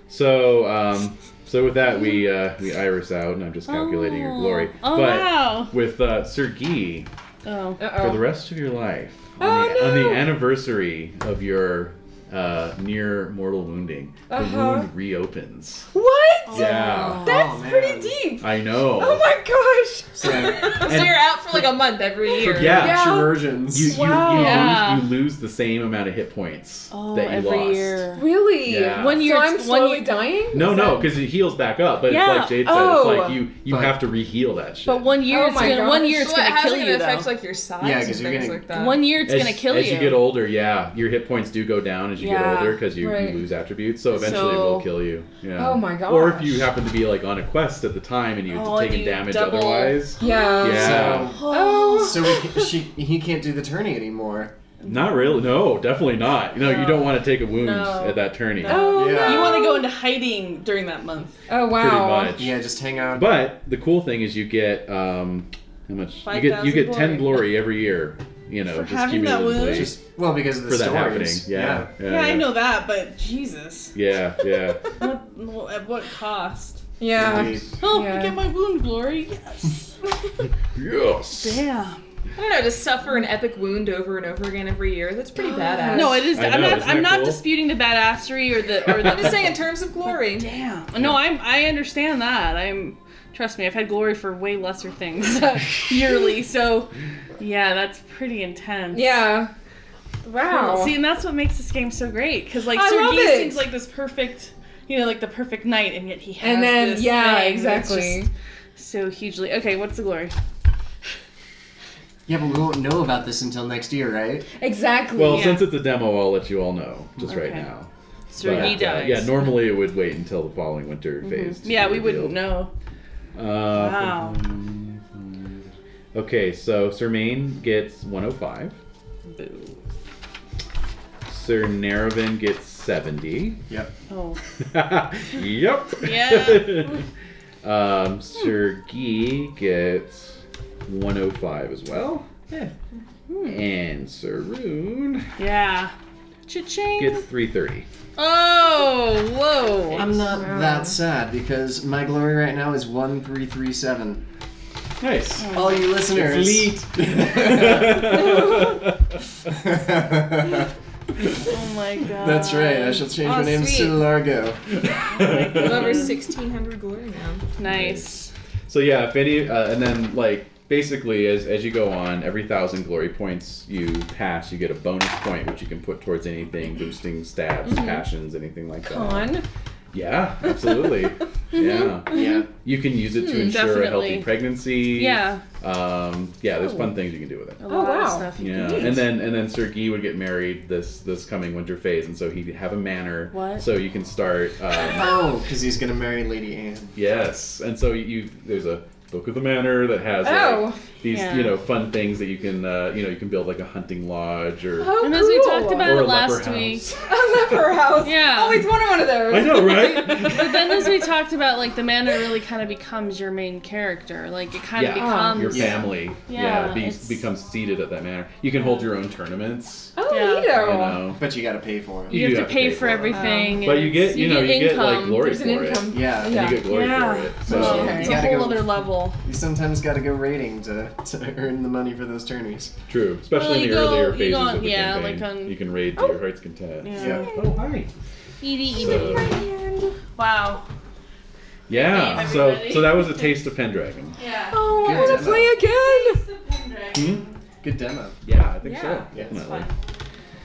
Speaker 1: So, um, so with that, we uh, we iris out, and I'm just calculating your glory.
Speaker 5: Oh,
Speaker 1: but
Speaker 5: wow.
Speaker 1: with uh, Sir Guy,
Speaker 5: Oh.
Speaker 1: for
Speaker 3: Uh
Speaker 1: the
Speaker 3: oh.
Speaker 1: rest of your life, on,
Speaker 3: Oh,
Speaker 1: the, on the
Speaker 3: no.
Speaker 1: anniversary of your uh, near mortal wounding,
Speaker 3: Uh-huh.
Speaker 1: the wound reopens.
Speaker 3: What?
Speaker 1: Yeah,
Speaker 3: That's
Speaker 4: Oh, man.
Speaker 3: pretty deep.
Speaker 1: I know.
Speaker 3: Oh my gosh.
Speaker 4: So, yeah,
Speaker 30: Oh, So you're out for like a month every year.
Speaker 1: yeah.
Speaker 4: chirurgeons.
Speaker 1: You, you,
Speaker 3: Wow.
Speaker 1: you, lose,
Speaker 5: Yeah.
Speaker 1: you lose the same amount of hit points
Speaker 5: Oh,
Speaker 1: that you
Speaker 5: every
Speaker 1: lost.
Speaker 5: year.
Speaker 3: Really?
Speaker 1: Yeah.
Speaker 5: One year
Speaker 3: So
Speaker 5: it's-
Speaker 3: I'm
Speaker 5: one
Speaker 3: slowly
Speaker 5: year-
Speaker 3: dying.
Speaker 1: No,
Speaker 3: Is
Speaker 1: no,
Speaker 3: that-
Speaker 1: because it heals back up, but
Speaker 5: Yeah.
Speaker 1: it's like Jade said,
Speaker 3: Oh.
Speaker 1: it's like you you
Speaker 4: But-
Speaker 1: have to reheal that shit.
Speaker 5: But one year
Speaker 3: Oh
Speaker 5: it's
Speaker 3: my
Speaker 5: gonna
Speaker 3: gosh.
Speaker 5: one year it's
Speaker 30: So
Speaker 5: gonna
Speaker 30: how's
Speaker 5: kill
Speaker 30: it
Speaker 5: you
Speaker 30: gonna
Speaker 5: though.
Speaker 30: affect like your size
Speaker 4: Yeah,
Speaker 30: and
Speaker 4: 'cause
Speaker 30: things
Speaker 4: you're getting-
Speaker 30: like that?
Speaker 5: one year it's
Speaker 1: as,
Speaker 5: gonna kill
Speaker 1: as
Speaker 5: you.
Speaker 1: you get older, yeah, your hit points do go down as you
Speaker 5: Yeah,
Speaker 1: get older because you,
Speaker 3: right.
Speaker 1: you lose attributes. So eventually, it will
Speaker 5: So-
Speaker 1: kill you. Yeah.
Speaker 3: Oh my gosh.
Speaker 1: Or if you happen to be like on a quest at the time and you've
Speaker 5: Oh, and
Speaker 1: taken
Speaker 5: you
Speaker 1: damage
Speaker 5: double-
Speaker 1: otherwise,
Speaker 3: Yeah.
Speaker 1: Yeah.
Speaker 4: So,
Speaker 3: Oh.
Speaker 4: so we can, she, he can't do the tourney anymore.
Speaker 1: not really. No, definitely not. No, you
Speaker 5: No.
Speaker 1: don't want to take a wound
Speaker 5: No.
Speaker 1: at that tourney.
Speaker 5: No.
Speaker 3: Oh.
Speaker 4: Yeah.
Speaker 3: no.
Speaker 5: You want to go into hiding during that month.
Speaker 3: Oh
Speaker 1: Pretty
Speaker 3: wow.
Speaker 1: much.
Speaker 4: Yeah, just hang out.
Speaker 1: But the cool thing is you get um how much you get
Speaker 5: 5,000
Speaker 1: you get ten
Speaker 5: glory.
Speaker 1: glory every year. You know,
Speaker 5: For
Speaker 1: just
Speaker 5: having that
Speaker 1: cumulatively
Speaker 5: wound?
Speaker 4: just well because of the
Speaker 1: for that happening.
Speaker 4: stories.
Speaker 1: Yeah.
Speaker 5: Yeah, I know that, but Jesus,
Speaker 1: Yeah, yeah.
Speaker 5: what, at what cost?
Speaker 3: Yeah.
Speaker 4: Indeed.
Speaker 5: Oh,
Speaker 3: Yeah.
Speaker 5: I get my wound glory. Yes.
Speaker 1: yes.
Speaker 5: Damn.
Speaker 30: I don't know, to suffer an epic wound over and over again every year, that's pretty badass.
Speaker 5: No, it is.
Speaker 1: I
Speaker 5: I'm
Speaker 1: know,
Speaker 5: not.
Speaker 1: isn't
Speaker 5: I'm
Speaker 1: that
Speaker 5: not
Speaker 1: cool?
Speaker 5: disputing the badassery or the or
Speaker 30: I'm
Speaker 5: the.
Speaker 30: just saying in terms of glory.
Speaker 5: Damn. No, I'm. I understand that. I'm. Trust me, I've had glory for way lesser things yearly. So, yeah, that's pretty intense.
Speaker 3: Yeah. Wow.
Speaker 5: Cool. See, and that's what makes this game so great. Because like
Speaker 3: I love
Speaker 5: Sergei
Speaker 3: it.
Speaker 5: seems like this perfect, you know, like the perfect knight, and yet he has
Speaker 3: and then
Speaker 5: this
Speaker 3: yeah,
Speaker 5: thing that's
Speaker 3: exactly.
Speaker 5: just so hugely. Okay, what's the glory?
Speaker 4: Yeah, but we won't know about this until next year, right?
Speaker 3: Exactly.
Speaker 1: Well,
Speaker 5: Yeah.
Speaker 1: since it's a demo, I'll let you all know just right
Speaker 5: Okay.
Speaker 1: now.
Speaker 5: Sergei
Speaker 1: But, uh,
Speaker 5: dies.
Speaker 1: yeah, normally it would wait until the following winter phase. to
Speaker 5: Mm-hmm. Yeah,
Speaker 1: be
Speaker 5: we wouldn't
Speaker 1: revealed.
Speaker 5: know.
Speaker 1: Uh,
Speaker 5: Wow.
Speaker 1: Okay, so Sir Main gets 105.
Speaker 5: Boo.
Speaker 1: Sir Naravin gets 70.
Speaker 4: Yep.
Speaker 5: Oh.
Speaker 1: yep.
Speaker 5: Yeah.
Speaker 1: um, Sir Guy gets 105 as well. Yeah. And Sir Rune
Speaker 5: Yeah. Cha-ching.
Speaker 1: gets 330.
Speaker 5: Oh, whoa.
Speaker 4: I'm not that sad because my glory right now is one three three seven.
Speaker 1: Nice.
Speaker 4: All you listeners.
Speaker 5: oh my god.
Speaker 4: That's right. I shall change my
Speaker 30: Oh,
Speaker 4: name
Speaker 30: sweet.
Speaker 4: to Largo.
Speaker 30: I'm over 1600 glory now.
Speaker 5: Nice.
Speaker 1: So yeah, if any, uh, and then like basically as as you go on, every thousand glory points you pass, you get a bonus point which you can put towards anything, boosting stabs,
Speaker 5: Mm-hmm.
Speaker 1: passions, anything like that.
Speaker 3: Con.
Speaker 1: Yeah, absolutely. yeah,
Speaker 4: Yeah.
Speaker 1: you can use it to
Speaker 5: Hmm,
Speaker 1: ensure a healthy
Speaker 5: Mm-hmm. definitely.
Speaker 1: pregnancy.
Speaker 5: Yeah.
Speaker 1: Um, yeah, there's fun things you can do with it.
Speaker 5: A lot
Speaker 3: wow.
Speaker 5: of stuff you
Speaker 1: Yeah,
Speaker 5: can do.
Speaker 1: and then and then Sir Guy would get married this this coming winter phase, and so he'd have a manor.
Speaker 5: What?
Speaker 1: So you can start. Um,
Speaker 4: Oh, because he's gonna marry Lady Anne.
Speaker 1: Yes, and so you there's a book of the manor that has like,
Speaker 3: Oh.
Speaker 1: these
Speaker 5: Yeah.
Speaker 1: you know fun things that you can uh, you know you can build like a hunting lodge or
Speaker 3: Oh,
Speaker 5: And as we
Speaker 3: cool.
Speaker 5: talked about
Speaker 1: or
Speaker 5: it
Speaker 1: a leper
Speaker 5: last
Speaker 1: house.
Speaker 5: week,
Speaker 3: a leper house.
Speaker 5: Yeah.
Speaker 3: Always wanted one of those.
Speaker 1: I know, right?
Speaker 5: but then as we talked about, like the manor really kind of becomes your main character. Like it kind
Speaker 1: Yeah.
Speaker 5: of becomes
Speaker 1: Ah, your family, yeah,
Speaker 5: Yeah,
Speaker 1: be,
Speaker 5: it's-
Speaker 1: becomes seated at that manor. You can hold your own tournaments.
Speaker 3: Oh,
Speaker 5: Yeah.
Speaker 3: neato.
Speaker 1: You know,
Speaker 4: But you gotta pay for it.
Speaker 5: you,
Speaker 1: do
Speaker 5: have to pay, for
Speaker 1: it.
Speaker 5: everything.
Speaker 1: But
Speaker 5: and
Speaker 1: you get
Speaker 5: it's-
Speaker 1: you, know you get like
Speaker 5: income.
Speaker 1: glory
Speaker 3: There's
Speaker 1: for
Speaker 3: an income.
Speaker 4: Yeah.
Speaker 1: it, and you
Speaker 3: Yeah.
Speaker 1: get glory
Speaker 31: Yeah.
Speaker 1: for it. So
Speaker 5: So
Speaker 4: Okay.
Speaker 5: it's
Speaker 4: You
Speaker 5: a
Speaker 4: gotta
Speaker 5: whole
Speaker 4: go-
Speaker 5: other level.
Speaker 4: You sometimes gotta go raiding to, to earn the money for those tourneys.
Speaker 1: true, especially
Speaker 5: Well,
Speaker 1: in
Speaker 5: you
Speaker 1: the
Speaker 5: go-
Speaker 1: earlier
Speaker 5: you
Speaker 1: phases
Speaker 5: go-
Speaker 1: of the
Speaker 5: yeah,
Speaker 1: campaign,
Speaker 5: like on- Oh.
Speaker 1: you can raid to your heart's content.
Speaker 5: Yeah.
Speaker 4: Yeah.
Speaker 32: Oh, hi.
Speaker 5: Edie,
Speaker 1: So-
Speaker 5: Wow.
Speaker 1: Yeah,
Speaker 5: Hey,
Speaker 1: so
Speaker 5: everybody.
Speaker 1: so that was a taste of Pendragon.
Speaker 2: Yeah.
Speaker 3: Oh, I
Speaker 4: Good
Speaker 3: want to
Speaker 4: demo.
Speaker 3: play again.
Speaker 2: Taste of Pendragon.
Speaker 4: Good demo.
Speaker 1: Yeah, I think
Speaker 3: Yeah.
Speaker 1: so.
Speaker 4: Yeah, it's
Speaker 1: definitely.